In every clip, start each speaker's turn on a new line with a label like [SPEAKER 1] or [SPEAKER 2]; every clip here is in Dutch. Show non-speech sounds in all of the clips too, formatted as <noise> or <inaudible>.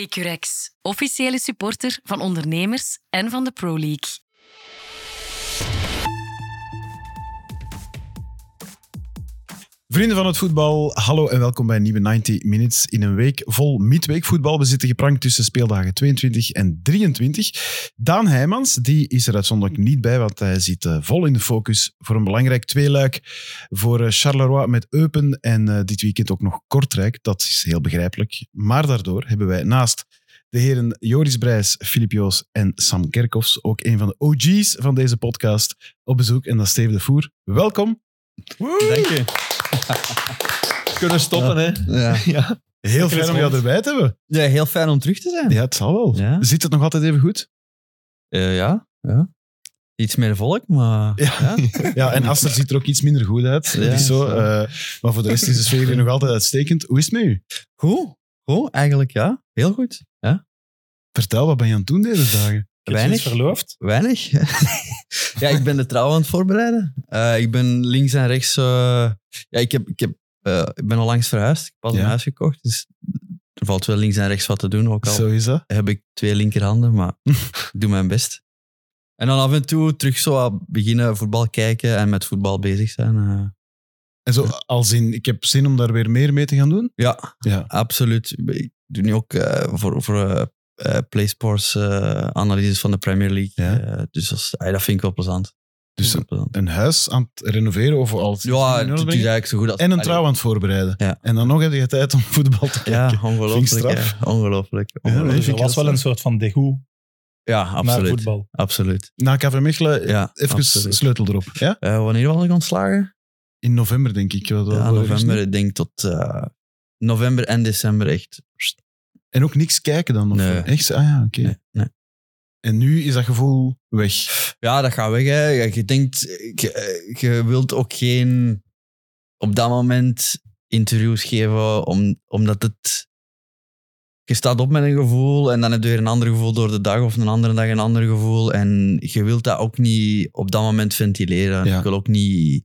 [SPEAKER 1] Securex, officiële supporter van ondernemers en van de Pro League.
[SPEAKER 2] Vrienden van het voetbal, hallo en welkom bij een nieuwe 90 Minutes in een week vol midweek voetbal. We zitten geprankt tussen speeldagen 22 en 23. Daan Heijmans, die is er uitzonderlijk niet bij, want hij zit eh, vol in de focus voor een belangrijk tweeluik voor eh, Charleroi met Eupen en eh, dit weekend ook nog Kortrijk. Dat is heel begrijpelijk. Maar daardoor hebben wij naast de heren Joris Brijs, Filip Joos en Sam Kerkhoffs, ook een van de OG's van deze podcast, op bezoek. En dat is Steven de Voer. Welkom.
[SPEAKER 3] Dank je. Kunnen stoppen, hè?
[SPEAKER 4] Ja.
[SPEAKER 3] Ja.
[SPEAKER 2] Heel
[SPEAKER 3] Lekker
[SPEAKER 2] fijn om jou
[SPEAKER 3] respons.
[SPEAKER 2] erbij te hebben.
[SPEAKER 4] ja, heel fijn om terug te zijn.
[SPEAKER 2] Ja, het zal wel.
[SPEAKER 4] Ja.
[SPEAKER 2] Zit het nog altijd even goed?
[SPEAKER 4] Eh, ja, ja. Iets meer volk, maar... Ja.
[SPEAKER 2] Ja, en Aster ziet er ook iets minder goed uit.
[SPEAKER 4] Ja,
[SPEAKER 2] dat is zo.
[SPEAKER 4] zo.
[SPEAKER 2] eh, maar voor de rest is de sfeer
[SPEAKER 4] <laughs>
[SPEAKER 2] hier nog altijd uitstekend. Hoe is het met u?
[SPEAKER 4] Goed, goed, eigenlijk ja. Heel goed. Ja.
[SPEAKER 2] Vertel, wat ben je aan het doen deze dagen?
[SPEAKER 4] Weinig.
[SPEAKER 3] verloofd.
[SPEAKER 4] Weinig. <laughs> ja, ik ben de trouw aan het voorbereiden. Eh, ik ben links en rechts... eh, ja, ik, heb, ik, heb, eh, ik ben al langs verhuisd. Ik heb pas
[SPEAKER 2] Ja.
[SPEAKER 4] een huis gekocht, dus er valt wel links en rechts wat te doen. Ook al
[SPEAKER 2] Zo is dat.
[SPEAKER 4] heb ik twee linkerhanden, maar <laughs> ik doe mijn best. En dan af en toe terug zo wat beginnen voetbal kijken en met voetbal bezig zijn. eh.
[SPEAKER 2] En zo, als in, ik heb zin om daar weer meer mee te gaan doen.
[SPEAKER 4] Ja,
[SPEAKER 2] Ja.
[SPEAKER 4] absoluut. Ik doe nu ook eh, voor, voor eh, eh, PlaySports eh, analyses van de Premier League.
[SPEAKER 2] Ja.
[SPEAKER 4] Eh, dus dat, is- ey, dat vind ik wel plezant.
[SPEAKER 2] Dus
[SPEAKER 4] Vind
[SPEAKER 2] een,
[SPEAKER 4] ik wel plezant.
[SPEAKER 2] een huis aan het renoveren of al.
[SPEAKER 4] Ja, het, het is dus eigenlijk zo goed als...
[SPEAKER 2] En een
[SPEAKER 4] allee,
[SPEAKER 2] trouw aan het voorbereiden.
[SPEAKER 4] Ja.
[SPEAKER 2] En dan nog heb je tijd om voetbal te kijken.
[SPEAKER 4] Ja,
[SPEAKER 2] Vind ik
[SPEAKER 4] ongelooflijk.
[SPEAKER 2] straf.
[SPEAKER 4] hè. Ongeloeflijk,
[SPEAKER 2] nee,
[SPEAKER 4] ongelooflijk.
[SPEAKER 2] vind
[SPEAKER 3] Dus Er
[SPEAKER 2] ik
[SPEAKER 3] was wel een soort van degoe
[SPEAKER 4] Ja,
[SPEAKER 3] naar
[SPEAKER 4] absoluut. Ah,
[SPEAKER 3] voetbal.
[SPEAKER 4] Absoluut.
[SPEAKER 2] Na KV Mechelen,
[SPEAKER 4] Ja,
[SPEAKER 2] even
[SPEAKER 4] absoluut.
[SPEAKER 2] sleutel erop. Ja?
[SPEAKER 4] Eh, wanneer was ik ontslagen?
[SPEAKER 2] In november, denk ik. Wat- wat-
[SPEAKER 4] Ja,
[SPEAKER 2] wat-
[SPEAKER 4] november. Ik denk tot eh, november en december echt. Pst,
[SPEAKER 2] En ook niks kijken dan? Of
[SPEAKER 4] Nee.
[SPEAKER 2] Echt? Ah ja, oké.
[SPEAKER 4] nee, nee.
[SPEAKER 2] En nu is dat gevoel weg.
[SPEAKER 4] Ja, dat gaat weg. Hè. Ja, Je denkt, je, je wilt ook geen op dat moment interviews geven, om, omdat het. Je staat op met een gevoel en dan heb je weer een ander gevoel door de dag, of een andere dag een ander gevoel. En je wilt dat ook niet op dat moment ventileren.
[SPEAKER 2] Ja.
[SPEAKER 4] Je wil ook niet.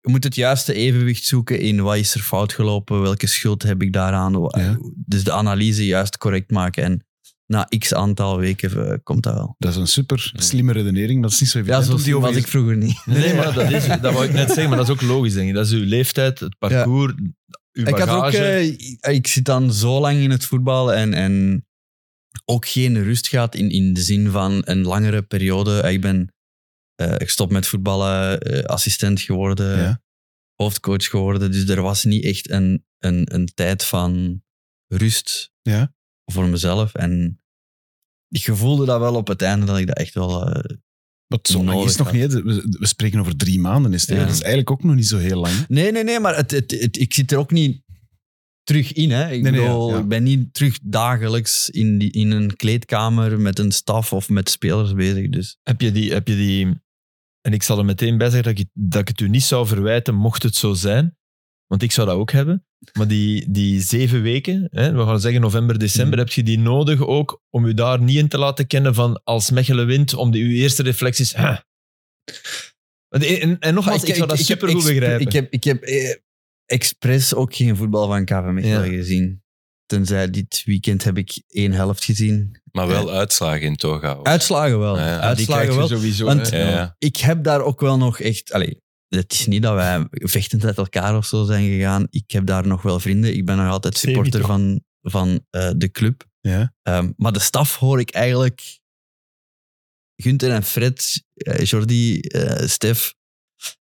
[SPEAKER 4] Je moet het juiste evenwicht zoeken in wat is er fout gelopen, welke schuld heb ik daaraan. Wa-
[SPEAKER 2] Ja.
[SPEAKER 4] Dus de analyse juist correct maken. En na x aantal weken eh, komt dat wel.
[SPEAKER 2] Dat is een super slimme redenering, maar dat is niet zo
[SPEAKER 4] Ja,
[SPEAKER 2] evident.
[SPEAKER 4] zo
[SPEAKER 2] om die
[SPEAKER 4] was
[SPEAKER 2] over
[SPEAKER 4] ik vroeger niet.
[SPEAKER 5] Nee, nee, maar dat, is, dat wou ik net zeggen, maar dat is ook logisch, denk ik. Dat is uw leeftijd, het parcours, uw
[SPEAKER 4] Ik, had
[SPEAKER 5] bagage.
[SPEAKER 4] ook, eh, ik- ik zit dan zo lang in het voetbal en, en ook geen rust gehad in, in de zin van een langere periode. Ik ben eh ik stop met voetballen, eh, assistent geworden,
[SPEAKER 2] Ja.
[SPEAKER 4] hoofdcoach geworden. Dus er was niet echt een, een, een tijd van rust
[SPEAKER 2] Ja.
[SPEAKER 4] voor mezelf. En ik gevoelde dat wel op het einde dat ik dat echt wel... eh,
[SPEAKER 2] Wat zo lang
[SPEAKER 4] nodig
[SPEAKER 2] is nog
[SPEAKER 4] had.
[SPEAKER 2] niet. hè. We, we spreken over drie maanden. Is het, hè?
[SPEAKER 4] Ja.
[SPEAKER 2] Dat is eigenlijk ook nog niet zo heel lang. hè.
[SPEAKER 4] <laughs> Nee, nee, nee, maar het, het, het- ik zit er ook niet terug in. Hè. Ik,
[SPEAKER 2] Nee, nee,
[SPEAKER 4] bedoel,
[SPEAKER 2] ja, ja.
[SPEAKER 4] ik ben niet terug dagelijks in, die, in een kleedkamer met een staf of met spelers bezig. Dus.
[SPEAKER 5] Heb je die... Heb je die en ik zal er meteen bij zeggen dat ik, dat ik het u niet zou verwijten, mocht het zo zijn. Want ik zou dat ook hebben. Maar die, die zeven weken, hè, we gaan zeggen november,
[SPEAKER 4] Mhm.
[SPEAKER 5] december, heb je die nodig ook om u daar niet in te laten kennen van als Mechelen wint, om de, uw eerste reflecties... huh. Want en- En, en nogmaals, ik, zou dat
[SPEAKER 4] heb
[SPEAKER 5] supergoed
[SPEAKER 4] expre-
[SPEAKER 5] begrijpen.
[SPEAKER 4] Ik heb, ik heb eh, expres ook geen voetbal van KV Mechelen
[SPEAKER 5] Ja.
[SPEAKER 4] gezien. Tenzij dit weekend heb ik één helft gezien. Eh,
[SPEAKER 6] Maar wel uitslagen in Toga. hoor.
[SPEAKER 4] Uitslagen wel.
[SPEAKER 6] Ja, ja.
[SPEAKER 5] Ja, Ah, die krijg
[SPEAKER 4] Uitslagen
[SPEAKER 5] je
[SPEAKER 4] wel.
[SPEAKER 5] sowieso.
[SPEAKER 4] Want-
[SPEAKER 5] hè.
[SPEAKER 6] Ja, ja.
[SPEAKER 4] ik heb daar ook wel nog echt. Allee, het is niet dat wij vechtend uit elkaar of zo zijn gegaan. Ik heb daar nog wel vrienden. Ik ben nog altijd
[SPEAKER 3] Zeker
[SPEAKER 4] supporter
[SPEAKER 3] toch?
[SPEAKER 4] van, van eh, de club.
[SPEAKER 2] Ja.
[SPEAKER 4] Ehm, maar de staf hoor ik eigenlijk. Gunther en Fred, eh, Jordi, eh, Stef,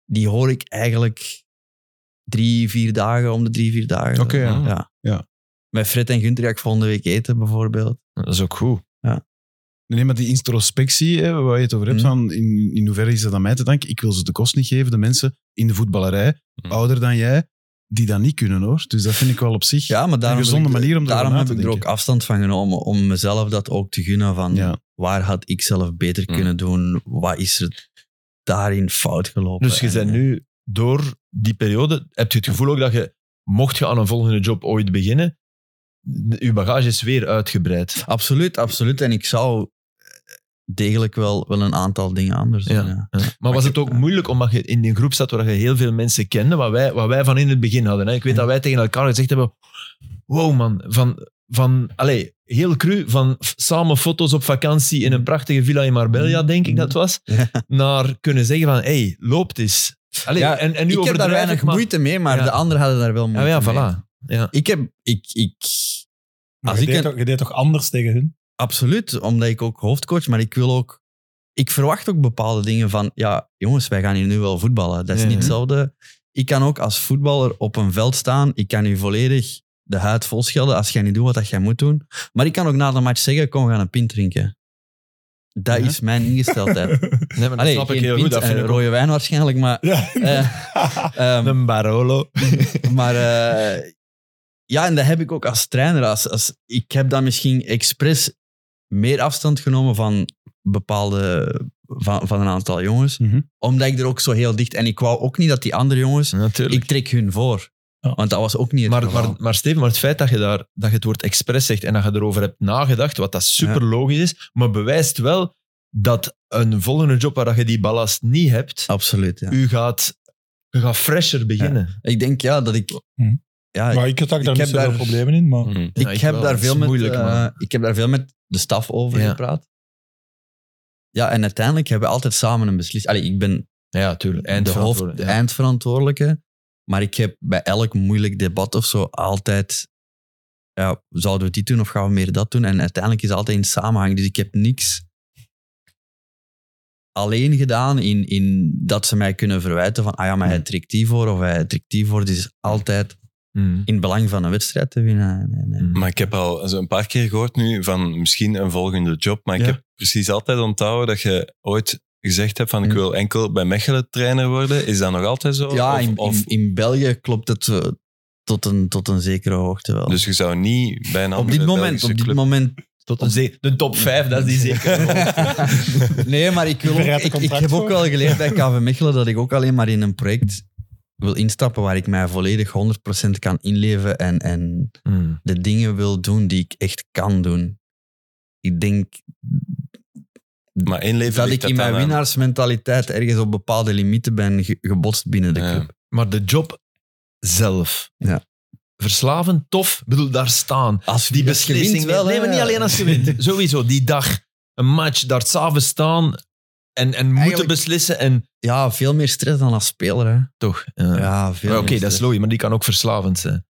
[SPEAKER 4] die hoor ik eigenlijk drie, vier dagen om de drie, vier dagen.
[SPEAKER 2] Oké, ja.
[SPEAKER 4] ja.
[SPEAKER 2] Ja.
[SPEAKER 4] Met Fred en Gunther ga ik volgende week eten, bijvoorbeeld.
[SPEAKER 5] Dat is ook goed.
[SPEAKER 2] Nee, maar die introspectie hè, waar je het over hebt,
[SPEAKER 4] Mhm.
[SPEAKER 2] van in, in hoeverre is dat aan mij te danken? Ik wil ze de kost niet geven, de mensen in de voetballerij,
[SPEAKER 6] Mhm.
[SPEAKER 2] ouder dan jij, die dat niet kunnen hoor. Dus dat vind ik wel op zich
[SPEAKER 4] Ja, maar daarom
[SPEAKER 2] een gezonde
[SPEAKER 4] heb ik,
[SPEAKER 2] manier om daarover
[SPEAKER 4] daarom
[SPEAKER 2] na
[SPEAKER 4] heb
[SPEAKER 2] te
[SPEAKER 4] ik er ook
[SPEAKER 2] denken.
[SPEAKER 4] afstand van genomen om mezelf dat ook te gunnen van
[SPEAKER 2] Ja.
[SPEAKER 4] waar had ik zelf beter
[SPEAKER 6] Mm.
[SPEAKER 4] kunnen doen, wat is er daarin fout gelopen.
[SPEAKER 5] Dus je
[SPEAKER 4] En-
[SPEAKER 5] bent nu door die periode, heb je het gevoel ook dat je, mocht je aan een volgende job ooit beginnen, de- je bagage is weer uitgebreid.
[SPEAKER 4] Absoluut, absoluut. En ik zou eh, degelijk wel, wel een aantal dingen anders doen.
[SPEAKER 5] Ja.
[SPEAKER 4] ja.
[SPEAKER 5] Maar was
[SPEAKER 4] ik-
[SPEAKER 5] het ook moeilijk omdat je in een groep zat waar je heel veel mensen kende, wat wij, wat wij van in het begin hadden. Hè? Ik weet
[SPEAKER 4] Ja.
[SPEAKER 5] dat wij tegen elkaar gezegd hebben, wow man, van, van, allee, heel cru, van f- samen foto's op vakantie in een prachtige villa in Marbella, denk ik dat het was,
[SPEAKER 4] Ja.
[SPEAKER 5] naar kunnen zeggen van, hey, loopt eens. Allee,
[SPEAKER 4] Ja,
[SPEAKER 5] en, en nu
[SPEAKER 4] ik heb daar
[SPEAKER 5] overdrijf
[SPEAKER 4] weinig
[SPEAKER 5] ik, maar-
[SPEAKER 4] moeite mee, maar
[SPEAKER 5] Ja.
[SPEAKER 4] de anderen hadden daar wel
[SPEAKER 5] Ja,
[SPEAKER 4] moeite
[SPEAKER 5] ja,
[SPEAKER 4] mee.
[SPEAKER 5] voilà. Ja.
[SPEAKER 4] Ik heb... Ik, ik,
[SPEAKER 3] Maar
[SPEAKER 4] Als
[SPEAKER 3] je,
[SPEAKER 4] ik
[SPEAKER 3] deed
[SPEAKER 4] een-
[SPEAKER 3] toch, je deed toch anders tegen hun?
[SPEAKER 4] absoluut, omdat ik ook hoofdcoach, maar ik wil ook... Ik verwacht ook bepaalde dingen van... Ja, jongens, wij gaan hier nu wel voetballen. Dat is
[SPEAKER 5] Ja.
[SPEAKER 4] niet hetzelfde. Ik kan ook als voetballer op een veld staan. Ik kan u volledig de huid vol schelden als jij niet doet wat dat jij moet doen. Maar ik kan ook na de match zeggen, kom, we gaan een pint drinken. Dat
[SPEAKER 2] Ja.
[SPEAKER 4] is mijn
[SPEAKER 5] <laughs>
[SPEAKER 4] ingesteldheid.
[SPEAKER 5] Nee, maar dat
[SPEAKER 4] Allee,
[SPEAKER 5] snap ik
[SPEAKER 4] geen
[SPEAKER 5] heel
[SPEAKER 4] pint,
[SPEAKER 5] goed. Dat
[SPEAKER 4] eh,
[SPEAKER 5] vind ik ook-
[SPEAKER 4] rode wijn waarschijnlijk, maar...
[SPEAKER 3] Ja.
[SPEAKER 5] <laughs>
[SPEAKER 4] eh, ehm,
[SPEAKER 5] Een Barolo.
[SPEAKER 4] <laughs> maar eh, ja, en dat heb ik ook als trainer. Als, als, ik heb dan misschien expres meer afstand genomen van bepaalde... Van, van een aantal jongens.
[SPEAKER 2] Mhm.
[SPEAKER 4] Omdat ik er ook zo heel dicht... En ik wou ook niet dat die andere jongens...
[SPEAKER 5] Natuurlijk.
[SPEAKER 4] Ik trek hun voor.
[SPEAKER 3] Ja.
[SPEAKER 4] Want dat was ook niet het
[SPEAKER 5] Maar,
[SPEAKER 4] geval.
[SPEAKER 5] maar, maar Steven, maar het feit dat je, daar, dat je het woord expres zegt en dat je erover hebt nagedacht, wat dat super logisch is, maar bewijst wel dat een volgende job waar dat je die ballast niet hebt,
[SPEAKER 4] Absoluut, ja.
[SPEAKER 5] u gaat, je gaat fresher beginnen.
[SPEAKER 4] Ik denk, ja, dat ik...
[SPEAKER 3] Mhm.
[SPEAKER 4] Ja,
[SPEAKER 3] Maar ik had daar
[SPEAKER 4] Ah, Ik
[SPEAKER 3] niet
[SPEAKER 4] heb
[SPEAKER 3] zoveel
[SPEAKER 4] daar-
[SPEAKER 3] problemen in, maar...
[SPEAKER 6] Mhm.
[SPEAKER 5] Ja,
[SPEAKER 4] Mm. ik, heb
[SPEAKER 5] wel.
[SPEAKER 4] daar
[SPEAKER 5] Dat is
[SPEAKER 4] veel met,
[SPEAKER 5] moeilijk,
[SPEAKER 4] eh,
[SPEAKER 5] maar-
[SPEAKER 4] ik heb daar veel met de staf over
[SPEAKER 5] Ja.
[SPEAKER 4] gepraat. Ja, en uiteindelijk hebben we altijd samen een beslissing. Allee, ik ben
[SPEAKER 5] Ja, tuurlijk.
[SPEAKER 4] de, hoofd, de
[SPEAKER 5] Eindverantwoordelijk, ja.
[SPEAKER 4] eindverantwoordelijke, maar ik heb bij elk moeilijk debat of zo altijd... Ja, zouden we dit doen of gaan we meer dat doen? En uiteindelijk is het altijd in samenhang. Dus ik heb niks alleen gedaan in, in dat ze mij kunnen verwijten van ah ja, maar hij trekt die voor of hij trekt die voor. Dus het is altijd
[SPEAKER 5] Mm.
[SPEAKER 4] in het belang van een wedstrijd te winnen. En- en- en-
[SPEAKER 5] Mm.
[SPEAKER 6] Maar ik heb al zo een paar keer gehoord nu van misschien een volgende job. Maar ik
[SPEAKER 4] Ja.
[SPEAKER 6] heb precies altijd onthouden dat je ooit gezegd hebt van ik
[SPEAKER 4] Mm.
[SPEAKER 6] wil enkel bij Mechelen trainer worden. Is dat nog altijd zo?
[SPEAKER 4] Ja,
[SPEAKER 6] Of-
[SPEAKER 4] in,
[SPEAKER 6] of-
[SPEAKER 4] in, in België klopt het eh, tot een, tot een zekere hoogte wel.
[SPEAKER 6] dus je zou niet bij een
[SPEAKER 4] op
[SPEAKER 6] andere
[SPEAKER 4] dit moment,
[SPEAKER 6] Belgische
[SPEAKER 4] op dit
[SPEAKER 6] club-
[SPEAKER 4] moment.
[SPEAKER 5] Tot een ze- de
[SPEAKER 3] Mm.
[SPEAKER 5] top 5, dat is die zeker.
[SPEAKER 4] <laughs> nee, maar ik, wil ook,
[SPEAKER 3] Bereid een
[SPEAKER 4] ik, ik
[SPEAKER 3] contract
[SPEAKER 4] heb ook
[SPEAKER 3] voor.
[SPEAKER 4] wel geleerd bij KV Mechelen dat ik ook alleen maar in een project wil instappen waar ik mij volledig 100% kan inleven en, en
[SPEAKER 6] Hmm.
[SPEAKER 5] Mm.
[SPEAKER 4] de dingen wil doen die ik echt kan doen. Ik denk
[SPEAKER 6] maar inleven
[SPEAKER 4] dat
[SPEAKER 6] ligt
[SPEAKER 4] ik in mijn
[SPEAKER 6] dan aan-
[SPEAKER 4] winnaarsmentaliteit ergens op bepaalde limieten ben ge- gebotst binnen de
[SPEAKER 6] Ja.
[SPEAKER 4] club.
[SPEAKER 5] <laughs> Maar de job zelf.
[SPEAKER 4] Ja.
[SPEAKER 5] Verslavend, tof. Ik bedoel, daar staan.
[SPEAKER 4] Als
[SPEAKER 5] Die beslissing. nee, maar niet alleen als je wint. Sowieso, die dag, een match, daar s'avonds staan en, en moeten
[SPEAKER 4] Eigenlijk-
[SPEAKER 5] beslissen en
[SPEAKER 4] <laughs> Ja, veel meer stress dan als speler. Hè.
[SPEAKER 5] toch. eh, ja.
[SPEAKER 4] Ja,
[SPEAKER 5] Maar
[SPEAKER 4] veel
[SPEAKER 5] Oké,
[SPEAKER 4] meer
[SPEAKER 5] dat
[SPEAKER 4] stress.
[SPEAKER 5] is logisch, maar die kan ook verslavend zijn.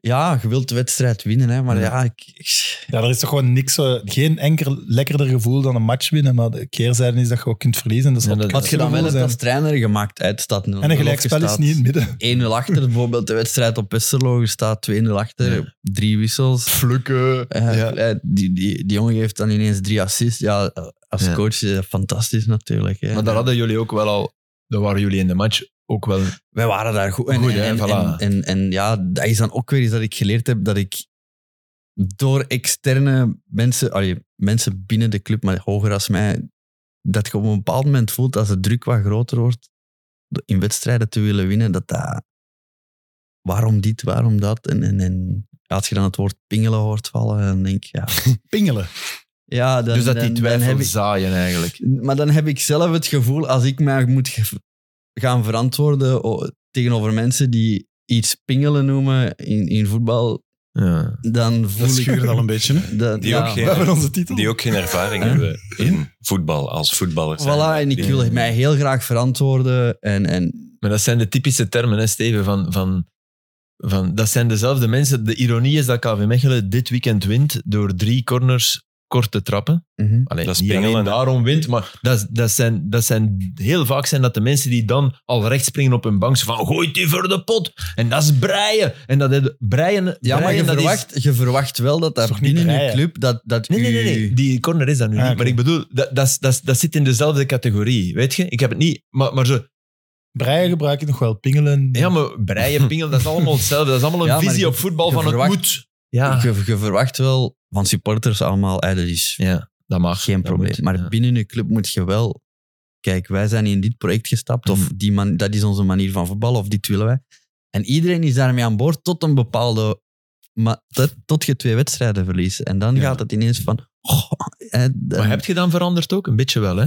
[SPEAKER 4] Ja, je wilt de wedstrijd winnen, hè, maar ja, ik, ik-
[SPEAKER 3] Ja, er is toch gewoon niks, eh, geen enkel lekkerder gevoel dan een match winnen, maar de keerzijde is dat je ook kunt verliezen. Dat is
[SPEAKER 5] Ja,
[SPEAKER 3] ook
[SPEAKER 5] dat-
[SPEAKER 3] een
[SPEAKER 4] wat je dan wel
[SPEAKER 3] kutgevoel
[SPEAKER 4] hebt
[SPEAKER 3] zijn.
[SPEAKER 4] als trainer gemaakt uit staat 0
[SPEAKER 3] En een gelijkspel is niet in het midden. <laughs>
[SPEAKER 4] 1-0 achter, bijvoorbeeld de wedstrijd op Westerlo, je staat 2-0 achter, drie wissels.
[SPEAKER 5] Flukken.
[SPEAKER 4] Eh,
[SPEAKER 5] ja.
[SPEAKER 4] eh, die, die, die jongen heeft dan ineens drie assists. Ja, eh, als
[SPEAKER 5] Ja.
[SPEAKER 4] coach is dat fantastisch natuurlijk. Hè.
[SPEAKER 5] Maar daar hadden jullie ook wel al, daar waren jullie in de match ook wel.
[SPEAKER 4] Wij waren daar goed. En,
[SPEAKER 5] Goed, hè,
[SPEAKER 4] en,
[SPEAKER 5] voilà.
[SPEAKER 4] en, en, en ja, dat is dan ook weer iets dat ik geleerd heb, dat ik door externe mensen, allee, mensen binnen de club, maar hoger als mij, dat je op een bepaald moment voelt als de druk wat groter wordt in wedstrijden te willen winnen, dat dat... Waarom dit, waarom dat? En, en, en als je dan het woord pingelen hoort vallen, dan denk ik,
[SPEAKER 5] <laughs>
[SPEAKER 4] ja...
[SPEAKER 2] Pingelen.
[SPEAKER 4] ja dan,
[SPEAKER 5] dus dat Dus die
[SPEAKER 4] dan- dan heb
[SPEAKER 5] twijfel
[SPEAKER 4] ik-
[SPEAKER 5] zaaien eigenlijk.
[SPEAKER 4] maar dan heb ik zelf het gevoel, als ik mij moet ge- gaan verantwoorden o- tegenover mensen die iets pingelen noemen in, in voetbal,
[SPEAKER 5] Ja.
[SPEAKER 4] dan voel
[SPEAKER 2] Dat schuurt
[SPEAKER 4] ik...
[SPEAKER 2] al een beetje.
[SPEAKER 4] <laughs>
[SPEAKER 2] hè.
[SPEAKER 4] dan-
[SPEAKER 6] Die
[SPEAKER 4] ja,
[SPEAKER 6] ook geen-
[SPEAKER 3] We hebben onze titel.
[SPEAKER 6] Die ook geen ervaring
[SPEAKER 4] Huh?
[SPEAKER 6] hebben in voetbal als voetballer. zijn.
[SPEAKER 4] Voilà, en ik
[SPEAKER 6] Die-
[SPEAKER 4] wil mij heel graag verantwoorden. En, en
[SPEAKER 5] Maar dat zijn de typische termen, hè, Steven, van, van, van... Dat zijn dezelfde mensen. De ironie is dat KV Mechelen dit weekend wint door drie corners kort te trappen.
[SPEAKER 4] mhm.
[SPEAKER 5] Allee,
[SPEAKER 6] Dat is
[SPEAKER 5] niet
[SPEAKER 6] pingelen,
[SPEAKER 5] alleen
[SPEAKER 6] hè.
[SPEAKER 5] daarom wint, maar dat, is- dat zijn, dat zijn, heel vaak zijn dat de mensen die dan al recht springen op hun bank. zo van, gooit die voor de pot. En dat is breien. En dat breien, breien,
[SPEAKER 4] Ja, maar je
[SPEAKER 5] dat is-
[SPEAKER 4] verwacht, je verwacht wel dat
[SPEAKER 3] is
[SPEAKER 4] daar
[SPEAKER 3] toch niet
[SPEAKER 4] binnen je
[SPEAKER 3] rijden?
[SPEAKER 4] club... Dat, dat
[SPEAKER 5] Nee, nee, nee,
[SPEAKER 4] u-
[SPEAKER 5] nee. Die corner is dat nu
[SPEAKER 3] Ah,
[SPEAKER 5] niet.
[SPEAKER 3] oké.
[SPEAKER 5] Maar ik bedoel, dat, dat, is- dat, is- dat zit in dezelfde categorie, weet je? Ik heb het niet... Maar, maar zo,
[SPEAKER 3] Breien gebruik ik nog wel, pingelen.
[SPEAKER 5] ja, maar
[SPEAKER 4] <laughs>
[SPEAKER 5] breien, pingel, dat is allemaal hetzelfde. Dat is allemaal een
[SPEAKER 4] Ja, maar
[SPEAKER 5] visie
[SPEAKER 4] je-
[SPEAKER 5] op voetbal
[SPEAKER 4] je
[SPEAKER 5] van
[SPEAKER 4] verwacht-
[SPEAKER 5] het moet. Ja.
[SPEAKER 4] je, je verwacht wel van supporters allemaal, hey, dat is
[SPEAKER 5] ja, dat mag.
[SPEAKER 4] Geen
[SPEAKER 5] Dat
[SPEAKER 4] probleem.
[SPEAKER 5] moet,
[SPEAKER 4] maar
[SPEAKER 5] ja.
[SPEAKER 4] binnen een club moet je wel. Kijk, wij zijn in dit project gestapt, of
[SPEAKER 5] Mhm.
[SPEAKER 4] die man, dat is onze manier van voetballen, of dit willen wij. En iedereen is daarmee aan boord tot een bepaalde. Maar tot, tot je twee wedstrijden verliest. En dan
[SPEAKER 5] Ja.
[SPEAKER 4] gaat het ineens van. oh, hè, dan-
[SPEAKER 5] Maar heb je dan veranderd ook? Een beetje wel, hè?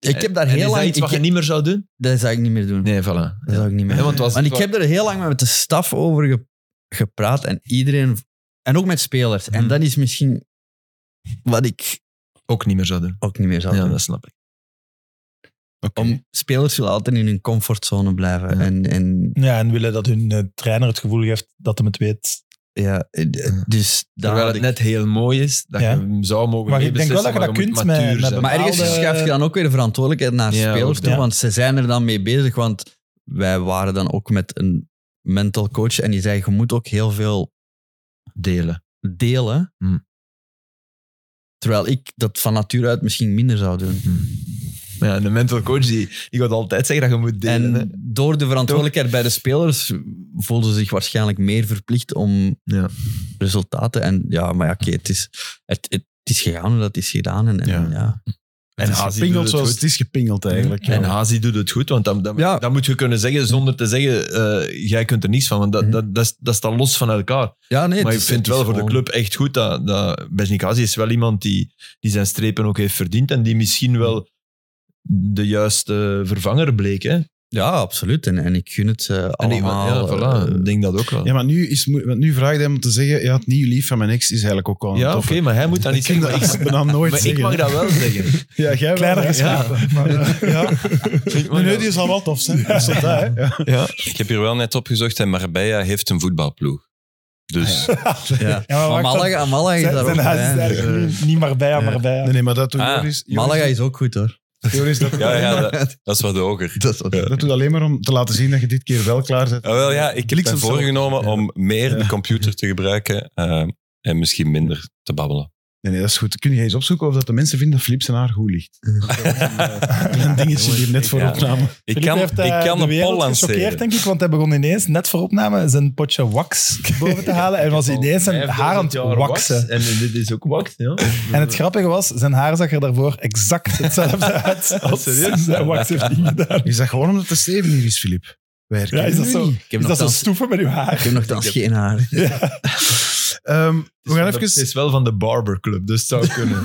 [SPEAKER 4] ik heb daar
[SPEAKER 5] En is
[SPEAKER 4] heel
[SPEAKER 5] dat
[SPEAKER 4] lang.
[SPEAKER 5] iets wat
[SPEAKER 4] ik-
[SPEAKER 5] je niet meer zou doen?
[SPEAKER 4] Dat zou ik niet meer doen.
[SPEAKER 5] Nee, voilà.
[SPEAKER 4] Dat zou ik niet meer
[SPEAKER 5] Ja, want het was-
[SPEAKER 4] En ik heb er heel lang met de staf over ge- gepraat en iedereen En ook met spelers. En
[SPEAKER 5] Mhm.
[SPEAKER 4] dat is misschien wat ik
[SPEAKER 5] Ook niet meer zou doen.
[SPEAKER 4] ook niet meer zou
[SPEAKER 5] Ja,
[SPEAKER 4] doen.
[SPEAKER 5] dat snap ik.
[SPEAKER 2] Oké.
[SPEAKER 4] Om, spelers willen altijd in hun comfortzone blijven.
[SPEAKER 5] Ja.
[SPEAKER 4] En, en
[SPEAKER 3] Ja, en willen dat hun eh, trainer het gevoel geeft dat hem het
[SPEAKER 4] <laughs>
[SPEAKER 3] weet.
[SPEAKER 4] ja, eh, d-
[SPEAKER 5] Ja.
[SPEAKER 4] dus daar
[SPEAKER 5] Terwijl
[SPEAKER 4] had
[SPEAKER 5] het
[SPEAKER 4] ik-
[SPEAKER 5] net heel mooi is dat
[SPEAKER 3] Ja.
[SPEAKER 5] je hem zou mogen
[SPEAKER 3] Maar ik denk wel dat je
[SPEAKER 5] meebeslissen,
[SPEAKER 3] dat
[SPEAKER 5] maar je
[SPEAKER 3] kunt
[SPEAKER 5] moet
[SPEAKER 3] met-
[SPEAKER 5] matuur
[SPEAKER 3] met
[SPEAKER 5] zijn.
[SPEAKER 3] bepaalde-
[SPEAKER 4] Maar ergens
[SPEAKER 3] bepaalde-
[SPEAKER 4] schuift je dan ook weer de verantwoordelijkheid naar
[SPEAKER 5] Ja,
[SPEAKER 4] spelers
[SPEAKER 5] ook,
[SPEAKER 4] toe,
[SPEAKER 5] ja.
[SPEAKER 4] want ze zijn er dan mee bezig. Want wij waren dan ook met een mental coach en die zei, je moet ook heel veel
[SPEAKER 5] delen.
[SPEAKER 4] delen.
[SPEAKER 5] Hmm.
[SPEAKER 4] Terwijl ik dat van nature uit misschien minder zou doen.
[SPEAKER 5] Ja, en de mental coach die, die gaat altijd zeggen dat je moet delen. hè.
[SPEAKER 4] en door de verantwoordelijkheid bij de spelers voelden ze zich waarschijnlijk meer verplicht om
[SPEAKER 5] Ja.
[SPEAKER 4] resultaten. En ja, maar ja, oké, het, is, het, het is gegaan hoe dat is gedaan. En, en,
[SPEAKER 2] Ja.
[SPEAKER 4] ja.
[SPEAKER 5] En
[SPEAKER 2] Het is
[SPEAKER 5] Hazi doet
[SPEAKER 2] gepingeld
[SPEAKER 5] het
[SPEAKER 2] zoals
[SPEAKER 5] goed.
[SPEAKER 2] het is gepingeld eigenlijk.
[SPEAKER 5] En
[SPEAKER 2] Ja.
[SPEAKER 5] Hazi doet het goed, want dan, dan,
[SPEAKER 4] Ja.
[SPEAKER 5] dan moet je kunnen zeggen zonder te zeggen, eh, jij kunt er niets van, want dat,
[SPEAKER 4] Mhm.
[SPEAKER 5] dat, dat, is- dat staat los van elkaar.
[SPEAKER 4] ja, nee. het
[SPEAKER 5] maar ik
[SPEAKER 4] is-
[SPEAKER 5] vind
[SPEAKER 4] het is
[SPEAKER 5] wel voor de
[SPEAKER 4] gewoon-
[SPEAKER 5] club echt goed dat, dat Besnik Hazi is wel iemand die, die zijn strepen ook heeft verdiend en die misschien wel de juiste vervanger bleek. Hè?
[SPEAKER 4] Ja, absoluut. En, en ik gun het ze
[SPEAKER 5] En die-
[SPEAKER 4] allemaal.
[SPEAKER 5] ja, voilà,
[SPEAKER 4] eh,
[SPEAKER 5] ik denk dat ook wel.
[SPEAKER 2] Ja, maar nu, is, mo- want nu vraag je hem om te zeggen, ja, het nieuwe lief van mijn ex is eigenlijk ook al een
[SPEAKER 5] Ja, oké,
[SPEAKER 2] toffe.
[SPEAKER 5] maar hij moet dat niet
[SPEAKER 2] Ik kan
[SPEAKER 5] zeggen.
[SPEAKER 2] dat
[SPEAKER 5] maar <laughs> ik-
[SPEAKER 2] ik dan nooit
[SPEAKER 5] Maar ik
[SPEAKER 2] zeggen.
[SPEAKER 5] mag dat wel zeggen.
[SPEAKER 4] <laughs>
[SPEAKER 2] Ja, jij wel,
[SPEAKER 3] Kleiner
[SPEAKER 2] hè?
[SPEAKER 3] geschapen.
[SPEAKER 4] eh,
[SPEAKER 3] <laughs>
[SPEAKER 2] Ja.
[SPEAKER 5] Ik mag
[SPEAKER 2] Nee, nee,
[SPEAKER 5] dat-
[SPEAKER 2] die zal wel tof
[SPEAKER 4] <laughs>
[SPEAKER 2] zijn. Dat is dat, hè? Ja.
[SPEAKER 6] Ik heb hier wel net opgezocht en Marbella heeft een voetbalploeg. Dus
[SPEAKER 4] Ah, Ja.
[SPEAKER 3] Ja, maar
[SPEAKER 4] Maar
[SPEAKER 3] wacht,
[SPEAKER 4] Malaga, Malaga is
[SPEAKER 3] Zijn,
[SPEAKER 4] daar ook
[SPEAKER 3] zijn huis is
[SPEAKER 4] bij. dus, eh,
[SPEAKER 3] eigenlijk niet, niet maar bij, maar bij.
[SPEAKER 2] Nee, nee, maar dat doet
[SPEAKER 6] Ah,
[SPEAKER 2] Joris...
[SPEAKER 4] Malaga is ook goed hoor.
[SPEAKER 2] Joris, Joris, dat,
[SPEAKER 6] ja, ja, dat, dat is wat hoger.
[SPEAKER 4] Dat is wat-
[SPEAKER 2] dat doet alleen maar om te laten zien dat je dit keer wel klaar bent.
[SPEAKER 6] Ah, wel, ja, ik heb me
[SPEAKER 2] Bliksem-
[SPEAKER 6] voorgenomen
[SPEAKER 2] Ja.
[SPEAKER 6] om meer de
[SPEAKER 2] Ja.
[SPEAKER 6] computer te gebruiken eh, en misschien minder te babbelen.
[SPEAKER 2] Nee, nee, dat is goed. Kun je eens opzoeken of dat de mensen vinden dat Flip zijn haar goed ligt? <laughs> Een klein dingetje hier net voor
[SPEAKER 6] Ja.
[SPEAKER 2] opname.
[SPEAKER 6] Ik kan,
[SPEAKER 3] heeft, eh,
[SPEAKER 6] ik kan
[SPEAKER 3] de
[SPEAKER 6] een
[SPEAKER 3] wereld
[SPEAKER 6] poll
[SPEAKER 3] gechoqueerd,
[SPEAKER 6] lanceren.
[SPEAKER 3] denk ik, want hij begon ineens, net voor opname, zijn potje wax boven te halen en was ineens zijn haar aan het
[SPEAKER 5] 5000 jaar
[SPEAKER 3] waksen.
[SPEAKER 5] wax. En dit is ook wax,
[SPEAKER 3] <laughs>
[SPEAKER 5] ja.
[SPEAKER 3] En het grappige was, zijn haar zag er daarvoor exact hetzelfde uit als
[SPEAKER 5] serieus?
[SPEAKER 3] zijn wax heeft niet gedaan.
[SPEAKER 2] Is dat gewoon omdat de Steven hier is, Filip? Wij
[SPEAKER 3] Ja,
[SPEAKER 2] herkennen
[SPEAKER 3] is dat
[SPEAKER 2] u
[SPEAKER 3] zo,
[SPEAKER 2] niet.
[SPEAKER 4] Ik heb
[SPEAKER 3] is
[SPEAKER 4] nog
[SPEAKER 3] dat zo
[SPEAKER 4] thans-
[SPEAKER 3] stoeven met uw
[SPEAKER 4] ik
[SPEAKER 3] haar?
[SPEAKER 4] heb nog thans geen haar.
[SPEAKER 2] Ehm, we gaan
[SPEAKER 5] Het
[SPEAKER 2] even...
[SPEAKER 5] is wel van de Barber Club, dus het
[SPEAKER 3] <laughs>
[SPEAKER 5] zou kunnen.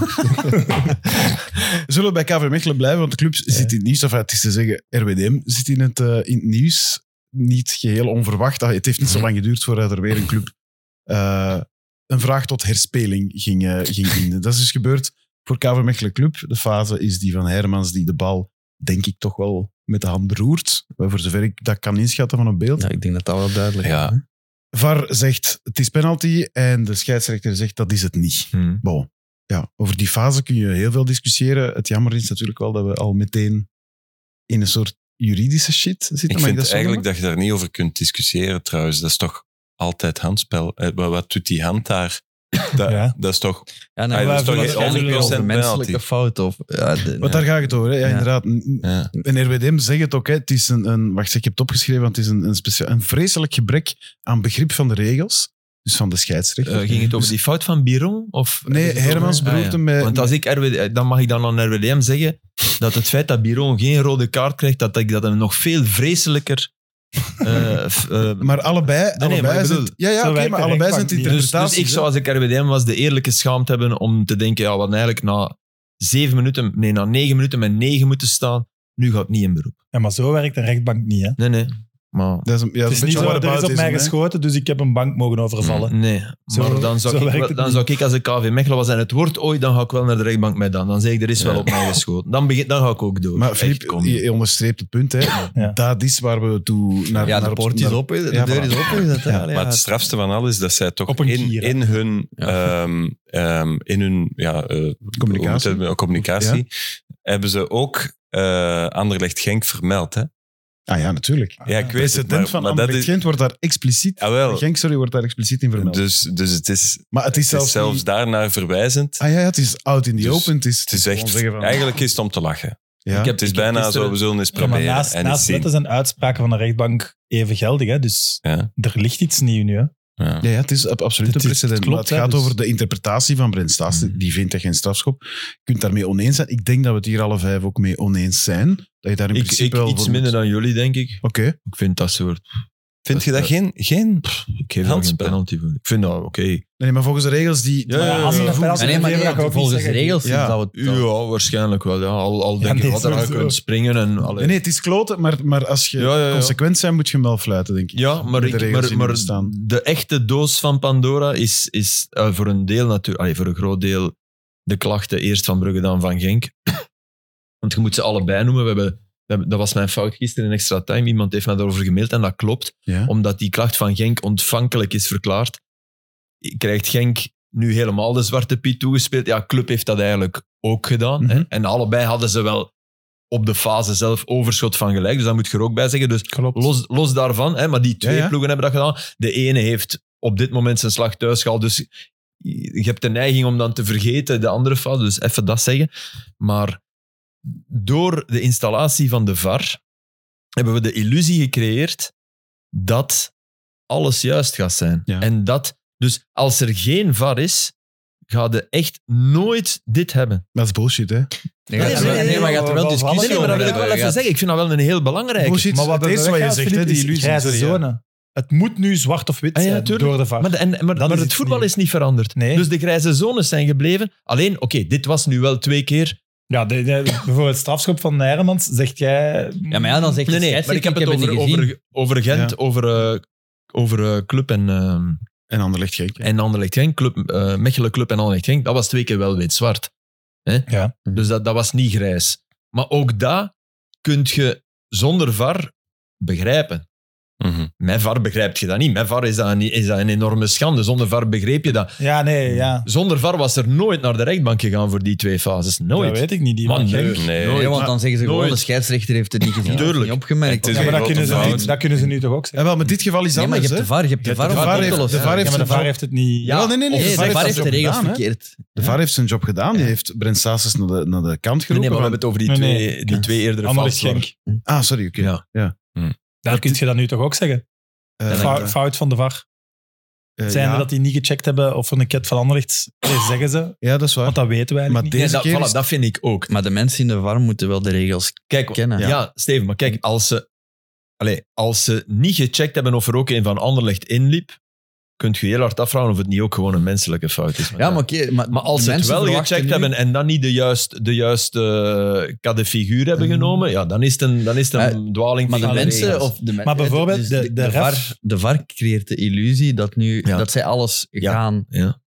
[SPEAKER 2] Zullen we bij KV Mechelen blijven? Want de club zit in het nieuws. Of het is te zeggen, RWDM zit in het, eh, in het nieuws. Niet geheel onverwacht. Ah, Het heeft niet zo lang geduurd voordat er weer een club eh, een vraag tot herspeling ging, eh, ging indienen. Dat is dus gebeurd voor KV Mechelen Club. De fase is die van Hermans, die de bal, denk ik, toch wel met de hand beroert. Maar Voor zover ik dat kan inschatten van op beeld.
[SPEAKER 4] Ja, ik denk dat dat wel duidelijk is.
[SPEAKER 6] Ja.
[SPEAKER 4] hè.
[SPEAKER 2] VAR zegt, het is penalty. En de scheidsrechter zegt, dat is het niet.
[SPEAKER 5] Hmm.
[SPEAKER 2] Bon. Ja, over die fase kun je heel veel discussiëren. Het jammer is natuurlijk wel dat we al meteen in een soort juridische shit zitten.
[SPEAKER 6] Ik
[SPEAKER 2] Mag
[SPEAKER 6] vind
[SPEAKER 2] dat zo
[SPEAKER 6] eigenlijk
[SPEAKER 2] noemen?
[SPEAKER 6] dat je daar niet over kunt discussiëren trouwens. Dat is toch altijd handspel. Eh, Wat, wat doet die
[SPEAKER 2] <coughs>
[SPEAKER 6] hand daar? Dat,
[SPEAKER 3] Ja.
[SPEAKER 6] dat is toch...
[SPEAKER 4] Ja,
[SPEAKER 6] Ah,
[SPEAKER 4] nee,
[SPEAKER 6] ja,
[SPEAKER 4] maar
[SPEAKER 6] dat is
[SPEAKER 4] we hebben
[SPEAKER 6] toch
[SPEAKER 4] het
[SPEAKER 6] 100%
[SPEAKER 4] over menselijke
[SPEAKER 6] penalty.
[SPEAKER 4] fout. Of, ja, de-
[SPEAKER 2] Want
[SPEAKER 4] ja.
[SPEAKER 2] daar ga ik het over, hè? Ja,
[SPEAKER 4] Ja.
[SPEAKER 2] inderdaad. N-
[SPEAKER 6] Ja.
[SPEAKER 2] En RWDM zegt het ook, hè? Het is een, een, wacht, ik heb het opgeschreven, want het is een, een, specia- een vreselijk gebrek aan begrip van de regels, dus van de scheidsrechter.
[SPEAKER 5] Eh, ging het over die fout van Biron? Of
[SPEAKER 2] Nee, Hermans
[SPEAKER 5] Ah, ja.
[SPEAKER 2] beroert hem bij-
[SPEAKER 5] Want als ik RWD, eh, dan mag ik dan aan RWDM zeggen dat het feit dat Biron geen rode kaart krijgt, dat ik dat hem nog veel vreselijker... eh, f- eh,
[SPEAKER 3] <laughs>
[SPEAKER 2] maar allebei,
[SPEAKER 5] nee,
[SPEAKER 2] allebei
[SPEAKER 5] maar ik
[SPEAKER 2] zijn
[SPEAKER 5] bedoel,
[SPEAKER 2] het- ja, ja,
[SPEAKER 3] zo
[SPEAKER 2] oké,
[SPEAKER 3] werkt
[SPEAKER 2] maar
[SPEAKER 3] de
[SPEAKER 2] allebei zijn het
[SPEAKER 3] rechtbank niet.
[SPEAKER 5] dus, dus
[SPEAKER 2] interpretaties.
[SPEAKER 5] ik zou als ik RWDM was de eerlijke schaamte hebben om te denken, ja, wat eigenlijk na zeven minuten, nee, na negen minuten met negen moeten staan, nu gaat het niet in beroep.
[SPEAKER 3] Ja, maar zo werkt een rechtbank niet, hè.
[SPEAKER 5] Nee, nee. Maar
[SPEAKER 2] hè. dat is een, ja,
[SPEAKER 3] Het is
[SPEAKER 2] een
[SPEAKER 3] niet
[SPEAKER 2] beetje
[SPEAKER 3] zo, er is
[SPEAKER 2] whataboutism,
[SPEAKER 3] op mij
[SPEAKER 2] hè.
[SPEAKER 3] geschoten, dus ik heb een bank mogen overvallen.
[SPEAKER 5] Nee,
[SPEAKER 3] Zo-
[SPEAKER 5] maar dan
[SPEAKER 3] zo
[SPEAKER 5] zou, ik,
[SPEAKER 3] werkt
[SPEAKER 5] wel-
[SPEAKER 3] het
[SPEAKER 5] dan
[SPEAKER 3] niet.
[SPEAKER 5] zou ik als ik KV Mechelen was en het wordt ooit, dan ga ik wel naar de rechtbank met dan. Dan zeg ik, er is wel
[SPEAKER 6] Ja.
[SPEAKER 5] op mij geschoten. Dan, begin, dan ga ik ook door.
[SPEAKER 2] Maar
[SPEAKER 5] Echt,
[SPEAKER 2] Filip,
[SPEAKER 5] kom.
[SPEAKER 2] je je onderstreept het punt. Hè.
[SPEAKER 3] Ja.
[SPEAKER 2] Dat is waar we toe naar
[SPEAKER 4] ja,
[SPEAKER 2] naar
[SPEAKER 4] de poort is
[SPEAKER 2] naar-
[SPEAKER 4] op, hè. de
[SPEAKER 2] Ja,
[SPEAKER 4] deur
[SPEAKER 2] voilà.
[SPEAKER 4] is opgezet. hè.
[SPEAKER 2] Ja,
[SPEAKER 4] Allee,
[SPEAKER 6] Maar
[SPEAKER 4] ja.
[SPEAKER 6] het strafste van alles is dat zij toch
[SPEAKER 3] Op een
[SPEAKER 6] in,
[SPEAKER 3] kier, hè?
[SPEAKER 6] in hun,
[SPEAKER 4] Ja.
[SPEAKER 6] ehm, ehm, in hun ja, eh, hoe moet het
[SPEAKER 2] Communicatie.
[SPEAKER 6] hebben? communicatie hebben ze ook eh Anderlecht Genk vermeld. Hè?
[SPEAKER 2] Ah ja, natuurlijk.
[SPEAKER 6] Ja, ik weet het,
[SPEAKER 2] President
[SPEAKER 6] maar,
[SPEAKER 2] van
[SPEAKER 6] maar dat
[SPEAKER 2] Anderlecht
[SPEAKER 6] is...
[SPEAKER 2] Gent wordt daar expliciet...
[SPEAKER 6] Jawel,
[SPEAKER 2] Genk, sorry, wordt daar expliciet in vermeld.
[SPEAKER 6] dus, dus het is,
[SPEAKER 2] maar het is
[SPEAKER 6] het
[SPEAKER 2] zelfs,
[SPEAKER 6] is zelfs
[SPEAKER 2] niet-
[SPEAKER 6] daarnaar verwijzend.
[SPEAKER 2] Ah ja, ja, het is out in the
[SPEAKER 6] Dus
[SPEAKER 2] open. Het is,
[SPEAKER 6] Het is
[SPEAKER 2] gewoon
[SPEAKER 6] echt,
[SPEAKER 2] zeggen van-
[SPEAKER 6] eigenlijk is het om te lachen.
[SPEAKER 2] ja.
[SPEAKER 5] Ik heb-
[SPEAKER 6] Het is
[SPEAKER 5] ik heb
[SPEAKER 6] bijna
[SPEAKER 5] gisteren-
[SPEAKER 6] zo, we zullen eens
[SPEAKER 3] Ja, maar
[SPEAKER 6] proberen
[SPEAKER 3] naast,
[SPEAKER 6] en eens
[SPEAKER 3] naast wetten
[SPEAKER 6] zien.
[SPEAKER 3] zijn uitspraken van de rechtbank even geldig, hè. Dus
[SPEAKER 6] Ja.
[SPEAKER 3] er ligt iets nieuw nu, hè.
[SPEAKER 6] Ja.
[SPEAKER 2] ja, ja, het is ab- absoluut
[SPEAKER 3] Het
[SPEAKER 2] een
[SPEAKER 3] is- het
[SPEAKER 2] precedent. maar
[SPEAKER 3] klopt,
[SPEAKER 2] het gaat
[SPEAKER 3] hè, dus- Mm.
[SPEAKER 2] over de interpretatie van Brent Staes. Die vindt dat geen strafschop. Je kunt daarmee oneens zijn. Ik denk dat we het hier alle vijf ook mee oneens zijn. Dat je daar in
[SPEAKER 5] ik,
[SPEAKER 2] principe
[SPEAKER 5] ik
[SPEAKER 2] wel
[SPEAKER 5] iets
[SPEAKER 2] voor moet-
[SPEAKER 5] minder dan jullie, denk ik.
[SPEAKER 2] Oké.
[SPEAKER 5] Ik vind dat soort...
[SPEAKER 6] Vind je dat
[SPEAKER 5] Ja.
[SPEAKER 6] geen... geen...
[SPEAKER 5] Ik geef daar geen
[SPEAKER 6] Handspel.
[SPEAKER 5] penalty voor. Ik vind dat oké.
[SPEAKER 2] Nee, maar volgens de regels die...
[SPEAKER 5] Ja, ja, ja.
[SPEAKER 3] als
[SPEAKER 2] Eh,
[SPEAKER 5] Ja,
[SPEAKER 3] je een penalty
[SPEAKER 4] Ja, nee, maar
[SPEAKER 3] geeft,
[SPEAKER 4] nee,
[SPEAKER 3] dan kan je ook
[SPEAKER 4] volgens
[SPEAKER 3] niet
[SPEAKER 4] de
[SPEAKER 3] zeggen-
[SPEAKER 4] regels
[SPEAKER 2] Ja.
[SPEAKER 4] zou het... zou-
[SPEAKER 5] Ja, waarschijnlijk wel. Ja. Al, al denk
[SPEAKER 3] nee,
[SPEAKER 5] ik wat
[SPEAKER 3] is
[SPEAKER 5] eruit
[SPEAKER 3] zo.
[SPEAKER 5] kunnen springen. En, allee.
[SPEAKER 2] Nee, nee, het is kloten, maar, maar als je
[SPEAKER 5] Ja, ja, ja.
[SPEAKER 2] consequent zijn moet je hem wel fluiten, denk ik.
[SPEAKER 5] Ja, maar,
[SPEAKER 2] Met de
[SPEAKER 5] ik,
[SPEAKER 2] regels
[SPEAKER 5] maar,
[SPEAKER 2] die
[SPEAKER 5] maar
[SPEAKER 2] er staan.
[SPEAKER 5] de echte doos van Pandora is, is eh, voor een deel natuurlijk, allee, voor een groot deel de klachten eerst van Brugge dan van Genk. <clears throat> Want je moet ze allebei noemen. We hebben, we hebben- dat was mijn fout gisteren in extra time. Iemand heeft mij daarover gemaild en dat klopt.
[SPEAKER 2] Ja.
[SPEAKER 5] Omdat die klacht van Genk ontvankelijk is verklaard, krijgt Genk nu helemaal de zwarte piet toegespeeld. Ja, club heeft dat eigenlijk ook gedaan.
[SPEAKER 2] Mhm.
[SPEAKER 5] hè. En allebei hadden ze wel op de fase zelf overschot van gelijk. Dus daar moet je er ook bij zeggen. Dus
[SPEAKER 3] Klopt.
[SPEAKER 5] Los, los daarvan, hè, maar die twee
[SPEAKER 2] Ja, ja.
[SPEAKER 5] ploegen hebben dat gedaan. De ene heeft op dit moment zijn slag thuis gehaald, dus je hebt de neiging om dan te vergeten de andere fout, dus even dat zeggen. Maar door de installatie van de VAR hebben we de illusie gecreëerd dat alles juist gaat zijn.
[SPEAKER 2] Ja.
[SPEAKER 5] En dat, dus als er geen VAR is, ga je echt nooit dit hebben.
[SPEAKER 2] Dat is bullshit, hè.
[SPEAKER 4] Nee, gaat er wel-
[SPEAKER 3] nee,
[SPEAKER 4] nee, maar gaat er wel
[SPEAKER 3] nee,
[SPEAKER 4] discussie
[SPEAKER 5] Nee, nee, maar dat wil ik wel
[SPEAKER 4] over eh,
[SPEAKER 5] even
[SPEAKER 4] hebben.
[SPEAKER 5] zeggen. Ik vind dat wel een heel belangrijke.
[SPEAKER 2] Bullshit.
[SPEAKER 3] Maar wat
[SPEAKER 2] het
[SPEAKER 3] we
[SPEAKER 2] eerste wat je
[SPEAKER 3] weggaan,
[SPEAKER 2] zegt, hè,
[SPEAKER 3] Filip,
[SPEAKER 2] die
[SPEAKER 3] is
[SPEAKER 2] illusie.
[SPEAKER 3] grijze
[SPEAKER 2] sorry, ja.
[SPEAKER 3] zone. Het moet nu zwart of wit
[SPEAKER 5] Ah, ja,
[SPEAKER 3] zijn
[SPEAKER 5] tuurlijk.
[SPEAKER 3] door de VAR.
[SPEAKER 5] Maar, de- en, maar,
[SPEAKER 3] Dat
[SPEAKER 5] maar
[SPEAKER 3] is
[SPEAKER 5] het
[SPEAKER 3] iets
[SPEAKER 5] voetbal
[SPEAKER 3] nieuws.
[SPEAKER 5] is niet veranderd.
[SPEAKER 3] Nee.
[SPEAKER 5] Dus de grijze zones zijn gebleven. Alleen, oké, dit was nu wel twee keer.
[SPEAKER 3] ja, de, de- bijvoorbeeld strafschop van Nijremans, zegt jij...
[SPEAKER 4] Ja, maar ja, dan zegt
[SPEAKER 5] Nee,
[SPEAKER 4] de
[SPEAKER 5] nee, maar ik
[SPEAKER 4] scheidsrechter,
[SPEAKER 5] heb het
[SPEAKER 4] niet
[SPEAKER 5] over,
[SPEAKER 4] gezien.
[SPEAKER 5] over, over Gent, over, eh, over eh, Club en, ehm
[SPEAKER 2] En Anderlecht gek.
[SPEAKER 5] en Anderlecht Genk. Club, eh, Mechelen Club en Anderlecht Genk. Dat was twee keer wel wit-zwart. Hè?
[SPEAKER 3] Ja.
[SPEAKER 5] Dus dat, dat was niet grijs. Maar ook daar kun je zonder VAR begrijpen.
[SPEAKER 6] Mhm.
[SPEAKER 5] Met VAR begrijp je dat niet. Met VAR is dat een, is dat een enorme schande. Zonder VAR begreep je dat.
[SPEAKER 3] Ja, nee, ja.
[SPEAKER 5] Zonder VAR was er nooit naar de rechtbank gegaan voor die twee fases.
[SPEAKER 3] Dat
[SPEAKER 5] Nooit.
[SPEAKER 3] weet ik niet. Die
[SPEAKER 5] Man,
[SPEAKER 3] van Genk.
[SPEAKER 5] nee.
[SPEAKER 6] Nee.
[SPEAKER 4] Nee, want dan zeggen ze gewoon,
[SPEAKER 5] nooit.
[SPEAKER 4] de scheidsrechter heeft het niet gezien.
[SPEAKER 5] Tuurlijk.
[SPEAKER 4] Tuurlijk. Niet opgemerkt.
[SPEAKER 6] Het is
[SPEAKER 3] Ja, maar
[SPEAKER 6] een
[SPEAKER 3] dat kunnen, ze
[SPEAKER 6] grote
[SPEAKER 3] nu,
[SPEAKER 6] fout.
[SPEAKER 3] dat kunnen ze nu toch ook zeggen?
[SPEAKER 2] Ja, wel, maar dit geval is
[SPEAKER 4] Nee, maar je
[SPEAKER 2] anders,
[SPEAKER 4] hebt
[SPEAKER 2] hè.
[SPEAKER 4] de VAR, je hebt de
[SPEAKER 2] Ja,
[SPEAKER 4] VAR
[SPEAKER 2] de
[SPEAKER 4] om
[SPEAKER 2] VAR
[SPEAKER 4] het op te
[SPEAKER 2] heeft-
[SPEAKER 4] lossen.
[SPEAKER 2] de VAR
[SPEAKER 3] Ja, maar de VAR heeft het niet...
[SPEAKER 5] Ja,
[SPEAKER 2] Wel, nee, nee, nee.
[SPEAKER 4] Nee,
[SPEAKER 2] de VAR heeft zijn
[SPEAKER 4] de
[SPEAKER 2] job
[SPEAKER 4] regels
[SPEAKER 2] gedaan, hè.
[SPEAKER 4] verkeerd.
[SPEAKER 2] De VAR heeft zijn job gedaan. Die heeft Brent Stassens naar de, naar de kant
[SPEAKER 5] Nee,
[SPEAKER 2] geroepen.
[SPEAKER 5] nee, maar we hebben het over die
[SPEAKER 3] Nee,
[SPEAKER 5] twee,
[SPEAKER 3] nee.
[SPEAKER 5] Die twee eerdere
[SPEAKER 3] Anderlecht
[SPEAKER 5] fases.
[SPEAKER 3] Genk.
[SPEAKER 2] Ah, sorry, oké.
[SPEAKER 5] Ja.
[SPEAKER 3] Daar kun je dat nu toch ook zeggen?
[SPEAKER 2] Eh,
[SPEAKER 3] Fou-
[SPEAKER 2] eh,
[SPEAKER 3] fout van de VAR.
[SPEAKER 2] eh,
[SPEAKER 3] Zijn
[SPEAKER 2] ja.
[SPEAKER 3] dat die niet gecheckt hebben of er een ket van Anderlecht is, zeggen ze.
[SPEAKER 2] Ja, dat is waar.
[SPEAKER 3] Want dat weten wij
[SPEAKER 2] Maar
[SPEAKER 3] eigenlijk niet.
[SPEAKER 2] deze
[SPEAKER 5] Deze dat,
[SPEAKER 2] keer
[SPEAKER 5] voilà,
[SPEAKER 2] is-
[SPEAKER 5] dat vind ik ook.
[SPEAKER 4] Maar de mensen in de VAR moeten wel de regels
[SPEAKER 5] Kijk,
[SPEAKER 4] kennen.
[SPEAKER 5] ja. Steven, maar kijk, als ze, allez, als ze niet gecheckt hebben of er ook een van Anderlecht inliep, kunt je heel hard afvragen of het niet ook gewoon een menselijke fout is.
[SPEAKER 4] Ja, maar oké. maar,
[SPEAKER 5] Maar als ze het
[SPEAKER 4] mensen
[SPEAKER 5] wel
[SPEAKER 4] verwachten
[SPEAKER 5] gecheckt
[SPEAKER 4] nu-
[SPEAKER 5] hebben en dan niet de, juist, de juiste eh, kade figuur hebben genomen, ja, dan is het een, dan is het een dwaling
[SPEAKER 4] Mm. Maar de
[SPEAKER 5] van de
[SPEAKER 4] mensen...
[SPEAKER 5] regels.
[SPEAKER 4] Of de men-
[SPEAKER 3] Maar bijvoorbeeld
[SPEAKER 4] dus
[SPEAKER 3] de- de ref-
[SPEAKER 4] VAR, de VAR creëert de illusie dat, nu,
[SPEAKER 5] Ja.
[SPEAKER 4] dat zij alles
[SPEAKER 5] Ja.
[SPEAKER 4] gaan
[SPEAKER 5] Ja.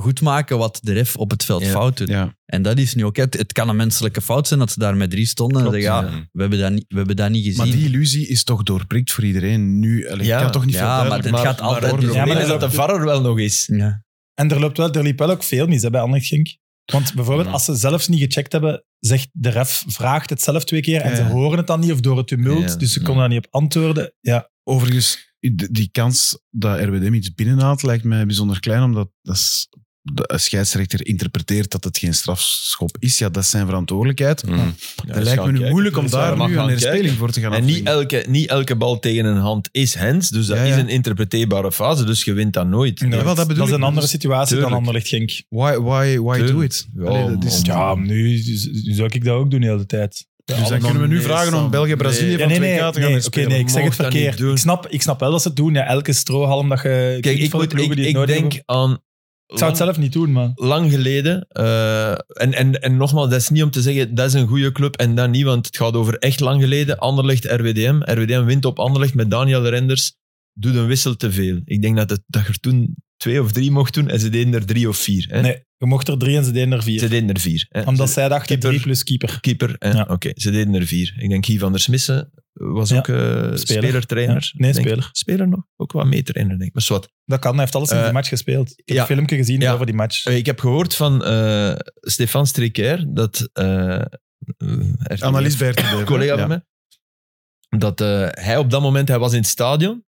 [SPEAKER 4] goedmaken wat de ref op het veld
[SPEAKER 5] Ja.
[SPEAKER 4] fout doet.
[SPEAKER 2] Ja.
[SPEAKER 4] En dat is nu ook... Het, het kan een menselijke fout zijn dat ze daar met drie stonden en
[SPEAKER 5] Klopt,
[SPEAKER 4] zeggen, ja,
[SPEAKER 6] ja.
[SPEAKER 4] we, hebben dat niet, we hebben dat niet gezien.
[SPEAKER 2] Maar die illusie is toch doorprikt voor iedereen nu. Allee,
[SPEAKER 5] Ja,
[SPEAKER 2] ik kan toch niet
[SPEAKER 4] ja,
[SPEAKER 2] veel
[SPEAKER 4] maar
[SPEAKER 2] duidelijker
[SPEAKER 4] dit gaat
[SPEAKER 2] maken.
[SPEAKER 4] altijd
[SPEAKER 2] Maar
[SPEAKER 4] dus-
[SPEAKER 2] door-
[SPEAKER 3] Ja, maar
[SPEAKER 5] dat is dat de VAR er wel nog is.
[SPEAKER 4] Ja.
[SPEAKER 3] En er, loopt wel, er liep wel ook veel mis hè, bij Anderlecht Genk. Want bijvoorbeeld,
[SPEAKER 6] Ja.
[SPEAKER 3] als ze zelfs niet gecheckt hebben, zegt de ref, vraagt het zelf twee keer en
[SPEAKER 2] Ja.
[SPEAKER 3] ze horen het dan niet of door het tumult,
[SPEAKER 5] Ja.
[SPEAKER 3] dus ze konden daar niet op antwoorden. Ja,
[SPEAKER 2] Overigens, die die kans dat RWDM iets binnenhaalt lijkt mij bijzonder klein, omdat dat is, de eh, scheidsrechter interpreteert dat het geen strafschop is. Ja, dat is zijn verantwoordelijkheid.
[SPEAKER 6] Mhm.
[SPEAKER 5] Ja,
[SPEAKER 2] dat
[SPEAKER 5] dus
[SPEAKER 2] lijkt me
[SPEAKER 5] gaan
[SPEAKER 2] nu
[SPEAKER 5] kijken.
[SPEAKER 2] moeilijk om
[SPEAKER 5] Dus ja,
[SPEAKER 2] daar
[SPEAKER 5] mag
[SPEAKER 2] nu
[SPEAKER 5] gaan
[SPEAKER 2] een
[SPEAKER 5] kijken.
[SPEAKER 2] herspeling voor te gaan
[SPEAKER 5] En niet
[SPEAKER 2] afdwingen.
[SPEAKER 5] elke, niet elke bal tegen een hand is hands, dus dat
[SPEAKER 2] Ja, ja. Nou,
[SPEAKER 5] is een interpreteerbare fase, dus je wint dat nooit.
[SPEAKER 2] wel, dat bedoel
[SPEAKER 3] dat is
[SPEAKER 2] ik.
[SPEAKER 3] een andere situatie
[SPEAKER 5] Tuurlijk.
[SPEAKER 3] dan Anderlecht Genk.
[SPEAKER 2] Why, why, why do
[SPEAKER 5] Tuurlijk.
[SPEAKER 2] it?
[SPEAKER 5] Ja,
[SPEAKER 2] Allee, dat
[SPEAKER 5] om-
[SPEAKER 2] is,
[SPEAKER 5] om-
[SPEAKER 3] Ja, nu, nu zou ik dat ook doen de hele tijd.
[SPEAKER 2] dus dan kunnen we nu
[SPEAKER 5] Nee,
[SPEAKER 2] vragen om
[SPEAKER 5] Sam.
[SPEAKER 2] België-Brazilië
[SPEAKER 5] Nee.
[SPEAKER 2] van 2K te gaan
[SPEAKER 3] nee, oké,
[SPEAKER 2] spelen.
[SPEAKER 3] nee, ik zeg het
[SPEAKER 5] Mocht dat niet
[SPEAKER 3] verkeerd.
[SPEAKER 5] doen.
[SPEAKER 3] Ik snap, ik snap wel dat ze het doen. Ja, elke strohalm dat je...
[SPEAKER 5] Kijk, ik,
[SPEAKER 3] voor de
[SPEAKER 5] moet, ik,
[SPEAKER 3] ploegen die het
[SPEAKER 5] ik
[SPEAKER 3] nodig
[SPEAKER 5] denk
[SPEAKER 3] hebben.
[SPEAKER 5] aan...
[SPEAKER 3] Ik zou het zelf niet doen, maar...
[SPEAKER 5] lang geleden. eh, en, en, en nogmaals, dat is niet om te zeggen dat is een goede club en dat niet, want het gaat over echt lang geleden. Anderlecht, RWDM. RWDM wint op Anderlecht met Daniel Renders. Doet een wissel te veel. Ik denk dat, het, dat je er toen twee of drie mocht doen en ze deden er drie of vier. Hè?
[SPEAKER 3] Nee, je mocht er drie en ze deden er
[SPEAKER 5] Ze
[SPEAKER 3] vier.
[SPEAKER 5] deden er vier. Hè?
[SPEAKER 3] Omdat
[SPEAKER 5] Ze-
[SPEAKER 3] zij dachten
[SPEAKER 5] keeper.
[SPEAKER 3] drie plus keeper.
[SPEAKER 5] keeper. Hè?
[SPEAKER 3] Ja.
[SPEAKER 5] Oké, ze deden er vier. Ik denk Guy van der Smissen was
[SPEAKER 3] Ja.
[SPEAKER 5] ook eh, speler-trainer.
[SPEAKER 3] Ja. Nee,
[SPEAKER 5] denk ik.
[SPEAKER 3] speler.
[SPEAKER 5] Speler nog. Ook wel meetrainer, denk ik. Maar zwart.
[SPEAKER 3] Dat kan, hij heeft alles in
[SPEAKER 5] Eh,
[SPEAKER 3] die match gespeeld. Ik heb
[SPEAKER 5] ja.
[SPEAKER 3] een filmpje gezien
[SPEAKER 5] Ja.
[SPEAKER 3] over die match.
[SPEAKER 5] Eh, Ik heb gehoord van eh Stefan Stricker dat... eh, eh, RTL
[SPEAKER 2] Annelies
[SPEAKER 5] <laughs>
[SPEAKER 2] Berthe.
[SPEAKER 5] een collega
[SPEAKER 2] ja.
[SPEAKER 5] van mij. Dat eh, hij op dat moment, hij was in het stadion.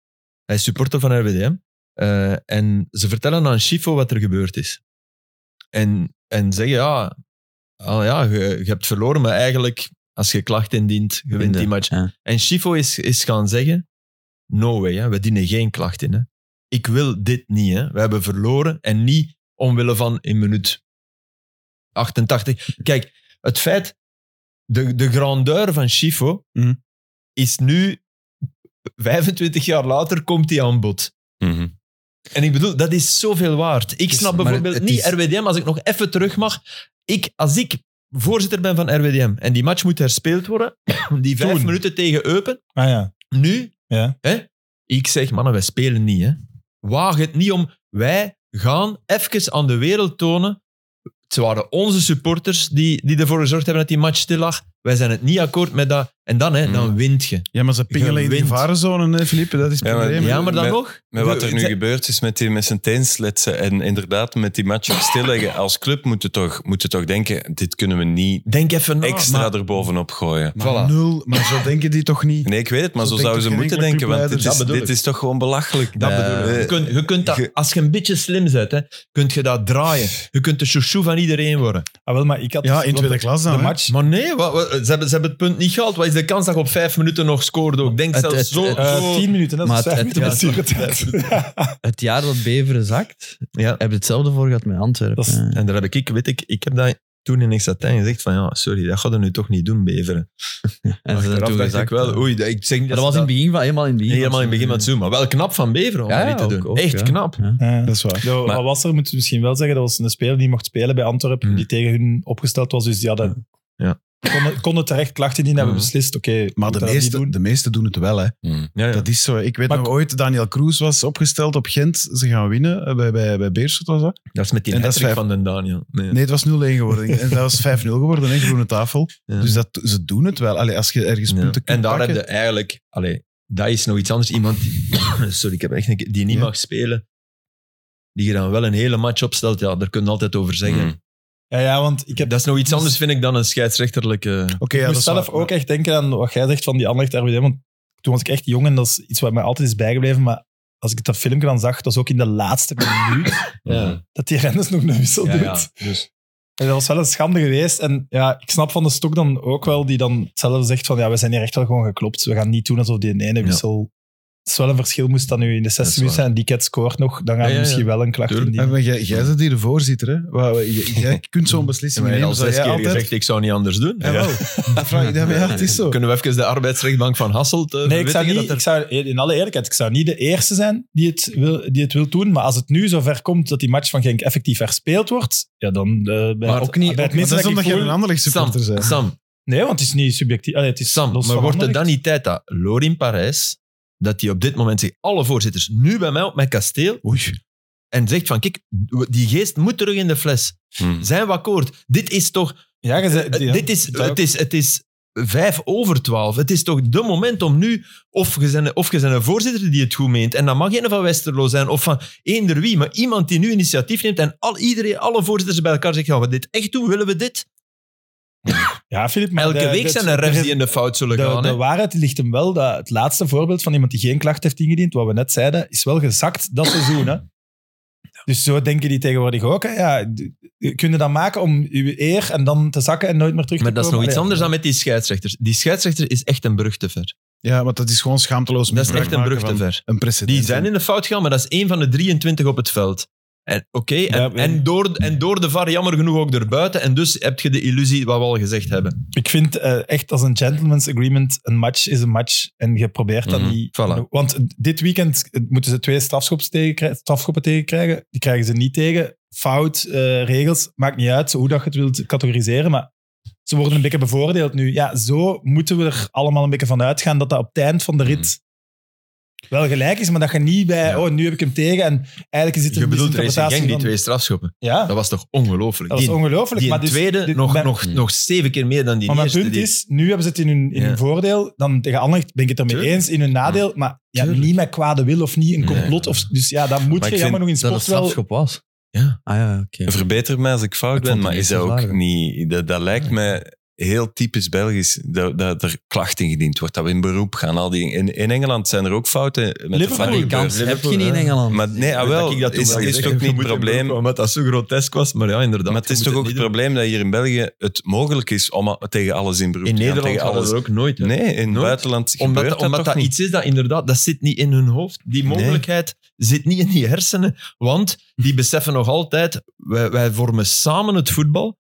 [SPEAKER 5] Hij is supporter van RWDM. Eh, en ze vertellen aan Schifo wat er gebeurd is. En, en zeggen, ja, ah, ja je, je hebt verloren, maar eigenlijk, als je klacht indient, je wint die match.
[SPEAKER 4] Ja.
[SPEAKER 5] En Schifo is, is gaan zeggen, no way, hè, we dienen geen klacht in. Hè. Ik wil dit niet. Hè. We hebben verloren en niet omwille van in minuut 88. Kijk, het feit, de, de grandeur van Schifo
[SPEAKER 2] Mhm.
[SPEAKER 5] is nu 25 jaar later komt die aan bod.
[SPEAKER 6] Mhm.
[SPEAKER 5] En ik bedoel, dat is zoveel waard. Ik
[SPEAKER 4] is-
[SPEAKER 5] snap
[SPEAKER 4] maar
[SPEAKER 5] bijvoorbeeld
[SPEAKER 4] het
[SPEAKER 5] niet
[SPEAKER 4] is-
[SPEAKER 5] RWDM, als ik nog even terug mag. Ik, als ik voorzitter ben van RWDM en die match moet
[SPEAKER 4] <coughs>
[SPEAKER 5] herspeeld worden, die vijf
[SPEAKER 3] Toen.
[SPEAKER 5] minuten tegen Eupen,
[SPEAKER 3] Ah ja.
[SPEAKER 5] nu,
[SPEAKER 3] Ja.
[SPEAKER 5] hè, ik zeg, mannen, wij spelen niet. Hè. Waag het niet om, wij gaan even aan de wereld tonen. Het waren onze supporters die, die ervoor gezorgd hebben dat die match stil lag. Wij zijn het niet akkoord met dat. En dan, hè, dan
[SPEAKER 6] Mm.
[SPEAKER 5] wint je.
[SPEAKER 2] Ja, maar ze pingelen in de
[SPEAKER 5] Gewint.
[SPEAKER 2] gevarenzone, hè, Philippe. Dat is het
[SPEAKER 6] Ja, maar-
[SPEAKER 2] probleem. hè.
[SPEAKER 5] Ja, maar dan
[SPEAKER 6] met-
[SPEAKER 5] nog.
[SPEAKER 6] Met wat er nu
[SPEAKER 5] Ze-
[SPEAKER 6] gebeurd is met die met zijn teen sletsen en inderdaad met die match op stilleggen. Als club moet je toch, moet je toch denken, dit kunnen we niet
[SPEAKER 5] Denk even na.
[SPEAKER 6] extra
[SPEAKER 5] maar-
[SPEAKER 6] erbovenop gooien.
[SPEAKER 2] Oh, Maar
[SPEAKER 5] Voilà.
[SPEAKER 2] nul, maar zo denken die toch niet.
[SPEAKER 6] Nee, ik weet het, maar
[SPEAKER 2] Zo
[SPEAKER 6] zo,
[SPEAKER 2] denkt
[SPEAKER 6] zouden ze
[SPEAKER 2] toch geen
[SPEAKER 6] moeten
[SPEAKER 2] enkele
[SPEAKER 6] denken, want dit
[SPEAKER 2] clubleider? Dat
[SPEAKER 6] is,
[SPEAKER 2] bedoel
[SPEAKER 6] dit
[SPEAKER 2] ik.
[SPEAKER 6] is toch gewoon belachelijk.
[SPEAKER 5] Dat
[SPEAKER 6] Eh,
[SPEAKER 5] bedoel ik. Je
[SPEAKER 6] eh,
[SPEAKER 5] kunt, je kunt dat,
[SPEAKER 6] je-
[SPEAKER 5] als je een beetje slim bent, hè, kunt je dat draaien. Je kunt de chouchou van iedereen worden.
[SPEAKER 3] Ah, wel, maar ik had
[SPEAKER 2] Ja,
[SPEAKER 3] dus-
[SPEAKER 2] in tweede klas dan.
[SPEAKER 3] de
[SPEAKER 2] hè.
[SPEAKER 3] match.
[SPEAKER 5] Maar nee, wat- wat- ze, hebben, ze hebben het punt niet gehaald. Wat is de kans dat je op vijf minuten nog scoort? ook? Ik denk
[SPEAKER 4] Het-
[SPEAKER 5] zelfs
[SPEAKER 4] het-
[SPEAKER 5] zo.
[SPEAKER 4] het-
[SPEAKER 3] Eh,
[SPEAKER 5] zo-
[SPEAKER 3] 10 minuten, dat
[SPEAKER 4] Maar
[SPEAKER 3] is
[SPEAKER 4] het-
[SPEAKER 3] 5 minuten
[SPEAKER 4] het-
[SPEAKER 3] <laughs> bestuurde
[SPEAKER 4] ja,
[SPEAKER 3] tijd.
[SPEAKER 4] Het jaar dat Beveren zakt,
[SPEAKER 5] ja.
[SPEAKER 4] heb je hetzelfde voor gehad met Antwerpen.
[SPEAKER 3] Dat is-
[SPEAKER 5] En daar heb ik, ik, weet ik, ik heb dat toen in Exatijn gezegd van ja, sorry, dat gaat er nu toch niet doen, Beveren.
[SPEAKER 4] en ze zijn
[SPEAKER 5] Achteraf
[SPEAKER 4] toen
[SPEAKER 5] dacht
[SPEAKER 4] gezakt. eh,
[SPEAKER 5] ik wel, oei, dat- ik zeg niet
[SPEAKER 4] Maar dat was in het begin van, helemaal in het begin.
[SPEAKER 5] helemaal in het begin van het seizoen, maar wel knap van Beveren om
[SPEAKER 4] Ja,
[SPEAKER 5] dat
[SPEAKER 4] ja,
[SPEAKER 5] niet te
[SPEAKER 4] ook-
[SPEAKER 5] doen.
[SPEAKER 4] ook,
[SPEAKER 5] Echt
[SPEAKER 4] ja.
[SPEAKER 5] knap.
[SPEAKER 3] Ja.
[SPEAKER 2] Dat is waar.
[SPEAKER 3] Ja,
[SPEAKER 6] Maar-
[SPEAKER 3] wat was er, moeten we misschien wel zeggen, dat was een speler die mocht spelen bij Antwerpen,
[SPEAKER 5] Hmm.
[SPEAKER 3] die tegen hun opgesteld was. Dus die hadden...
[SPEAKER 5] Ja.
[SPEAKER 3] Konden, konden terecht klachten die hebben
[SPEAKER 5] Hmm.
[SPEAKER 3] beslist, oké,
[SPEAKER 2] Maar
[SPEAKER 3] moet
[SPEAKER 2] de
[SPEAKER 3] dat niet
[SPEAKER 2] meesten
[SPEAKER 3] doen.
[SPEAKER 2] de meeste doen het wel, hè.
[SPEAKER 5] Ja, ja.
[SPEAKER 2] Dat is zo. Ik weet
[SPEAKER 3] Maar-
[SPEAKER 2] nog ooit, Daniel Kroes was opgesteld op Gent. Ze gaan winnen eh, bij, bij, bij Beerschot, was dat?
[SPEAKER 5] Dat is met die
[SPEAKER 2] En dat is
[SPEAKER 5] hattrick van den Daniel. Nee.
[SPEAKER 2] Nee, het was 0-1
[SPEAKER 5] <laughs>
[SPEAKER 2] geworden. en dat was 5-0 geworden, hè, groene tafel.
[SPEAKER 5] Ja.
[SPEAKER 2] Dus dat, ze doen het wel. Allee, als je
[SPEAKER 4] dus
[SPEAKER 2] ergens
[SPEAKER 5] Ja.
[SPEAKER 2] punten kunt
[SPEAKER 5] En daar
[SPEAKER 2] pakken.
[SPEAKER 5] heb je eigenlijk... Allee, dat is nog iets anders. Iemand die, <coughs> sorry, ik heb echt een, keer- die niet
[SPEAKER 2] Ja.
[SPEAKER 5] mag spelen, die je dan wel een hele match opstelt, ja, daar kun je altijd over zeggen.
[SPEAKER 4] Hmm.
[SPEAKER 6] mm.
[SPEAKER 3] Ja, ja, want ik heb...
[SPEAKER 5] Dat is nog iets anders, vind ik, dan een scheidsrechterlijke...
[SPEAKER 2] Oké, ja, dat
[SPEAKER 3] ik moest
[SPEAKER 2] is
[SPEAKER 3] zelf
[SPEAKER 2] waar.
[SPEAKER 3] ook echt denken aan wat jij zegt van die Anderlecht RWDM, want toen was ik echt jong en dat is iets wat mij altijd is bijgebleven, maar als ik dat filmpje dan zag, dat was ook in de laatste minuut
[SPEAKER 5] Ja.
[SPEAKER 3] dat die renners nog een wissel
[SPEAKER 5] Ja,
[SPEAKER 3] doet.
[SPEAKER 5] ja, dus.
[SPEAKER 3] En dat was wel een schande geweest. En ja, ik snap van de stok dan ook wel, die dan zelf zegt van ja, we zijn hier echt wel gewoon geklopt. We gaan niet doen alsof die ene
[SPEAKER 5] Ja.
[SPEAKER 3] wissel... Het is wel een verschil, moest dat nu in de 60
[SPEAKER 5] Dat is
[SPEAKER 3] minuten zijn en die cat scoort nog, dan gaan
[SPEAKER 5] Ja,
[SPEAKER 3] we
[SPEAKER 5] ja,
[SPEAKER 3] misschien wel een klacht
[SPEAKER 5] Tuurlijk.
[SPEAKER 3] indienen.
[SPEAKER 2] Ja, maar jij, jij bent hier de voorzitter, hè? Wa- wa- j-
[SPEAKER 5] <laughs>
[SPEAKER 2] Jij kunt zo'n beslissing
[SPEAKER 5] Je hebt
[SPEAKER 2] nemen.
[SPEAKER 5] al
[SPEAKER 2] Zou
[SPEAKER 5] zes
[SPEAKER 2] jij
[SPEAKER 5] keer
[SPEAKER 2] altijd...
[SPEAKER 5] gezegd, ik zou niet anders doen.
[SPEAKER 2] Jawel. Dat vraag ik- ja, maar ja, het is
[SPEAKER 5] <laughs>
[SPEAKER 2] zo.
[SPEAKER 5] Kunnen we even de arbeidsrechtbank van Hasselt... eh,
[SPEAKER 3] Nee, ik zou,
[SPEAKER 5] verwittigen
[SPEAKER 3] niet,
[SPEAKER 5] dat
[SPEAKER 3] ik zou, e- in alle eerlijkheid, ik zou niet de eerste zijn die het, wil, die het wil doen. Maar als het nu zover komt dat die match van Genk effectief verspeeld wordt, ja, dan eh, bij
[SPEAKER 5] Maar
[SPEAKER 3] het-
[SPEAKER 5] ook niet-
[SPEAKER 3] bij het
[SPEAKER 5] ook-
[SPEAKER 2] Maar
[SPEAKER 3] minste
[SPEAKER 2] dat is
[SPEAKER 3] dat ik
[SPEAKER 2] omdat jij
[SPEAKER 3] voel-
[SPEAKER 2] een anderlecht supporter
[SPEAKER 5] er-
[SPEAKER 2] bent.
[SPEAKER 5] Sam,
[SPEAKER 3] Nee, want het is niet subjectief. Allee, het is
[SPEAKER 5] Sam,
[SPEAKER 3] los
[SPEAKER 5] maar
[SPEAKER 3] van
[SPEAKER 5] wordt het dan
[SPEAKER 3] Anderlecht.
[SPEAKER 5] niet tijd dat Lorin Parijs, dat die op dit moment zegt, alle voorzitters, nu bij mij op mijn kasteel, en zegt van, kijk, die geest moet terug in de fles.
[SPEAKER 6] Mm.
[SPEAKER 5] Zijn we akkoord? Dit is toch...
[SPEAKER 3] Ja, je zei- ja.
[SPEAKER 5] Eh, dit is,
[SPEAKER 3] dat ook.
[SPEAKER 5] het, is, het is vijf over twaalf. Het is toch de moment om nu... Of je zijn, of je zijn een voorzitter die het goed meent, en dat mag geen van Westerlo zijn, of van eender wie, maar iemand die nu initiatief neemt en al, iedereen, alle voorzitters bij elkaar zegt, gaan we dit echt doen? Willen we dit?
[SPEAKER 3] Ja, Filip, maar
[SPEAKER 5] Elke
[SPEAKER 3] de-
[SPEAKER 5] week
[SPEAKER 3] de-
[SPEAKER 5] zijn er
[SPEAKER 3] de-
[SPEAKER 5] refs die in de fout zullen
[SPEAKER 3] de,
[SPEAKER 5] gaan. hè.
[SPEAKER 3] de waarheid ligt hem wel dat het laatste voorbeeld van iemand die geen klacht heeft ingediend, wat we net zeiden, is wel gezakt dat seizoen. Hè? Dus zo denken die tegenwoordig ook. Hè? Ja, d- kunnen dat maken om uw eer en dan te zakken en nooit meer terug
[SPEAKER 5] Maar
[SPEAKER 3] te
[SPEAKER 5] dat is nog
[SPEAKER 3] komen?
[SPEAKER 5] iets
[SPEAKER 3] Allee,
[SPEAKER 5] anders dan met die scheidsrechters. Die scheidsrechter is echt een brug te ver.
[SPEAKER 2] Ja, want dat is gewoon schaamteloos.
[SPEAKER 5] Dat is
[SPEAKER 2] misbruik
[SPEAKER 5] echt een brug
[SPEAKER 2] maken
[SPEAKER 5] te
[SPEAKER 2] van
[SPEAKER 5] ver.
[SPEAKER 2] Een precedent.
[SPEAKER 5] Die zijn in de fout gegaan, maar dat is één van de 23 op het veld. En, oké, en,
[SPEAKER 3] Ja, we-
[SPEAKER 5] en, door, en door de VAR jammer genoeg ook erbuiten. En dus heb je de illusie wat we al gezegd hebben.
[SPEAKER 3] Ik vind eh, echt als een gentleman's agreement, een match is een match. En je probeert dat
[SPEAKER 6] Mhm,
[SPEAKER 3] niet.
[SPEAKER 5] voilà.
[SPEAKER 3] Want dit weekend moeten ze twee strafschoppen tegenkrijgen, strafschoppen tegenkrijgen. Die krijgen ze niet tegen. Fout, eh, regels, maakt niet uit hoe dat je het wilt categoriseren. Maar ze worden een beetje bevoordeeld nu. Ja, zo moeten we er allemaal een beetje van uitgaan dat dat op het eind van de rit wel gelijk is. Maar dat je niet bij,
[SPEAKER 5] Mhm. Ja.
[SPEAKER 3] oh, nu heb ik hem tegen. En eigenlijk is het
[SPEAKER 5] Je
[SPEAKER 3] een
[SPEAKER 5] bedoelt Racing
[SPEAKER 3] misinterpretatie
[SPEAKER 5] Genk, die
[SPEAKER 3] van-
[SPEAKER 5] twee strafschoppen.
[SPEAKER 3] Ja,
[SPEAKER 5] Dat was toch ongelooflijk?
[SPEAKER 3] dat is
[SPEAKER 5] Die,
[SPEAKER 3] ongelooflijk.
[SPEAKER 5] die
[SPEAKER 3] maar dus-
[SPEAKER 5] tweede
[SPEAKER 3] dit-
[SPEAKER 5] nog,
[SPEAKER 3] bij-
[SPEAKER 5] nog, nog zeven keer meer dan die
[SPEAKER 3] maar mijn
[SPEAKER 5] eerste.
[SPEAKER 3] punt
[SPEAKER 5] die-
[SPEAKER 3] is, nu hebben ze het in hun, in
[SPEAKER 5] Ja.
[SPEAKER 3] hun voordeel. Dan tegen Anderlecht ben ik het ermee
[SPEAKER 5] Tuurlijk.
[SPEAKER 3] eens, in hun nadeel. Maar ja,
[SPEAKER 5] Tuurlijk.
[SPEAKER 3] niet met kwade wil of niet, een
[SPEAKER 5] Nee.
[SPEAKER 3] complot. Of, dus ja, dat moet
[SPEAKER 6] Maar
[SPEAKER 3] je
[SPEAKER 6] ik
[SPEAKER 3] jammer nog in
[SPEAKER 4] Dat het
[SPEAKER 3] sport wel...
[SPEAKER 4] strafschop was.
[SPEAKER 5] Ja.
[SPEAKER 4] Ah ja, oké.
[SPEAKER 6] Verbeter mij als ik fout
[SPEAKER 4] Ik
[SPEAKER 6] ben,
[SPEAKER 4] vond
[SPEAKER 6] maar
[SPEAKER 4] het
[SPEAKER 6] is
[SPEAKER 4] niet
[SPEAKER 6] dat
[SPEAKER 4] zo
[SPEAKER 6] ook
[SPEAKER 4] zwaar.
[SPEAKER 6] niet... Dat, dat lijkt mij heel typisch Belgisch, dat, dat er klachten ingediend wordt, dat we in beroep gaan. Al die, in, in Engeland zijn er ook fouten met
[SPEAKER 3] Liverpool.
[SPEAKER 6] de
[SPEAKER 4] Die
[SPEAKER 6] VAR
[SPEAKER 4] kans
[SPEAKER 6] gebeurd.
[SPEAKER 4] heb je niet in
[SPEAKER 5] hè.
[SPEAKER 4] Engeland.
[SPEAKER 6] Maar nee, ah,
[SPEAKER 5] Ik weet dat
[SPEAKER 6] wel,
[SPEAKER 5] ik dat toen
[SPEAKER 6] is,
[SPEAKER 5] wel
[SPEAKER 6] is
[SPEAKER 5] gezegd
[SPEAKER 6] toch
[SPEAKER 5] heb,
[SPEAKER 6] niet
[SPEAKER 5] je
[SPEAKER 6] het
[SPEAKER 5] moet in beroep
[SPEAKER 6] probleem...
[SPEAKER 5] gaan, Omdat dat zo grotesk was, maar ja, inderdaad.
[SPEAKER 6] Maar het
[SPEAKER 5] je
[SPEAKER 6] is
[SPEAKER 5] moet
[SPEAKER 6] toch ook
[SPEAKER 5] niet
[SPEAKER 6] het
[SPEAKER 5] doen.
[SPEAKER 6] probleem dat hier in België het mogelijk is om a- tegen alles in beroep
[SPEAKER 5] In
[SPEAKER 6] te gaan,
[SPEAKER 5] Nederland
[SPEAKER 6] tegen
[SPEAKER 5] hadden
[SPEAKER 6] alles.
[SPEAKER 5] we dat ook nooit. hè.
[SPEAKER 6] Nee, in het
[SPEAKER 5] Nooit.
[SPEAKER 6] buitenland
[SPEAKER 5] Omdat,
[SPEAKER 6] gebeurt
[SPEAKER 5] dat, omdat
[SPEAKER 6] dat,
[SPEAKER 5] dat
[SPEAKER 6] toch niet.
[SPEAKER 5] iets is dat inderdaad, dat zit niet in hun hoofd. Die
[SPEAKER 6] Nee.
[SPEAKER 5] mogelijkheid zit niet in die hersenen. Want die beseffen nog altijd, wij, wij vormen samen het voetbal.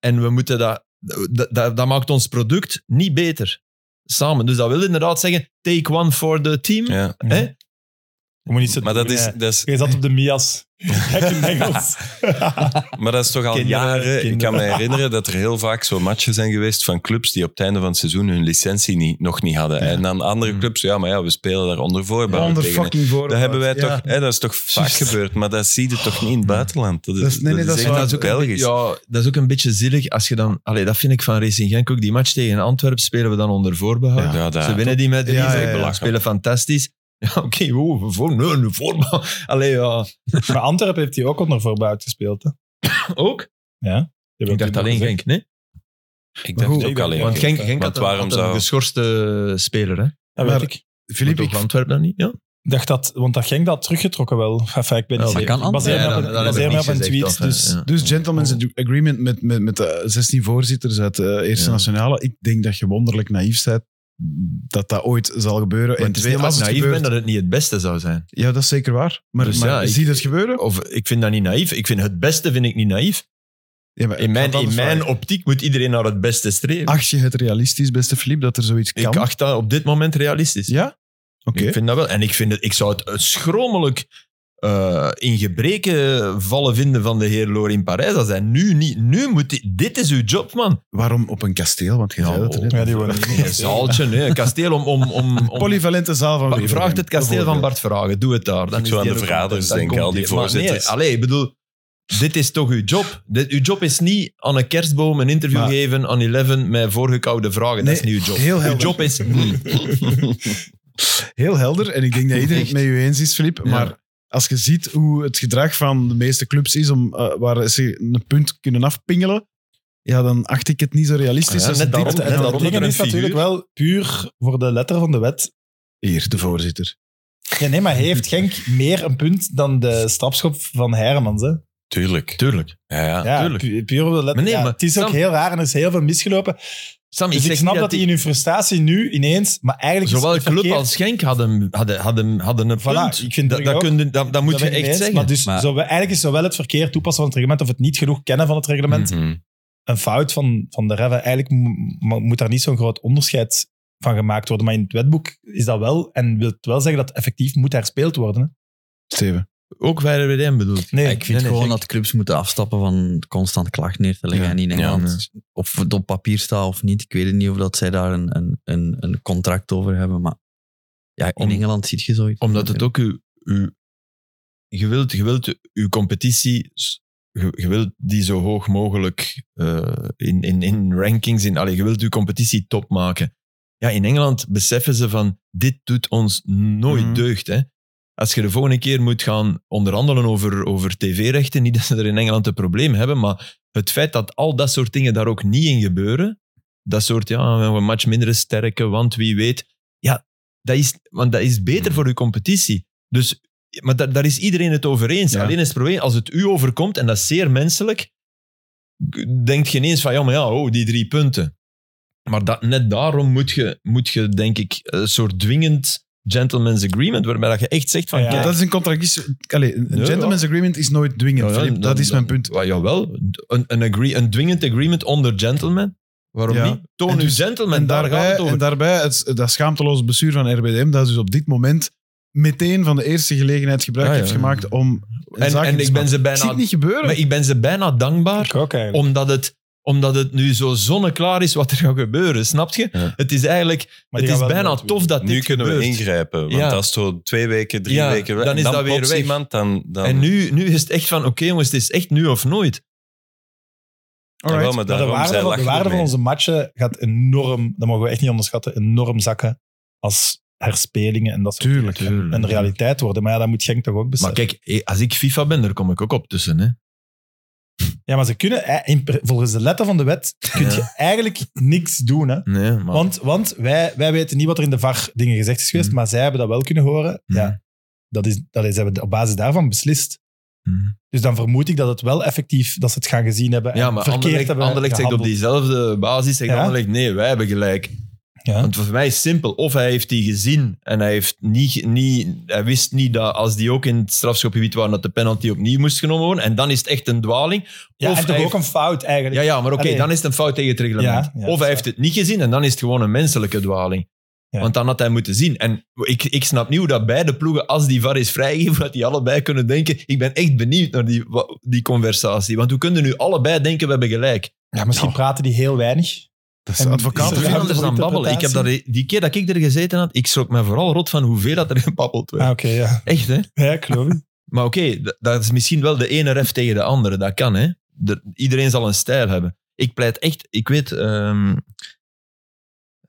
[SPEAKER 5] En we moeten dat, dat, dat, dat maakt ons product niet beter. samen. Dus dat wil inderdaad zeggen, take one for the team.
[SPEAKER 6] Ja.
[SPEAKER 5] Hè?
[SPEAKER 3] Je moet niet zo
[SPEAKER 6] Maar dat
[SPEAKER 3] doen,
[SPEAKER 6] is,
[SPEAKER 3] hè.
[SPEAKER 6] dat is
[SPEAKER 3] Je zat op de
[SPEAKER 5] <laughs>
[SPEAKER 3] Mias. Kijk in Engels.
[SPEAKER 6] Maar dat is toch al
[SPEAKER 5] Kinderen,
[SPEAKER 6] jaren. Ik kan
[SPEAKER 5] kinderen.
[SPEAKER 6] me herinneren dat er heel vaak zo matchen zijn geweest van clubs die op het einde van het seizoen hun licentie niet, nog niet hadden. En dan
[SPEAKER 5] Mm.
[SPEAKER 6] andere clubs, ja, maar ja, we spelen daar onder voorbouw
[SPEAKER 2] Onder
[SPEAKER 6] tegen.
[SPEAKER 2] fucking voor.
[SPEAKER 6] Dat hebben wij
[SPEAKER 2] Ja.
[SPEAKER 6] toch, hè, dat is toch vaak gebeurd, maar dat zie je toch niet in het buitenland. Dat is,
[SPEAKER 2] Dat is- nee, nee, dat is
[SPEAKER 6] echt
[SPEAKER 5] En dat is ook een
[SPEAKER 6] Belgisch.
[SPEAKER 5] beetje- ja, dat is ook een beetje zielig als je dan... Allee, dat vind ik van Racing Genk ook. Die match tegen Antwerpen spelen we dan onder voorbehoud.
[SPEAKER 6] Ja, dat-
[SPEAKER 5] Ze winnen die met 3
[SPEAKER 2] ja, ja, ja.
[SPEAKER 5] Ze spelen fantastisch. <laughs> Ja, oké, wow, voor, nee, een voorbouw. Allee, ja.
[SPEAKER 3] Maar Antwerpen heeft hij ook onder voorbouw gespeeld. Hè?
[SPEAKER 5] Ook?
[SPEAKER 3] Je
[SPEAKER 5] Ik
[SPEAKER 3] hebt
[SPEAKER 5] dacht
[SPEAKER 3] toen
[SPEAKER 5] alleen
[SPEAKER 3] gezegd-
[SPEAKER 5] Genk, nee?
[SPEAKER 6] Ik
[SPEAKER 3] Maar
[SPEAKER 6] dacht
[SPEAKER 3] goed,
[SPEAKER 6] het ook alleen.
[SPEAKER 5] Want Genk, Genk
[SPEAKER 6] Want
[SPEAKER 5] had, een,
[SPEAKER 6] waarom
[SPEAKER 5] had een
[SPEAKER 6] zou-
[SPEAKER 5] geschorste speler, hè?
[SPEAKER 3] Dat weet
[SPEAKER 2] Maar-
[SPEAKER 3] ik.
[SPEAKER 2] Filip,
[SPEAKER 5] Maar
[SPEAKER 2] ik
[SPEAKER 5] toch Antwerpen dan niet, ja?
[SPEAKER 3] Ik dacht dat, want dat Genk dat teruggetrokken wel. Enfin, ik ben
[SPEAKER 5] Ja,
[SPEAKER 3] niet
[SPEAKER 5] dat
[SPEAKER 3] zeker.
[SPEAKER 4] kan
[SPEAKER 3] Ik baseer
[SPEAKER 5] Ja,
[SPEAKER 3] me op
[SPEAKER 5] dan-
[SPEAKER 3] een-
[SPEAKER 5] dan heb
[SPEAKER 3] baseer
[SPEAKER 5] ik
[SPEAKER 3] me op
[SPEAKER 5] niks
[SPEAKER 3] een tweet.
[SPEAKER 5] gezegd, toch,
[SPEAKER 3] Dus
[SPEAKER 5] hè? Ja.
[SPEAKER 2] Dus gentlemen's agreement met, met, met de 16 voorzitters uit de Eerste
[SPEAKER 5] Ja.
[SPEAKER 2] Nationale. Ik denk dat je wonderlijk naïef bent dat dat ooit zal gebeuren.
[SPEAKER 5] Maar
[SPEAKER 2] en
[SPEAKER 5] het is
[SPEAKER 2] twee,
[SPEAKER 5] niet omdat
[SPEAKER 2] als
[SPEAKER 5] ik
[SPEAKER 2] het
[SPEAKER 5] naïef ben
[SPEAKER 2] gebeurt...
[SPEAKER 5] dat het niet het beste zou zijn.
[SPEAKER 2] Ja, dat is zeker waar. Maar,
[SPEAKER 5] Dus
[SPEAKER 2] maar
[SPEAKER 5] ja, ik-
[SPEAKER 2] zie je het gebeuren?
[SPEAKER 5] Of ik vind dat niet naïef. Ik vind het beste vind ik niet naïef.
[SPEAKER 2] Ja, maar
[SPEAKER 5] In mijn,
[SPEAKER 2] ik had
[SPEAKER 5] in
[SPEAKER 2] anders
[SPEAKER 5] mijn
[SPEAKER 2] vragen.
[SPEAKER 5] optiek moet iedereen naar het beste streven.
[SPEAKER 2] Acht je het realistisch, beste Filip, dat er zoiets Ah, kan?
[SPEAKER 5] ik acht dat op dit moment realistisch.
[SPEAKER 2] Ja? Oké.
[SPEAKER 5] Ik vind dat wel. En ik, vind het, ik zou het een schromelijk eh, in gebreken vallen vinden van de heer Loor in Parijs. Dat hij nu niet... Nu moet die- dit is uw job,
[SPEAKER 2] <laughs>
[SPEAKER 5] man.
[SPEAKER 2] Waarom op een kasteel? Want je
[SPEAKER 5] Ja,
[SPEAKER 2] zei het er net.
[SPEAKER 3] Ja, die worden
[SPEAKER 5] <laughs> Een zaaltje, hè, een kasteel om... om, om, om-
[SPEAKER 2] Polyvalente zaal van
[SPEAKER 5] Vraag
[SPEAKER 2] Wevelgem,
[SPEAKER 5] vraagt het kasteel van
[SPEAKER 2] bijvoorbeeld.
[SPEAKER 5] Bart Vragen. Doe het daar. Dan
[SPEAKER 6] Ik zou
[SPEAKER 5] is
[SPEAKER 6] aan
[SPEAKER 5] die
[SPEAKER 6] de
[SPEAKER 5] er-
[SPEAKER 6] verraders
[SPEAKER 5] dan
[SPEAKER 6] denken,
[SPEAKER 5] komt
[SPEAKER 6] al die
[SPEAKER 5] die- maar
[SPEAKER 6] voorzitters.
[SPEAKER 5] Nee, allee, ik bedoel... Dit is toch uw job? Dit, uw job is niet aan een kerstboom een interview
[SPEAKER 2] Maar-
[SPEAKER 5] geven aan Eleven met voorgekoude vragen. dat is
[SPEAKER 2] Nee,
[SPEAKER 5] niet uw job.
[SPEAKER 2] heel
[SPEAKER 5] uw
[SPEAKER 2] helder.
[SPEAKER 5] job is...
[SPEAKER 2] Heel helder. En ik denk dat iedereen het met u eens is, Filip.
[SPEAKER 5] Ja.
[SPEAKER 2] Maar als je ziet hoe het gedrag van de meeste clubs is om, eh, waar ze een punt kunnen afpingelen, ja, dan acht ik het niet zo realistisch.
[SPEAKER 5] Ja,
[SPEAKER 2] als
[SPEAKER 5] net
[SPEAKER 2] dit-
[SPEAKER 5] daarom-
[SPEAKER 3] Het-
[SPEAKER 5] net
[SPEAKER 3] Het
[SPEAKER 5] daarom
[SPEAKER 3] ding
[SPEAKER 5] dat er
[SPEAKER 3] is
[SPEAKER 5] een
[SPEAKER 3] natuurlijk
[SPEAKER 5] figuur-
[SPEAKER 3] wel puur voor de letter van de wet.
[SPEAKER 2] Eh, Hier, de voorzitter.
[SPEAKER 3] Ja, nee, maar heeft Genk meer een punt dan de strafschop van Hermans? Hè?
[SPEAKER 6] Tuurlijk.
[SPEAKER 5] Tuurlijk.
[SPEAKER 6] Ja, ja.
[SPEAKER 3] Ja,
[SPEAKER 5] tuurlijk.
[SPEAKER 3] pu- puur op de letter.
[SPEAKER 5] Maar nee,
[SPEAKER 3] Ja,
[SPEAKER 5] maar
[SPEAKER 3] het is ook
[SPEAKER 5] Sam-
[SPEAKER 3] heel raar en er is heel veel misgelopen.
[SPEAKER 5] Sam,
[SPEAKER 3] Dus ik,
[SPEAKER 5] zeg
[SPEAKER 3] snap
[SPEAKER 5] niet
[SPEAKER 3] dat die in hun frustratie nu ineens, maar eigenlijk is
[SPEAKER 5] Zowel
[SPEAKER 3] het
[SPEAKER 5] club
[SPEAKER 3] verkeerd.
[SPEAKER 5] als Genk hadden, hadden, hadden, hadden een
[SPEAKER 3] Voilà,
[SPEAKER 5] punt.
[SPEAKER 3] ik vind
[SPEAKER 5] dat,
[SPEAKER 3] Brugge
[SPEAKER 5] dat,
[SPEAKER 3] ook.
[SPEAKER 5] kun je- dat, dat moet
[SPEAKER 3] Dat
[SPEAKER 5] je
[SPEAKER 3] ben ik
[SPEAKER 5] echt
[SPEAKER 3] mee eens,
[SPEAKER 5] zeggen.
[SPEAKER 3] Maar dus
[SPEAKER 4] Maar-
[SPEAKER 3] zowel- eigenlijk is zowel het verkeerd toepassen van het reglement of het niet genoeg kennen van het reglement
[SPEAKER 5] Mm.
[SPEAKER 6] Mhm.
[SPEAKER 3] een fout van, van de ref. Eigenlijk mo- mo- moet daar niet zo'n groot onderscheid van gemaakt worden. Maar in het wetboek is dat wel. En wil het wel zeggen dat effectief moet herspeeld worden. hè.
[SPEAKER 2] Steven.
[SPEAKER 5] Ook bij RWDM bedoeld.
[SPEAKER 3] Nee,
[SPEAKER 4] ik vind
[SPEAKER 5] nee,
[SPEAKER 4] gewoon
[SPEAKER 5] gek.
[SPEAKER 4] dat clubs moeten afstappen van constant klacht neer te leggen.
[SPEAKER 2] Ja.
[SPEAKER 4] En in
[SPEAKER 6] Ja.
[SPEAKER 4] Engeland, of het op papier staat of niet, ik weet het niet of dat zij daar een, een, een, een contract over hebben. Maar ja, in
[SPEAKER 5] Om-
[SPEAKER 4] Engeland zie je zoiets.
[SPEAKER 5] Omdat het ook uw... uw je wilt, je wilt uw competitie... s- Je, je wilt die zo hoog mogelijk eh, in, in, in rankings... In, allee, je wilt uw competitie top maken. Ja, in Engeland beseffen ze van... Dit doet ons nooit
[SPEAKER 2] Mhm.
[SPEAKER 5] deugd, hè. Als je de volgende keer moet gaan onderhandelen over, over tv-rechten, niet dat ze er in Engeland een probleem hebben, maar het feit dat al dat soort dingen daar ook niet in gebeuren, dat soort, ja, een match minder sterke, want wie weet. Ja, dat is, want dat is beter voor uw competitie. Dus, maar daar, daar is iedereen het over eens.
[SPEAKER 2] Ja.
[SPEAKER 5] Alleen is het probleem, als het u overkomt, en dat is zeer menselijk, denkt je ineens van, ja, maar ja, oh, die drie punten. Maar dat, net daarom moet je, moet je, denk ik, een soort dwingend gentleman's agreement, waarbij dat je echt zegt van,
[SPEAKER 3] Ja,
[SPEAKER 5] kijk,
[SPEAKER 2] Ja, dat is een contract. is- Allee, een
[SPEAKER 5] Ja,
[SPEAKER 2] gentleman's agreement is nooit
[SPEAKER 5] ja,
[SPEAKER 2] dwingend,
[SPEAKER 5] ja,
[SPEAKER 2] Filip.
[SPEAKER 5] dan-
[SPEAKER 2] Dat is
[SPEAKER 5] dan-
[SPEAKER 2] mijn punt.
[SPEAKER 5] Wel, jawel, een, een, agree, een dwingend agreement onder gentlemen. Waarom
[SPEAKER 2] Ja.
[SPEAKER 5] niet? Toon
[SPEAKER 2] En
[SPEAKER 5] uw
[SPEAKER 2] dus-
[SPEAKER 5] gentleman,
[SPEAKER 2] En
[SPEAKER 5] daar gaat
[SPEAKER 2] daarbij,
[SPEAKER 5] het over.
[SPEAKER 2] en daarbij het, dat schaamteloze bestuur van RBDM, dat dus op dit moment meteen van de eerste gelegenheid gebruik
[SPEAKER 5] Ja, ja.
[SPEAKER 2] heeft gemaakt om een
[SPEAKER 5] En,
[SPEAKER 2] zaak
[SPEAKER 5] en
[SPEAKER 2] in te
[SPEAKER 5] ik
[SPEAKER 2] spannen.
[SPEAKER 5] ben ze
[SPEAKER 2] Ik zie
[SPEAKER 5] bijna,
[SPEAKER 2] het niet gebeuren.
[SPEAKER 5] maar ik ben ze bijna dankbaar
[SPEAKER 3] ik ook eigenlijk.
[SPEAKER 5] omdat het, omdat het nu zo zonneklaar is wat er gaat gebeuren. Snap je?
[SPEAKER 6] Ja.
[SPEAKER 5] Het is eigenlijk
[SPEAKER 3] Maar
[SPEAKER 5] het
[SPEAKER 3] die
[SPEAKER 5] is
[SPEAKER 3] gaan wel
[SPEAKER 5] bijna
[SPEAKER 3] nooit
[SPEAKER 5] tof dat dit
[SPEAKER 6] Nu kunnen we
[SPEAKER 5] gebeurt.
[SPEAKER 6] ingrijpen, want
[SPEAKER 5] Ja.
[SPEAKER 6] als het zo twee weken, drie
[SPEAKER 5] Ja,
[SPEAKER 6] weken... weg-
[SPEAKER 5] dan is
[SPEAKER 6] dan
[SPEAKER 5] dat weer
[SPEAKER 6] plots
[SPEAKER 5] weg.
[SPEAKER 6] iemand, dan... dan
[SPEAKER 5] En nu, nu is het echt van, oké jongens, het is echt nu of nooit.
[SPEAKER 2] Alright.
[SPEAKER 6] Jawel, maar
[SPEAKER 3] Maar de
[SPEAKER 6] daarom,
[SPEAKER 3] waarde,
[SPEAKER 6] zij
[SPEAKER 3] van, de
[SPEAKER 6] lachen
[SPEAKER 3] waarde van
[SPEAKER 6] ermee.
[SPEAKER 3] onze matchen gaat enorm, dat mogen we echt niet onderschatten, enorm zakken als herspelingen en dat soort
[SPEAKER 2] Tuurlijk,
[SPEAKER 3] dingen
[SPEAKER 5] tuurlijk.
[SPEAKER 3] een realiteit worden. Maar ja, dat moet Genk toch ook
[SPEAKER 5] Maar
[SPEAKER 3] beseffen.
[SPEAKER 5] kijk, hé, als ik FIFA ben, daar kom ik ook op tussen. Hè.
[SPEAKER 3] ja, maar ze kunnen, eh, in- volgens de letter van de wet, kun je eigenlijk niks doen. Hè?
[SPEAKER 5] Nee, maar,
[SPEAKER 3] Want, want wij, wij weten niet wat er in de VAR dingen gezegd is geweest,
[SPEAKER 5] Mhm.
[SPEAKER 3] maar zij hebben dat wel kunnen horen.
[SPEAKER 5] Mhm.
[SPEAKER 3] Ja, dat is, dat is, ze hebben op basis daarvan beslist.
[SPEAKER 5] Mhm.
[SPEAKER 3] Dus dan vermoed ik dat het wel effectief, dat ze het gaan gezien hebben. en
[SPEAKER 5] ja, maar
[SPEAKER 3] verkeerd
[SPEAKER 5] Anderlecht,
[SPEAKER 3] hebben
[SPEAKER 5] Anderlecht zegt op
[SPEAKER 3] gehandeld.
[SPEAKER 5] diezelfde basis, zegt
[SPEAKER 3] Ja?
[SPEAKER 5] Anderlecht, nee, wij hebben gelijk.
[SPEAKER 3] Ja.
[SPEAKER 5] Want voor mij is het simpel. Of hij heeft die gezien en hij, heeft niet, ge- niet, hij wist niet dat als die ook in het strafschopgebied waren, dat de penalty opnieuw moest genomen worden. En dan is het echt een dwaling.
[SPEAKER 3] Ja,
[SPEAKER 5] of
[SPEAKER 3] en toch
[SPEAKER 5] hij
[SPEAKER 3] ook een fout eigenlijk.
[SPEAKER 5] Ja, ja maar oké,
[SPEAKER 3] Allee.
[SPEAKER 5] dan is het een fout tegen het reglement.
[SPEAKER 3] Ja, ja,
[SPEAKER 5] of
[SPEAKER 3] dat
[SPEAKER 5] hij
[SPEAKER 3] is
[SPEAKER 5] heeft het niet gezien en dan is het gewoon een menselijke dwaling.
[SPEAKER 3] Ja.
[SPEAKER 5] Want dan had hij moeten zien. En ik, ik snap niet hoe dat beide ploegen, als die VAR is vrijgegeven, dat die allebei kunnen denken. Ik ben echt benieuwd naar die, wa- die conversatie. Want we kunnen nu allebei denken, we hebben gelijk.
[SPEAKER 3] Ja, misschien praten die heel weinig.
[SPEAKER 2] Dat is de
[SPEAKER 3] En
[SPEAKER 2] advocaat.
[SPEAKER 3] is
[SPEAKER 5] Dat
[SPEAKER 3] er
[SPEAKER 5] is
[SPEAKER 2] ervan.
[SPEAKER 3] veel-
[SPEAKER 5] anders dan babbelen. Ik heb dat, die keer dat ik er gezeten had, ik schrok me vooral rot van hoeveel dat er gebabbeld werd.
[SPEAKER 3] Ah, oké, ja.
[SPEAKER 5] Echt, hè?
[SPEAKER 3] Ja, ik geloof het.
[SPEAKER 5] Maar oké, d- dat is misschien wel de ene ref tegen de andere. Dat kan, hè. Er- iedereen zal een stijl hebben. Ik pleit echt... Ik weet... ehm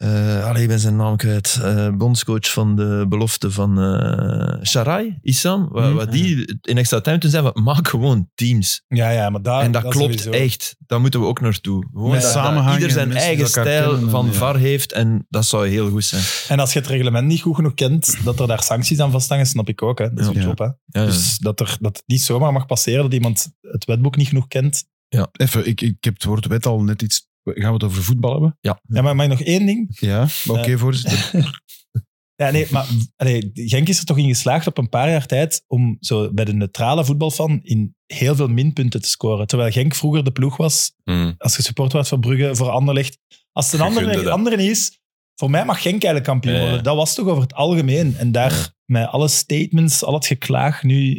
[SPEAKER 5] eh, allee, ik ben zijn naam kwijt. Eh, bondscoach van de belofte van eh Sharai, Issam. Wat,
[SPEAKER 3] Hmm.
[SPEAKER 5] wat die in extra time toen zei, van, maak gewoon teams.
[SPEAKER 3] Ja, ja, maar daar...
[SPEAKER 5] en dat, klopt
[SPEAKER 3] Ah, sowieso.
[SPEAKER 5] echt. Daar moeten we ook naartoe. Gewoon
[SPEAKER 3] Met
[SPEAKER 5] dat- dat
[SPEAKER 2] samenhang
[SPEAKER 5] ieder
[SPEAKER 2] en
[SPEAKER 5] zijn
[SPEAKER 2] mensen die
[SPEAKER 5] eigen
[SPEAKER 2] elkaar
[SPEAKER 5] stijl
[SPEAKER 2] kennen en-
[SPEAKER 5] van
[SPEAKER 2] ja.
[SPEAKER 5] VAR heeft. En dat zou heel goed zijn.
[SPEAKER 3] En als je het reglement niet goed genoeg kent, dat er daar sancties aan vasthangen, snap ik ook. Hè. Dat is
[SPEAKER 5] Ja.
[SPEAKER 3] uw job, hè.
[SPEAKER 5] Ja, ja.
[SPEAKER 3] Dus dat, er, dat het niet zomaar mag passeren dat iemand het wetboek niet genoeg kent.
[SPEAKER 2] Even, ik, ik heb het woord wet al net iets... Gaan we het over voetbal hebben?
[SPEAKER 3] Ja, maar mag ik nog één ding?
[SPEAKER 2] Ja, maar oké, voorzitter.
[SPEAKER 3] Ja, nee, maar allee, Genk is er toch in geslaagd op een paar jaar tijd om zo bij de neutrale voetbalfan in heel veel minpunten te scoren. Terwijl Genk vroeger de ploeg was,
[SPEAKER 2] Hmm.
[SPEAKER 6] Mm.
[SPEAKER 3] als je support was van Brugge, voor Anderlecht. Als het een
[SPEAKER 6] Gegund,
[SPEAKER 3] andere,
[SPEAKER 6] hè.
[SPEAKER 3] andere is, voor mij mag Genk eigenlijk kampioen
[SPEAKER 6] Ja, ja.
[SPEAKER 3] worden. Dat was toch over het algemeen. En daar, met alle statements, al het geklaag nu...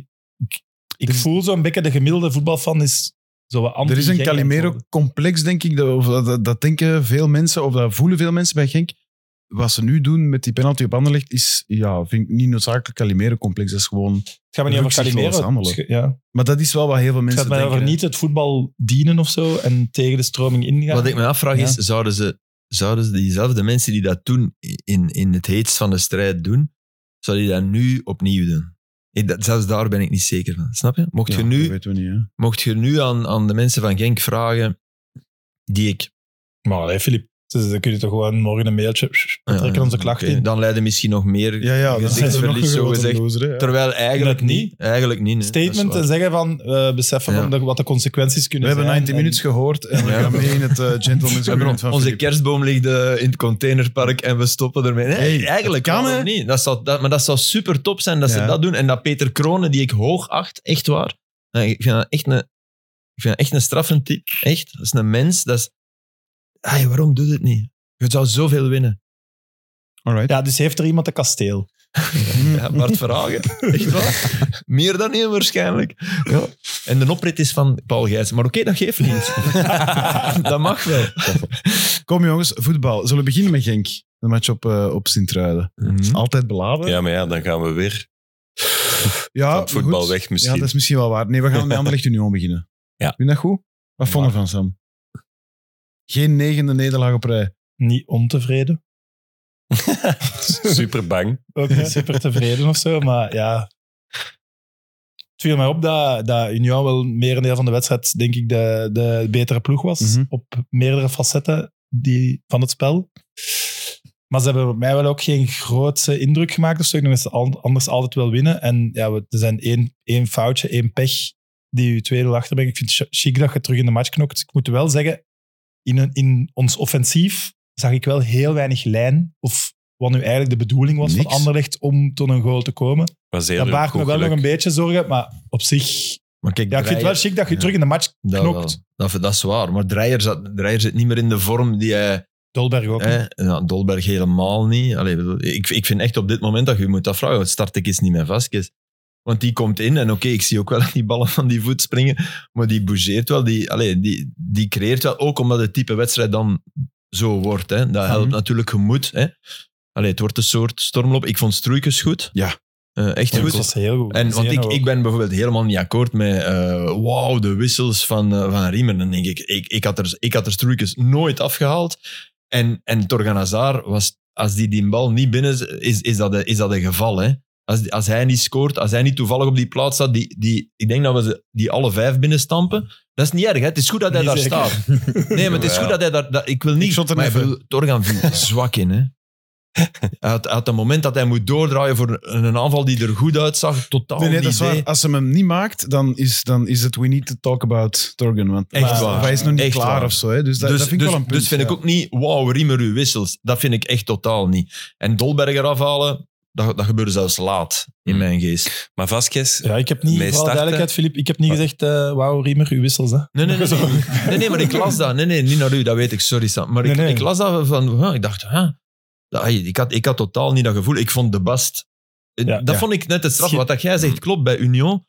[SPEAKER 3] Ik, ik voel zo'n beetje, de gemiddelde voetbalfan is zo wat
[SPEAKER 2] Er is een
[SPEAKER 3] anti-Genk aan het worden.
[SPEAKER 2] Calimero-complex, denk ik. Dat, of dat, dat, dat denken veel mensen, of dat voelen veel mensen bij Genk. Wat ze nu doen met die penalty op Anderlecht is, ja, vind ik niet noodzakelijk Calimero-complex. Dat is gewoon...
[SPEAKER 3] Het gaat me niet over
[SPEAKER 2] Rukzicht wel eens
[SPEAKER 3] Calimero.
[SPEAKER 2] handelen.
[SPEAKER 3] Het is ge- Ja.
[SPEAKER 2] Maar dat is wel wat heel veel
[SPEAKER 3] Het
[SPEAKER 2] mensen
[SPEAKER 3] gaat mij
[SPEAKER 2] denken.
[SPEAKER 3] over
[SPEAKER 2] hè.
[SPEAKER 3] niet het voetbal dienen of zo en tegen de stroming ingaan.
[SPEAKER 5] Wat ik me afvraag
[SPEAKER 3] Ja.
[SPEAKER 5] is, zouden ze, zouden ze diezelfde mensen die dat toen in, in het heetst van de strijd doen, zouden die dat nu opnieuw doen? Ik, dat, zelfs daar ben ik niet zeker van, snap je? Mocht,
[SPEAKER 2] Ja,
[SPEAKER 5] je,
[SPEAKER 2] dat
[SPEAKER 5] nu,
[SPEAKER 2] weten we niet, hè.
[SPEAKER 5] mocht je nu aan, aan de mensen van Genk vragen, die ik...
[SPEAKER 3] Maar allee, Filip, dus dan kun je toch gewoon morgen een mailtje we trekken onze klacht
[SPEAKER 5] eh, Oké,
[SPEAKER 3] in.
[SPEAKER 5] Dan leiden misschien nog meer
[SPEAKER 2] Ja, ja, dan zijn ze nog een
[SPEAKER 5] gezichtsverlies, zo
[SPEAKER 2] grote
[SPEAKER 5] gezegd.
[SPEAKER 2] loser, hè.
[SPEAKER 5] Terwijl eigenlijk
[SPEAKER 3] Net niet.
[SPEAKER 5] niet. Eigenlijk niet. nee.
[SPEAKER 3] Statement
[SPEAKER 5] Dat
[SPEAKER 3] en
[SPEAKER 5] is waar.
[SPEAKER 3] zeggen van, eh beseffen
[SPEAKER 5] Ja.
[SPEAKER 3] van de- wat de consequenties
[SPEAKER 2] We
[SPEAKER 3] kunnen
[SPEAKER 2] hebben
[SPEAKER 3] zijn.
[SPEAKER 2] 90 minutes gehoord en we
[SPEAKER 5] Ja.
[SPEAKER 2] gaan mee in het eh, gentleman's
[SPEAKER 5] We hebben
[SPEAKER 2] agreement
[SPEAKER 5] on-
[SPEAKER 2] van
[SPEAKER 5] onze
[SPEAKER 2] Philippe.
[SPEAKER 5] kerstboom ligt eh, in het containerpark en we stoppen ermee. Nee,
[SPEAKER 2] Hey,
[SPEAKER 5] eigenlijk
[SPEAKER 2] dat kan,
[SPEAKER 5] kan
[SPEAKER 2] hè?
[SPEAKER 5] het niet. Dat zou, dat, maar dat zou super top zijn dat
[SPEAKER 2] Ja.
[SPEAKER 5] ze dat doen. En dat Peter Kronen, die ik hoog acht, echt waar. Eh, Ik vind dat echt een, ik vind dat echt een straffend type. Echt. Dat is een mens. Dat is, hey, waarom doet het niet? Je zou zoveel winnen.
[SPEAKER 2] Alright.
[SPEAKER 3] Ja, dus heeft er iemand een kasteel?
[SPEAKER 5] Ja, Bart Verhagen. Echt waar. Meer dan één waarschijnlijk. Ja. En de oprit is van Paul Gijs. Maar oké, dat geeft niet. dat mag wel.
[SPEAKER 2] Kom jongens, voetbal. Zullen we beginnen met Genk? De match op, eh, op Sint-Truiden.
[SPEAKER 5] Mhm.
[SPEAKER 2] Altijd
[SPEAKER 3] <laughs>
[SPEAKER 2] beladen.
[SPEAKER 6] Ja, maar ja, dan gaan we weer
[SPEAKER 2] Ja,
[SPEAKER 3] Ah,
[SPEAKER 6] van het voetbal
[SPEAKER 2] goed.
[SPEAKER 6] weg misschien.
[SPEAKER 2] Ja, dat is misschien wel waar. Nee, we gaan met Anderlecht
[SPEAKER 5] <laughs>
[SPEAKER 2] Union beginnen.
[SPEAKER 6] Ja.
[SPEAKER 2] Vind je dat goed? Wat vond je van Sam? Geen negende nederlaag op rij.
[SPEAKER 3] Niet ontevreden.
[SPEAKER 6] <laughs> Super bang.
[SPEAKER 3] Ook
[SPEAKER 5] <laughs>
[SPEAKER 3] niet super tevreden of zo, maar ja. Het viel mij op dat, dat Union wel merendeel van de wedstrijd, denk ik, de, de betere ploeg was.
[SPEAKER 2] Mhm.
[SPEAKER 3] Op meerdere facetten die, van het spel. Maar ze hebben op mij wel ook geen grote indruk gemaakt of zo. Ik denk dat ze al- anders altijd wel winnen. En ja, we, er zijn één, één foutje, één pech die je 2-0 achterbrengt. Ik vind het chi- chic dat je terug in de match knokt. Ik moet wel zeggen, in, een- in ons offensief zag ik wel heel weinig lijn. Of wat nu eigenlijk de bedoeling was
[SPEAKER 2] Niks.
[SPEAKER 3] van Anderlecht om tot een goal te komen.
[SPEAKER 6] Was heel
[SPEAKER 3] Dat
[SPEAKER 6] erg
[SPEAKER 3] baart
[SPEAKER 6] goed
[SPEAKER 3] me wel nog
[SPEAKER 6] geluk.
[SPEAKER 3] een beetje zorgen, maar op zich...
[SPEAKER 5] Maar kijk,
[SPEAKER 3] Ja, ik vind het wel
[SPEAKER 5] Dreyer-
[SPEAKER 3] chic dat je
[SPEAKER 5] Ja.
[SPEAKER 3] terug in de match
[SPEAKER 5] Dat,
[SPEAKER 3] knokt.
[SPEAKER 5] wel. Dat, dat is waar. Maar Dreyer, zat, Dreyer zit niet meer in de vorm die hij...
[SPEAKER 3] Dolberg ook.
[SPEAKER 5] Hè, nou, Dolberg helemaal niet. Allee, ik bedoel, ik, ik vind echt op dit moment dat je je moet afvragen, start ik eens niet met Vasquez? Want die komt in en oké, ik zie ook wel <laughs> dat die ballen van die voet springen, maar die bougeert wel, die, allee, die, die creëert wel, ook omdat het type wedstrijd dan zo wordt. Hè. Dat helpt
[SPEAKER 2] Mhm.
[SPEAKER 5] natuurlijk, je moet. Hè. Allee, het wordt een soort stormloop. Ik vond Struikens goed.
[SPEAKER 2] Ja.
[SPEAKER 5] Eh, echt
[SPEAKER 3] Dat
[SPEAKER 5] goed.
[SPEAKER 3] was heel goed.
[SPEAKER 5] En, want ik,
[SPEAKER 3] Zeno
[SPEAKER 5] ik
[SPEAKER 3] ook.
[SPEAKER 5] ben bijvoorbeeld helemaal niet akkoord met eh wauw, de wissels van, eh, van Riemen. Dan denk ik, ik, ik had er, ik had er Struikens nooit afgehaald. En, en Torgan Hazard was, als die die bal niet binnen is- is, is, dat, een, is dat een geval. Hè? Als, als hij niet scoort, als hij niet toevallig op die plaats staat, die, die, ik denk dat we ze, die alle vijf binnenstampen. Dat is niet erg, hè? het is goed dat hij
[SPEAKER 3] Niet
[SPEAKER 5] daar
[SPEAKER 3] zeker.
[SPEAKER 5] staat. Nee, maar het is
[SPEAKER 6] Ja.
[SPEAKER 5] goed dat hij daar... Dat, ik wil
[SPEAKER 2] Ik
[SPEAKER 5] niet...
[SPEAKER 2] zat er
[SPEAKER 5] maar ik
[SPEAKER 2] <laughs> even.
[SPEAKER 5] bedoel, Torgan viel zwak in, hè. Uit, uit het moment dat hij moet doordraaien voor een, een aanval die er goed uitzag, totaal
[SPEAKER 2] Nee, nee,
[SPEAKER 5] niet
[SPEAKER 2] dat is waar.
[SPEAKER 5] deed.
[SPEAKER 2] Als ze hem niet maakt, dan is, dan is het we need to talk about Torgen. Want
[SPEAKER 5] Echt
[SPEAKER 2] maar
[SPEAKER 5] waar.
[SPEAKER 2] hij is nog niet
[SPEAKER 5] Echt
[SPEAKER 2] klaar
[SPEAKER 5] waar.
[SPEAKER 2] of zo. Hè? Dus dat,
[SPEAKER 5] dus,
[SPEAKER 2] dat vind ik
[SPEAKER 5] dus,
[SPEAKER 2] wel een punt.
[SPEAKER 5] dus vind ik
[SPEAKER 2] ja.
[SPEAKER 5] ook niet, wauw, riemer uw wissels. Dat vind ik echt totaal niet. En Dolberger afhalen, dat, dat gebeurde zelfs laat in
[SPEAKER 2] Hmm.
[SPEAKER 5] mijn geest.
[SPEAKER 6] Maar
[SPEAKER 3] <laughs>
[SPEAKER 6] Vasquez, eh,
[SPEAKER 3] Ja, ik heb niet,
[SPEAKER 6] Mee
[SPEAKER 3] voor alle
[SPEAKER 6] starten.
[SPEAKER 3] duidelijkheid, Filip, ik heb niet gezegd, eh wauw, Riemer, uw wissels. Hè. <laughs>
[SPEAKER 5] Nee, nee, nee, nee, nee, nee, maar ik las dat. Nee, nee, niet naar u, dat weet ik, sorry Sam. Maar ik,
[SPEAKER 3] Nee, nee.
[SPEAKER 5] ik las dat van, huh, ik dacht, huh, dat- ik, had, ik had totaal niet dat gevoel. Ik vond de bast.
[SPEAKER 3] Ja,
[SPEAKER 5] dat
[SPEAKER 3] ja.
[SPEAKER 5] vond ik net het straf.
[SPEAKER 3] Schi-
[SPEAKER 5] Wat dat jij zegt klopt bij Union.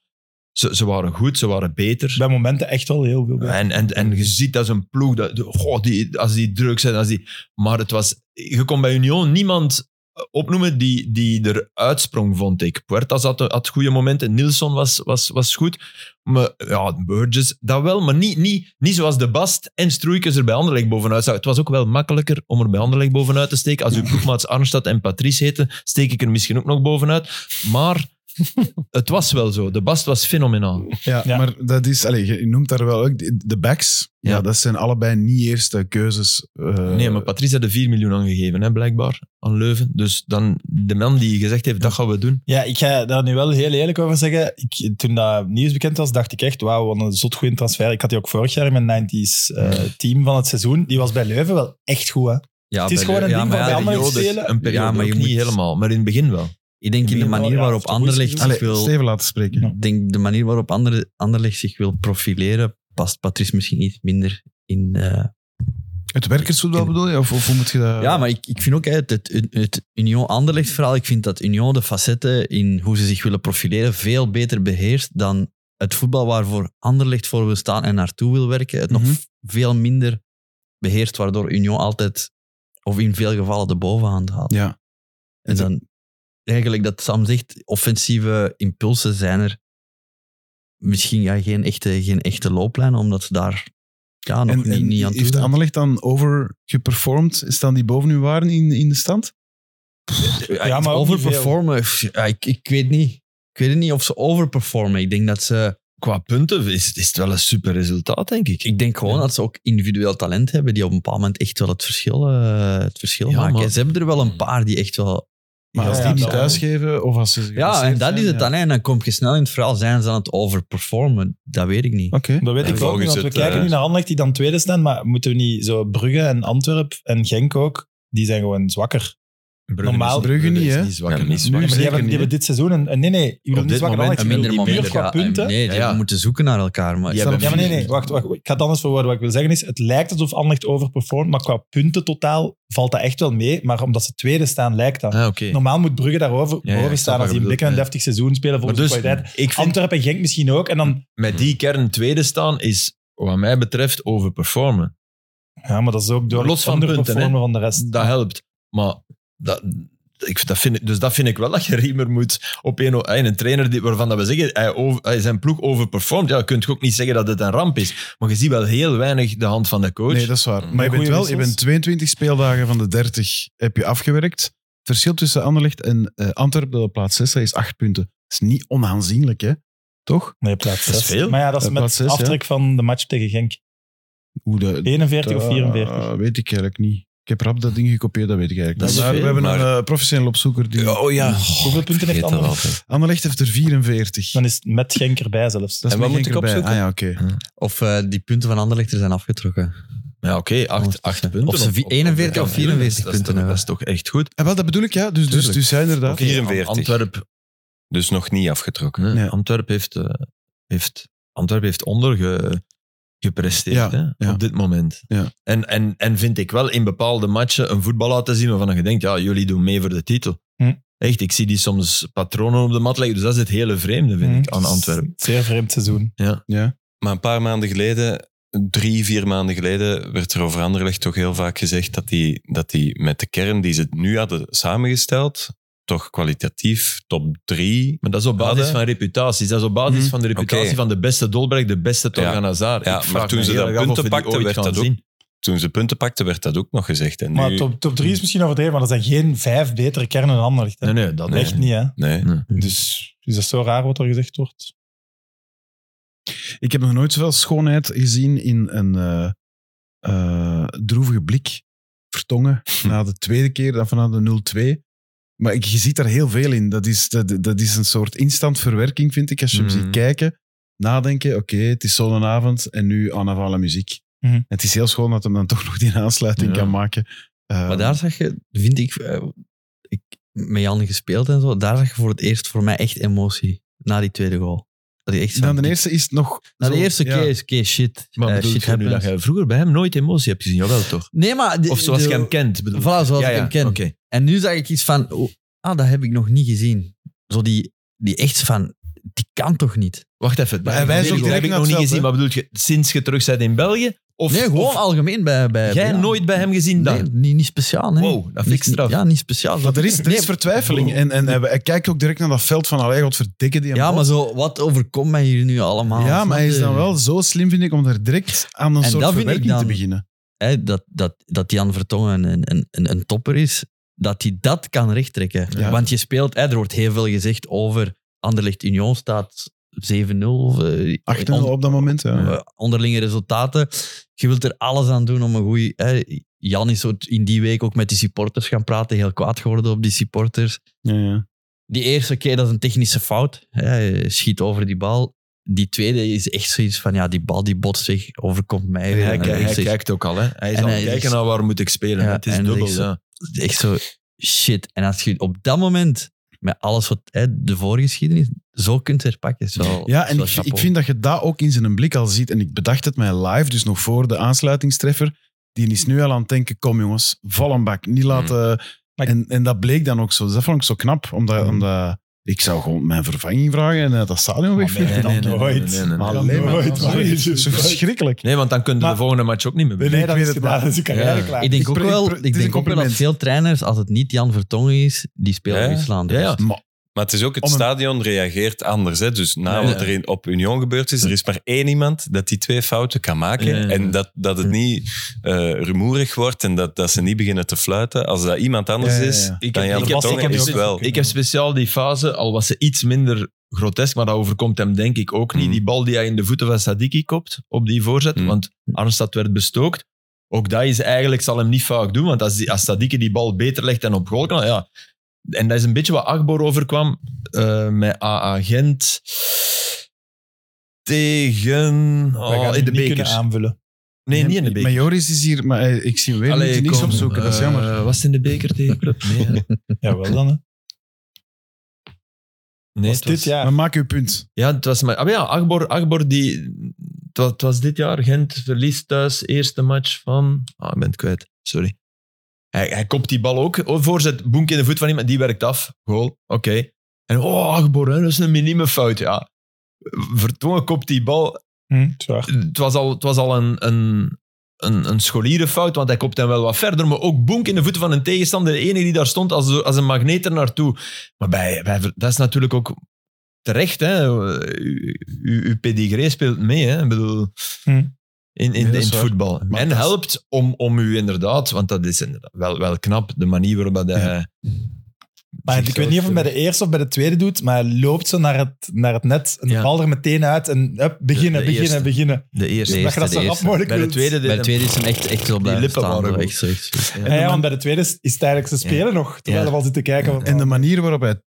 [SPEAKER 5] Ze, ze waren goed, ze waren beter.
[SPEAKER 3] Bij momenten echt wel heel veel. beter.
[SPEAKER 5] En, en, en je ziet dat zo'n ploeg, dat, goh, die, als die druk zijn, als die, maar het was, je kon bij Union niemand eh, opnoemen die, die er uitsprong, vond ik. Puertas had, had goede momenten, Nilsson was, was, was goed, maar ja, Burgess, dat wel, maar niet, niet, niet zoals De Bast en Stroeikens er bij Anderlecht bovenuit zagen. Het was ook wel makkelijker om er bij Anderlecht bovenuit te steken. Als uw ploegmaats Arnstad en Patrice heten, steek ik er misschien ook nog bovenuit, maar het was wel zo. De Bast was fenomenaal.
[SPEAKER 2] Ja,
[SPEAKER 3] Ja.
[SPEAKER 2] maar dat is, allez, je noemt daar wel ook de- de backs. Ja.
[SPEAKER 5] Ja.
[SPEAKER 2] dat zijn allebei niet eerste keuzes. eh,
[SPEAKER 5] Nee, maar Patrice had de 4 miljoen aangegeven, hè, blijkbaar, aan Leuven. Dus dan de man die gezegd heeft, dat gaan we doen.
[SPEAKER 3] Ja, ik ga daar nu wel heel eerlijk over zeggen. Ik, toen dat nieuws bekend was, dacht ik echt, wauw, wat een zot goede transfer. Ik had die ook vorig jaar in mijn 90s eh, team van het seizoen. Die was bij Leuven wel echt goed, hè.
[SPEAKER 4] Ja,
[SPEAKER 3] Het
[SPEAKER 4] bij
[SPEAKER 3] is gewoon
[SPEAKER 4] de-
[SPEAKER 3] een ding
[SPEAKER 4] maar
[SPEAKER 3] van
[SPEAKER 4] ja,
[SPEAKER 3] bij
[SPEAKER 4] de
[SPEAKER 3] Anderlecht
[SPEAKER 4] periode-
[SPEAKER 3] spelen.
[SPEAKER 5] Een periode
[SPEAKER 4] Ja, maar
[SPEAKER 5] ook
[SPEAKER 4] je
[SPEAKER 5] niet
[SPEAKER 4] moet-
[SPEAKER 5] helemaal, maar in het begin wel.
[SPEAKER 4] Ik denk in de manier waarop Anderlecht zich
[SPEAKER 2] Allee,
[SPEAKER 4] wil...
[SPEAKER 2] Steven laten spreken.
[SPEAKER 3] Ja.
[SPEAKER 4] Ik denk de manier waarop Ander, Anderlecht zich wil profileren, past Patrice misschien iets minder in... eh,
[SPEAKER 2] Het werkersvoetbal bedoel je? Of, of hoe moet je dat...
[SPEAKER 4] Ja, maar ik, ik vind ook hè, het, het, het Union-Anderlecht-verhaal, ik vind dat Union de facetten in hoe ze zich willen profileren veel beter beheerst dan het voetbal waarvoor Anderlecht voor wil staan en naartoe wil werken. Het
[SPEAKER 2] Mhm.
[SPEAKER 4] nog v- veel minder beheerst, waardoor Union altijd, of in veel gevallen, de bovenhand haalt.
[SPEAKER 2] Ja.
[SPEAKER 4] En dan eigenlijk dat Sam zegt, offensieve impulsen zijn er. Misschien ja, geen, echte, geen echte looplijn, omdat ze daar ja, nog
[SPEAKER 2] En,
[SPEAKER 4] niet,
[SPEAKER 2] en
[SPEAKER 4] niet aan toe
[SPEAKER 2] heeft
[SPEAKER 4] zijn.
[SPEAKER 2] Anderlecht dan overgeperformed? Staan die boven hun waarde in, in de stand?
[SPEAKER 3] Ja, maar ook niet veel.
[SPEAKER 4] overperformen. pff, ja, ik, ik weet niet. Ik weet niet of ze overperformen. Ik denk dat ze.
[SPEAKER 5] Qua punten is, is het wel een super resultaat, denk ik.
[SPEAKER 4] Ik denk gewoon dat ze ook individueel talent hebben die op een bepaald moment echt wel het verschil, eh, het verschil
[SPEAKER 5] Ja,
[SPEAKER 4] maken.
[SPEAKER 5] maar-
[SPEAKER 4] Ze hebben er wel een paar die echt wel.
[SPEAKER 2] Maar als
[SPEAKER 3] Ja,
[SPEAKER 2] die
[SPEAKER 3] ja,
[SPEAKER 2] niet
[SPEAKER 3] dat-
[SPEAKER 2] thuisgeven, of als ze...
[SPEAKER 4] Ja, en
[SPEAKER 2] geblesseerd
[SPEAKER 4] dat is
[SPEAKER 2] zijn,
[SPEAKER 4] het
[SPEAKER 2] ja.
[SPEAKER 4] dan. hè. En dan kom je snel in het verhaal. Zijn ze aan het overperformen? Dat weet ik niet.
[SPEAKER 2] Oké.
[SPEAKER 3] Dat weet ik
[SPEAKER 6] Ja,
[SPEAKER 3] ook niet,
[SPEAKER 6] volgens
[SPEAKER 3] want we
[SPEAKER 6] het,
[SPEAKER 3] kijken
[SPEAKER 6] eh,
[SPEAKER 3] nu naar Anderlecht die dan tweede staan, maar moeten we niet zo Brugge en Antwerpen en Genk ook, die zijn gewoon zwakker.
[SPEAKER 5] Brugge
[SPEAKER 3] Normaal-
[SPEAKER 5] is-
[SPEAKER 2] Brugge niet, hè?
[SPEAKER 5] is zwakker.
[SPEAKER 6] Ja,
[SPEAKER 5] niet
[SPEAKER 2] Nu
[SPEAKER 5] zwakker.
[SPEAKER 3] Maar die
[SPEAKER 2] zeker
[SPEAKER 3] hebben, die
[SPEAKER 2] niet,
[SPEAKER 3] hebben dit seizoen een, een- nee, nee, je bedoelt
[SPEAKER 5] Op
[SPEAKER 3] niet
[SPEAKER 5] dit
[SPEAKER 3] zwakker dan Anderlecht,
[SPEAKER 5] moment
[SPEAKER 4] Een
[SPEAKER 3] je
[SPEAKER 4] minder
[SPEAKER 3] bedoelt
[SPEAKER 4] moment.
[SPEAKER 3] puur qua
[SPEAKER 4] ja,
[SPEAKER 3] punten.
[SPEAKER 4] Nee, die
[SPEAKER 5] Ja, ja.
[SPEAKER 4] moeten zoeken naar elkaar. Maar
[SPEAKER 5] Die
[SPEAKER 4] snap
[SPEAKER 5] hebben
[SPEAKER 3] Ja, maar nee,
[SPEAKER 5] vier.
[SPEAKER 3] nee, wacht, wacht. Ik ga het anders verwoorden. Wat ik wil zeggen is, het lijkt alsof Anderlecht overperformt, maar qua punten totaal valt dat echt wel mee. Maar omdat ze tweede staan, lijkt dat.
[SPEAKER 5] Ah, oké.
[SPEAKER 3] Normaal moet Brugge daarover
[SPEAKER 5] Ja, ja,
[SPEAKER 3] boven
[SPEAKER 5] ik snap
[SPEAKER 3] staan
[SPEAKER 5] wat
[SPEAKER 3] als die
[SPEAKER 5] je
[SPEAKER 3] een
[SPEAKER 5] bedoelt,
[SPEAKER 3] blikken en
[SPEAKER 5] ja.
[SPEAKER 3] deftig seizoen spelen
[SPEAKER 5] Maar
[SPEAKER 3] volgens
[SPEAKER 5] dus,
[SPEAKER 3] de kwaliteit.
[SPEAKER 5] ik vind
[SPEAKER 3] Antwerpen en Genk misschien ook. En dan,
[SPEAKER 5] met die kern tweede staan is, wat mij betreft, overperformen.
[SPEAKER 3] ja, maar dat is ook door
[SPEAKER 5] Maar los van
[SPEAKER 3] het
[SPEAKER 5] punten,
[SPEAKER 3] underperformen van de rest.
[SPEAKER 5] Dat helpt. Maar dat, ik, dat vind ik, dus dat vind ik wel dat je Riemer moet op een, eh, een trainer die, waarvan dat we zeggen hij, over, hij zijn ploeg overperformt. Ja, kun je ook niet zeggen dat het een ramp is. Maar je ziet wel heel weinig de hand van de coach.
[SPEAKER 2] Nee, dat is waar. Maar
[SPEAKER 3] Met
[SPEAKER 2] je bent
[SPEAKER 3] goede
[SPEAKER 2] wel, je
[SPEAKER 3] wissels.
[SPEAKER 2] bent 22 speeldagen van de 30 heb je afgewerkt. Het verschil tussen Anderlecht en eh, Antwerpen, dat op plaats 6 staat, is 8 punten. Dat is niet onaanzienlijk, hè? Toch?
[SPEAKER 3] Nee, plaats
[SPEAKER 5] Dat is
[SPEAKER 3] 6.
[SPEAKER 5] veel.
[SPEAKER 3] Maar ja, dat is
[SPEAKER 2] Eh, plaats
[SPEAKER 3] met
[SPEAKER 2] zes, ja.
[SPEAKER 3] aftrek van de match tegen Genk.
[SPEAKER 2] Hoe de,
[SPEAKER 3] 41 of 44.
[SPEAKER 2] Ah, weet ik eigenlijk niet. Ik heb rap dat ding gekopieerd, dat weet ik eigenlijk
[SPEAKER 5] Dat
[SPEAKER 2] niet.
[SPEAKER 5] is
[SPEAKER 2] Maar we
[SPEAKER 5] veel,
[SPEAKER 2] hebben
[SPEAKER 6] maar-
[SPEAKER 2] een eh, professionele opzoeker. Die...
[SPEAKER 6] Oh ja.
[SPEAKER 3] Hoeveel
[SPEAKER 6] ik
[SPEAKER 3] punten heeft
[SPEAKER 6] vergeet dat
[SPEAKER 3] Anderlecht?
[SPEAKER 6] altijd.
[SPEAKER 2] Anderlecht heeft er 44.
[SPEAKER 3] Dan is het met Genk erbij zelfs.
[SPEAKER 2] dat is
[SPEAKER 6] En wat
[SPEAKER 2] nog
[SPEAKER 6] moet
[SPEAKER 2] geen keer
[SPEAKER 6] ik
[SPEAKER 2] bij.
[SPEAKER 6] opzoeken? Hm.
[SPEAKER 2] Ah ja, oké.
[SPEAKER 4] Of eh, die punten van Anderlecht er zijn afgetrokken.
[SPEAKER 5] ja, oké, acht, acht punten.
[SPEAKER 4] Of ze vi- 41 of
[SPEAKER 5] ja,
[SPEAKER 4] 44
[SPEAKER 5] dat is
[SPEAKER 4] punten
[SPEAKER 5] toch- Dat
[SPEAKER 4] hebben.
[SPEAKER 5] is toch echt goed.
[SPEAKER 2] En wel, dat bedoel ik, ja. Dus, dus,
[SPEAKER 4] Tuurlijk.
[SPEAKER 2] dus ja, inderdaad.
[SPEAKER 6] Oké. 44.
[SPEAKER 5] Antwerp,
[SPEAKER 6] Dus nog niet afgetrokken.
[SPEAKER 5] nee,
[SPEAKER 2] Ja.
[SPEAKER 5] Antwerp heeft, eh, heeft, Antwerp heeft onder ge- gepresteerd
[SPEAKER 2] Ja,
[SPEAKER 5] hè,
[SPEAKER 2] ja.
[SPEAKER 5] op dit moment.
[SPEAKER 2] Ja.
[SPEAKER 5] En, en, en vind ik wel in bepaalde matchen een voetbal laten zien waarvan je denkt, ja, jullie doen mee voor de titel.
[SPEAKER 3] Hm.
[SPEAKER 5] Echt, ik zie die soms patronen op de mat leggen. Dus dat is het hele vreemde,
[SPEAKER 2] Hm.
[SPEAKER 5] vind ik, aan Antwerpen.
[SPEAKER 3] Hm. Zeer vreemd seizoen.
[SPEAKER 6] Maar een paar maanden geleden, drie, vier maanden geleden, werd er over Anderlecht toch heel vaak gezegd dat die, dat die met de kern die ze nu hadden samengesteld, toch kwalitatief top drie.
[SPEAKER 5] Maar dat is op basis
[SPEAKER 6] Hadden.
[SPEAKER 5] van reputaties. Dat is op basis
[SPEAKER 2] Mhm.
[SPEAKER 5] van de reputatie
[SPEAKER 6] Oké.
[SPEAKER 5] van de beste Dolberg, de beste Torgan Hazard.
[SPEAKER 6] Ja,
[SPEAKER 5] Ik vraag
[SPEAKER 6] maar toen
[SPEAKER 5] me
[SPEAKER 6] ze
[SPEAKER 5] heel
[SPEAKER 6] dat
[SPEAKER 5] erg af of
[SPEAKER 6] punten
[SPEAKER 5] we die
[SPEAKER 6] pakten,
[SPEAKER 5] ooit
[SPEAKER 6] werd
[SPEAKER 5] gaan
[SPEAKER 6] dat ook
[SPEAKER 5] zien.
[SPEAKER 6] Toen ze punten pakten, werd dat ook nog gezegd. En
[SPEAKER 3] Maar
[SPEAKER 6] nu,
[SPEAKER 3] top, top 3 is misschien overdreven, maar er zijn geen vijf betere kernen dan Anderlecht. hè.
[SPEAKER 5] Nee, nee, dat
[SPEAKER 3] Echt niet, hè?
[SPEAKER 6] Nee.
[SPEAKER 3] Dus is dat zo raar wat er gezegd wordt?
[SPEAKER 2] Ik heb nog nooit zoveel schoonheid gezien in een eh, eh, droevige blik Vertongen
[SPEAKER 4] Hm.
[SPEAKER 2] na de tweede keer, dan vanaf de 0-2. Maar ik- je ziet daar heel veel in. Dat is, dat, dat is een soort instant verwerking, vind ik. Als je hem
[SPEAKER 5] Mhm.
[SPEAKER 4] Hm.
[SPEAKER 2] ziet kijken, nadenken, oké, het is zo'n avond en nu aan avant la muziek.
[SPEAKER 4] Hm.
[SPEAKER 3] Mhm.
[SPEAKER 2] Het is heel schoon dat hem dan toch nog die aansluiting
[SPEAKER 5] Ja.
[SPEAKER 2] kan maken. Eh,
[SPEAKER 4] Maar daar zag je, vind ik, eh, ik, met Jan gespeeld en zo, daar zag je voor het eerst voor mij echt emotie. Na die tweede goal. Dat ik echt zo-
[SPEAKER 2] dan de eerste is het nog...
[SPEAKER 4] Na de
[SPEAKER 2] zo-
[SPEAKER 4] eerste
[SPEAKER 2] ja.
[SPEAKER 4] keer is, oké, shit.
[SPEAKER 5] Maar
[SPEAKER 4] eh,
[SPEAKER 5] bedoel
[SPEAKER 4] shit
[SPEAKER 5] je nu dat
[SPEAKER 4] happens.
[SPEAKER 5] je vroeger bij hem nooit emotie hebt gezien? Jawel, toch?
[SPEAKER 4] Nee, maar... de-
[SPEAKER 5] Of zoals
[SPEAKER 4] de-
[SPEAKER 5] je hem kent, bedoel
[SPEAKER 4] Voilà,
[SPEAKER 5] ik.
[SPEAKER 4] zoals ik hem ken.
[SPEAKER 5] Oké.
[SPEAKER 4] En nu zag ik iets van, oh, ah, dat heb ik nog niet gezien. Zo die, die echt van, die kan toch niet?
[SPEAKER 5] Wacht even.
[SPEAKER 2] hij
[SPEAKER 5] Dat
[SPEAKER 2] wijst
[SPEAKER 5] heb
[SPEAKER 2] ook
[SPEAKER 5] ik nog
[SPEAKER 2] direct
[SPEAKER 5] niet
[SPEAKER 2] naar
[SPEAKER 5] gezien.
[SPEAKER 2] hetzelfde, hè?
[SPEAKER 5] Maar bedoel je, sinds je terug bent in België? Of,
[SPEAKER 4] nee, gewoon
[SPEAKER 5] of
[SPEAKER 4] algemeen bij... bij
[SPEAKER 5] jij
[SPEAKER 4] ja.
[SPEAKER 5] nooit bij hem gezien dan?
[SPEAKER 4] Nee, niet, niet speciaal, nee.
[SPEAKER 5] Wow, dat vind ik
[SPEAKER 4] Niet-
[SPEAKER 5] straf.
[SPEAKER 4] Ja, niet speciaal.
[SPEAKER 2] Maar er is, er
[SPEAKER 4] Nee,
[SPEAKER 2] is vertwijfeling. En, en, en, kijk ook direct naar dat veld van, allee, wat verdikken die hem
[SPEAKER 4] Ja,
[SPEAKER 2] op.
[SPEAKER 4] maar zo, wat overkomt mij hier nu allemaal?
[SPEAKER 2] ja, maar
[SPEAKER 4] Snap
[SPEAKER 2] hij is
[SPEAKER 4] je?
[SPEAKER 2] dan wel zo slim, vind ik, om daar direct aan een
[SPEAKER 4] En
[SPEAKER 2] soort
[SPEAKER 4] dat vind ik
[SPEAKER 2] verwerking te
[SPEAKER 4] dan-
[SPEAKER 2] beginnen.
[SPEAKER 4] Hè, dat, dat, dat Jan Vertongen een, een, een, een topper is, dat hij dat kan rechttrekken.
[SPEAKER 2] Ja.
[SPEAKER 4] Want je speelt, hè, er wordt heel veel gezegd over Anderlecht Union staat 7-0. of, eh,
[SPEAKER 2] 8
[SPEAKER 4] on-
[SPEAKER 2] op dat moment, ja.
[SPEAKER 4] eh, onderlinge resultaten. Je wilt er alles aan doen om een goede. Jan is zo t- in die week ook met die supporters gaan praten, heel kwaad geworden op die supporters.
[SPEAKER 2] ja, ja.
[SPEAKER 4] Die eerste keer, dat is een technische fout. hè, hij schiet over die bal. Die tweede is echt zoiets van, ja, die bal die botst weg, overkomt mij.
[SPEAKER 5] En
[SPEAKER 4] weer.
[SPEAKER 5] hij,
[SPEAKER 4] En
[SPEAKER 5] ki-
[SPEAKER 4] dan
[SPEAKER 5] hij
[SPEAKER 4] is het-
[SPEAKER 5] kijkt ook al, hè. Hij is
[SPEAKER 4] En
[SPEAKER 5] aan
[SPEAKER 4] hij
[SPEAKER 5] het
[SPEAKER 4] is-
[SPEAKER 5] kijken naar waar moet ik spelen.
[SPEAKER 4] Ja,
[SPEAKER 5] het is
[SPEAKER 4] en
[SPEAKER 5] dubbel,
[SPEAKER 4] is zo-
[SPEAKER 5] ja.
[SPEAKER 4] Het is echt zo shit. En als je op dat moment, met alles wat hè, de voorgeschiedenis, zo kunt herpakken. is wel-
[SPEAKER 2] ja,
[SPEAKER 4] is
[SPEAKER 2] en
[SPEAKER 4] wel
[SPEAKER 2] ik, ik
[SPEAKER 4] chapeau.
[SPEAKER 2] vind dat je dat ook in zijn blik al ziet. En ik bedacht het mij live, dus nog voor de aansluitingstreffer. Die is nu al aan het denken, kom jongens, vol een bak, niet laten...
[SPEAKER 3] Maar-
[SPEAKER 2] En, en dat bleek dan ook zo. Dus dat vond ik zo knap, omdat... omdat ik zou gewoon mijn vervanging vragen en eh, dat stadion
[SPEAKER 3] nee,
[SPEAKER 2] wegvliegen.
[SPEAKER 3] nee, nee, nee, nooit.
[SPEAKER 5] nee, nee, nee.
[SPEAKER 2] Maar
[SPEAKER 3] nee.
[SPEAKER 2] alleen maar.
[SPEAKER 3] Nooit,
[SPEAKER 2] Sorry,
[SPEAKER 3] nooit.
[SPEAKER 2] het is verschrikkelijk.
[SPEAKER 5] Nee, want dan kunnen we
[SPEAKER 3] Maar-
[SPEAKER 5] de volgende match ook niet meer
[SPEAKER 3] Nee,
[SPEAKER 5] mee.
[SPEAKER 2] Nee,
[SPEAKER 3] nee,
[SPEAKER 2] dat
[SPEAKER 3] dat is
[SPEAKER 2] weet ik wel.
[SPEAKER 3] gedaan. Dat is je carrière
[SPEAKER 5] Ja.
[SPEAKER 3] klaar.
[SPEAKER 4] Ik denk, ook
[SPEAKER 2] Ik- ik-
[SPEAKER 4] wel,
[SPEAKER 2] het is
[SPEAKER 4] ik
[SPEAKER 2] een
[SPEAKER 4] denk ook wel
[SPEAKER 2] compliment.
[SPEAKER 4] dat veel trainers, als het niet Jan Vertongen is, die spelen
[SPEAKER 6] Ja,
[SPEAKER 4] in Dus
[SPEAKER 6] ja.
[SPEAKER 4] Rusland.
[SPEAKER 5] Ja, ja.
[SPEAKER 2] Maar
[SPEAKER 6] Maar het is ook, het
[SPEAKER 2] Om een-
[SPEAKER 6] stadion reageert anders. Hè? Dus na
[SPEAKER 5] Ja.
[SPEAKER 6] wat er in, op Union gebeurd is, er is maar één iemand dat die twee fouten kan maken.
[SPEAKER 5] Ja, ja, ja.
[SPEAKER 6] En dat, dat het niet eh, rumoerig wordt en dat, dat ze niet beginnen te fluiten. Als dat iemand anders
[SPEAKER 2] Ja, ja, ja.
[SPEAKER 6] is,
[SPEAKER 5] Ik
[SPEAKER 6] dan
[SPEAKER 5] heb-
[SPEAKER 6] Jan
[SPEAKER 5] ik heb-
[SPEAKER 6] Vertongen
[SPEAKER 5] ik heb-
[SPEAKER 6] is
[SPEAKER 5] ik
[SPEAKER 6] het
[SPEAKER 5] heb-
[SPEAKER 6] wel.
[SPEAKER 5] Ik heb speciaal die fase, al was ze iets minder grotesk, maar dat overkomt hem denk ik ook niet.
[SPEAKER 6] Mm.
[SPEAKER 5] Die bal die hij in de voeten van Sadiki kopt, op die voorzet,
[SPEAKER 6] Mm.
[SPEAKER 5] want Arnstad werd bestookt. Ook dat is eigenlijk, zal hem niet vaak doen, want als, die, als Sadiki die bal beter legt en op goal kan, ja. En dat is een beetje wat Akbor overkwam eh, met AA Gent tegen...
[SPEAKER 3] Wij gaan
[SPEAKER 5] Oh,
[SPEAKER 3] het
[SPEAKER 5] in de
[SPEAKER 3] niet kunnen
[SPEAKER 5] beker. <laughs>
[SPEAKER 3] aanvullen.
[SPEAKER 5] Nee, niet in de
[SPEAKER 2] Maar
[SPEAKER 5] beker.
[SPEAKER 2] Joris is hier, maar eh, ik zie hem weer
[SPEAKER 5] Allee,
[SPEAKER 2] niks
[SPEAKER 5] kom,
[SPEAKER 2] opzoeken, dat is
[SPEAKER 5] eh,
[SPEAKER 2] jammer.
[SPEAKER 5] was het in de beker tegen club?
[SPEAKER 3] <laughs>
[SPEAKER 5] Nee, hè. nee
[SPEAKER 3] Jawel dan, hè.
[SPEAKER 5] het
[SPEAKER 3] Was
[SPEAKER 5] was-
[SPEAKER 3] dit jaar.
[SPEAKER 2] Maar maak uw punt.
[SPEAKER 5] Ja, het was maar. Ah, maar ja, Agbor, Agbor die. Het was, het was dit jaar. Gent verliest thuis. Eerste match van. Ah, ik ben het kwijt. Sorry. Hij, hij kopt die bal ook. Oh, voorzet, boenk in de voet van iemand. Die werkt af. Goal. Oké. En oh, Agbor, hè, dat is een minieme fout. Ja. Vertongen kopt die bal.
[SPEAKER 3] Hm, zwaar.
[SPEAKER 5] Het was al, het was al een, een, een, een scholierenfout, want hij kopt hem wel wat verder. Maar ook boenk in de voeten van een tegenstander. De enige die daar stond als, als een magneet er naartoe. Maar bij, bij, dat is natuurlijk ook terecht. Hè. U, u, uw pedigree speelt mee. Hè. Ik bedoel,
[SPEAKER 3] Hm.
[SPEAKER 5] in, in,
[SPEAKER 2] dat
[SPEAKER 5] in
[SPEAKER 2] is
[SPEAKER 5] het
[SPEAKER 2] waar.
[SPEAKER 5] voetbal.
[SPEAKER 2] Maar
[SPEAKER 5] en
[SPEAKER 2] dat is-
[SPEAKER 5] helpt om, om u inderdaad, want dat is inderdaad wel, wel knap, de manier waarop dat hij...
[SPEAKER 3] Maar ik weet niet of hij bij de eerste of bij de tweede doet, maar hij loopt zo naar het, naar het net en de
[SPEAKER 5] Ja.
[SPEAKER 3] bal er meteen uit en hup, beginnen,
[SPEAKER 5] De-
[SPEAKER 3] beginnen,
[SPEAKER 5] de eerste.
[SPEAKER 3] beginnen.
[SPEAKER 5] de eerste.
[SPEAKER 4] De
[SPEAKER 3] Dat je
[SPEAKER 4] eerste,
[SPEAKER 3] dat zo
[SPEAKER 4] de
[SPEAKER 3] rap
[SPEAKER 4] eerste.
[SPEAKER 3] mogelijk
[SPEAKER 5] Bij de
[SPEAKER 3] wilt.
[SPEAKER 5] tweede...
[SPEAKER 4] Bij de tweede is hem echt, echt wel blijven
[SPEAKER 5] lippen
[SPEAKER 4] staan.
[SPEAKER 5] waren
[SPEAKER 4] zo,
[SPEAKER 5] goed.
[SPEAKER 4] echt zo, echt zo.
[SPEAKER 3] Ja, ja, want bij de tweede is, is het eigenlijk, ze spelen nog, terwijl
[SPEAKER 5] Ja.
[SPEAKER 3] we al zitten kijken.
[SPEAKER 2] En de manier waarop hij,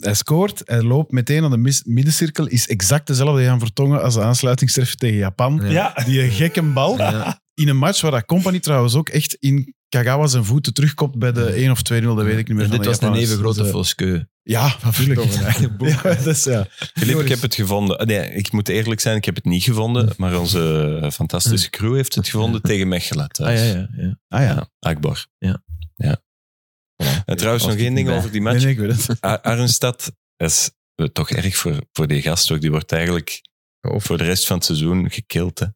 [SPEAKER 2] hij scoort, hij loopt meteen aan de mis- middencirkel, is exact dezelfde Jan Vertongen als de aansluitingstreffer tegen Japan.
[SPEAKER 5] Ja.
[SPEAKER 3] Ja,
[SPEAKER 2] Die een gekke bal
[SPEAKER 5] Ja.
[SPEAKER 2] in een match waar dat Company trouwens ook echt in Kagawa zijn voeten terugkomt bij de 1 of 2-0, dat weet ik niet meer. van
[SPEAKER 5] En dit
[SPEAKER 2] de
[SPEAKER 5] was een
[SPEAKER 2] Japanners.
[SPEAKER 5] even grote
[SPEAKER 2] Dus, eh,
[SPEAKER 5] Voskeu.
[SPEAKER 2] Ja, natuurlijk. <laughs> Ja, dat is, ja.
[SPEAKER 6] Filip, ik
[SPEAKER 2] Joris.
[SPEAKER 6] heb het gevonden. Ah, Nee, ik moet eerlijk zijn, ik heb het niet gevonden. Maar onze fantastische crew heeft het gevonden tegen Mechelen
[SPEAKER 5] Ah,
[SPEAKER 6] thuis.
[SPEAKER 5] ja, ja, ja.
[SPEAKER 2] Ah ja.
[SPEAKER 6] Ja, Akbar.
[SPEAKER 5] Ja.
[SPEAKER 6] ja. En trouwens,
[SPEAKER 5] was
[SPEAKER 6] nog
[SPEAKER 5] ik
[SPEAKER 6] één
[SPEAKER 5] niet
[SPEAKER 6] ding
[SPEAKER 5] bij.
[SPEAKER 6] over die
[SPEAKER 2] Nee,
[SPEAKER 6] match.
[SPEAKER 2] nee, ik weet
[SPEAKER 6] <laughs>
[SPEAKER 2] het.
[SPEAKER 6] A- Arnstad dat is eh, toch erg voor, voor die gast ook. Die wordt eigenlijk voor de rest van het seizoen gekild. Hè.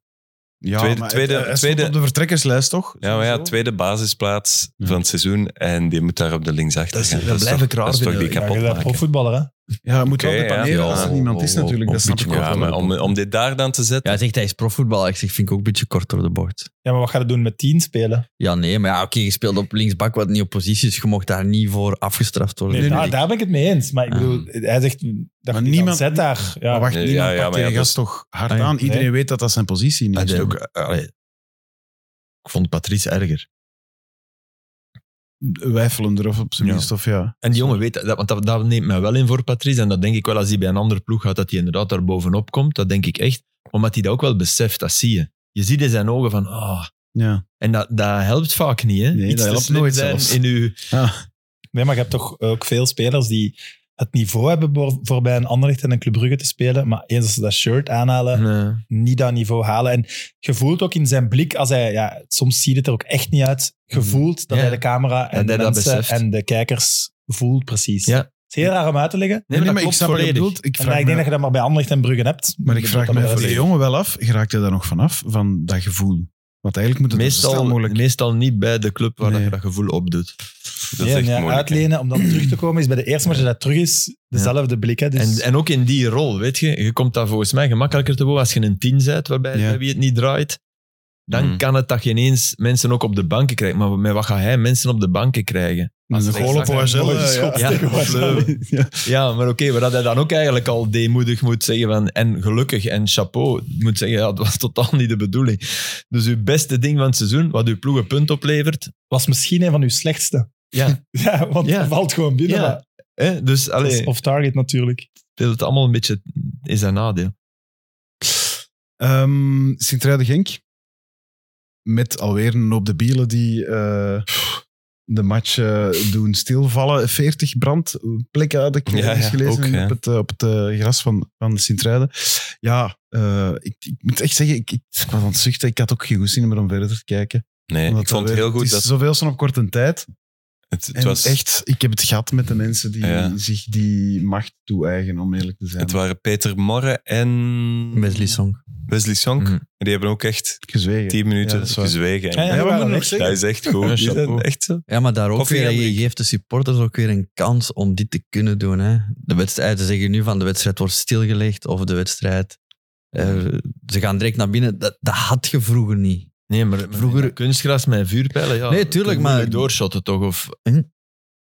[SPEAKER 2] Ja,
[SPEAKER 6] Tweede-
[SPEAKER 2] maar hij-
[SPEAKER 6] tweede-
[SPEAKER 2] hij stond
[SPEAKER 6] tweede-
[SPEAKER 2] op de vertrekkerslijst, toch?
[SPEAKER 6] Ja, maar ja,
[SPEAKER 2] Sowieso.
[SPEAKER 6] tweede basisplaats
[SPEAKER 2] Ja.
[SPEAKER 6] van het seizoen en die moet daar op de linksachter
[SPEAKER 5] Dat is-
[SPEAKER 6] gaan.
[SPEAKER 5] dat blijf
[SPEAKER 6] toch-
[SPEAKER 5] ik raar
[SPEAKER 6] Dat is toch
[SPEAKER 5] vinden.
[SPEAKER 6] die kapot
[SPEAKER 3] ja,
[SPEAKER 6] maken.
[SPEAKER 3] profvoetballer, hè.
[SPEAKER 2] Ja, hij moet
[SPEAKER 6] Oké,
[SPEAKER 2] wel
[SPEAKER 6] ja.
[SPEAKER 2] depaneren als er
[SPEAKER 6] Ja.
[SPEAKER 2] niemand is natuurlijk. dat snap ik ook
[SPEAKER 6] Ja,
[SPEAKER 2] wel.
[SPEAKER 6] maar om, om dit daar dan te
[SPEAKER 4] Ja,
[SPEAKER 6] zetten...
[SPEAKER 4] hij zegt hij is profvoetballer. Ik zeg, vind ik ook een beetje kort door de bocht.
[SPEAKER 3] Ja, maar wat gaat het doen met tien spelen?
[SPEAKER 4] Ja, nee, maar ja, oké, je speelt op linksbak wat niet op positie is. Je mocht daar niet voor afgestraft worden.
[SPEAKER 3] Nee,
[SPEAKER 4] vind
[SPEAKER 3] daar,
[SPEAKER 4] ik.
[SPEAKER 3] daar ben ik het mee eens. Maar ik
[SPEAKER 4] Ja.
[SPEAKER 3] bedoel, hij zegt, dat
[SPEAKER 2] Maar
[SPEAKER 3] je
[SPEAKER 2] niemand-
[SPEAKER 3] niemand zet daar. Ja.
[SPEAKER 2] Maar wacht,
[SPEAKER 6] Nee,
[SPEAKER 2] niemand
[SPEAKER 6] ja, ja,
[SPEAKER 2] pakt
[SPEAKER 6] maar
[SPEAKER 2] die
[SPEAKER 6] ja,
[SPEAKER 2] gast toch hard
[SPEAKER 4] Ah, ja.
[SPEAKER 2] aan. Iedereen
[SPEAKER 3] Nee.
[SPEAKER 2] weet dat dat zijn positie niet
[SPEAKER 5] Ah,
[SPEAKER 2] is.
[SPEAKER 5] dat is ook, eh, allee, ik vond Patrice erger.
[SPEAKER 2] wijfelender, of op zijn
[SPEAKER 5] Ja.
[SPEAKER 2] minst. Of ja.
[SPEAKER 5] En die jongen weet dat, want dat, dat neemt mij wel in voor Patrice. En dat denk ik wel als hij bij een andere ploeg gaat, dat hij inderdaad daar bovenop komt. Dat denk ik echt. Omdat hij dat ook wel beseft, dat zie je. Je ziet in zijn ogen van, ah.
[SPEAKER 2] ja.
[SPEAKER 5] En dat, dat helpt vaak niet, hè?
[SPEAKER 2] Nee, dat
[SPEAKER 5] te
[SPEAKER 2] helpt
[SPEAKER 5] slim
[SPEAKER 2] nooit
[SPEAKER 5] zijn
[SPEAKER 2] zelfs.
[SPEAKER 5] In uw,
[SPEAKER 3] Nee, maar je hebt toch ook veel spelers die het niveau hebben voor, voor bij een Anderlecht en een Club Brugge te spelen. Maar eens als ze dat shirt aanhalen,
[SPEAKER 5] Nee.
[SPEAKER 3] niet dat niveau halen. En je voelt ook in zijn blik, als hij, ja, soms ziet het er ook echt niet uit. Je voelt dat
[SPEAKER 5] Ja.
[SPEAKER 3] hij de camera en
[SPEAKER 5] dat
[SPEAKER 3] de
[SPEAKER 5] hij dat
[SPEAKER 3] mensen
[SPEAKER 5] beseft.
[SPEAKER 3] en de kijkers voelt precies.
[SPEAKER 5] Ja.
[SPEAKER 3] Het is heel raar om uit te leggen.
[SPEAKER 5] Nee, maar dat
[SPEAKER 2] ik
[SPEAKER 5] klopt
[SPEAKER 2] snap wat je
[SPEAKER 5] volledig.
[SPEAKER 2] bedoelt. Ik
[SPEAKER 3] En
[SPEAKER 2] vraag
[SPEAKER 3] ik
[SPEAKER 2] me-
[SPEAKER 3] denk dat je dat maar bij Anderlecht en Brugge hebt.
[SPEAKER 2] Maar ik vraag
[SPEAKER 3] Dat
[SPEAKER 2] me
[SPEAKER 3] dat
[SPEAKER 2] voor de
[SPEAKER 3] wel-
[SPEAKER 2] jongen wel af, geraakt hij daar nog vanaf, van dat gevoel? Want eigenlijk moet het meestal zo
[SPEAKER 5] meestal,
[SPEAKER 2] snel mogelijk...
[SPEAKER 5] meestal niet bij de club waar
[SPEAKER 2] Nee.
[SPEAKER 5] je dat gevoel opdoet.
[SPEAKER 6] Dat is
[SPEAKER 3] Ja,
[SPEAKER 6] echt
[SPEAKER 3] ja,
[SPEAKER 6] moeilijk. hè.
[SPEAKER 3] uitlenen
[SPEAKER 2] <clears throat>
[SPEAKER 3] om dan terug te komen is bij de eerste match dat dat terug is, dezelfde blik. Hè, dus.
[SPEAKER 5] En, en ook in die rol, weet je. Je komt daar volgens mij gemakkelijker te boven als je een tien bent, waarbij
[SPEAKER 2] Ja.
[SPEAKER 5] bij wie het niet draait. Dan
[SPEAKER 6] Mm.
[SPEAKER 5] kan het dat je ineens mensen ook op de banken krijgt. Maar met wat gaat hij mensen op de banken krijgen?
[SPEAKER 2] Met een
[SPEAKER 5] Als-
[SPEAKER 2] goal op
[SPEAKER 5] Ja,
[SPEAKER 2] Wajelle,
[SPEAKER 5] ja.
[SPEAKER 2] ja.
[SPEAKER 3] <laughs>
[SPEAKER 5] Ja,
[SPEAKER 2] Ja.
[SPEAKER 5] Ja, maar oké, maar dat hij dan ook eigenlijk al deemoedig moet zeggen van, en gelukkig en chapeau moet zeggen, ja, dat was totaal niet de bedoeling. Dus uw beste ding van het seizoen, wat uw ploeg een punt oplevert,
[SPEAKER 3] was misschien een van uw slechtste.
[SPEAKER 5] Ja.
[SPEAKER 3] <laughs> ja want
[SPEAKER 5] Ja.
[SPEAKER 3] dat valt gewoon binnen.
[SPEAKER 5] Ja.
[SPEAKER 3] maar
[SPEAKER 5] hè? dus
[SPEAKER 3] dat is
[SPEAKER 5] allee,
[SPEAKER 3] off-target natuurlijk.
[SPEAKER 5] speelt het allemaal een beetje is zijn nadeel.
[SPEAKER 2] Ehm Sint-Truiden Genk. Met alweer een op de bielen die eh, de match eh, doen stilvallen. 40 brandplekken uit de
[SPEAKER 6] Ja,
[SPEAKER 2] is
[SPEAKER 6] ja,
[SPEAKER 2] gelezen
[SPEAKER 6] ook, ja.
[SPEAKER 2] op, het, eh, op het eh, gras van, van Sint-Truiden. Ja, eh, ik, ik moet echt zeggen, ik, ik was aan het zuchten. Ik had ook geen goed zin meer om verder te kijken.
[SPEAKER 6] Nee,
[SPEAKER 2] Omdat
[SPEAKER 6] ik vond
[SPEAKER 2] dat
[SPEAKER 6] het
[SPEAKER 2] weer-
[SPEAKER 6] heel goed
[SPEAKER 2] Het is
[SPEAKER 6] dat
[SPEAKER 2] zoveel zijn op korte tijd.
[SPEAKER 6] het, het
[SPEAKER 2] En
[SPEAKER 6] was...
[SPEAKER 2] echt, ik heb het gehad met de mensen die
[SPEAKER 6] Ja.
[SPEAKER 2] zich die macht toe-eigenen, om eerlijk te zijn.
[SPEAKER 6] Het waren Peter Morre en
[SPEAKER 4] Wesley Song.
[SPEAKER 6] Wesley Sonk.
[SPEAKER 5] Mhm.
[SPEAKER 6] Die hebben ook echt
[SPEAKER 2] Gezwegen.
[SPEAKER 6] tien minuten
[SPEAKER 2] dat is waar.
[SPEAKER 6] gezwegen.
[SPEAKER 3] Ja, ja,
[SPEAKER 2] Ja,
[SPEAKER 3] die
[SPEAKER 2] we
[SPEAKER 3] waren
[SPEAKER 2] moeten nog
[SPEAKER 3] echt-
[SPEAKER 6] dat
[SPEAKER 2] zeggen.
[SPEAKER 6] is echt goed.
[SPEAKER 5] Ja,
[SPEAKER 6] Die zijn
[SPEAKER 5] chapeau.
[SPEAKER 6] echt zo.
[SPEAKER 4] Ja, maar daar ook
[SPEAKER 6] Koffie
[SPEAKER 4] weer.
[SPEAKER 6] en
[SPEAKER 4] Je
[SPEAKER 6] drink.
[SPEAKER 4] geeft de supporters ook weer een kans om dit te kunnen doen. Hè. De wedstrijd, ze zeggen nu van de wedstrijd wordt stilgelegd of de wedstrijd. eh, ze gaan direct naar binnen. Dat, dat had je vroeger niet.
[SPEAKER 5] Nee, maar
[SPEAKER 4] Vroeger-
[SPEAKER 5] vroeger kunstgras met vuurpijlen, ja.
[SPEAKER 4] Nee, tuurlijk,
[SPEAKER 5] kun je moeilijk
[SPEAKER 4] maar- Hm?
[SPEAKER 5] doorshotten toch? Of,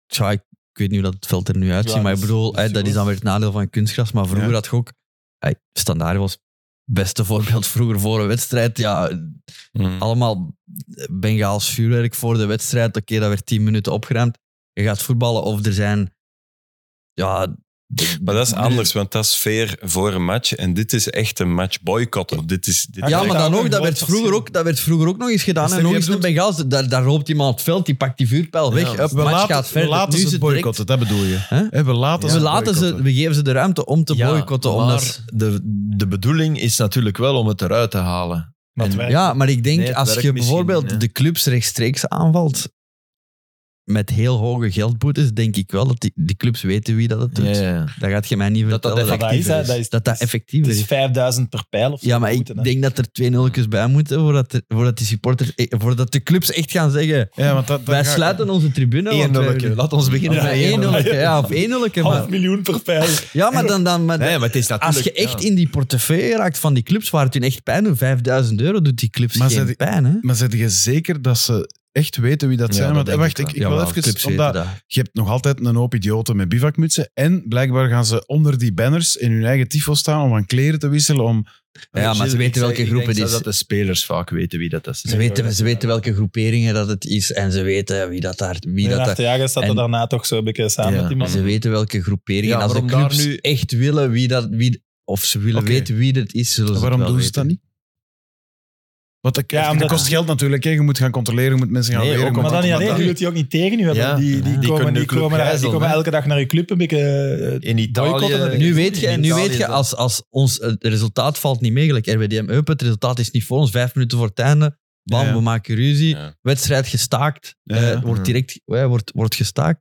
[SPEAKER 4] Tja, ik, ik weet niet hoe dat het veld er nu uitziet,
[SPEAKER 3] Ja,
[SPEAKER 4] maar ik
[SPEAKER 3] dat is-
[SPEAKER 4] bedoel,
[SPEAKER 3] dat is
[SPEAKER 4] hè, dat is dan weer het nadeel van kunstgras. Maar vroeger
[SPEAKER 2] Ja.
[SPEAKER 4] had je ook... Hey, standaard was het beste voorbeeld vroeger voor een wedstrijd. Ja, Mhm. allemaal Bengaals vuurwerk voor de wedstrijd. Oké, dat werd 10 minuten opgeruimd. Je gaat voetballen of er zijn... Ja,
[SPEAKER 6] Maar dat is anders, want dat is sfeer voor een match. En dit is echt een match boycotten. Dit is, dit
[SPEAKER 3] Ja,
[SPEAKER 4] Ja, maar
[SPEAKER 3] dat
[SPEAKER 4] dan
[SPEAKER 3] is ook
[SPEAKER 4] ook,
[SPEAKER 3] een
[SPEAKER 4] dat
[SPEAKER 3] groot
[SPEAKER 4] werd, vroeger
[SPEAKER 3] verschil.
[SPEAKER 4] ook, dat werd vroeger ook nog eens gedaan.
[SPEAKER 2] Is dat
[SPEAKER 4] En nog
[SPEAKER 2] wie
[SPEAKER 4] eens
[SPEAKER 2] je
[SPEAKER 4] een Bengaals, daar, daar loopt iemand op het veld, die pakt die vuurpijl weg.
[SPEAKER 5] Ja,
[SPEAKER 4] Up,
[SPEAKER 2] we
[SPEAKER 4] match
[SPEAKER 2] laten,
[SPEAKER 4] gaat verder.
[SPEAKER 2] we laten
[SPEAKER 4] Nu
[SPEAKER 2] ze
[SPEAKER 4] is
[SPEAKER 2] het
[SPEAKER 4] direct-
[SPEAKER 2] boycotten, dat bedoel je.
[SPEAKER 4] Hè?
[SPEAKER 2] Hè, we laten,
[SPEAKER 4] we,
[SPEAKER 2] ze,
[SPEAKER 4] laten ze,
[SPEAKER 2] boycotten.
[SPEAKER 4] we geven ze de ruimte om te
[SPEAKER 5] Ja,
[SPEAKER 4] boycotten.
[SPEAKER 5] maar
[SPEAKER 4] omdat ze-
[SPEAKER 5] de, de bedoeling is natuurlijk wel om het eruit te halen.
[SPEAKER 3] Maar het
[SPEAKER 5] En-
[SPEAKER 3] werkt.
[SPEAKER 4] Ja, maar ik denk
[SPEAKER 5] Nee, het
[SPEAKER 4] als
[SPEAKER 5] werkt
[SPEAKER 4] je
[SPEAKER 5] misschien
[SPEAKER 4] bijvoorbeeld
[SPEAKER 5] niet, hè.
[SPEAKER 4] de clubs rechtstreeks aanvalt met heel hoge geldboetes, denk ik wel dat die, die clubs weten wie dat het doet.
[SPEAKER 5] Ja, ja.
[SPEAKER 4] Dat gaat je mij niet
[SPEAKER 5] Dat dat
[SPEAKER 4] vertellen.
[SPEAKER 3] Maar dat is, hè, dat is,
[SPEAKER 4] dat dat effectiever
[SPEAKER 3] het is
[SPEAKER 4] is.
[SPEAKER 3] 5000 per pijl of zo.
[SPEAKER 4] Ja, maar
[SPEAKER 3] Moeten, hè.
[SPEAKER 4] ik denk dat er twee nulletjes bij moeten voordat, er- voordat die supporters, eh, voordat de clubs echt gaan zeggen,
[SPEAKER 2] Ja, want dat, dat
[SPEAKER 4] wij
[SPEAKER 2] ga-
[SPEAKER 4] sluiten onze tribune. want
[SPEAKER 5] Eén
[SPEAKER 4] wij-
[SPEAKER 5] nulletje. Laat ons beginnen
[SPEAKER 4] Of
[SPEAKER 5] met
[SPEAKER 4] bij één
[SPEAKER 5] één nulletje.
[SPEAKER 4] nulletje, ja, of één nulletje.
[SPEAKER 3] Half
[SPEAKER 4] Maar,
[SPEAKER 3] miljoen per pijl.
[SPEAKER 4] ja, maar dan... dan maar,
[SPEAKER 5] Nee, maar het is
[SPEAKER 4] als
[SPEAKER 5] natuurlijk...
[SPEAKER 4] je echt
[SPEAKER 5] ja.
[SPEAKER 4] in die portefeuille raakt van die clubs waar het hun echt pijn doet, 5000 euro doet die clubs
[SPEAKER 2] Maar
[SPEAKER 4] geen
[SPEAKER 2] zij-
[SPEAKER 4] pijn. Hè?
[SPEAKER 2] Maar zeg je zeker dat ze echt weten wie dat zijn? want, eh, wacht, ik, ik wil even... Omdat, je hebt nog altijd een hoop idioten met bivakmutsen. En blijkbaar gaan ze onder die banners in hun eigen tifo staan om aan kleren te wisselen. Om,
[SPEAKER 4] Ja, maar ze weten welke groepen
[SPEAKER 5] het
[SPEAKER 4] die
[SPEAKER 5] is.
[SPEAKER 4] is.
[SPEAKER 5] dat de spelers vaak weten wie dat is.
[SPEAKER 4] Ze weten, ze weten welke groeperingen dat het is en ze weten wie dat daar... Wie dat
[SPEAKER 3] Leonard
[SPEAKER 4] daar
[SPEAKER 3] de Jager staat er
[SPEAKER 4] en-
[SPEAKER 3] daarna toch zo een beetje samen
[SPEAKER 5] Ja,
[SPEAKER 3] met die man.
[SPEAKER 4] ze weten welke groeperingen.
[SPEAKER 5] Ja,
[SPEAKER 4] En als de
[SPEAKER 5] maar om daar
[SPEAKER 4] clubs nu
[SPEAKER 5] nu-
[SPEAKER 4] echt willen wie dat... Wie, of ze willen
[SPEAKER 2] Oké.
[SPEAKER 4] weten wie dat is, zullen ze
[SPEAKER 2] waarom
[SPEAKER 4] het
[SPEAKER 2] doen
[SPEAKER 4] wel
[SPEAKER 2] ze dat
[SPEAKER 4] weten.
[SPEAKER 2] niet? Want dat,
[SPEAKER 3] Ja,
[SPEAKER 2] dat
[SPEAKER 3] omdat-
[SPEAKER 2] kost geld natuurlijk. Hè. Je moet gaan controleren, je moet mensen gaan
[SPEAKER 5] Nee,
[SPEAKER 2] leren.
[SPEAKER 5] ook
[SPEAKER 2] je
[SPEAKER 3] Maar
[SPEAKER 2] moet-
[SPEAKER 3] dan niet alleen,
[SPEAKER 5] Omdat-
[SPEAKER 3] die wilt die ook niet tegen u hebben.
[SPEAKER 5] Ja.
[SPEAKER 3] die, die,
[SPEAKER 5] Ja. Die
[SPEAKER 3] komen,
[SPEAKER 5] kunnen
[SPEAKER 3] die,
[SPEAKER 5] de club
[SPEAKER 3] komen, daar- die
[SPEAKER 5] gijzelen,
[SPEAKER 3] komen
[SPEAKER 5] hè.
[SPEAKER 3] elke dag naar je club een beetje... eh,
[SPEAKER 5] In Italië...
[SPEAKER 3] Boycotten,
[SPEAKER 4] Nu weet je, en nu
[SPEAKER 5] In Italië
[SPEAKER 4] weet je
[SPEAKER 5] is
[SPEAKER 4] als, als ons eh, het resultaat valt niet mee, gelijk RWDM Eupen, het resultaat is niet voor ons, vijf minuten voor het einde, bam,
[SPEAKER 2] Ja, ja.
[SPEAKER 4] we maken ruzie,
[SPEAKER 6] Ja.
[SPEAKER 4] wedstrijd gestaakt,
[SPEAKER 2] Ja,
[SPEAKER 4] eh,
[SPEAKER 2] ja.
[SPEAKER 4] wordt direct eh, wordt, wordt gestaakt,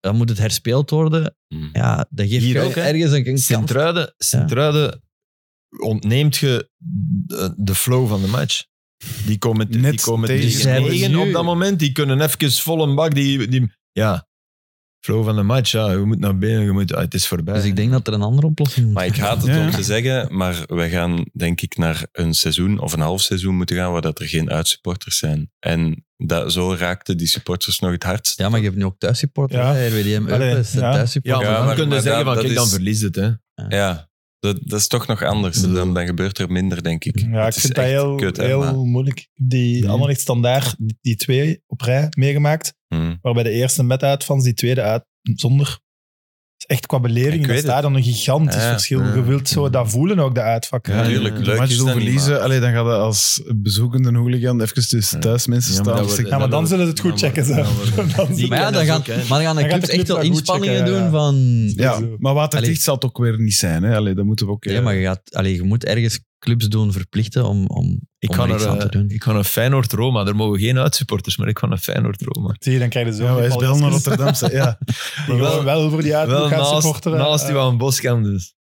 [SPEAKER 4] dan moet het herspeeld worden.
[SPEAKER 6] Mm.
[SPEAKER 4] Ja, dat geeft
[SPEAKER 5] Hier
[SPEAKER 4] je
[SPEAKER 5] ook, hè.
[SPEAKER 4] ergens een, een kans.
[SPEAKER 5] Sint-Truiden, Sint-Truiden ontneemt je de, de flow van de match. Die komen, te-
[SPEAKER 2] Net
[SPEAKER 5] die komen
[SPEAKER 2] tegen-
[SPEAKER 5] tegen
[SPEAKER 4] Zij hebben
[SPEAKER 5] negen
[SPEAKER 4] nu-
[SPEAKER 5] op dat moment. Die kunnen even vol een bak. Die, die, ja, flow van de match. Ja. Je moet naar binnen. Je moet, ah, het is voorbij.
[SPEAKER 4] Dus ik denk dat er een andere oplossing moet
[SPEAKER 6] Maar ik haat het
[SPEAKER 2] Ja.
[SPEAKER 6] om te zeggen, maar wij gaan denk ik naar een seizoen of een half seizoen moeten gaan waar dat er geen uitsupporters zijn. En dat, zo raakten die supporters nog het hardst.
[SPEAKER 4] Ja, maar je hebt nu ook thuissupporters.
[SPEAKER 3] Ja.
[SPEAKER 4] hè, RWDM
[SPEAKER 3] Allee,
[SPEAKER 4] Eupen is een
[SPEAKER 3] ja.
[SPEAKER 5] ja,
[SPEAKER 4] thuissupporter.
[SPEAKER 5] maar dan
[SPEAKER 6] maar-
[SPEAKER 5] kun je
[SPEAKER 6] maar
[SPEAKER 5] zeggen:
[SPEAKER 6] dat-
[SPEAKER 5] van,
[SPEAKER 6] dat
[SPEAKER 5] kijk, dan
[SPEAKER 6] is-
[SPEAKER 5] verliest het. Hè.
[SPEAKER 6] Ja, dat, dat is toch nog anders. Dan, dan gebeurt er minder, denk ik.
[SPEAKER 3] Ja, ik
[SPEAKER 6] Het is
[SPEAKER 3] vind dat
[SPEAKER 6] echt
[SPEAKER 3] heel,
[SPEAKER 6] kut, hè,
[SPEAKER 3] heel
[SPEAKER 6] maar-
[SPEAKER 3] moeilijk. Die
[SPEAKER 2] Ja.
[SPEAKER 3] Anderlecht standaard, die, die twee op rij meegemaakt.
[SPEAKER 6] Hm.
[SPEAKER 3] waarbij de eerste met uitvans, die tweede uit zonder. Het is echt qua beleving
[SPEAKER 6] Ik
[SPEAKER 3] in het
[SPEAKER 6] weet het.
[SPEAKER 3] stadion een gigantisch
[SPEAKER 6] Ja,
[SPEAKER 3] verschil.
[SPEAKER 5] ja.
[SPEAKER 3] Je wilt zo dat voelen ook, de uitvak.
[SPEAKER 5] Ja,
[SPEAKER 3] Ja,
[SPEAKER 6] Tuurlijk,
[SPEAKER 5] ja.
[SPEAKER 6] leuk
[SPEAKER 2] match
[SPEAKER 6] is dat
[SPEAKER 2] doen
[SPEAKER 6] niet, maar-
[SPEAKER 2] verliezen, allee, dan gaat dat als bezoekende hooligan even tussen
[SPEAKER 6] Ja.
[SPEAKER 2] thuis mensen
[SPEAKER 5] Ja, maar
[SPEAKER 2] staan.
[SPEAKER 5] dat
[SPEAKER 2] Stik-
[SPEAKER 5] wordt-
[SPEAKER 3] maar dan zullen ze het goed
[SPEAKER 5] Ja,
[SPEAKER 3] checken. Zo.
[SPEAKER 5] maar- ja,
[SPEAKER 3] <laughs>
[SPEAKER 5] maar-
[SPEAKER 3] Dan
[SPEAKER 5] Die-
[SPEAKER 3] zullen-
[SPEAKER 4] Maar ja, dan
[SPEAKER 5] dat
[SPEAKER 4] gaan,
[SPEAKER 5] ook, hè.
[SPEAKER 4] maar dan gaan de
[SPEAKER 3] Dan gaat
[SPEAKER 4] clubs
[SPEAKER 3] de
[SPEAKER 4] echt
[SPEAKER 3] club
[SPEAKER 4] wel
[SPEAKER 3] wel goed
[SPEAKER 4] inspanningen
[SPEAKER 3] checken, ja,
[SPEAKER 4] doen
[SPEAKER 3] ja.
[SPEAKER 4] van...
[SPEAKER 2] Ja, maar waterdicht
[SPEAKER 4] Allee.
[SPEAKER 2] zal het ook weer niet zijn. Hè? Allee, dat moeten we ook... eh,
[SPEAKER 4] Nee, maar je, gaat, allee, je moet ergens clubs doen verplichten om, om,
[SPEAKER 5] Ik
[SPEAKER 4] om
[SPEAKER 5] ga,
[SPEAKER 4] er
[SPEAKER 5] naar,
[SPEAKER 4] iets aan te
[SPEAKER 5] eh,
[SPEAKER 4] doen.
[SPEAKER 5] ik ga naar Feyenoord-Roma. Daar mogen geen uitsupporters, maar ik ga naar Feyenoord-Roma.
[SPEAKER 3] Zie je, dan krijg je zo.
[SPEAKER 2] Ja, wij
[SPEAKER 3] die
[SPEAKER 2] is bel naar
[SPEAKER 3] balletjes
[SPEAKER 2] Rotterdam. ze- Ja.
[SPEAKER 3] Die
[SPEAKER 5] wel-
[SPEAKER 3] gewoon wel voor die
[SPEAKER 5] Wel
[SPEAKER 3] uitvoer gaan
[SPEAKER 5] naast,
[SPEAKER 3] supporteren.
[SPEAKER 5] naast die
[SPEAKER 3] Ja,
[SPEAKER 5] van Boskamp dus.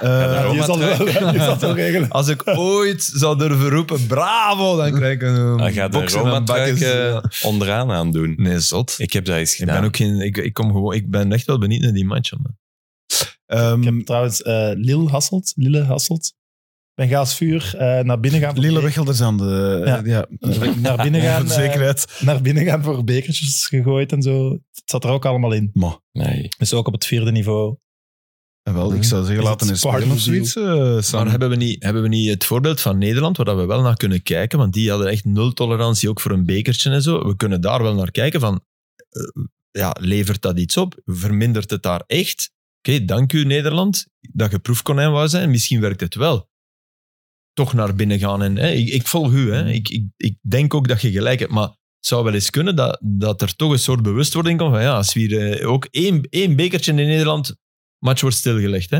[SPEAKER 2] Eh,
[SPEAKER 3] eh, die zal wel die zal het wel
[SPEAKER 5] <laughs>
[SPEAKER 3] regelen.
[SPEAKER 5] Als
[SPEAKER 2] <laughs>
[SPEAKER 5] ik ooit zou durven roepen, bravo, dan krijg ik een
[SPEAKER 6] Hij gaat de
[SPEAKER 5] boksen
[SPEAKER 6] roma
[SPEAKER 5] en bakjes.
[SPEAKER 6] truik eh, onderaan aandoen.
[SPEAKER 5] Nee, zot.
[SPEAKER 6] Ik heb dat eens
[SPEAKER 5] Ik
[SPEAKER 6] gedaan.
[SPEAKER 5] ben, ook geen, ik, ik, kom gewoon, ik ben echt wel benieuwd naar die match. Man.
[SPEAKER 2] ehm,
[SPEAKER 3] Ik heb trouwens eh Lille Hasselt. Lille Hasselt. Ben ga als vuur eh, naar binnen gaan. voor
[SPEAKER 2] Lille
[SPEAKER 3] beker-
[SPEAKER 2] Wegelders aan de...
[SPEAKER 3] Ja.
[SPEAKER 2] Ja. <laughs> Ja.
[SPEAKER 3] Naar binnen gaan.
[SPEAKER 2] Voor de
[SPEAKER 3] eh,
[SPEAKER 2] zekerheid.
[SPEAKER 3] <laughs> naar binnen gaan voor bekertjes gegooid en zo. Het zat er ook allemaal in.
[SPEAKER 2] Maar,
[SPEAKER 6] Nee.
[SPEAKER 3] Dus ook op het vierde niveau.
[SPEAKER 2] eh, wel, ik zou zeggen,
[SPEAKER 3] Is
[SPEAKER 2] laten
[SPEAKER 3] het
[SPEAKER 2] eens
[SPEAKER 3] part
[SPEAKER 2] spelen
[SPEAKER 3] of
[SPEAKER 2] of
[SPEAKER 3] the
[SPEAKER 2] zoiets. eh, Sam.
[SPEAKER 5] Maar hebben we, niet, hebben we niet het voorbeeld van Nederland, waar dat we wel naar kunnen kijken? Want die hadden echt nul tolerantie, ook voor een bekertje en zo. We kunnen daar wel naar kijken van, eh, ja, levert dat iets op? Vermindert het daar echt? Oké, dank u Nederland, dat je proefkonijn wou zijn. Misschien werkt het wel. Toch naar binnen gaan. En, hè, ik, ik volg u, hè. Ik, ik, ik denk ook dat je gelijk hebt, maar... Het zou wel eens kunnen dat, dat er toch een soort bewustwording komt van ja, als we hier eh, ook één, één bekertje in Nederland, match wordt stilgelegd. Hè?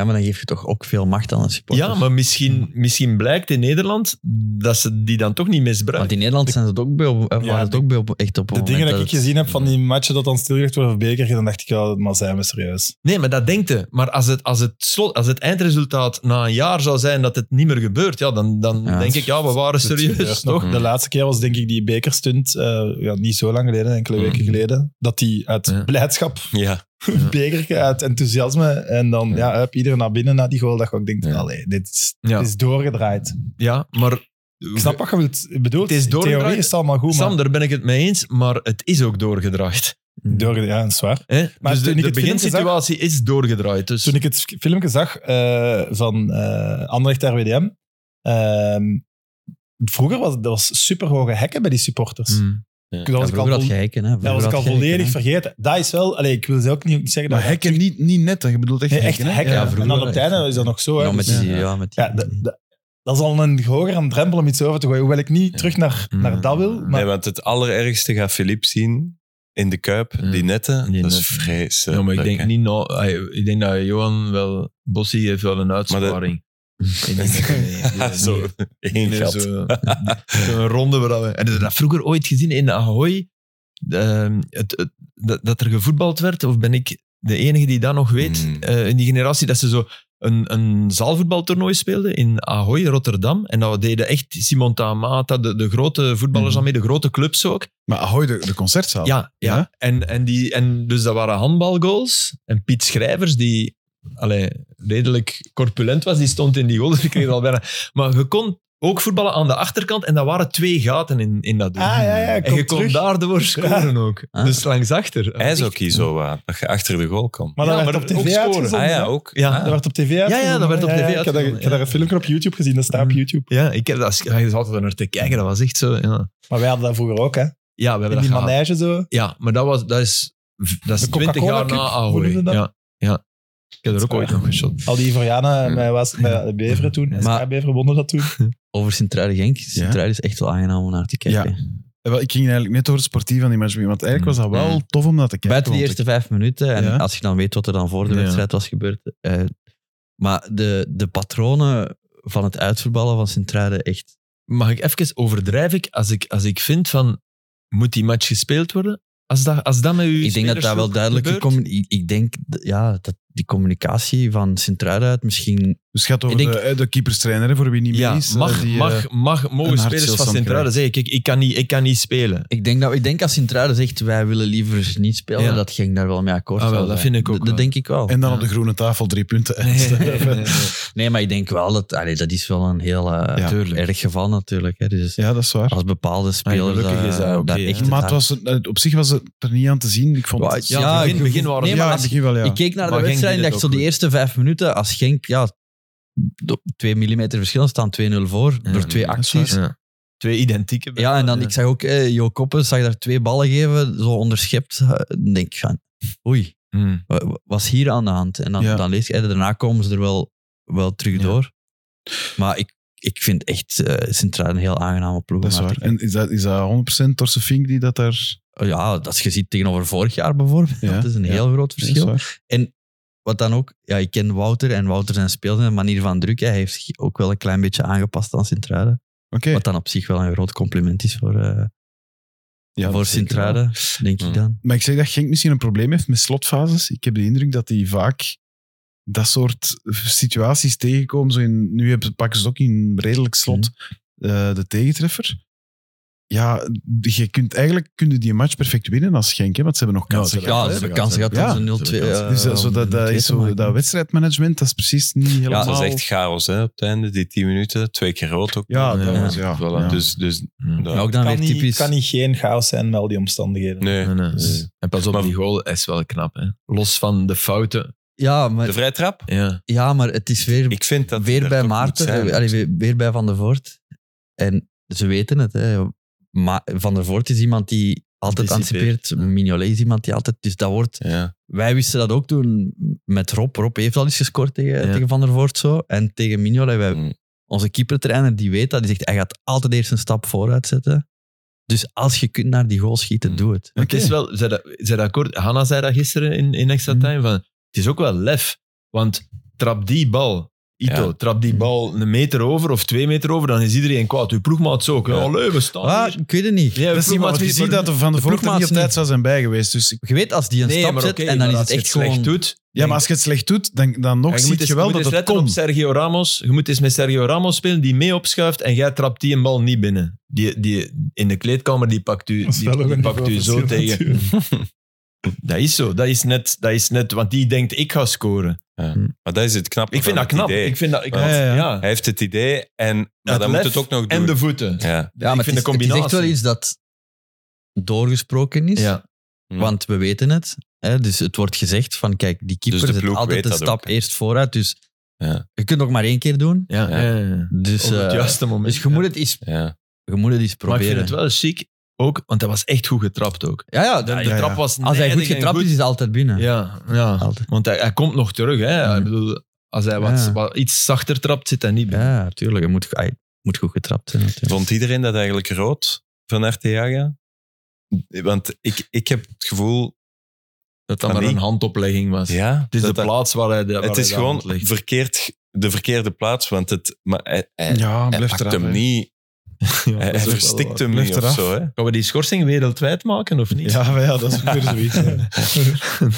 [SPEAKER 4] Ja, maar dan geef je toch ook veel macht aan een supporter.
[SPEAKER 5] Ja, maar misschien, misschien blijkt in Nederland dat ze die dan toch niet
[SPEAKER 4] Want
[SPEAKER 5] misbruiken.
[SPEAKER 4] in Nederland zijn ze het ook bij op, eh,
[SPEAKER 3] Ja,
[SPEAKER 4] waren het ook bij op, echt op
[SPEAKER 3] De dingen dat ik
[SPEAKER 4] je
[SPEAKER 3] gezien heb van die matchen dat dan stilgelegd worden voor beker, dan dacht ik, ja, maar zijn we serieus.
[SPEAKER 5] Nee, maar dat denkt je. Maar als het, als, het slot, als het eindresultaat na een jaar zou zijn dat het niet meer gebeurt, ja, dan, dan
[SPEAKER 4] Ja.
[SPEAKER 5] denk ik, ja, we waren
[SPEAKER 3] Dat
[SPEAKER 5] serieus
[SPEAKER 3] gebeurt
[SPEAKER 5] toch?
[SPEAKER 3] nog. De laatste keer was denk ik die bekerstunt, eh, ja, niet zo lang geleden, enkele
[SPEAKER 5] Mm.
[SPEAKER 3] weken geleden, dat die uit
[SPEAKER 5] Ja.
[SPEAKER 3] blijdschap,
[SPEAKER 6] Ja.
[SPEAKER 3] beker, uit enthousiasme, en dan ja. heb iedereen naar binnen na die goal, dat je ook denkt,
[SPEAKER 6] Ja.
[SPEAKER 3] allee, dit is,
[SPEAKER 5] Ja.
[SPEAKER 3] dit is doorgedraaid.
[SPEAKER 5] Ja, maar...
[SPEAKER 3] Ik snap wat je wilt, bedoelt,
[SPEAKER 5] Het is
[SPEAKER 3] in theorie
[SPEAKER 5] doorgedraaid.
[SPEAKER 3] is het allemaal goed,
[SPEAKER 5] Sam,
[SPEAKER 3] maar
[SPEAKER 5] daar ben ik het mee eens, maar het is ook doorgedraaid.
[SPEAKER 3] doorgedraaid, Mm. ja, dat is waar.
[SPEAKER 5] Hè?
[SPEAKER 3] Maar
[SPEAKER 5] dus de,
[SPEAKER 3] toen ik
[SPEAKER 5] de
[SPEAKER 3] het filmpje
[SPEAKER 5] beginsituatie is doorgedraaid. Dus
[SPEAKER 3] Toen ik het filmpje zag eh, van eh Anderlecht RWDM, ehm, vroeger was het super hoge hekken bij die supporters.
[SPEAKER 5] Hmm.
[SPEAKER 3] Dat was ik al,
[SPEAKER 4] vroeger had
[SPEAKER 3] vol-
[SPEAKER 4] je hekken, hè.
[SPEAKER 3] dat
[SPEAKER 4] Vroeger
[SPEAKER 3] was ik
[SPEAKER 4] had
[SPEAKER 3] al
[SPEAKER 4] je hekken,
[SPEAKER 3] volledig
[SPEAKER 4] hè.
[SPEAKER 3] vergeten. Dat is wel, allee, ik wil ze ook niet, niet zeggen dat
[SPEAKER 2] Maar hekken niet, niet net, hè. je bedoelt echt
[SPEAKER 3] Nee, echt
[SPEAKER 2] hekken. hè?
[SPEAKER 3] hekken.
[SPEAKER 2] Ja,
[SPEAKER 4] Ja,
[SPEAKER 3] en dan op het
[SPEAKER 4] vroeger,
[SPEAKER 3] einde is dat nog zo. hè.
[SPEAKER 4] Ja, met
[SPEAKER 3] Dus,
[SPEAKER 4] die...
[SPEAKER 3] ja,
[SPEAKER 4] Ja, met die-
[SPEAKER 3] ja,
[SPEAKER 5] Mm.
[SPEAKER 3] de- de- dat is al een hogere drempel om iets over te gooien. Hoewel ik niet terug naar,
[SPEAKER 5] Ja. Mm.
[SPEAKER 3] naar dat wil. Maar
[SPEAKER 6] Nee, want het allerergste gaat Filip zien in de Kuip.
[SPEAKER 5] Ja.
[SPEAKER 6] Die netten,
[SPEAKER 5] Die
[SPEAKER 6] dat is
[SPEAKER 5] netten.
[SPEAKER 6] vreselijk.
[SPEAKER 5] ja, maar ik denk
[SPEAKER 6] hè.
[SPEAKER 5] niet... nou- ah, ik denk dat Johan wel... Bossi heeft wel een uitsparing. <laughs> Ik denk <laughs> dat- nee, nee,
[SPEAKER 6] Zo,
[SPEAKER 5] nee.
[SPEAKER 6] één
[SPEAKER 5] Nee,
[SPEAKER 6] gat.
[SPEAKER 5] zo- Zo'n eh, ronde waar we... Heb je dat vroeger ooit gezien in Ahoy? Ehm, het, het- dat, dat er gevoetbald werd? Of ben ik de enige die dat nog weet?
[SPEAKER 6] Mm.
[SPEAKER 5] Eh, in die generatie dat ze zo een, een zaalvoetbaltoernooi speelden in Ahoy, Rotterdam. En dat deden echt Simon Tamata, de, de grote voetballers
[SPEAKER 2] Mhm.
[SPEAKER 5] aan mee, de grote clubs ook.
[SPEAKER 2] Maar Ahoy, de, de concertzaal.
[SPEAKER 5] Ja, ja.
[SPEAKER 2] Ja.
[SPEAKER 5] En, en, die, en dus dat waren handbalgoals. En Piet Schrijvers, die allee, redelijk corpulent was, die stond in die goal. Dus ik kreeg het al bijna. Maar je kon ook voetballen aan de achterkant. En dat waren twee gaten in, in dat doel.
[SPEAKER 3] ah, ja, ja,
[SPEAKER 5] en je
[SPEAKER 3] kom
[SPEAKER 5] kon
[SPEAKER 3] terug.
[SPEAKER 5] daardoor scoren ook.
[SPEAKER 4] Ah.
[SPEAKER 5] Dus langs achter.
[SPEAKER 6] IJshockey zo wat, dat je achter de goal komt.
[SPEAKER 3] Maar dat
[SPEAKER 5] Ja,
[SPEAKER 3] werd
[SPEAKER 5] maar
[SPEAKER 3] op
[SPEAKER 5] ook
[SPEAKER 3] tv
[SPEAKER 5] scoren.
[SPEAKER 3] uitgezonden.
[SPEAKER 6] ah
[SPEAKER 3] hè?
[SPEAKER 6] ja, ook.
[SPEAKER 5] Ja.
[SPEAKER 6] Ah.
[SPEAKER 3] Dat werd op tv uitgezonden.
[SPEAKER 5] dat werd op
[SPEAKER 3] hè?
[SPEAKER 5] tv
[SPEAKER 3] Ik heb dat- Ik heb
[SPEAKER 5] uitgezonden,
[SPEAKER 3] daar een filmpje op YouTube gezien, dat staat op
[SPEAKER 5] Mhm.
[SPEAKER 3] YouTube.
[SPEAKER 5] Ja, ik heb dat ik zat er naar te kijken. Dat was echt zo. Ja,
[SPEAKER 3] Maar wij hadden dat vroeger ook, hè.
[SPEAKER 5] ja we hebben
[SPEAKER 3] In
[SPEAKER 5] dat
[SPEAKER 3] die
[SPEAKER 5] gehad.
[SPEAKER 3] manege zo.
[SPEAKER 5] Ja, maar dat, was, dat is, dat is
[SPEAKER 3] De
[SPEAKER 5] 20 jaar na
[SPEAKER 3] Coca-Cola-cup, hoe
[SPEAKER 5] Ahoy.
[SPEAKER 3] noemde dat?
[SPEAKER 5] Ja, ja. Ik heb er ook
[SPEAKER 3] Ja.
[SPEAKER 5] ooit nog geschot.
[SPEAKER 3] Al die Ivorianen bij, was, bij Beveren toen.
[SPEAKER 5] Mm. Ja. Nou,
[SPEAKER 3] Maar,
[SPEAKER 4] Maar-
[SPEAKER 3] Beveren wonnen dat toen.
[SPEAKER 4] Over Sint-Truiden-Genk. Sint-Truiden is echt wel aangenaam om naar te kijken.
[SPEAKER 2] Eh, wel, Ik ging eigenlijk net over het sportief aan die match beginnen, Want eigenlijk was dat wel tof om naar te kijken.
[SPEAKER 4] Buiten die
[SPEAKER 2] want
[SPEAKER 4] eerste vijf minuten. En
[SPEAKER 2] Ja.
[SPEAKER 4] als je dan weet wat er dan voor de
[SPEAKER 5] Ja.
[SPEAKER 4] wedstrijd was gebeurd. eh, maar de, de patronen van het uitvoetballen van Sint-Truiden echt...
[SPEAKER 5] mag ik even overdrijf ik als ik, als ik vind van moet die match gespeeld worden? Als dat, als dat met uw
[SPEAKER 4] Ik denk dat dat wel
[SPEAKER 5] spelersgroep
[SPEAKER 4] duidelijk...
[SPEAKER 5] gebeurt?
[SPEAKER 4] gecommu- Ik, ik denk d- ja, dat die communicatie van Sint-Truiden uit misschien...
[SPEAKER 2] Dus het gaat over
[SPEAKER 4] Ik denk-
[SPEAKER 2] de, eh, de keeperstrainer, hè, voor wie niet
[SPEAKER 5] ja,
[SPEAKER 2] meer is. eh,
[SPEAKER 5] mag,
[SPEAKER 2] die, eh,
[SPEAKER 5] mag, mag, mogen
[SPEAKER 2] een
[SPEAKER 5] spelers van
[SPEAKER 2] hartstilstand
[SPEAKER 5] Sint-Truiden zeggen, kijk, ik kan niet, ik kan niet spelen.
[SPEAKER 4] Ik denk, dat, ik denk als Sint-Truiden zegt, wij willen liever niet spelen,
[SPEAKER 5] Ja.
[SPEAKER 4] dat Genk daar wel mee akkoord
[SPEAKER 5] Ah, wel,
[SPEAKER 4] zal
[SPEAKER 5] dat
[SPEAKER 4] zijn.
[SPEAKER 5] vind ik ook
[SPEAKER 4] D- Dat,
[SPEAKER 5] wel.
[SPEAKER 4] denk ik wel.
[SPEAKER 2] En dan op de groene tafel drie punten. <laughs>
[SPEAKER 5] <laughs>
[SPEAKER 4] Nee, maar ik denk wel dat... allee, dat is wel een heel eh,
[SPEAKER 2] Ja.
[SPEAKER 5] Tuurlijk.
[SPEAKER 4] erg geval natuurlijk. Hè. Dus
[SPEAKER 2] Ja, dat is waar.
[SPEAKER 4] als bepaalde spelers
[SPEAKER 5] gelukkig
[SPEAKER 4] dat,
[SPEAKER 5] is dat oké, hè.
[SPEAKER 4] echt... het
[SPEAKER 2] Maar
[SPEAKER 4] hard-
[SPEAKER 2] het was, eh, op zich was het er niet aan te zien. Ik vond
[SPEAKER 4] Ja,
[SPEAKER 2] het-
[SPEAKER 4] ja, Ja,
[SPEAKER 5] in het begin waren-
[SPEAKER 4] Nee,
[SPEAKER 2] ja,
[SPEAKER 4] maar
[SPEAKER 2] in het
[SPEAKER 4] als-
[SPEAKER 2] begin wel, ja.
[SPEAKER 4] Ik keek naar
[SPEAKER 5] Maar
[SPEAKER 4] de
[SPEAKER 5] Genk
[SPEAKER 4] wedstrijd en
[SPEAKER 5] deed
[SPEAKER 4] dacht
[SPEAKER 5] het
[SPEAKER 4] zo,
[SPEAKER 5] ook
[SPEAKER 4] die eerste vijf minuten, als Genk, ja, do- twee millimeter verschil, staan 2-0 voor,
[SPEAKER 5] Ja,
[SPEAKER 4] door twee
[SPEAKER 5] dat
[SPEAKER 4] acties.
[SPEAKER 5] Ja. Twee identieke.
[SPEAKER 4] Ja, en dan, ik zag ook, eh, Jo Koppen zag daar twee ballen geven, zo onderschept. eh, Dan denk ik van, oei,
[SPEAKER 5] Hmm.
[SPEAKER 4] wa- wa- wat is hier aan de hand? En dan,
[SPEAKER 2] Ja.
[SPEAKER 4] dan lees je, eh, daarna komen ze er wel, wel terug
[SPEAKER 5] Ja.
[SPEAKER 4] door. Maar ik, ik vind echt eh Centraal een heel aangename ploeg.
[SPEAKER 2] Dat
[SPEAKER 4] om
[SPEAKER 2] is
[SPEAKER 4] naar
[SPEAKER 2] waar.
[SPEAKER 4] te
[SPEAKER 2] En is dat, is dat 100% Torse Fink die dat daar...
[SPEAKER 4] kijken. Ja, dat is gezien tegenover vorig jaar bijvoorbeeld.
[SPEAKER 2] Ja,
[SPEAKER 4] Dat is een
[SPEAKER 2] ja.
[SPEAKER 4] heel groot
[SPEAKER 2] Dat is
[SPEAKER 4] verschil.
[SPEAKER 2] waar.
[SPEAKER 4] Wat dan ook, ja, ik ken Wouter en Wouter zijn speelde manier van drukken. Hij heeft zich ook wel een klein beetje aangepast aan Sint-Truiden.
[SPEAKER 2] Oké.
[SPEAKER 4] Wat dan op zich wel een groot compliment is voor, eh
[SPEAKER 2] Ja, zeker
[SPEAKER 4] voor Sint-Truiden, denk
[SPEAKER 6] Hmm.
[SPEAKER 4] ik dan.
[SPEAKER 2] Maar ik zeg dat Genk misschien een probleem heeft met slotfases. Ik heb de indruk dat die vaak dat soort situaties tegenkomen. Zo in, nu hebben ze- pakken ze ook in een redelijk slot
[SPEAKER 4] Mhm.
[SPEAKER 2] eh, de tegentreffer. Ja, je kunt eigenlijk kunnen die match perfect winnen als Genk, hè, want ze hebben nog kansen
[SPEAKER 4] ja,
[SPEAKER 2] gehad.
[SPEAKER 4] ze
[SPEAKER 2] hè.
[SPEAKER 4] hebben kansen gehad
[SPEAKER 2] Ja,
[SPEAKER 4] om
[SPEAKER 2] ze
[SPEAKER 4] ze 0-2.
[SPEAKER 5] hebben kansen
[SPEAKER 4] eh,
[SPEAKER 2] Dus dat, zo,
[SPEAKER 4] om
[SPEAKER 2] dat, dat,
[SPEAKER 4] 0-2
[SPEAKER 2] is
[SPEAKER 4] te
[SPEAKER 2] zo,
[SPEAKER 4] maken.
[SPEAKER 2] dat wedstrijdmanagement, dat is precies niet helemaal...
[SPEAKER 6] Dat is echt chaos hè, op het einde, die 10 minuten. Twee keer rood ook.
[SPEAKER 2] Ja, dat
[SPEAKER 5] Ja.
[SPEAKER 2] was... Ja,
[SPEAKER 6] Voilà,
[SPEAKER 2] ja.
[SPEAKER 6] Dus, dus,
[SPEAKER 5] Hmm.
[SPEAKER 6] ja.
[SPEAKER 4] Maar ook dan
[SPEAKER 3] kan,
[SPEAKER 4] weer
[SPEAKER 3] niet,
[SPEAKER 4] typisch.
[SPEAKER 3] kan niet geen chaos zijn met al die omstandigheden.
[SPEAKER 6] Nee.
[SPEAKER 5] Nee, nee.
[SPEAKER 6] Dus-
[SPEAKER 5] En pas op,
[SPEAKER 6] Maar-
[SPEAKER 5] die goal is wel knap. Hè. Los van de fouten.
[SPEAKER 4] Ja, maar,
[SPEAKER 6] De vrije trap?
[SPEAKER 5] Ja.
[SPEAKER 4] ja, maar het is weer,
[SPEAKER 6] Ik vind dat die
[SPEAKER 4] weer
[SPEAKER 6] daar
[SPEAKER 4] bij
[SPEAKER 6] toch moet
[SPEAKER 4] Maarten,
[SPEAKER 6] zijn.
[SPEAKER 4] eh, allee, weer, weer bij Van der Voort. En ze weten het. Hè. Ma Van der Voort is iemand die altijd
[SPEAKER 5] Anticipeert,
[SPEAKER 4] anticipeert. Mignolet is iemand die altijd... Dus dat wordt...
[SPEAKER 6] Ja.
[SPEAKER 4] Wij wisten dat ook toen met Rob. Rob heeft al eens gescoord tegen,
[SPEAKER 5] Ja.
[SPEAKER 4] tegen Van der Voort. Zo. En tegen Mignolet. Wij,
[SPEAKER 6] Mm.
[SPEAKER 4] Onze keepertrainer die weet dat. Die zegt, hij gaat altijd eerst een stap vooruit zetten. Dus als je kunt naar die goal schieten,
[SPEAKER 5] Mm.
[SPEAKER 4] doe het.
[SPEAKER 5] Maar Het is wel, zij dat, zij dat akkoord, Hanna zei dat gisteren in, in extra time, van, het is ook wel lef. Want trap die bal, Ito,
[SPEAKER 6] Ja.
[SPEAKER 5] trap die bal een meter over of twee meter over, dan is iedereen kwaad. Uw ploegmaat ook. hè.
[SPEAKER 6] Ja.
[SPEAKER 5] Allee, we staan
[SPEAKER 4] Ah,
[SPEAKER 5] hier.
[SPEAKER 4] ik weet het niet.
[SPEAKER 2] Dat
[SPEAKER 5] Ja, uw
[SPEAKER 2] is niet,
[SPEAKER 5] ploegmaat
[SPEAKER 2] want je
[SPEAKER 5] is-
[SPEAKER 2] ziet dat er van de voort er
[SPEAKER 4] ploegmaat
[SPEAKER 2] niet op
[SPEAKER 4] is
[SPEAKER 2] tijd
[SPEAKER 4] niet-
[SPEAKER 2] zou zijn bij geweest. Dus ik-
[SPEAKER 4] Je weet als die een
[SPEAKER 5] Nee,
[SPEAKER 4] stap
[SPEAKER 5] maar
[SPEAKER 4] zet
[SPEAKER 5] oké,
[SPEAKER 4] en dan
[SPEAKER 5] maar
[SPEAKER 4] is
[SPEAKER 5] als
[SPEAKER 4] het
[SPEAKER 5] je
[SPEAKER 4] echt gewoon...
[SPEAKER 5] slecht doet,
[SPEAKER 2] ja, maar als je het slecht doet, dan, dan nog
[SPEAKER 5] Ja, je
[SPEAKER 2] zie
[SPEAKER 5] moet
[SPEAKER 2] je
[SPEAKER 5] eens-
[SPEAKER 2] wel
[SPEAKER 5] moet
[SPEAKER 2] dat
[SPEAKER 5] eens
[SPEAKER 2] het
[SPEAKER 5] letten
[SPEAKER 2] komt.
[SPEAKER 5] op Sergio Ramos. Je moet eens met Sergio Ramos spelen, die mee opschuift en jij trapt die een bal niet binnen. Die, die, in de kleedkamer, die pakt u,
[SPEAKER 3] Dat is
[SPEAKER 5] die,
[SPEAKER 3] wel ook
[SPEAKER 5] die
[SPEAKER 3] een
[SPEAKER 5] pakt
[SPEAKER 3] <laughs>
[SPEAKER 5] u
[SPEAKER 3] niveau
[SPEAKER 5] zo
[SPEAKER 3] verschil
[SPEAKER 5] tegen.
[SPEAKER 3] natuurlijk.
[SPEAKER 5] Dat is zo. Dat is, net, dat is net, want die denkt, ik ga scoren.
[SPEAKER 6] Maar dat is het knap.
[SPEAKER 5] Ik vind dat knap.
[SPEAKER 6] Idee.
[SPEAKER 5] Ik vind dat, ik,
[SPEAKER 6] Ja,
[SPEAKER 2] ja, ja.
[SPEAKER 5] ja.
[SPEAKER 6] Hij heeft het idee en maar
[SPEAKER 5] Het
[SPEAKER 6] dan
[SPEAKER 5] lef
[SPEAKER 6] moet het ook nog doen.
[SPEAKER 5] En de voeten.
[SPEAKER 6] ja.
[SPEAKER 4] Ja, maar
[SPEAKER 5] ik vind
[SPEAKER 4] het,
[SPEAKER 5] de
[SPEAKER 4] is, het is
[SPEAKER 5] combinatie.
[SPEAKER 4] echt wel iets dat doorgesproken is,
[SPEAKER 5] Ja.
[SPEAKER 6] Hm.
[SPEAKER 4] want we weten het. Hè? Dus het wordt gezegd van, kijk, die keeper
[SPEAKER 6] Dus de
[SPEAKER 4] zet
[SPEAKER 6] ploeg weet
[SPEAKER 4] altijd een
[SPEAKER 6] dat
[SPEAKER 4] stap
[SPEAKER 6] ook, hè.
[SPEAKER 4] eerst vooruit. Dus
[SPEAKER 6] Ja.
[SPEAKER 4] je kunt het ook maar één keer doen.
[SPEAKER 5] Ja,
[SPEAKER 6] Ja.
[SPEAKER 5] ja. ja, ja.
[SPEAKER 4] Dus,
[SPEAKER 5] Op het
[SPEAKER 4] eh,
[SPEAKER 5] juiste moment.
[SPEAKER 4] dus je, moet het eens,
[SPEAKER 6] Ja.
[SPEAKER 4] je moet het eens
[SPEAKER 5] maar ik
[SPEAKER 4] proberen.
[SPEAKER 5] vind het wel chic, ook, want dat was echt goed getrapt ook.
[SPEAKER 4] Ja, ja,
[SPEAKER 5] De, de
[SPEAKER 4] ja,
[SPEAKER 2] ja.
[SPEAKER 5] trap was
[SPEAKER 4] als hij goed
[SPEAKER 5] nijdig en
[SPEAKER 4] getrapt is, is het altijd binnen.
[SPEAKER 5] Ja, ja.
[SPEAKER 4] Altijd.
[SPEAKER 5] want hij, hij komt nog terug. Hè.
[SPEAKER 4] Mm.
[SPEAKER 5] Ik bedoel, als hij wat,
[SPEAKER 4] Ja.
[SPEAKER 5] wat iets zachter trapt, zit hij niet bij.
[SPEAKER 4] Ja, tuurlijk. Het moet, hij moet goed getrapt zijn. natuurlijk.
[SPEAKER 6] Vond iedereen dat eigenlijk rood van Arteaga? Want ik, ik heb het gevoel...
[SPEAKER 5] Dat dat
[SPEAKER 6] Van
[SPEAKER 5] maar
[SPEAKER 6] wie?
[SPEAKER 5] een handoplegging was.
[SPEAKER 6] Ja,
[SPEAKER 5] Het is
[SPEAKER 6] dat
[SPEAKER 5] de
[SPEAKER 6] dat-
[SPEAKER 5] plaats waar hij de, waar
[SPEAKER 6] het
[SPEAKER 5] hij
[SPEAKER 6] is
[SPEAKER 5] de
[SPEAKER 6] gewoon
[SPEAKER 5] hand legt.
[SPEAKER 6] verkeerd, de verkeerde plaats, want het, maar eh, hij, hij,
[SPEAKER 2] Ja,
[SPEAKER 6] hij
[SPEAKER 2] blijft
[SPEAKER 6] pakt
[SPEAKER 2] eraf.
[SPEAKER 6] hem
[SPEAKER 2] hè.
[SPEAKER 6] niet.
[SPEAKER 5] Ja, dat
[SPEAKER 6] Hij,
[SPEAKER 5] is
[SPEAKER 6] hij
[SPEAKER 5] ook wel
[SPEAKER 6] verstikt
[SPEAKER 5] waar.
[SPEAKER 6] hem
[SPEAKER 2] Blijft
[SPEAKER 6] niet of
[SPEAKER 2] eraf.
[SPEAKER 6] zo. Hè?
[SPEAKER 5] Gaan we die schorsing wereldwijd maken of niet?
[SPEAKER 2] Ja, maar ja, dat is
[SPEAKER 5] <laughs>
[SPEAKER 2] ook weer zoiets. ja.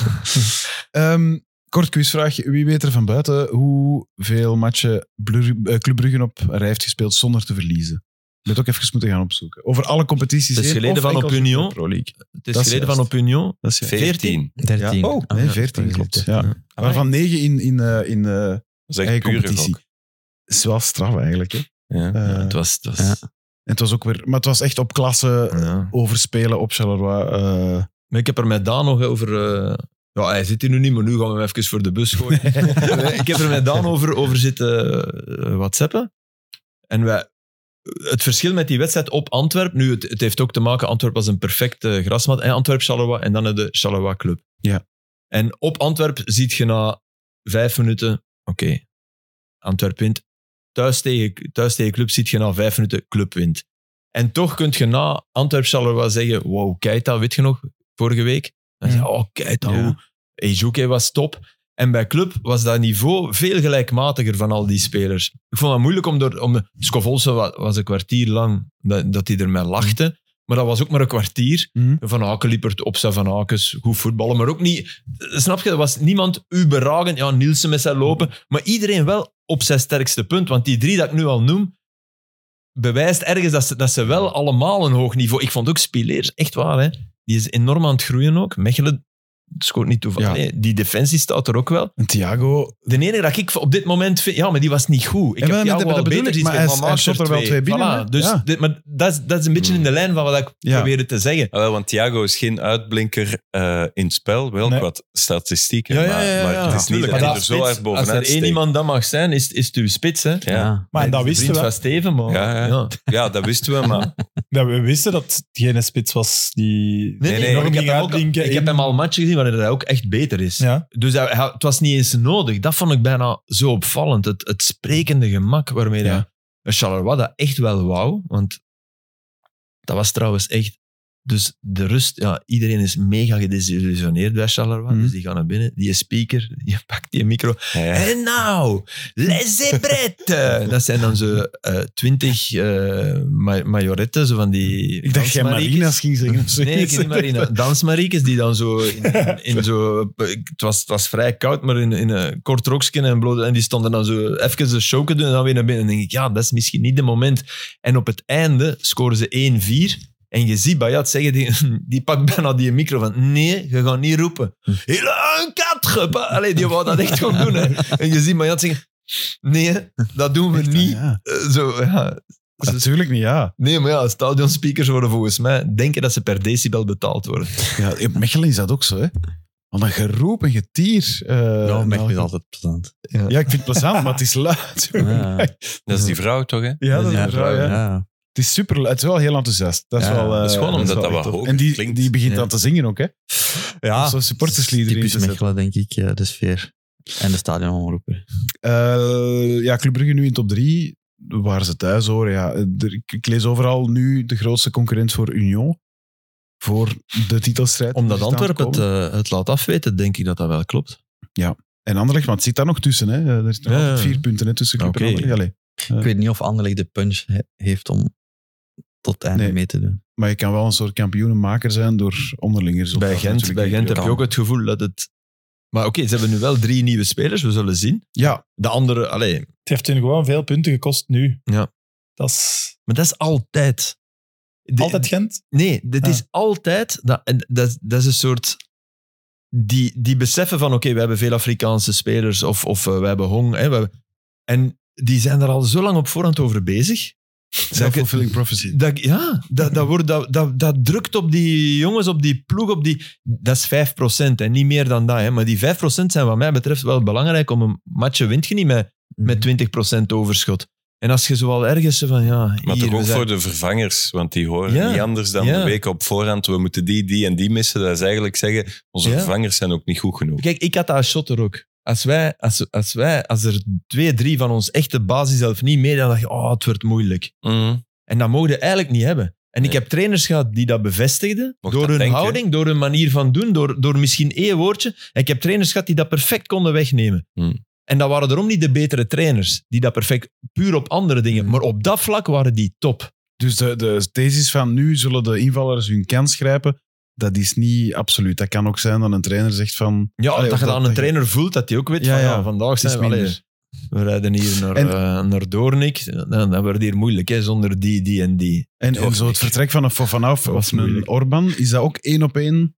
[SPEAKER 2] Ehm, kort quizvraag. Wie weet er van buiten hoeveel matchen Blur- eh, Club Brugge op rij heeft gespeeld zonder te verliezen? Je hebt ook even moeten gaan opzoeken. Over alle competities
[SPEAKER 5] Het is
[SPEAKER 2] heen,
[SPEAKER 5] geleden
[SPEAKER 2] of
[SPEAKER 5] van
[SPEAKER 2] enkel
[SPEAKER 5] op Union.
[SPEAKER 2] de Pro League.
[SPEAKER 5] Het
[SPEAKER 2] Dat
[SPEAKER 5] is
[SPEAKER 2] is
[SPEAKER 5] geleden
[SPEAKER 2] juist.
[SPEAKER 5] van Opinion.
[SPEAKER 2] Dat is
[SPEAKER 5] Veer-
[SPEAKER 6] 14.
[SPEAKER 4] 13.
[SPEAKER 2] Ja. Oh, nee, 14 klopt. Ja.
[SPEAKER 5] Ah,
[SPEAKER 2] Waarvan negen in, in, eh, in eh,
[SPEAKER 6] Dat is echt
[SPEAKER 2] eigen
[SPEAKER 6] pure
[SPEAKER 2] competitie.
[SPEAKER 6] gok.
[SPEAKER 2] is wel straf eigenlijk. Hè?
[SPEAKER 6] Ja.
[SPEAKER 2] Eh,
[SPEAKER 5] Ja, het was... Het was
[SPEAKER 4] Ja.
[SPEAKER 2] en het was ook weer, maar het was echt op klasse eh,
[SPEAKER 5] ja.
[SPEAKER 2] overspelen op Charleroi. eh.
[SPEAKER 5] Maar ik heb er met Daan nog over. eh, ja, hij zit hier nu niet, maar nu gaan we hem even voor de bus gooien.
[SPEAKER 2] <laughs>
[SPEAKER 5] Nee, ik heb er met Daan over, over zitten eh, WhatsAppen. En wij, het verschil met die wedstrijd op Antwerpen. Nu, het, het heeft ook te maken. Antwerpen was een perfecte grasmat. En Antwerp Charleroi en dan de Charleroi Club.
[SPEAKER 2] Ja.
[SPEAKER 5] En op Antwerp ziet je na vijf minuten. Oké, Antwerp wint. Thuis tegen, thuis tegen club ziet je na vijf minuten club wint. En toch kun je na Antwerp Charleroi zeggen: Wow, Keita, weet je nog, vorige week? Dan zeg je, oh, Keita,
[SPEAKER 2] Mm. Ja.
[SPEAKER 5] hoe- Ejuke was top. En bij club was dat niveau veel gelijkmatiger van al die spelers. Ik vond het moeilijk om door... Om, Scovolse wa- was een kwartier lang dat, dat hij ermee lachte. Maar dat was ook maar een kwartier.
[SPEAKER 2] Mhm.
[SPEAKER 5] Van Aken liep er op zijn Van Akens. Goed voetballen, maar ook niet... Snap je? Er was niemand uberragend. Ja, Nielsen met zijn lopen. Maar iedereen wel op zijn sterkste punt. Want die drie dat ik nu al noem, bewijst ergens dat ze, dat ze wel allemaal een hoog niveau... Ik vond ook Spileers, echt waar, hè. Die is enorm aan het groeien ook. Mechelen scoort niet toevallig.
[SPEAKER 2] Ja.
[SPEAKER 5] Nee, die defensie staat er ook wel.
[SPEAKER 2] En Thiago...
[SPEAKER 5] De enige dat ik op dit moment vind... Ja, maar die was niet goed. Ik
[SPEAKER 2] Ja, maar
[SPEAKER 5] heb
[SPEAKER 2] dat-
[SPEAKER 5] jou
[SPEAKER 2] dat
[SPEAKER 5] wel
[SPEAKER 2] bedoel
[SPEAKER 5] beter
[SPEAKER 2] ik,
[SPEAKER 5] iets
[SPEAKER 2] maar
[SPEAKER 5] met
[SPEAKER 2] hij-
[SPEAKER 5] Van
[SPEAKER 2] hij
[SPEAKER 5] Manchester
[SPEAKER 2] shot er wel
[SPEAKER 5] 2.
[SPEAKER 2] twee binnen,
[SPEAKER 5] Voilà,
[SPEAKER 2] hè?
[SPEAKER 5] dus
[SPEAKER 2] Ja. Hmm.
[SPEAKER 5] dit, maar dat is, dat is een beetje in de lijn van wat ik
[SPEAKER 2] Ja.
[SPEAKER 5] probeerde te zeggen.
[SPEAKER 6] Ah, wel, want Thiago is geen uitblinker eh, in het spel. Wel
[SPEAKER 3] Nee.
[SPEAKER 6] qua statistieken,
[SPEAKER 5] Ja, ja,
[SPEAKER 6] maar-
[SPEAKER 5] ja, ja,
[SPEAKER 6] maar,
[SPEAKER 5] ja.
[SPEAKER 6] het is niet
[SPEAKER 5] Tuurlijk,
[SPEAKER 6] dat
[SPEAKER 3] maar
[SPEAKER 6] hij er
[SPEAKER 3] dat
[SPEAKER 6] zo
[SPEAKER 3] spits,
[SPEAKER 6] hard
[SPEAKER 5] Als
[SPEAKER 6] bovenuit
[SPEAKER 5] er één
[SPEAKER 6] steekt.
[SPEAKER 5] iemand dat mag zijn, is, is het uw spits. Hè?
[SPEAKER 6] Ja. Ja.
[SPEAKER 3] Maar en dat wisten
[SPEAKER 5] Vriend
[SPEAKER 3] we.
[SPEAKER 5] van Steven, man.
[SPEAKER 6] Ja,
[SPEAKER 5] Ja.
[SPEAKER 6] ja, dat wisten we, maar
[SPEAKER 3] Dat we wisten dat het geen spits was die
[SPEAKER 5] Nee, nee,
[SPEAKER 6] nee,
[SPEAKER 5] maar
[SPEAKER 3] enorm
[SPEAKER 5] ik, heb
[SPEAKER 3] ging
[SPEAKER 5] hem ook,
[SPEAKER 3] uitblinken.
[SPEAKER 5] ik heb
[SPEAKER 3] in-
[SPEAKER 5] hem al matchen gezien waarin hij ook echt beter is.
[SPEAKER 3] Ja.
[SPEAKER 5] Dus hij- hij- het was niet eens nodig. Dat vond ik bijna zo opvallend. Het, het sprekende gemak waarmee
[SPEAKER 2] Ja.
[SPEAKER 5] dat- een Charleroi dat echt wel wou. Want dat was trouwens echt... Dus de rust... Ja, iedereen is mega gedesillusioneerd bij Charleroi.
[SPEAKER 2] Mhm.
[SPEAKER 5] Dus die gaan naar binnen. Die speaker, <laughs> je pakt die micro.
[SPEAKER 6] ja, ja.
[SPEAKER 5] En nou, les bretten. Dat zijn dan zo eh, twintig eh, majoretten, zo van die...
[SPEAKER 2] Ik dacht jij
[SPEAKER 5] dansmariekes.
[SPEAKER 2] Marina's ging zeggen. of
[SPEAKER 5] Nee, ik
[SPEAKER 2] zoiets.
[SPEAKER 5] ken niet Marina. Dansmariekes die dan zo in, in, in zo... Het was, het was vrij koud, maar in, in een kort rokje en bloot. En die stonden dan zo even de show doen en dan weer naar binnen. En dan denk ik, ja, dat is misschien niet de moment. En op het einde scoren ze 1-4. En je ziet Bayat zeggen, die, <laughs> die pakt bijna die micro van nee, je gaat niet roepen. Hele een katrup. Allee, die wou dat echt gewoon doen. Hè. En je ziet Bayat zeggen, nee, dat doen we
[SPEAKER 2] Echt,
[SPEAKER 5] niet.
[SPEAKER 2] ja.
[SPEAKER 5] Eh, Zo, ja.
[SPEAKER 2] Natuurlijk niet, ja.
[SPEAKER 5] Nee, maar ja, stadionspeakers worden volgens mij denken dat ze per decibel betaald worden.
[SPEAKER 2] ja. In Mechelen is dat ook zo, hè. Want een geroep en getier... eh,
[SPEAKER 4] Ja,
[SPEAKER 2] nou,
[SPEAKER 4] Merkel is altijd plezant.
[SPEAKER 2] Ja, ik vind het plezant, maar het is luid. jongen.
[SPEAKER 4] Ja.
[SPEAKER 6] dat is
[SPEAKER 5] Mhm.
[SPEAKER 6] die vrouw toch, hè?
[SPEAKER 2] Ja, dat is
[SPEAKER 4] Dus Ja,
[SPEAKER 2] een vrouw, ja.
[SPEAKER 4] ja.
[SPEAKER 2] Het is super, het is wel heel enthousiast. Dat is
[SPEAKER 4] Ja,
[SPEAKER 2] wel... eh,
[SPEAKER 6] dat is gewoon omdat dat
[SPEAKER 2] echt
[SPEAKER 6] wat
[SPEAKER 2] tof.
[SPEAKER 6] hoog
[SPEAKER 2] En die,
[SPEAKER 6] klinkt.
[SPEAKER 2] die begint
[SPEAKER 4] Ja.
[SPEAKER 2] dan te zingen ook, hè.
[SPEAKER 4] ja.
[SPEAKER 2] Zo'n supporterslied erin
[SPEAKER 4] Typisch
[SPEAKER 2] te zetten.
[SPEAKER 4] Mechelen, denk ik, eh, de sfeer. En de stadionomroepen.
[SPEAKER 2] Eh, ja, Club Brugge nu in top 3. Waar ze thuis horen, ja. Er- Ik, ik lees overal nu de grootste concurrent voor Union. Voor de titelstrijd.
[SPEAKER 5] Omdat
[SPEAKER 2] Die staan te
[SPEAKER 5] Antwerpen het,
[SPEAKER 2] komen.
[SPEAKER 5] eh, het laat afweten, denk ik dat dat wel klopt.
[SPEAKER 2] En Anderlecht, want het zit daar nog tussen. Hè. Er zitten nog
[SPEAKER 5] eh, Ja,
[SPEAKER 2] altijd
[SPEAKER 5] ja.
[SPEAKER 2] vier punten hè, tussen Club en
[SPEAKER 5] Oké.
[SPEAKER 2] Anderlecht. Allee.
[SPEAKER 4] Ik weet niet of Anderlecht de punch he- heeft om tot het einde
[SPEAKER 2] Nee.
[SPEAKER 4] mee te doen.
[SPEAKER 2] Maar je kan wel een soort kampioenenmaker zijn door onderling resultaat.
[SPEAKER 5] Bij Gent, bij Gent heb je ook het gevoel dat het... Maar oké, ze hebben nu wel drie nieuwe spelers, we zullen zien.
[SPEAKER 2] Ja,
[SPEAKER 5] De andere, allee,
[SPEAKER 3] Het heeft hun gewoon veel punten gekost nu.
[SPEAKER 5] Ja.
[SPEAKER 3] Dat is
[SPEAKER 5] maar dat is altijd... De-
[SPEAKER 3] altijd Gent.
[SPEAKER 5] Nee, dit
[SPEAKER 3] Ah.
[SPEAKER 5] is altijd... Dat, en dat, dat is een soort... Die, die beseffen van, oké, we hebben veel Afrikaanse spelers of, of eh, we hebben Hong. Hè, we hebben- en die zijn er al zo lang op voorhand over bezig.
[SPEAKER 2] self-fulfilling prophecy.
[SPEAKER 5] Dat, ja, dat, dat, wordt, dat, dat, dat drukt op die jongens, op die ploeg, op die... Dat is 5% en niet meer dan dat. Hè. Maar die 5% zijn wat mij betreft wel belangrijk. Om een matchje wint je niet met, met 20% overschot. En als je zoal ergens van, ja...
[SPEAKER 6] Maar
[SPEAKER 5] hier,
[SPEAKER 6] toch
[SPEAKER 5] we
[SPEAKER 6] ook
[SPEAKER 5] zijn-
[SPEAKER 6] voor de vervangers, want die horen
[SPEAKER 5] Ja,
[SPEAKER 6] niet anders dan
[SPEAKER 5] ja.
[SPEAKER 6] de week op voorhand. We moeten die, die en die missen. Dat is eigenlijk zeggen, onze
[SPEAKER 5] Ja.
[SPEAKER 6] vervangers zijn ook niet goed genoeg.
[SPEAKER 5] Kijk, ik had dat als shotter ook. Als, wij, als, als, wij, als er twee, drie van ons echte basis zelf niet meedoen, dan dacht je, oh, het wordt moeilijk.
[SPEAKER 6] Mhm.
[SPEAKER 5] En dat mogen we eigenlijk niet hebben. En ik
[SPEAKER 6] Nee.
[SPEAKER 5] heb trainers gehad die dat bevestigden.
[SPEAKER 6] Mocht
[SPEAKER 5] door
[SPEAKER 6] dat
[SPEAKER 5] hun
[SPEAKER 6] denken.
[SPEAKER 5] houding, door hun manier van doen, door, door misschien één woordje. En ik heb trainers gehad die dat perfect konden wegnemen.
[SPEAKER 6] Hmm.
[SPEAKER 5] En dat waren daarom niet de betere trainers. Die dat perfect, puur op andere dingen. Maar op dat vlak waren die top.
[SPEAKER 2] Dus de, de thesis van nu zullen de invallers hun kans grijpen, dat is niet absoluut. Dat kan ook zijn dat een trainer zegt van...
[SPEAKER 5] Ja,
[SPEAKER 2] Allee,
[SPEAKER 5] dat
[SPEAKER 2] of
[SPEAKER 5] je dan
[SPEAKER 2] dat-
[SPEAKER 5] een trainer voelt dat die ook weet
[SPEAKER 2] Ja,
[SPEAKER 5] van, ja,
[SPEAKER 2] ja.
[SPEAKER 5] vandaag
[SPEAKER 2] Het is
[SPEAKER 5] zijn we... allee,
[SPEAKER 2] minder.
[SPEAKER 5] We rijden hier naar,
[SPEAKER 2] En-
[SPEAKER 5] eh, naar Doornik. Dan, dan wordt hier moeilijk, hè, zonder die, die en die.
[SPEAKER 2] En,
[SPEAKER 5] Ook
[SPEAKER 2] en zo het
[SPEAKER 5] niet.
[SPEAKER 2] vertrek van een Fofana of-
[SPEAKER 5] Dat
[SPEAKER 2] of
[SPEAKER 5] was
[SPEAKER 2] een
[SPEAKER 5] moeilijk.
[SPEAKER 2] Orban, is dat ook één op één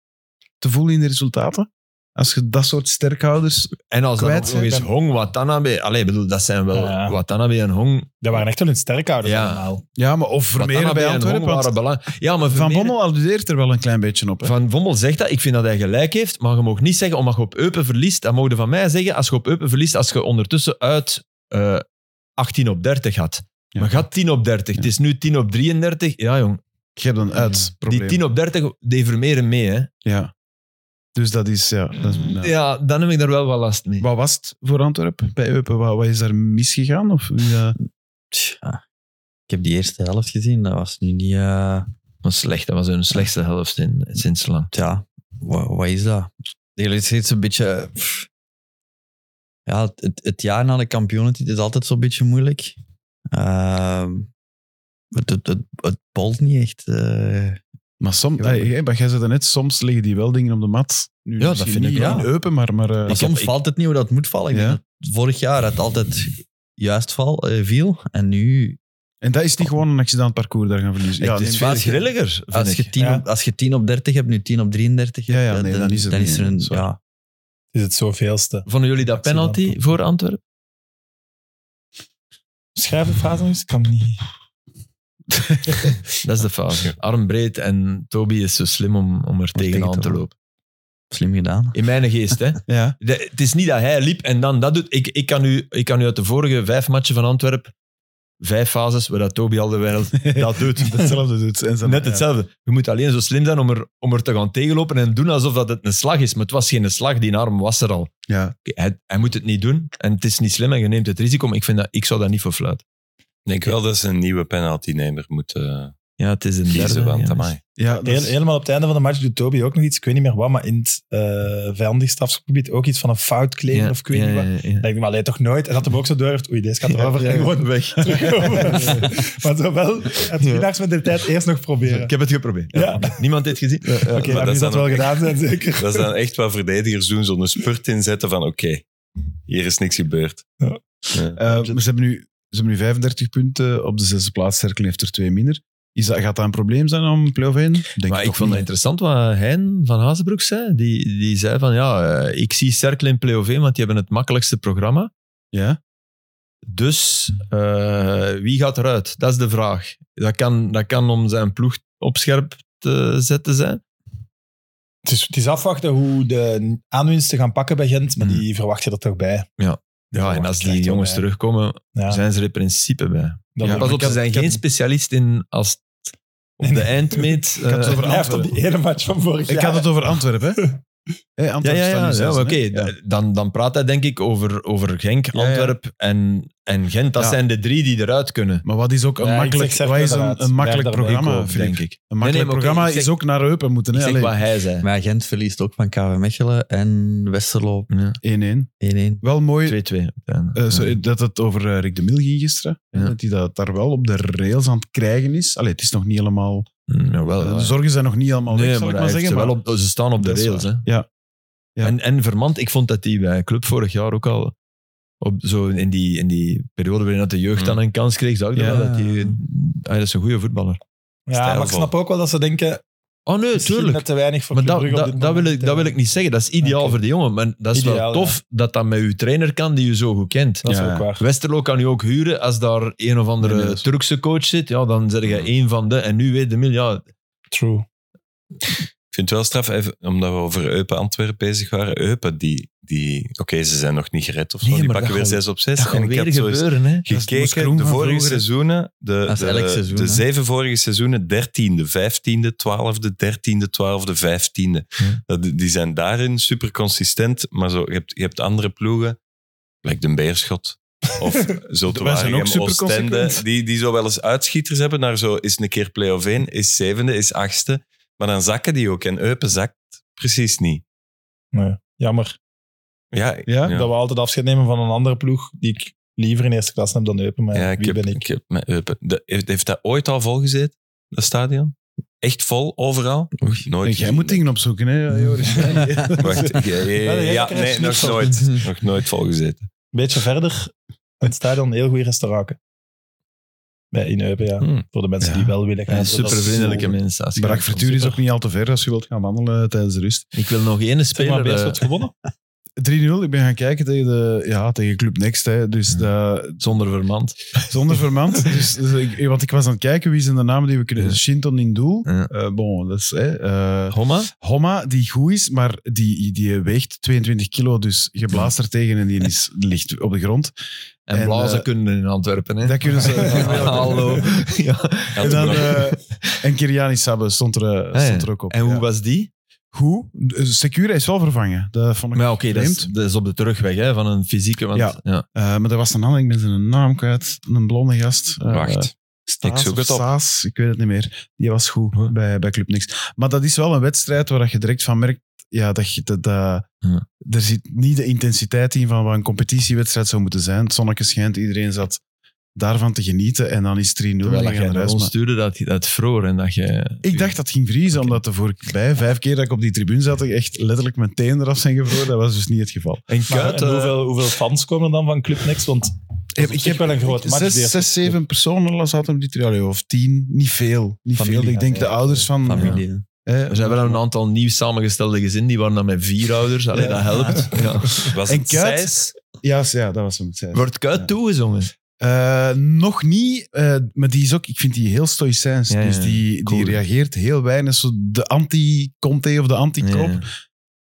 [SPEAKER 2] te voelen in de resultaten? Als je dat soort sterkhouders...
[SPEAKER 5] En als
[SPEAKER 2] Kwijt
[SPEAKER 5] dan ook
[SPEAKER 2] zijn,
[SPEAKER 5] nog eens
[SPEAKER 2] dan-
[SPEAKER 5] Hong, Watanabe... Allee, ik bedoel, dat zijn wel...
[SPEAKER 3] Ja.
[SPEAKER 5] Watanabe en Hong...
[SPEAKER 3] Dat waren echt wel hun sterkhouders
[SPEAKER 5] Ja.
[SPEAKER 3] allemaal.
[SPEAKER 2] Ja, maar of Vermeer
[SPEAKER 5] Watanabe
[SPEAKER 2] bij
[SPEAKER 5] en
[SPEAKER 2] Antwerpen.
[SPEAKER 5] Hong waren
[SPEAKER 2] want
[SPEAKER 5] belang... Ja, maar
[SPEAKER 2] Van
[SPEAKER 5] Vermeer-
[SPEAKER 2] Bommel alludeert er wel een klein beetje op. Hè?
[SPEAKER 5] Van Bommel zegt dat. Ik vind dat hij gelijk heeft. Maar je mag niet zeggen, omdat je op Eupen verliest... Dat mogen van mij zeggen, als je op Eupen verliest, als je ondertussen uit eh 18 op 30 had.
[SPEAKER 2] Ja.
[SPEAKER 5] Maar gaat 10 op 30.
[SPEAKER 2] Ja.
[SPEAKER 5] Het is nu 10 op 33. Ja, jong.
[SPEAKER 2] Je hebt een uitprobleem.
[SPEAKER 5] Die 10 op 30, die vermeren mee, hè.
[SPEAKER 2] Ja. Dus dat is... Ja, dat is- ja.
[SPEAKER 5] Ja, dan heb ik daar wel wat last mee.
[SPEAKER 2] Wat was het voor Antwerpen bij Eupen? Wat, wat is daar misgegaan? Of, eh? ja.
[SPEAKER 4] Tja. Ik heb die eerste helft gezien. nou. Dat was nu niet... eh,
[SPEAKER 5] Dat was slecht. Dat was hun slechtste helft in, sinds lang.
[SPEAKER 4] ja, wa- wat, is dat? Eerlijk gezegd, een beetje... pff. Ja, het, het, het jaar na de kampioenentitel is altijd zo'n beetje moeilijk. Ehm, het, het, het, het bolt niet echt. eh.
[SPEAKER 2] Maar soms...
[SPEAKER 4] Jawel.
[SPEAKER 2] hey, hey, maar jij zei het net, soms liggen die wel dingen op de mat. Nu,
[SPEAKER 4] Ja, dat
[SPEAKER 2] misschien
[SPEAKER 4] vind ik
[SPEAKER 2] niet
[SPEAKER 4] wel.
[SPEAKER 2] in Eupen, maar... maar eh,
[SPEAKER 4] Maar soms
[SPEAKER 5] ik-
[SPEAKER 4] valt het niet hoe dat moet vallen. Ik
[SPEAKER 2] Ja.
[SPEAKER 4] denk dat vorig jaar het altijd juist val, eh, viel. En nu
[SPEAKER 2] En dat is niet gewoon een accident parcours daar gaan verliezen. Ja,
[SPEAKER 5] het is
[SPEAKER 2] nee,
[SPEAKER 5] veel
[SPEAKER 4] maar-
[SPEAKER 5] grilliger, vind
[SPEAKER 4] Als
[SPEAKER 5] ik.
[SPEAKER 4] je, 10
[SPEAKER 3] Ja.
[SPEAKER 4] op, als je 10 op 30 hebt, nu 10 op 33,
[SPEAKER 2] Ja, ja,
[SPEAKER 4] hebt,
[SPEAKER 2] nee, dan is het niet,
[SPEAKER 4] er een...
[SPEAKER 2] zwaar.
[SPEAKER 4] Ja.
[SPEAKER 3] Is het zoveelste.
[SPEAKER 5] Vonden jullie dat penalty voor Antwerpen?
[SPEAKER 3] Schrijf de frase nog eens. Ik kan het niet.
[SPEAKER 5] Dat is de fase. Arm breed en Toby is zo slim om, om er tegenaan
[SPEAKER 4] tegen
[SPEAKER 5] te
[SPEAKER 4] te
[SPEAKER 5] lopen.
[SPEAKER 4] Slim gedaan.
[SPEAKER 5] In mijn geest, hè.
[SPEAKER 2] Ja.
[SPEAKER 5] De- het is niet dat hij liep en dan dat doet. Ik, ik, kan, u, ik kan u uit de vorige vijf matchen van Antwerpen, vijf fases waar dat Toby al de
[SPEAKER 3] <laughs>
[SPEAKER 5] wereld dat doet.
[SPEAKER 2] Hetzelfde doet. En zo-
[SPEAKER 5] Net
[SPEAKER 2] ja.
[SPEAKER 5] hetzelfde. Je moet alleen zo slim zijn om er, om er te gaan tegenlopen en doen alsof dat het een slag is. Maar het was geen slag, die arm was er al.
[SPEAKER 2] Ja.
[SPEAKER 5] Hij, hij moet het niet doen en het is niet slim en je neemt het risico. Maar ik, vind dat, ik zou daar niet voor fluiten.
[SPEAKER 6] Ik denk wel dat ze een nieuwe penaltynemer moeten
[SPEAKER 5] Ja, het is een
[SPEAKER 6] kiezen,
[SPEAKER 5] derde.
[SPEAKER 6] want
[SPEAKER 5] ja.
[SPEAKER 6] amai.
[SPEAKER 2] Ja, dat
[SPEAKER 3] Heel-
[SPEAKER 2] is-
[SPEAKER 3] helemaal op het einde van de match doet Toby ook nog iets. Ik weet niet meer wat, maar in het eh vijandig strafschopgebied ook iets van een fout claimen
[SPEAKER 5] Ja,
[SPEAKER 3] of ik weet niet
[SPEAKER 5] ja,
[SPEAKER 3] wat.
[SPEAKER 5] ja, ja.
[SPEAKER 3] Ik denk, maar alleen toch nooit. Hij had hem ook zo durft. Oei, deze gaat erover. en gewoon
[SPEAKER 5] weg.
[SPEAKER 3] terug
[SPEAKER 5] <laughs>
[SPEAKER 3] over. maar zo wel het middagsmentaliteit eerst nog proberen.
[SPEAKER 5] Ik heb het geprobeerd.
[SPEAKER 3] Ja.
[SPEAKER 5] Ja. Niemand heeft gezien.
[SPEAKER 3] Oké,
[SPEAKER 6] maar
[SPEAKER 3] dan
[SPEAKER 6] dat
[SPEAKER 3] is
[SPEAKER 6] is
[SPEAKER 3] dat
[SPEAKER 6] dan
[SPEAKER 3] wel gedaan zijn, zeker.
[SPEAKER 6] Dat is dan echt wat verdedigers doen, zo'n spurt inzetten van oké, hier is niks gebeurd.
[SPEAKER 3] Ja.
[SPEAKER 6] Ja.
[SPEAKER 2] Eh, maar ze, hebben nu, ze hebben nu 35 punten op de zesde plaats. Cerkel heeft er twee minder. Is dat, gaat dat een probleem zijn om play-off 1? Denk
[SPEAKER 5] maar
[SPEAKER 2] toch
[SPEAKER 5] ik vond het
[SPEAKER 2] niet.
[SPEAKER 5] interessant wat Hein van Hazenbroek zei. Die, die zei van, ja, eh, ik zie Cercle in Play-off 1, want die hebben het makkelijkste programma.
[SPEAKER 2] Ja?
[SPEAKER 5] Dus eh, wie gaat eruit? Dat is de vraag. Dat kan, dat kan om zijn ploeg op scherp te zetten zijn.
[SPEAKER 3] Het is, het is afwachten hoe de aanwinsten gaan pakken bij Gent, maar
[SPEAKER 5] Hmm.
[SPEAKER 3] die verwacht je er toch bij.
[SPEAKER 5] Ja, en als
[SPEAKER 3] Verwacht je
[SPEAKER 5] die
[SPEAKER 3] echt
[SPEAKER 5] jongens
[SPEAKER 3] wel bij.
[SPEAKER 5] terugkomen,
[SPEAKER 3] Ja,
[SPEAKER 5] zijn ze er in principe bij.
[SPEAKER 3] dan
[SPEAKER 5] Ja,
[SPEAKER 3] wordt-
[SPEAKER 5] pas op,
[SPEAKER 3] ik had-
[SPEAKER 5] ze zijn
[SPEAKER 3] ik had-
[SPEAKER 5] geen specialist in als het op
[SPEAKER 3] Nee,
[SPEAKER 5] de
[SPEAKER 3] nee.
[SPEAKER 5] eindmeet...
[SPEAKER 2] had het
[SPEAKER 5] eh,
[SPEAKER 2] over
[SPEAKER 3] Hij heeft op die ene match van vorig
[SPEAKER 2] Ik
[SPEAKER 3] jaar.
[SPEAKER 2] had
[SPEAKER 5] <laughs>
[SPEAKER 2] het over Antwerpen. Hè? Hey,
[SPEAKER 5] Ja,
[SPEAKER 2] Antwerpen
[SPEAKER 5] ja, ja,
[SPEAKER 2] staat nu
[SPEAKER 5] ja,
[SPEAKER 2] zesde,
[SPEAKER 5] maar
[SPEAKER 2] hè?
[SPEAKER 5] oké.
[SPEAKER 2] Ja.
[SPEAKER 5] d- Dan, dan praat hij denk ik over, over Genk,
[SPEAKER 2] ja.
[SPEAKER 5] Antwerp En, en Gent. Dat
[SPEAKER 2] Ja.
[SPEAKER 5] zijn de drie die eruit kunnen,
[SPEAKER 2] Maar wat is ook een
[SPEAKER 3] Ja, ik
[SPEAKER 2] makkelijk,
[SPEAKER 3] zeg
[SPEAKER 2] wat is een,
[SPEAKER 3] inderdaad.
[SPEAKER 2] een makkelijk
[SPEAKER 3] Werder
[SPEAKER 2] programma,
[SPEAKER 5] ook,
[SPEAKER 2] Filip?
[SPEAKER 5] denk ik.
[SPEAKER 2] Een
[SPEAKER 5] Nee, nee,
[SPEAKER 2] makkelijk
[SPEAKER 5] maar oké,
[SPEAKER 2] programma
[SPEAKER 5] ik zeg-
[SPEAKER 2] is ook naar Eupen moeten.
[SPEAKER 5] Ik
[SPEAKER 2] hè?
[SPEAKER 5] zeg
[SPEAKER 2] Allee,
[SPEAKER 5] wat hij zei.
[SPEAKER 4] Maar Gent verliest ook van KV Mechelen en Westerlo
[SPEAKER 2] 1-1.
[SPEAKER 4] 1-1.
[SPEAKER 2] Wel mooi
[SPEAKER 5] 2-2. op het einde.
[SPEAKER 2] eh, sorry,
[SPEAKER 5] Ja.
[SPEAKER 2] dat het over eh, Rick de Mil ging gisteren. hè,
[SPEAKER 5] Ja.
[SPEAKER 2] Dat hij dat daar wel op de rails aan het krijgen is. Allee, het is nog niet helemaal...
[SPEAKER 5] Mm, jawel,
[SPEAKER 2] eh,
[SPEAKER 5] ja.
[SPEAKER 2] de zorgen zijn nog niet helemaal
[SPEAKER 5] nee,
[SPEAKER 2] weg,
[SPEAKER 5] maar,
[SPEAKER 2] zal ik
[SPEAKER 5] hij
[SPEAKER 2] maar
[SPEAKER 5] heeft
[SPEAKER 2] zeggen.
[SPEAKER 5] ze,
[SPEAKER 2] maar-
[SPEAKER 5] wel op, ze staan op de
[SPEAKER 2] Dat is
[SPEAKER 5] rails. Hè.
[SPEAKER 2] Ja. Ja.
[SPEAKER 5] En, en Vermand, ik vond dat die bij Club vorig jaar ook al... Op, zo in, die, in die periode waarin dat de jeugd
[SPEAKER 6] Mm.
[SPEAKER 5] dan een kans kreeg, zag ik
[SPEAKER 2] Ja.
[SPEAKER 5] dat wel, dat die, hij dat is een goede voetballer.
[SPEAKER 3] Ja, maar ik snap ook wel dat ze denken,
[SPEAKER 5] Oh nee,
[SPEAKER 3] misschien
[SPEAKER 5] tuurlijk.
[SPEAKER 3] net te weinig voor
[SPEAKER 5] Maar
[SPEAKER 3] Club
[SPEAKER 5] dat,
[SPEAKER 3] Brugge op
[SPEAKER 5] dat,
[SPEAKER 3] dit
[SPEAKER 5] dat, wil
[SPEAKER 3] moment. eh,
[SPEAKER 5] ik, dat wil ik niet zeggen. Dat is ideaal
[SPEAKER 3] Oké.
[SPEAKER 5] voor die jongen. Maar dat is wel
[SPEAKER 3] Ideaal,
[SPEAKER 5] tof dat dat met uw trainer kan die je zo goed kent.
[SPEAKER 3] Dat is
[SPEAKER 2] Ja,
[SPEAKER 3] ook
[SPEAKER 2] ja.
[SPEAKER 3] waar.
[SPEAKER 5] Westerlo kan u ook huren als daar een of andere
[SPEAKER 2] Nee, nee, dat is-
[SPEAKER 5] Turkse coach zit. Ja, dan zeg je één van de. En nu weet de mil. Ja,
[SPEAKER 3] True.
[SPEAKER 6] Ik vind het wel straf, even, omdat we over Eupen Antwerpen bezig waren. Eupen, die, die oké, ze zijn nog niet gered of zo.
[SPEAKER 5] Nee,
[SPEAKER 6] die
[SPEAKER 5] maar
[SPEAKER 6] pakken
[SPEAKER 5] dat
[SPEAKER 6] weer
[SPEAKER 5] gaat-
[SPEAKER 6] 6 op 6.
[SPEAKER 5] dat kan
[SPEAKER 6] En ik
[SPEAKER 5] weer
[SPEAKER 6] had zo eens
[SPEAKER 5] gebeuren. Hè.
[SPEAKER 2] is Moes
[SPEAKER 6] gekeken,
[SPEAKER 2] Kroen
[SPEAKER 6] de
[SPEAKER 2] van
[SPEAKER 6] vorige
[SPEAKER 2] vroeger, hè?
[SPEAKER 6] seizoenen, de,
[SPEAKER 4] Dat is elk
[SPEAKER 6] de,
[SPEAKER 4] seizoen,
[SPEAKER 6] de
[SPEAKER 4] hè?
[SPEAKER 6] zeven vorige seizoenen, dertiende, vijftiende, twaalfde, dertiende, twaalfde, vijftiende.
[SPEAKER 5] Ja.
[SPEAKER 6] Dat- Die zijn daarin super consistent, maar zo, je, hebt, je hebt andere ploegen, like de Beerschot
[SPEAKER 2] <laughs>
[SPEAKER 6] of Zulte
[SPEAKER 2] Wij zijn ook
[SPEAKER 6] Waregem, Oostende,
[SPEAKER 2] superconsequent.
[SPEAKER 6] die, die zo wel eens uitschieters hebben naar zo is een keer play-off 1, is zevende, is achtste, maar dan zakken die ook en Eupen zakt precies niet.
[SPEAKER 3] Nee, jammer.
[SPEAKER 6] Ja,
[SPEAKER 2] Ja?
[SPEAKER 3] Dat we altijd afscheid nemen van een andere ploeg die ik liever in eerste klas heb dan Eupen. Maar
[SPEAKER 6] Ja,
[SPEAKER 3] Eh, wie
[SPEAKER 6] ik heb,
[SPEAKER 3] ben ik?
[SPEAKER 6] ik heb met Eupen. De- heeft, heeft dat ooit al vol gezeten, dat stadion? Echt vol,
[SPEAKER 4] <laughs>
[SPEAKER 6] overal? Nooit.
[SPEAKER 2] Hey, jij moet dingen opzoeken,
[SPEAKER 3] Mm.
[SPEAKER 2] hè, Joris.
[SPEAKER 3] <laughs>
[SPEAKER 6] Wacht, ja, ja, ja,
[SPEAKER 3] Ja,
[SPEAKER 6] ja,
[SPEAKER 3] jij
[SPEAKER 6] nee,
[SPEAKER 3] krijgt
[SPEAKER 6] nog
[SPEAKER 3] niks van.
[SPEAKER 6] nooit.
[SPEAKER 3] <laughs>
[SPEAKER 6] Nog nooit vol gezeten.
[SPEAKER 3] <laughs> Een beetje verder, het stadion, heel goede restauranten. Bij in Eupen, ja.
[SPEAKER 5] Hmm.
[SPEAKER 3] Voor de mensen
[SPEAKER 2] Ja.
[SPEAKER 3] die wel willen gaan.
[SPEAKER 5] En
[SPEAKER 3] Dat is
[SPEAKER 5] super vriendelijke
[SPEAKER 3] zo-
[SPEAKER 5] mensen. als je
[SPEAKER 2] Brak
[SPEAKER 5] dat komt.
[SPEAKER 2] Vertuur is ook niet al te ver als je wilt gaan wandelen eh, tijdens de rust.
[SPEAKER 5] Ik wil nog één
[SPEAKER 3] Zeg maar,
[SPEAKER 5] speler.
[SPEAKER 3] Beerschot
[SPEAKER 5] eh,
[SPEAKER 3] gewonnen.
[SPEAKER 2] 3-0, ik ben gaan kijken tegen, de, ja, tegen Club Next. Hè, dus dat-
[SPEAKER 5] zonder Vermand.
[SPEAKER 2] zonder vermand. dus, dus ik, want ik was aan het kijken wie zijn de namen die we kunnen.
[SPEAKER 5] Ja.
[SPEAKER 2] Shinton in doel.
[SPEAKER 5] Ja.
[SPEAKER 2] Eh, bon, dat is. Hè, eh,
[SPEAKER 5] Homma?
[SPEAKER 2] Homma, die goed is, maar die, die weegt 22 kilo. Dus je blaast er tegen en die is, ligt op de grond.
[SPEAKER 5] En,
[SPEAKER 2] En,
[SPEAKER 5] Blazen
[SPEAKER 2] eh,
[SPEAKER 5] kunnen in Antwerpen. Hè.
[SPEAKER 2] Dat
[SPEAKER 5] <laughs>
[SPEAKER 2] kunnen ze.
[SPEAKER 5] Hallo. Ja.
[SPEAKER 6] Had
[SPEAKER 2] En,
[SPEAKER 6] hem
[SPEAKER 2] dan,
[SPEAKER 6] nog-
[SPEAKER 2] eh, en Kiriani Sabbe stond er, eh,
[SPEAKER 5] ja.
[SPEAKER 2] stond er ook op.
[SPEAKER 5] En hoe
[SPEAKER 2] ja.
[SPEAKER 5] was die?
[SPEAKER 2] Goed. Secura is wel vervangen. Dat vond ik
[SPEAKER 5] Maar ja, oké, dat, is-
[SPEAKER 2] vreemd.
[SPEAKER 5] dat is op de terugweg hè, van een fysieke. Want,
[SPEAKER 2] Ja.
[SPEAKER 5] ja.
[SPEAKER 2] Eh, maar er was een ander, ik ben zijn naam kwijt. Een blonde gast. Eh,
[SPEAKER 3] Dus
[SPEAKER 6] Wacht.
[SPEAKER 2] Staes
[SPEAKER 6] Ik zoek
[SPEAKER 2] of
[SPEAKER 6] het op.
[SPEAKER 2] Saas, ik weet het niet meer. Die was goed bij, bij Club Niks. Maar dat is wel een wedstrijd waar je direct van merkt... Ja, dat je, dat, dat-
[SPEAKER 5] Ja.
[SPEAKER 2] Er zit niet de intensiteit in van wat een competitiewedstrijd zou moeten zijn. Het zonnetje schijnt, iedereen zat daarvan te genieten. En dan is het 3-0. en
[SPEAKER 5] Terwijl
[SPEAKER 2] dan gaan
[SPEAKER 5] dat jij
[SPEAKER 2] we naar
[SPEAKER 5] naar
[SPEAKER 2] huis.
[SPEAKER 5] ons
[SPEAKER 2] Maar
[SPEAKER 5] stuurde dat je dat vroor en dat je...
[SPEAKER 2] Ik dacht dat ging vriezen, omdat de vorige bij vijf keer dat ik op die tribune zat, ik echt letterlijk mijn tenen eraf zijn gevroren. Dat was dus niet het geval.
[SPEAKER 5] En
[SPEAKER 3] Maar,
[SPEAKER 5] Kuit,
[SPEAKER 3] en
[SPEAKER 5] eh,
[SPEAKER 3] hoeveel, hoeveel fans komen er dan van Club Next? Want op
[SPEAKER 2] ik
[SPEAKER 3] zich
[SPEAKER 2] heb
[SPEAKER 3] wel een groot match, die
[SPEAKER 2] Zes,
[SPEAKER 3] eerste
[SPEAKER 2] zes, zeven personen las had hem die twee, allee, of tien. Niet veel. Niet
[SPEAKER 4] Familie,
[SPEAKER 2] veel. Ik denk
[SPEAKER 4] ja,
[SPEAKER 2] de
[SPEAKER 4] ja.
[SPEAKER 2] ouders van...
[SPEAKER 4] Familie. hè.
[SPEAKER 2] eh,
[SPEAKER 5] Er zijn wel een aantal nieuw samengestelde gezinnen, die waren dan met vier ouders. Allee, dat helpt. Ja.
[SPEAKER 6] Was
[SPEAKER 2] En
[SPEAKER 6] het
[SPEAKER 2] Kuit?
[SPEAKER 6] Sijs?
[SPEAKER 2] Ja, ja, dat was hem. Zes.
[SPEAKER 5] Wordt kuit
[SPEAKER 2] Ja.
[SPEAKER 5] toegezongen.
[SPEAKER 2] Eh, nog niet, eh, maar die is ook, ik vind die heel stoïcijns.
[SPEAKER 5] Ja, ja,
[SPEAKER 2] dus die,
[SPEAKER 5] cool.
[SPEAKER 2] die reageert heel weinig. Zo de anti-Conte of de anti-Klopp.
[SPEAKER 5] Ja.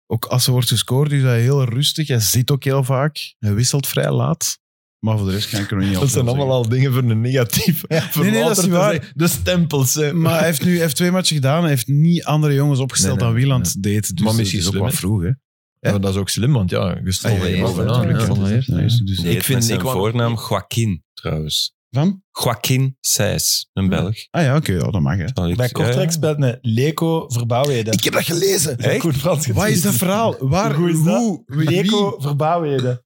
[SPEAKER 2] Ook als ze wordt gescoord, is hij heel rustig. Hij zit ook heel vaak. Hij wisselt vrij laat. Maar voor de rest kan ik er niet
[SPEAKER 5] Dat zijn allemaal al dingen voor een negatief. Voor
[SPEAKER 2] nee, nee, dat is
[SPEAKER 5] later
[SPEAKER 2] niet
[SPEAKER 5] te
[SPEAKER 2] waar.
[SPEAKER 5] zeggen, De stempels. Hè.
[SPEAKER 2] Maar hij heeft nu hij heeft twee matchen gedaan. Hij heeft niet andere jongens opgesteld
[SPEAKER 5] Nee, nee,
[SPEAKER 2] dan Wieland deed. Dus
[SPEAKER 5] Maar
[SPEAKER 2] dat
[SPEAKER 5] misschien
[SPEAKER 2] is ook
[SPEAKER 5] slim,
[SPEAKER 2] wel
[SPEAKER 5] hè?
[SPEAKER 2] vroeg. Hè?
[SPEAKER 5] Ja, maar dat is ook slim, want ja, je stond
[SPEAKER 4] Ah, ja,
[SPEAKER 5] er
[SPEAKER 4] ja,
[SPEAKER 5] bovenaan.
[SPEAKER 4] ja,
[SPEAKER 5] ja.
[SPEAKER 4] ja.
[SPEAKER 2] Ja, dus- dus-
[SPEAKER 6] Nee, ik
[SPEAKER 5] vind-
[SPEAKER 6] vind zijn
[SPEAKER 5] ik wou-
[SPEAKER 6] voornaam Joaquin, trouwens.
[SPEAKER 2] Van?
[SPEAKER 6] Joaquin Sijs, een Belg.
[SPEAKER 2] Ah ja, oké, ja, dat mag. Hè.
[SPEAKER 3] Bij Kortrijk speelt een Leko Verbouwheden.
[SPEAKER 2] heb dat gelezen.
[SPEAKER 3] heb goed Frans
[SPEAKER 2] Wat is dat verhaal? Waar,
[SPEAKER 3] Hoe is dat?
[SPEAKER 2] hoe, wie-
[SPEAKER 3] Leko Verbouwheden.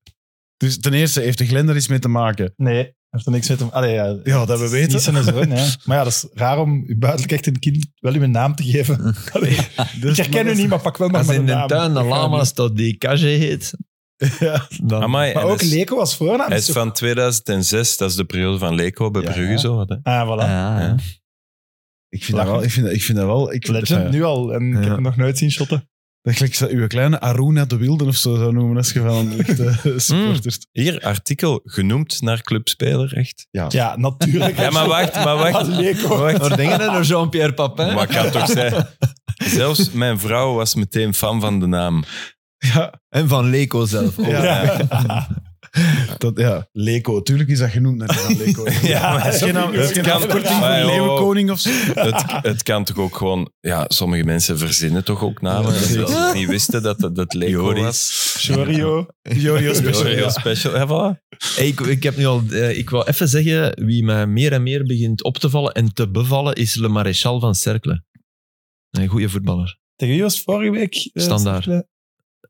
[SPEAKER 2] Dus ten eerste heeft de Glender iets mee te maken.
[SPEAKER 3] Nee, heeft er niks met hem. Allee, ja,
[SPEAKER 2] Ja, dat we
[SPEAKER 3] het is
[SPEAKER 2] weten.
[SPEAKER 3] Niet zijn zoon, ja. <laughs> Maar ja, dat is raar om u buitenlijk echt een kind wel uw naam te geven. <laughs> Allee, ik herken u niet, maar pak wel nog
[SPEAKER 5] Als
[SPEAKER 3] maar
[SPEAKER 5] in
[SPEAKER 3] naam.
[SPEAKER 5] de tuin een
[SPEAKER 3] Ik ga
[SPEAKER 5] lama
[SPEAKER 3] niet.
[SPEAKER 5] staat die Kaje heet,
[SPEAKER 2] Ja.
[SPEAKER 5] dan...
[SPEAKER 6] Amai,
[SPEAKER 3] Maar
[SPEAKER 6] en
[SPEAKER 3] ook
[SPEAKER 6] hij is-
[SPEAKER 3] Leko als voornaam.
[SPEAKER 6] dus- Hij
[SPEAKER 3] is
[SPEAKER 6] is
[SPEAKER 3] toch-
[SPEAKER 6] van 2006, dat is de periode van Leko bij
[SPEAKER 2] Ja,
[SPEAKER 6] Brugge.
[SPEAKER 3] ja.
[SPEAKER 6] Zo, wat, hè.
[SPEAKER 3] Ah, voilà.
[SPEAKER 4] Ah, ja.
[SPEAKER 2] Ik vind dat wel. Ik vind, dat- ik vind dat wel. Ik vind
[SPEAKER 3] Legend,
[SPEAKER 2] dat,
[SPEAKER 3] nu al. En ik
[SPEAKER 5] Ja.
[SPEAKER 3] heb hem nog nooit zien shotten.
[SPEAKER 2] dat gelijk zo- uw kleine Aruna de Wilden of zo zou noemen als je van de lichte supportert.
[SPEAKER 6] Hier, artikel genoemd naar clubspeler, echt.
[SPEAKER 3] Ja, natuurlijk.
[SPEAKER 6] Ja, maar wacht, maar
[SPEAKER 3] <laughs> Als
[SPEAKER 6] wacht.
[SPEAKER 3] Leko.
[SPEAKER 5] Waar dingen hè, door Jean-Pierre Papin?
[SPEAKER 6] Maar ik kan toch zijn. Zelfs mijn vrouw was meteen fan van de naam.
[SPEAKER 2] Ja,
[SPEAKER 5] En van Leko zelf. ook.
[SPEAKER 2] Ja. dat, ja, Leko. Tuurlijk is dat genoemd naar die van Leko. nou-
[SPEAKER 3] Ja, maar
[SPEAKER 2] dat is geen,
[SPEAKER 3] dat
[SPEAKER 2] naam- dat is geen
[SPEAKER 3] kan-
[SPEAKER 2] afkorting
[SPEAKER 6] Maar
[SPEAKER 2] voor
[SPEAKER 6] ja,
[SPEAKER 2] Leeuwenkoning of zo.
[SPEAKER 6] Het, het kan toch ook gewoon... Ja, sommige mensen verzinnen toch ook namen. En zelfs als ze niet wisten dat dat, dat
[SPEAKER 3] <laughs>
[SPEAKER 6] Leko was.
[SPEAKER 3] Jorio.
[SPEAKER 2] Jorio
[SPEAKER 6] Heel,
[SPEAKER 3] Dus,
[SPEAKER 2] Special.
[SPEAKER 3] eh,
[SPEAKER 6] heel
[SPEAKER 2] ja.
[SPEAKER 6] special. Ja, voilà.
[SPEAKER 5] Hey, ik, ik heb nu al... eh, ik wil even zeggen, wie mij meer en meer begint op te vallen en te bevallen, is Le Maréchal van Cercle. Een goede voetballer.
[SPEAKER 3] Tegen wie was het vorige week? eh,
[SPEAKER 5] Standaard.
[SPEAKER 3] Cercle?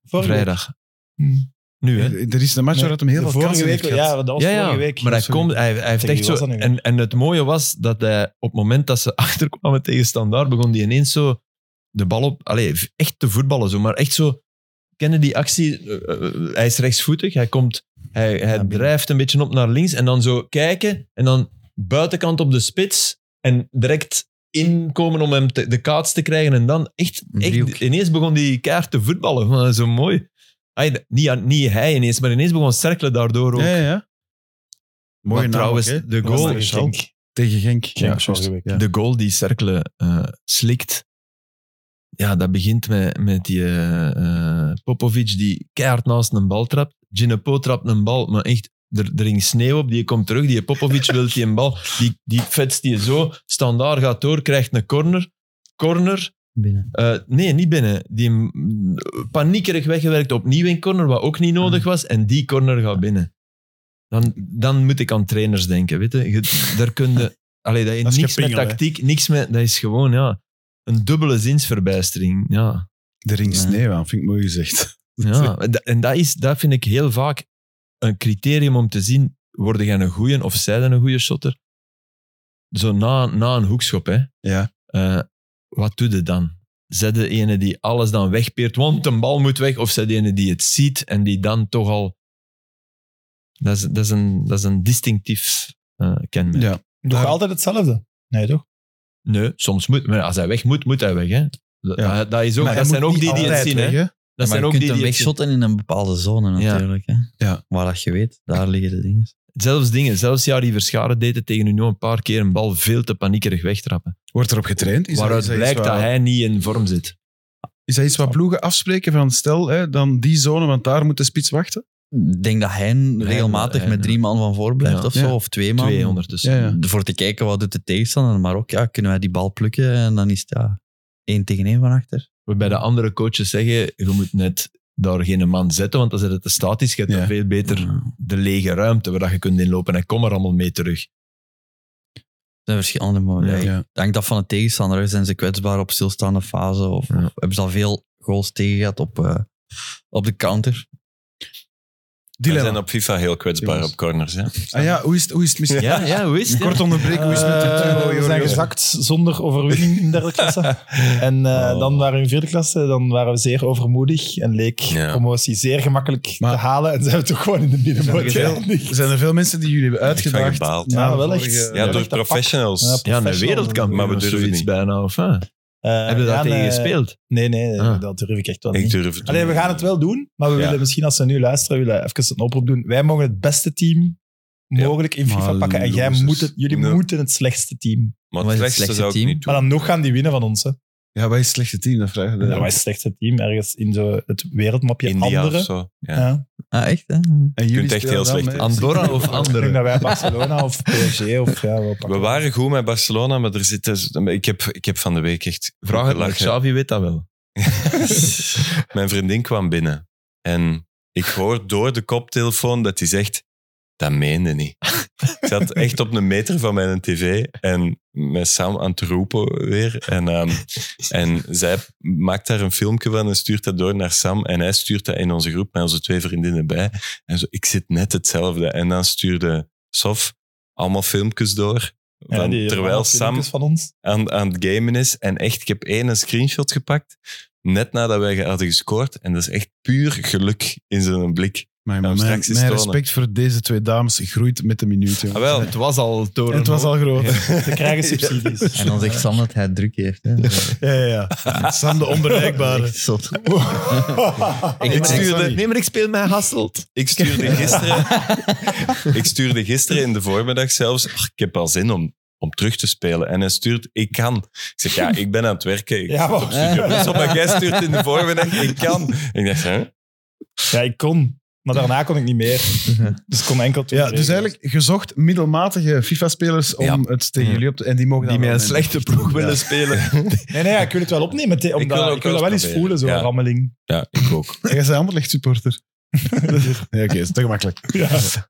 [SPEAKER 3] Vorige
[SPEAKER 5] Vrijdag.
[SPEAKER 3] Hm.
[SPEAKER 5] Nu, hè?
[SPEAKER 2] Er is een match waar het hem
[SPEAKER 3] week?
[SPEAKER 2] heel
[SPEAKER 3] De
[SPEAKER 2] veel
[SPEAKER 3] vorige
[SPEAKER 2] kansen
[SPEAKER 3] week.
[SPEAKER 2] heeft
[SPEAKER 3] Ja,
[SPEAKER 2] gehad.
[SPEAKER 3] dat was
[SPEAKER 5] Ja, ja,
[SPEAKER 3] vorige week. Dus
[SPEAKER 5] maar hij,
[SPEAKER 3] Sorry.
[SPEAKER 5] komt, hij, hij heeft
[SPEAKER 3] Tegen wie
[SPEAKER 5] echt zo...
[SPEAKER 3] was dat nu weer?
[SPEAKER 5] En, en het mooie was dat hij op het moment dat ze <laughs> achterkwamen tegen Standaard, begon hij ineens zo de bal op... Allee, v- echt te voetballen zo, maar echt zo... Kennen die actie? eh, eh, hij is rechtsvoetig, hij komt... Hij, hij
[SPEAKER 3] binnen.
[SPEAKER 5] drijft een beetje op naar links en dan zo kijken en dan buitenkant op de spits en direct inkomen om hem te- de kaats te krijgen en dan echt...
[SPEAKER 4] Een driehoek.
[SPEAKER 5] echt ineens begon die kaart te voetballen. <laughs> Maar dat is zo mooi. Ay, niet, niet hij ineens, maar ineens begon cirkelen daardoor ook.
[SPEAKER 2] Ja, ja, ja. Mooie naam
[SPEAKER 5] Maar trouwens,
[SPEAKER 2] ook, hè.
[SPEAKER 5] de
[SPEAKER 2] Dat was
[SPEAKER 5] goal-
[SPEAKER 2] tegen Genk. Tegen Genk. Ja,
[SPEAKER 3] vorige
[SPEAKER 2] juist.
[SPEAKER 3] week.
[SPEAKER 2] Ja.
[SPEAKER 5] De goal die Cercle eh, slikt, ja, dat begint met, met die eh, eh, Popovic die keihard naast een bal trapt. Ginepo trapt een bal, maar echt, er, er ging sneeuw op, die komt terug. Die Popovic wil die een bal, die, die vetst die zo. Standaard gaat door, krijgt een corner. Corner,
[SPEAKER 4] Binnen.
[SPEAKER 5] eh, nee, niet binnen. Die mm, paniekerig weggewerkt opnieuw in corner, wat ook niet nodig was. En die corner gaat binnen. Dan, dan moet ik aan trainers denken. Weet je? Je- daar kun je... Allee, dat heeft
[SPEAKER 2] Dat is
[SPEAKER 5] niks met
[SPEAKER 2] gepingel, hè?
[SPEAKER 5] tactiek, niks met... Dat is gewoon, ja... Een dubbele zinsverbijstering, ja.
[SPEAKER 2] De ring
[SPEAKER 4] Ja.
[SPEAKER 2] sneeuw aan, vind ik mooi gezegd.
[SPEAKER 5] ja. Da- En dat, is, dat vind ik heel vaak een criterium om te zien, worden jij een goeie of zij dan een goede shotter? Zo na, na een hoekschop, hè.
[SPEAKER 2] Ja.
[SPEAKER 5] Eh, wat doe je dan? Zet de ene die alles dan wegpeert, want een bal moet weg, of zet de ene die het ziet en die dan toch al... Dat is, dat is, een, dat is een distinctief eh, kenmerk.
[SPEAKER 2] Ja.
[SPEAKER 3] Doe je altijd hetzelfde? Nee, toch?
[SPEAKER 5] Nee, soms moet... Maar als hij weg moet, moet hij weg, hè. Dat,
[SPEAKER 2] Ja.
[SPEAKER 5] dat- dat is ook,
[SPEAKER 2] Maar
[SPEAKER 5] dat
[SPEAKER 2] hij
[SPEAKER 5] zijn
[SPEAKER 2] moet
[SPEAKER 5] ook
[SPEAKER 2] niet
[SPEAKER 5] die die het
[SPEAKER 2] altijd
[SPEAKER 5] zien, hè.
[SPEAKER 2] weg,
[SPEAKER 5] Dat
[SPEAKER 4] Ja, maar
[SPEAKER 5] zijn
[SPEAKER 4] je
[SPEAKER 5] ook
[SPEAKER 4] kunt
[SPEAKER 5] die
[SPEAKER 4] hem
[SPEAKER 5] die het zien.
[SPEAKER 4] wegshotten in een bepaalde zone
[SPEAKER 5] Ja.
[SPEAKER 4] natuurlijk. Hè.
[SPEAKER 2] Ja.
[SPEAKER 4] Waar dat je weet, daar liggen de dingen.
[SPEAKER 5] Zelfs dingen, zelfs Jari Verscharen deed het tegen Union een paar keer een bal veel te paniekerig wegtrappen.
[SPEAKER 2] Wordt erop getraind? Is
[SPEAKER 5] Waaruit
[SPEAKER 2] is
[SPEAKER 5] blijkt
[SPEAKER 2] iets
[SPEAKER 5] dat
[SPEAKER 2] waar-
[SPEAKER 5] hij niet in vorm zit.
[SPEAKER 2] Is dat iets wat ploegen afspreken van stel, hè, dan die zone, want daar moet de spits wachten?
[SPEAKER 4] Ik denk dat hij regelmatig
[SPEAKER 5] hij-
[SPEAKER 4] met drie man van voor blijft
[SPEAKER 5] Ja.
[SPEAKER 4] of zo,
[SPEAKER 2] Ja.
[SPEAKER 4] of twee man.
[SPEAKER 5] 200 dus.
[SPEAKER 2] Ja, ja.
[SPEAKER 4] Voor te kijken wat doet de tegenstander, maar ook ja, kunnen wij die bal plukken en dan is het ja, één tegen één van achter.
[SPEAKER 5] Waarbij de andere coaches zeggen, je moet net daar geen man zetten, want dan zit het te statisch. Je hebt dan
[SPEAKER 2] Ja.
[SPEAKER 5] veel beter de lege ruimte waar dat je kunt inlopen en kom er allemaal mee terug.
[SPEAKER 4] Er zijn verschillende momenten.
[SPEAKER 2] Ja.
[SPEAKER 4] Ja. Het hangt af van de tegenstander. hè. Zijn ze kwetsbaar op stilstaande fase? Of,
[SPEAKER 5] Ja.
[SPEAKER 4] of hebben ze al veel goals tegen gehad op, eh, op de counter?
[SPEAKER 6] Wij
[SPEAKER 2] Dilemma.
[SPEAKER 6] zijn op FIFA heel kwetsbaar
[SPEAKER 2] Jongens.
[SPEAKER 6] op corners. Hè?
[SPEAKER 2] Ah ja, hoe is het, hoe is het mis?
[SPEAKER 5] Ja, ja, hoe is het?
[SPEAKER 2] Kort onderbreken, hoe is het met de
[SPEAKER 3] Eh,
[SPEAKER 2] turbo?
[SPEAKER 3] we zijn gezakt zonder overwinning in
[SPEAKER 2] <laughs>
[SPEAKER 3] derde klasse. En eh,
[SPEAKER 2] Oh.
[SPEAKER 3] dan waren we in vierde klasse, dan waren we zeer overmoedig en leek
[SPEAKER 6] Ja.
[SPEAKER 3] promotie zeer gemakkelijk
[SPEAKER 2] Maar-
[SPEAKER 3] te halen. En zijn we toch gewoon in de middenmoot
[SPEAKER 2] Zijn er
[SPEAKER 3] geëindigd.
[SPEAKER 2] Er zijn er veel mensen die jullie hebben uitgedaagd.
[SPEAKER 6] gebaald.
[SPEAKER 2] na
[SPEAKER 3] Ja,
[SPEAKER 2] de
[SPEAKER 3] wel echt.
[SPEAKER 2] vorige-
[SPEAKER 6] Ja,
[SPEAKER 3] Ja,
[SPEAKER 6] door
[SPEAKER 3] echt een pak.
[SPEAKER 6] professionals.
[SPEAKER 3] Ja,
[SPEAKER 5] Ja, een
[SPEAKER 3] professional.
[SPEAKER 5] wereldkampioen
[SPEAKER 6] Maar we
[SPEAKER 5] of
[SPEAKER 6] durven
[SPEAKER 5] zoiets
[SPEAKER 6] niet.
[SPEAKER 5] bijna. Of, ah.
[SPEAKER 3] Eh,
[SPEAKER 5] Hebben we daar
[SPEAKER 3] ja,
[SPEAKER 5] tegen
[SPEAKER 3] nee,
[SPEAKER 5] gespeeld?
[SPEAKER 3] Nee, nee,
[SPEAKER 5] Ah.
[SPEAKER 3] dat durf ik echt wel
[SPEAKER 6] Ik
[SPEAKER 3] niet.
[SPEAKER 6] durf het
[SPEAKER 3] Allee, we
[SPEAKER 6] niet.
[SPEAKER 3] gaan het wel doen, maar we
[SPEAKER 6] Ja.
[SPEAKER 3] willen misschien als ze nu luisteren, willen we even een oproep doen. Wij mogen het beste team mogelijk in
[SPEAKER 2] Maar
[SPEAKER 3] FIFA pakken en jij
[SPEAKER 2] losers.
[SPEAKER 3] moet het, jullie
[SPEAKER 6] Nee.
[SPEAKER 3] moeten het slechtste team.
[SPEAKER 4] Wat
[SPEAKER 6] Maar
[SPEAKER 4] is
[SPEAKER 6] het
[SPEAKER 4] het
[SPEAKER 6] slechtste
[SPEAKER 4] slechte
[SPEAKER 6] zou ik
[SPEAKER 4] team?
[SPEAKER 6] niet
[SPEAKER 3] Maar
[SPEAKER 6] doen.
[SPEAKER 3] dan nog gaan die winnen van ons. Hè.
[SPEAKER 2] Ja, wij is het slechte team, dat vragen we.
[SPEAKER 3] Nou, wij is het slechtste team ergens in zo het wereldmapje
[SPEAKER 6] India
[SPEAKER 3] andere.
[SPEAKER 6] of zo. Ja.
[SPEAKER 3] Ja.
[SPEAKER 4] Ah, echt? Hè?
[SPEAKER 2] En
[SPEAKER 6] Je kunt echt
[SPEAKER 2] spelen
[SPEAKER 6] heel
[SPEAKER 2] wel
[SPEAKER 6] slecht
[SPEAKER 2] met-
[SPEAKER 5] Andorra of
[SPEAKER 3] Ik denk
[SPEAKER 5] andere?
[SPEAKER 3] dat wij Barcelona of PSG of ja, wel
[SPEAKER 6] We
[SPEAKER 3] pakken.
[SPEAKER 6] waren goed met Barcelona, maar er zitten, ik, heb, ik heb van de week echt
[SPEAKER 5] Vraag het maar,
[SPEAKER 6] gelachen.
[SPEAKER 5] Xavi weet dat wel.
[SPEAKER 6] Mijn vriendin kwam binnen en ik hoor door de koptelefoon dat hij zegt, dat meende niet. ik zat echt op een meter van mijn tv en met Sam aan het roepen weer. En, ehm, en zij maakt daar een filmpje van en stuurt dat door naar Sam. En hij stuurt dat in onze groep met onze twee vriendinnen bij. En zo, ik zit net hetzelfde. En dan stuurde Sof allemaal filmpjes door.
[SPEAKER 3] Ja,
[SPEAKER 6] van-
[SPEAKER 3] die
[SPEAKER 6] terwijl
[SPEAKER 3] allemaal
[SPEAKER 6] Sam
[SPEAKER 3] filmpjes van ons.
[SPEAKER 6] aan, aan het gamen is. En echt, ik heb één screenshot gepakt, net nadat wij hadden gescoord. En dat is echt puur geluk in zijn blik.
[SPEAKER 2] Mijn,
[SPEAKER 6] Gaan we
[SPEAKER 2] mijn,
[SPEAKER 6] straks eens
[SPEAKER 2] mijn
[SPEAKER 6] tonen.
[SPEAKER 2] respect voor deze twee dames groeit met de minuut. jongen.
[SPEAKER 6] Ah, wel.
[SPEAKER 5] Het was al toren.
[SPEAKER 2] Het was al groot.
[SPEAKER 3] Ze
[SPEAKER 5] <laughs>
[SPEAKER 3] krijgen subsidies.
[SPEAKER 4] En dan zegt Sam dat hij het druk heeft. Hè?
[SPEAKER 2] Ja, ja, ja. <laughs> Sam de onbereikbare.
[SPEAKER 3] <laughs>
[SPEAKER 4] Echt zot.
[SPEAKER 2] Ik stuurde-
[SPEAKER 5] Ik stuurde, nee, maar ik speel mij Hasselt.
[SPEAKER 6] Ik stuurde gisteren, ik stuurde gisteren in de voormiddag zelfs, "Ach, ik heb al zin om, om terug te spelen. En hij stuurt, ik kan. Ik zeg, ja, ik ben aan het werken. Ik
[SPEAKER 3] Ja,
[SPEAKER 6] zit op
[SPEAKER 3] maar-
[SPEAKER 6] Studio Brussel, maar jij stuurt in de voormiddag, ik kan. Ik dacht, hè?
[SPEAKER 3] Ja, ik kon. Maar daarna kon ik niet
[SPEAKER 2] <laughs>
[SPEAKER 3] meer. Dus ik kon enkel twee
[SPEAKER 2] Ja, dus
[SPEAKER 3] regels.
[SPEAKER 2] eigenlijk gezocht middelmatige FIFA-spelers om
[SPEAKER 6] Ja.
[SPEAKER 2] het tegen jullie op te... En die mogen
[SPEAKER 5] Die
[SPEAKER 2] dan
[SPEAKER 5] met
[SPEAKER 2] wel
[SPEAKER 5] een
[SPEAKER 2] mee.
[SPEAKER 5] slechte ploeg willen spelen.
[SPEAKER 3] Nee, nee, ja, ik wil het wel opnemen. te- Omdat, ik
[SPEAKER 6] wil
[SPEAKER 3] wil,
[SPEAKER 6] ook
[SPEAKER 3] ik wil dat wel eens
[SPEAKER 6] proberen.
[SPEAKER 3] voelen, zo'n
[SPEAKER 6] Ja.
[SPEAKER 3] rammeling.
[SPEAKER 6] Ja, ik ook.
[SPEAKER 2] En jij bent Anderlecht-supporter. nee, oké, dat is te gemakkelijk.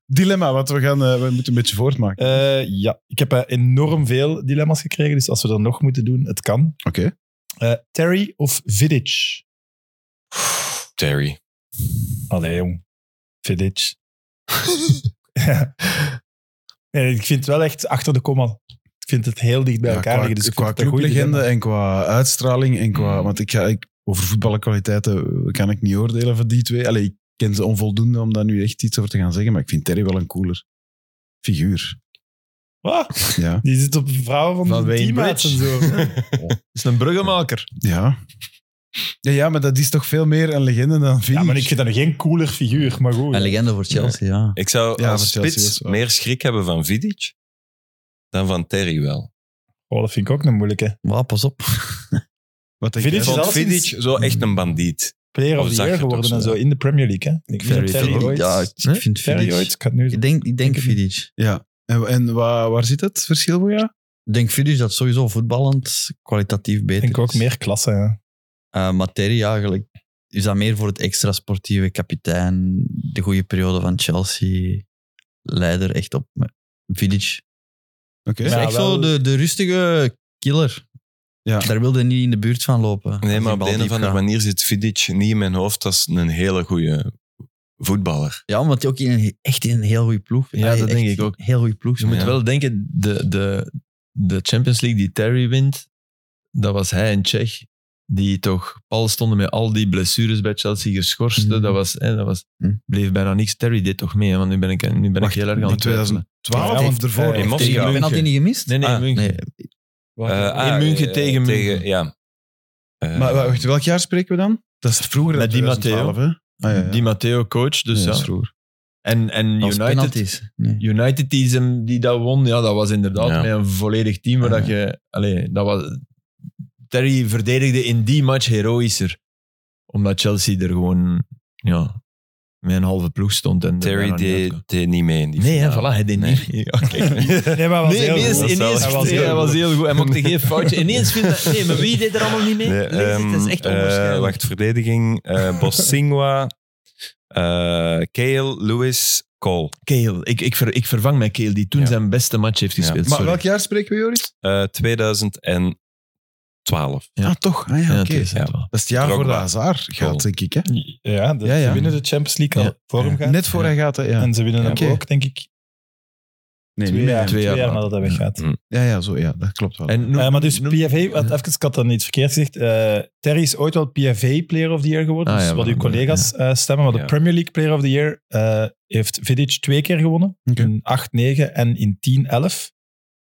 [SPEAKER 2] Dilemma, want we, gaan, eh, we moeten een beetje voortmaken.
[SPEAKER 3] Eh, ja, ik heb eh, enorm veel dilemma's gekregen. Dus als we dat nog moeten doen, het kan.
[SPEAKER 2] Oké.
[SPEAKER 3] Eh, Terry of Vidic?
[SPEAKER 6] Terry.
[SPEAKER 3] Allee, jong. Vidic. <laughs> Ja. nee, ik vind het wel echt achter de komma. Ik vind het heel dicht bij
[SPEAKER 2] Ja,
[SPEAKER 3] elkaar
[SPEAKER 2] qua,
[SPEAKER 3] liggen. Dus ik
[SPEAKER 2] qua
[SPEAKER 3] vind het een goeie
[SPEAKER 2] clublegende
[SPEAKER 3] dilemma.
[SPEAKER 2] en qua uitstraling en qua... Want ik ga, ik, over voetbalkwaliteiten eh, kan ik niet oordelen van die twee. Allee, ik ken ze onvoldoende om daar nu echt iets over te gaan zeggen, maar ik vind Terry wel een cooler figuur.
[SPEAKER 3] Wat?
[SPEAKER 2] Ja.
[SPEAKER 3] Die zit op vrouwen van,
[SPEAKER 5] Van
[SPEAKER 3] de
[SPEAKER 5] Wayne
[SPEAKER 3] teammaats en
[SPEAKER 5] Bridge.
[SPEAKER 3] zo.
[SPEAKER 5] is een bruggenmaker.
[SPEAKER 2] Ja. Ja, ja, maar dat is toch veel meer een legende dan Vinicius.
[SPEAKER 3] Ja, maar ik vind dat geen cooler figuur, maar goed.
[SPEAKER 4] Een legende voor Chelsea, ja.
[SPEAKER 6] Ik zou
[SPEAKER 2] Ja,
[SPEAKER 6] als
[SPEAKER 2] voor Chelsea
[SPEAKER 6] spits
[SPEAKER 2] is het wel.
[SPEAKER 6] meer schrik hebben van Vidic dan van Terry wel.
[SPEAKER 3] Oh, dat vind ik ook een moeilijke.
[SPEAKER 4] Maar pas op.
[SPEAKER 2] Wat denk
[SPEAKER 3] Vind
[SPEAKER 2] jij?
[SPEAKER 6] Ik
[SPEAKER 3] je
[SPEAKER 6] vond
[SPEAKER 3] zelfs
[SPEAKER 6] Vidic
[SPEAKER 3] iets-
[SPEAKER 6] zo echt een bandiet.
[SPEAKER 3] Player
[SPEAKER 6] Of
[SPEAKER 3] of the
[SPEAKER 6] zag
[SPEAKER 3] year
[SPEAKER 6] je het
[SPEAKER 3] geworden
[SPEAKER 6] ook
[SPEAKER 3] en
[SPEAKER 6] zo,
[SPEAKER 3] zo in de Premier League. Hè? Ik vind dat Terry
[SPEAKER 4] Vidic,
[SPEAKER 3] ooit.
[SPEAKER 4] Ja,
[SPEAKER 5] Huh?
[SPEAKER 4] ik vind
[SPEAKER 3] Terry ooit.
[SPEAKER 4] Vidic.
[SPEAKER 3] Ik ga het nu
[SPEAKER 4] Ik denk, ik denk
[SPEAKER 3] het niet.
[SPEAKER 4] Vidic.
[SPEAKER 2] En, en waar, waar zit het verschil voor jou?
[SPEAKER 4] Ik denk Vidic dat sowieso voetballend kwalitatief beter
[SPEAKER 3] Ik denk ook
[SPEAKER 4] is.
[SPEAKER 3] meer klasse. Ja.
[SPEAKER 4] Eh, maar Terry eigenlijk is dat meer voor het extra sportieve kapitein, de goede periode van Chelsea, leider echt op met Vidic.
[SPEAKER 2] Oké.
[SPEAKER 4] Is
[SPEAKER 3] Ja,
[SPEAKER 4] Dus echt
[SPEAKER 3] wel-
[SPEAKER 4] zo de, de rustige killer.
[SPEAKER 2] Ja.
[SPEAKER 4] Daar wilde hij niet in de buurt van lopen.
[SPEAKER 6] Nee,
[SPEAKER 4] Als
[SPEAKER 6] maar
[SPEAKER 4] die
[SPEAKER 6] op
[SPEAKER 4] bal
[SPEAKER 6] de een
[SPEAKER 4] diep
[SPEAKER 6] of andere
[SPEAKER 4] gaat.
[SPEAKER 6] manier zit Vidic niet in mijn hoofd als een hele goede voetballer.
[SPEAKER 4] Ja, omdat hij ook in een, echt in een heel goede ploeg
[SPEAKER 5] Ja,
[SPEAKER 4] Allee,
[SPEAKER 5] dat
[SPEAKER 4] echt
[SPEAKER 5] denk ik ook.
[SPEAKER 4] een Heel goede ploeg.
[SPEAKER 5] Je moet
[SPEAKER 6] Ja.
[SPEAKER 5] wel denken, de, de, de Champions League die Terry wint, dat was hij en Tsjech. Die toch pal stonden met al die blessures bij Chelsea geschorst.
[SPEAKER 4] Mhm.
[SPEAKER 5] Dat, was, hè, dat was,
[SPEAKER 4] Mhm.
[SPEAKER 5] bleef bijna niks. Terry deed toch mee, hè, want nu ben ik, nu ben
[SPEAKER 2] Wacht,
[SPEAKER 5] ik heel erg aan
[SPEAKER 2] in
[SPEAKER 5] het twijfelen.
[SPEAKER 2] 2012
[SPEAKER 3] Ja,
[SPEAKER 2] of
[SPEAKER 3] want-
[SPEAKER 2] ervoor?
[SPEAKER 3] eh,
[SPEAKER 6] in
[SPEAKER 2] Of
[SPEAKER 6] Moskou.
[SPEAKER 2] tegen
[SPEAKER 4] Ik ben
[SPEAKER 2] München?
[SPEAKER 4] altijd niet gemist.
[SPEAKER 5] Nee, nee,
[SPEAKER 6] Ah,
[SPEAKER 5] München.
[SPEAKER 4] Nee,
[SPEAKER 6] Eh, ah,
[SPEAKER 5] in München
[SPEAKER 6] eh,
[SPEAKER 5] tegen München.
[SPEAKER 6] tegen ja. Eh,
[SPEAKER 2] Maar wacht, welk jaar spreken we dan? Dat is vroeger dan
[SPEAKER 5] Met Di Matteo.
[SPEAKER 2] 2012, hè? Ah, ja, ja.
[SPEAKER 5] Die Matteo coach, dus
[SPEAKER 2] Ja,
[SPEAKER 5] ja.
[SPEAKER 2] dat is vroeger.
[SPEAKER 5] En, en
[SPEAKER 4] als
[SPEAKER 5] United,
[SPEAKER 4] penalties. Nee.
[SPEAKER 5] United die, ze- die dat won, ja, dat was inderdaad
[SPEAKER 6] Ja.
[SPEAKER 5] met een volledig team waar dat je... Allee, dat was, Terry verdedigde in die match heroïscher. Omdat Chelsea er gewoon ja, met een halve ploeg stond. En er
[SPEAKER 6] Terry
[SPEAKER 5] bijna niet
[SPEAKER 6] deed
[SPEAKER 5] uitkwam.
[SPEAKER 6] deed niet mee in die
[SPEAKER 5] Nee, hè,
[SPEAKER 6] finale.
[SPEAKER 5] voilà, hij deed
[SPEAKER 6] Nee.
[SPEAKER 5] <laughs> niet.
[SPEAKER 6] <laughs>
[SPEAKER 5] Ja, kijk.
[SPEAKER 3] Nee, maar
[SPEAKER 5] Nee, ineens,
[SPEAKER 6] goed.
[SPEAKER 5] ineens,
[SPEAKER 6] Hij
[SPEAKER 5] hij
[SPEAKER 6] was
[SPEAKER 5] was,
[SPEAKER 6] heel
[SPEAKER 5] heel,
[SPEAKER 6] goed.
[SPEAKER 5] goed. Hij mocht
[SPEAKER 6] <laughs>
[SPEAKER 5] geen foutje. Ineens vindt hij... Nee, maar wie deed er allemaal niet mee?
[SPEAKER 6] Nee,
[SPEAKER 5] Nee, het is
[SPEAKER 6] ehm,
[SPEAKER 5] echt
[SPEAKER 6] eh,
[SPEAKER 5] onwaarschijnlijk.
[SPEAKER 6] wacht, verdediging. <laughs> eh Bossingwa, eh Kale, Lewis, Cole.
[SPEAKER 5] Keel. Ik, ik, ver, ik vervang mij Keel, die toen
[SPEAKER 6] Ja.
[SPEAKER 5] zijn beste match heeft
[SPEAKER 6] Ja.
[SPEAKER 5] gespeeld.
[SPEAKER 2] Maar
[SPEAKER 5] Sorry.
[SPEAKER 2] welk jaar spreken we, Joris?
[SPEAKER 6] Eh, 2011. 12.
[SPEAKER 5] Ja.
[SPEAKER 2] Ah, toch? Ah, ja,
[SPEAKER 5] Ja,
[SPEAKER 2] oké.
[SPEAKER 5] 2012.
[SPEAKER 2] Dat is het jaar
[SPEAKER 6] Drogba.
[SPEAKER 2] voor de Hazard gaat,
[SPEAKER 6] Goal.
[SPEAKER 2] denk ik. Hè?
[SPEAKER 3] Ja, de,
[SPEAKER 2] Ja, ja.
[SPEAKER 3] ze winnen de Champions League al
[SPEAKER 5] Ja.
[SPEAKER 3] voor hem
[SPEAKER 5] Ja.
[SPEAKER 3] gaat.
[SPEAKER 2] Net voor hij gaat, hè? Ja.
[SPEAKER 3] En ze winnen hem
[SPEAKER 2] Oké.
[SPEAKER 3] ook, denk ik,
[SPEAKER 2] Nee,
[SPEAKER 3] twee,
[SPEAKER 2] niet
[SPEAKER 3] jaar,
[SPEAKER 2] meer.
[SPEAKER 3] twee
[SPEAKER 5] jaar
[SPEAKER 3] jaar
[SPEAKER 5] na.
[SPEAKER 3] nadat hij weggaat.
[SPEAKER 6] Ja.
[SPEAKER 2] Ja, ja, zo, ja, dat klopt wel.
[SPEAKER 5] En noem-
[SPEAKER 3] Eh, maar dus
[SPEAKER 5] noem-
[SPEAKER 3] PFA, want even, ik had dat niet verkeerd gezegd. eh, Terry is ooit wel PFA Player of the Year geworden.
[SPEAKER 5] Ah,
[SPEAKER 3] dus
[SPEAKER 5] ja,
[SPEAKER 3] wat
[SPEAKER 5] maar
[SPEAKER 3] uw
[SPEAKER 5] dan-
[SPEAKER 3] collega's eh, stemmen. Maar de
[SPEAKER 6] Ja.
[SPEAKER 3] Premier League Player of the Year eh, heeft Vidic twee keer gewonnen.
[SPEAKER 2] Oké.
[SPEAKER 3] In 8-9 en in 10-11.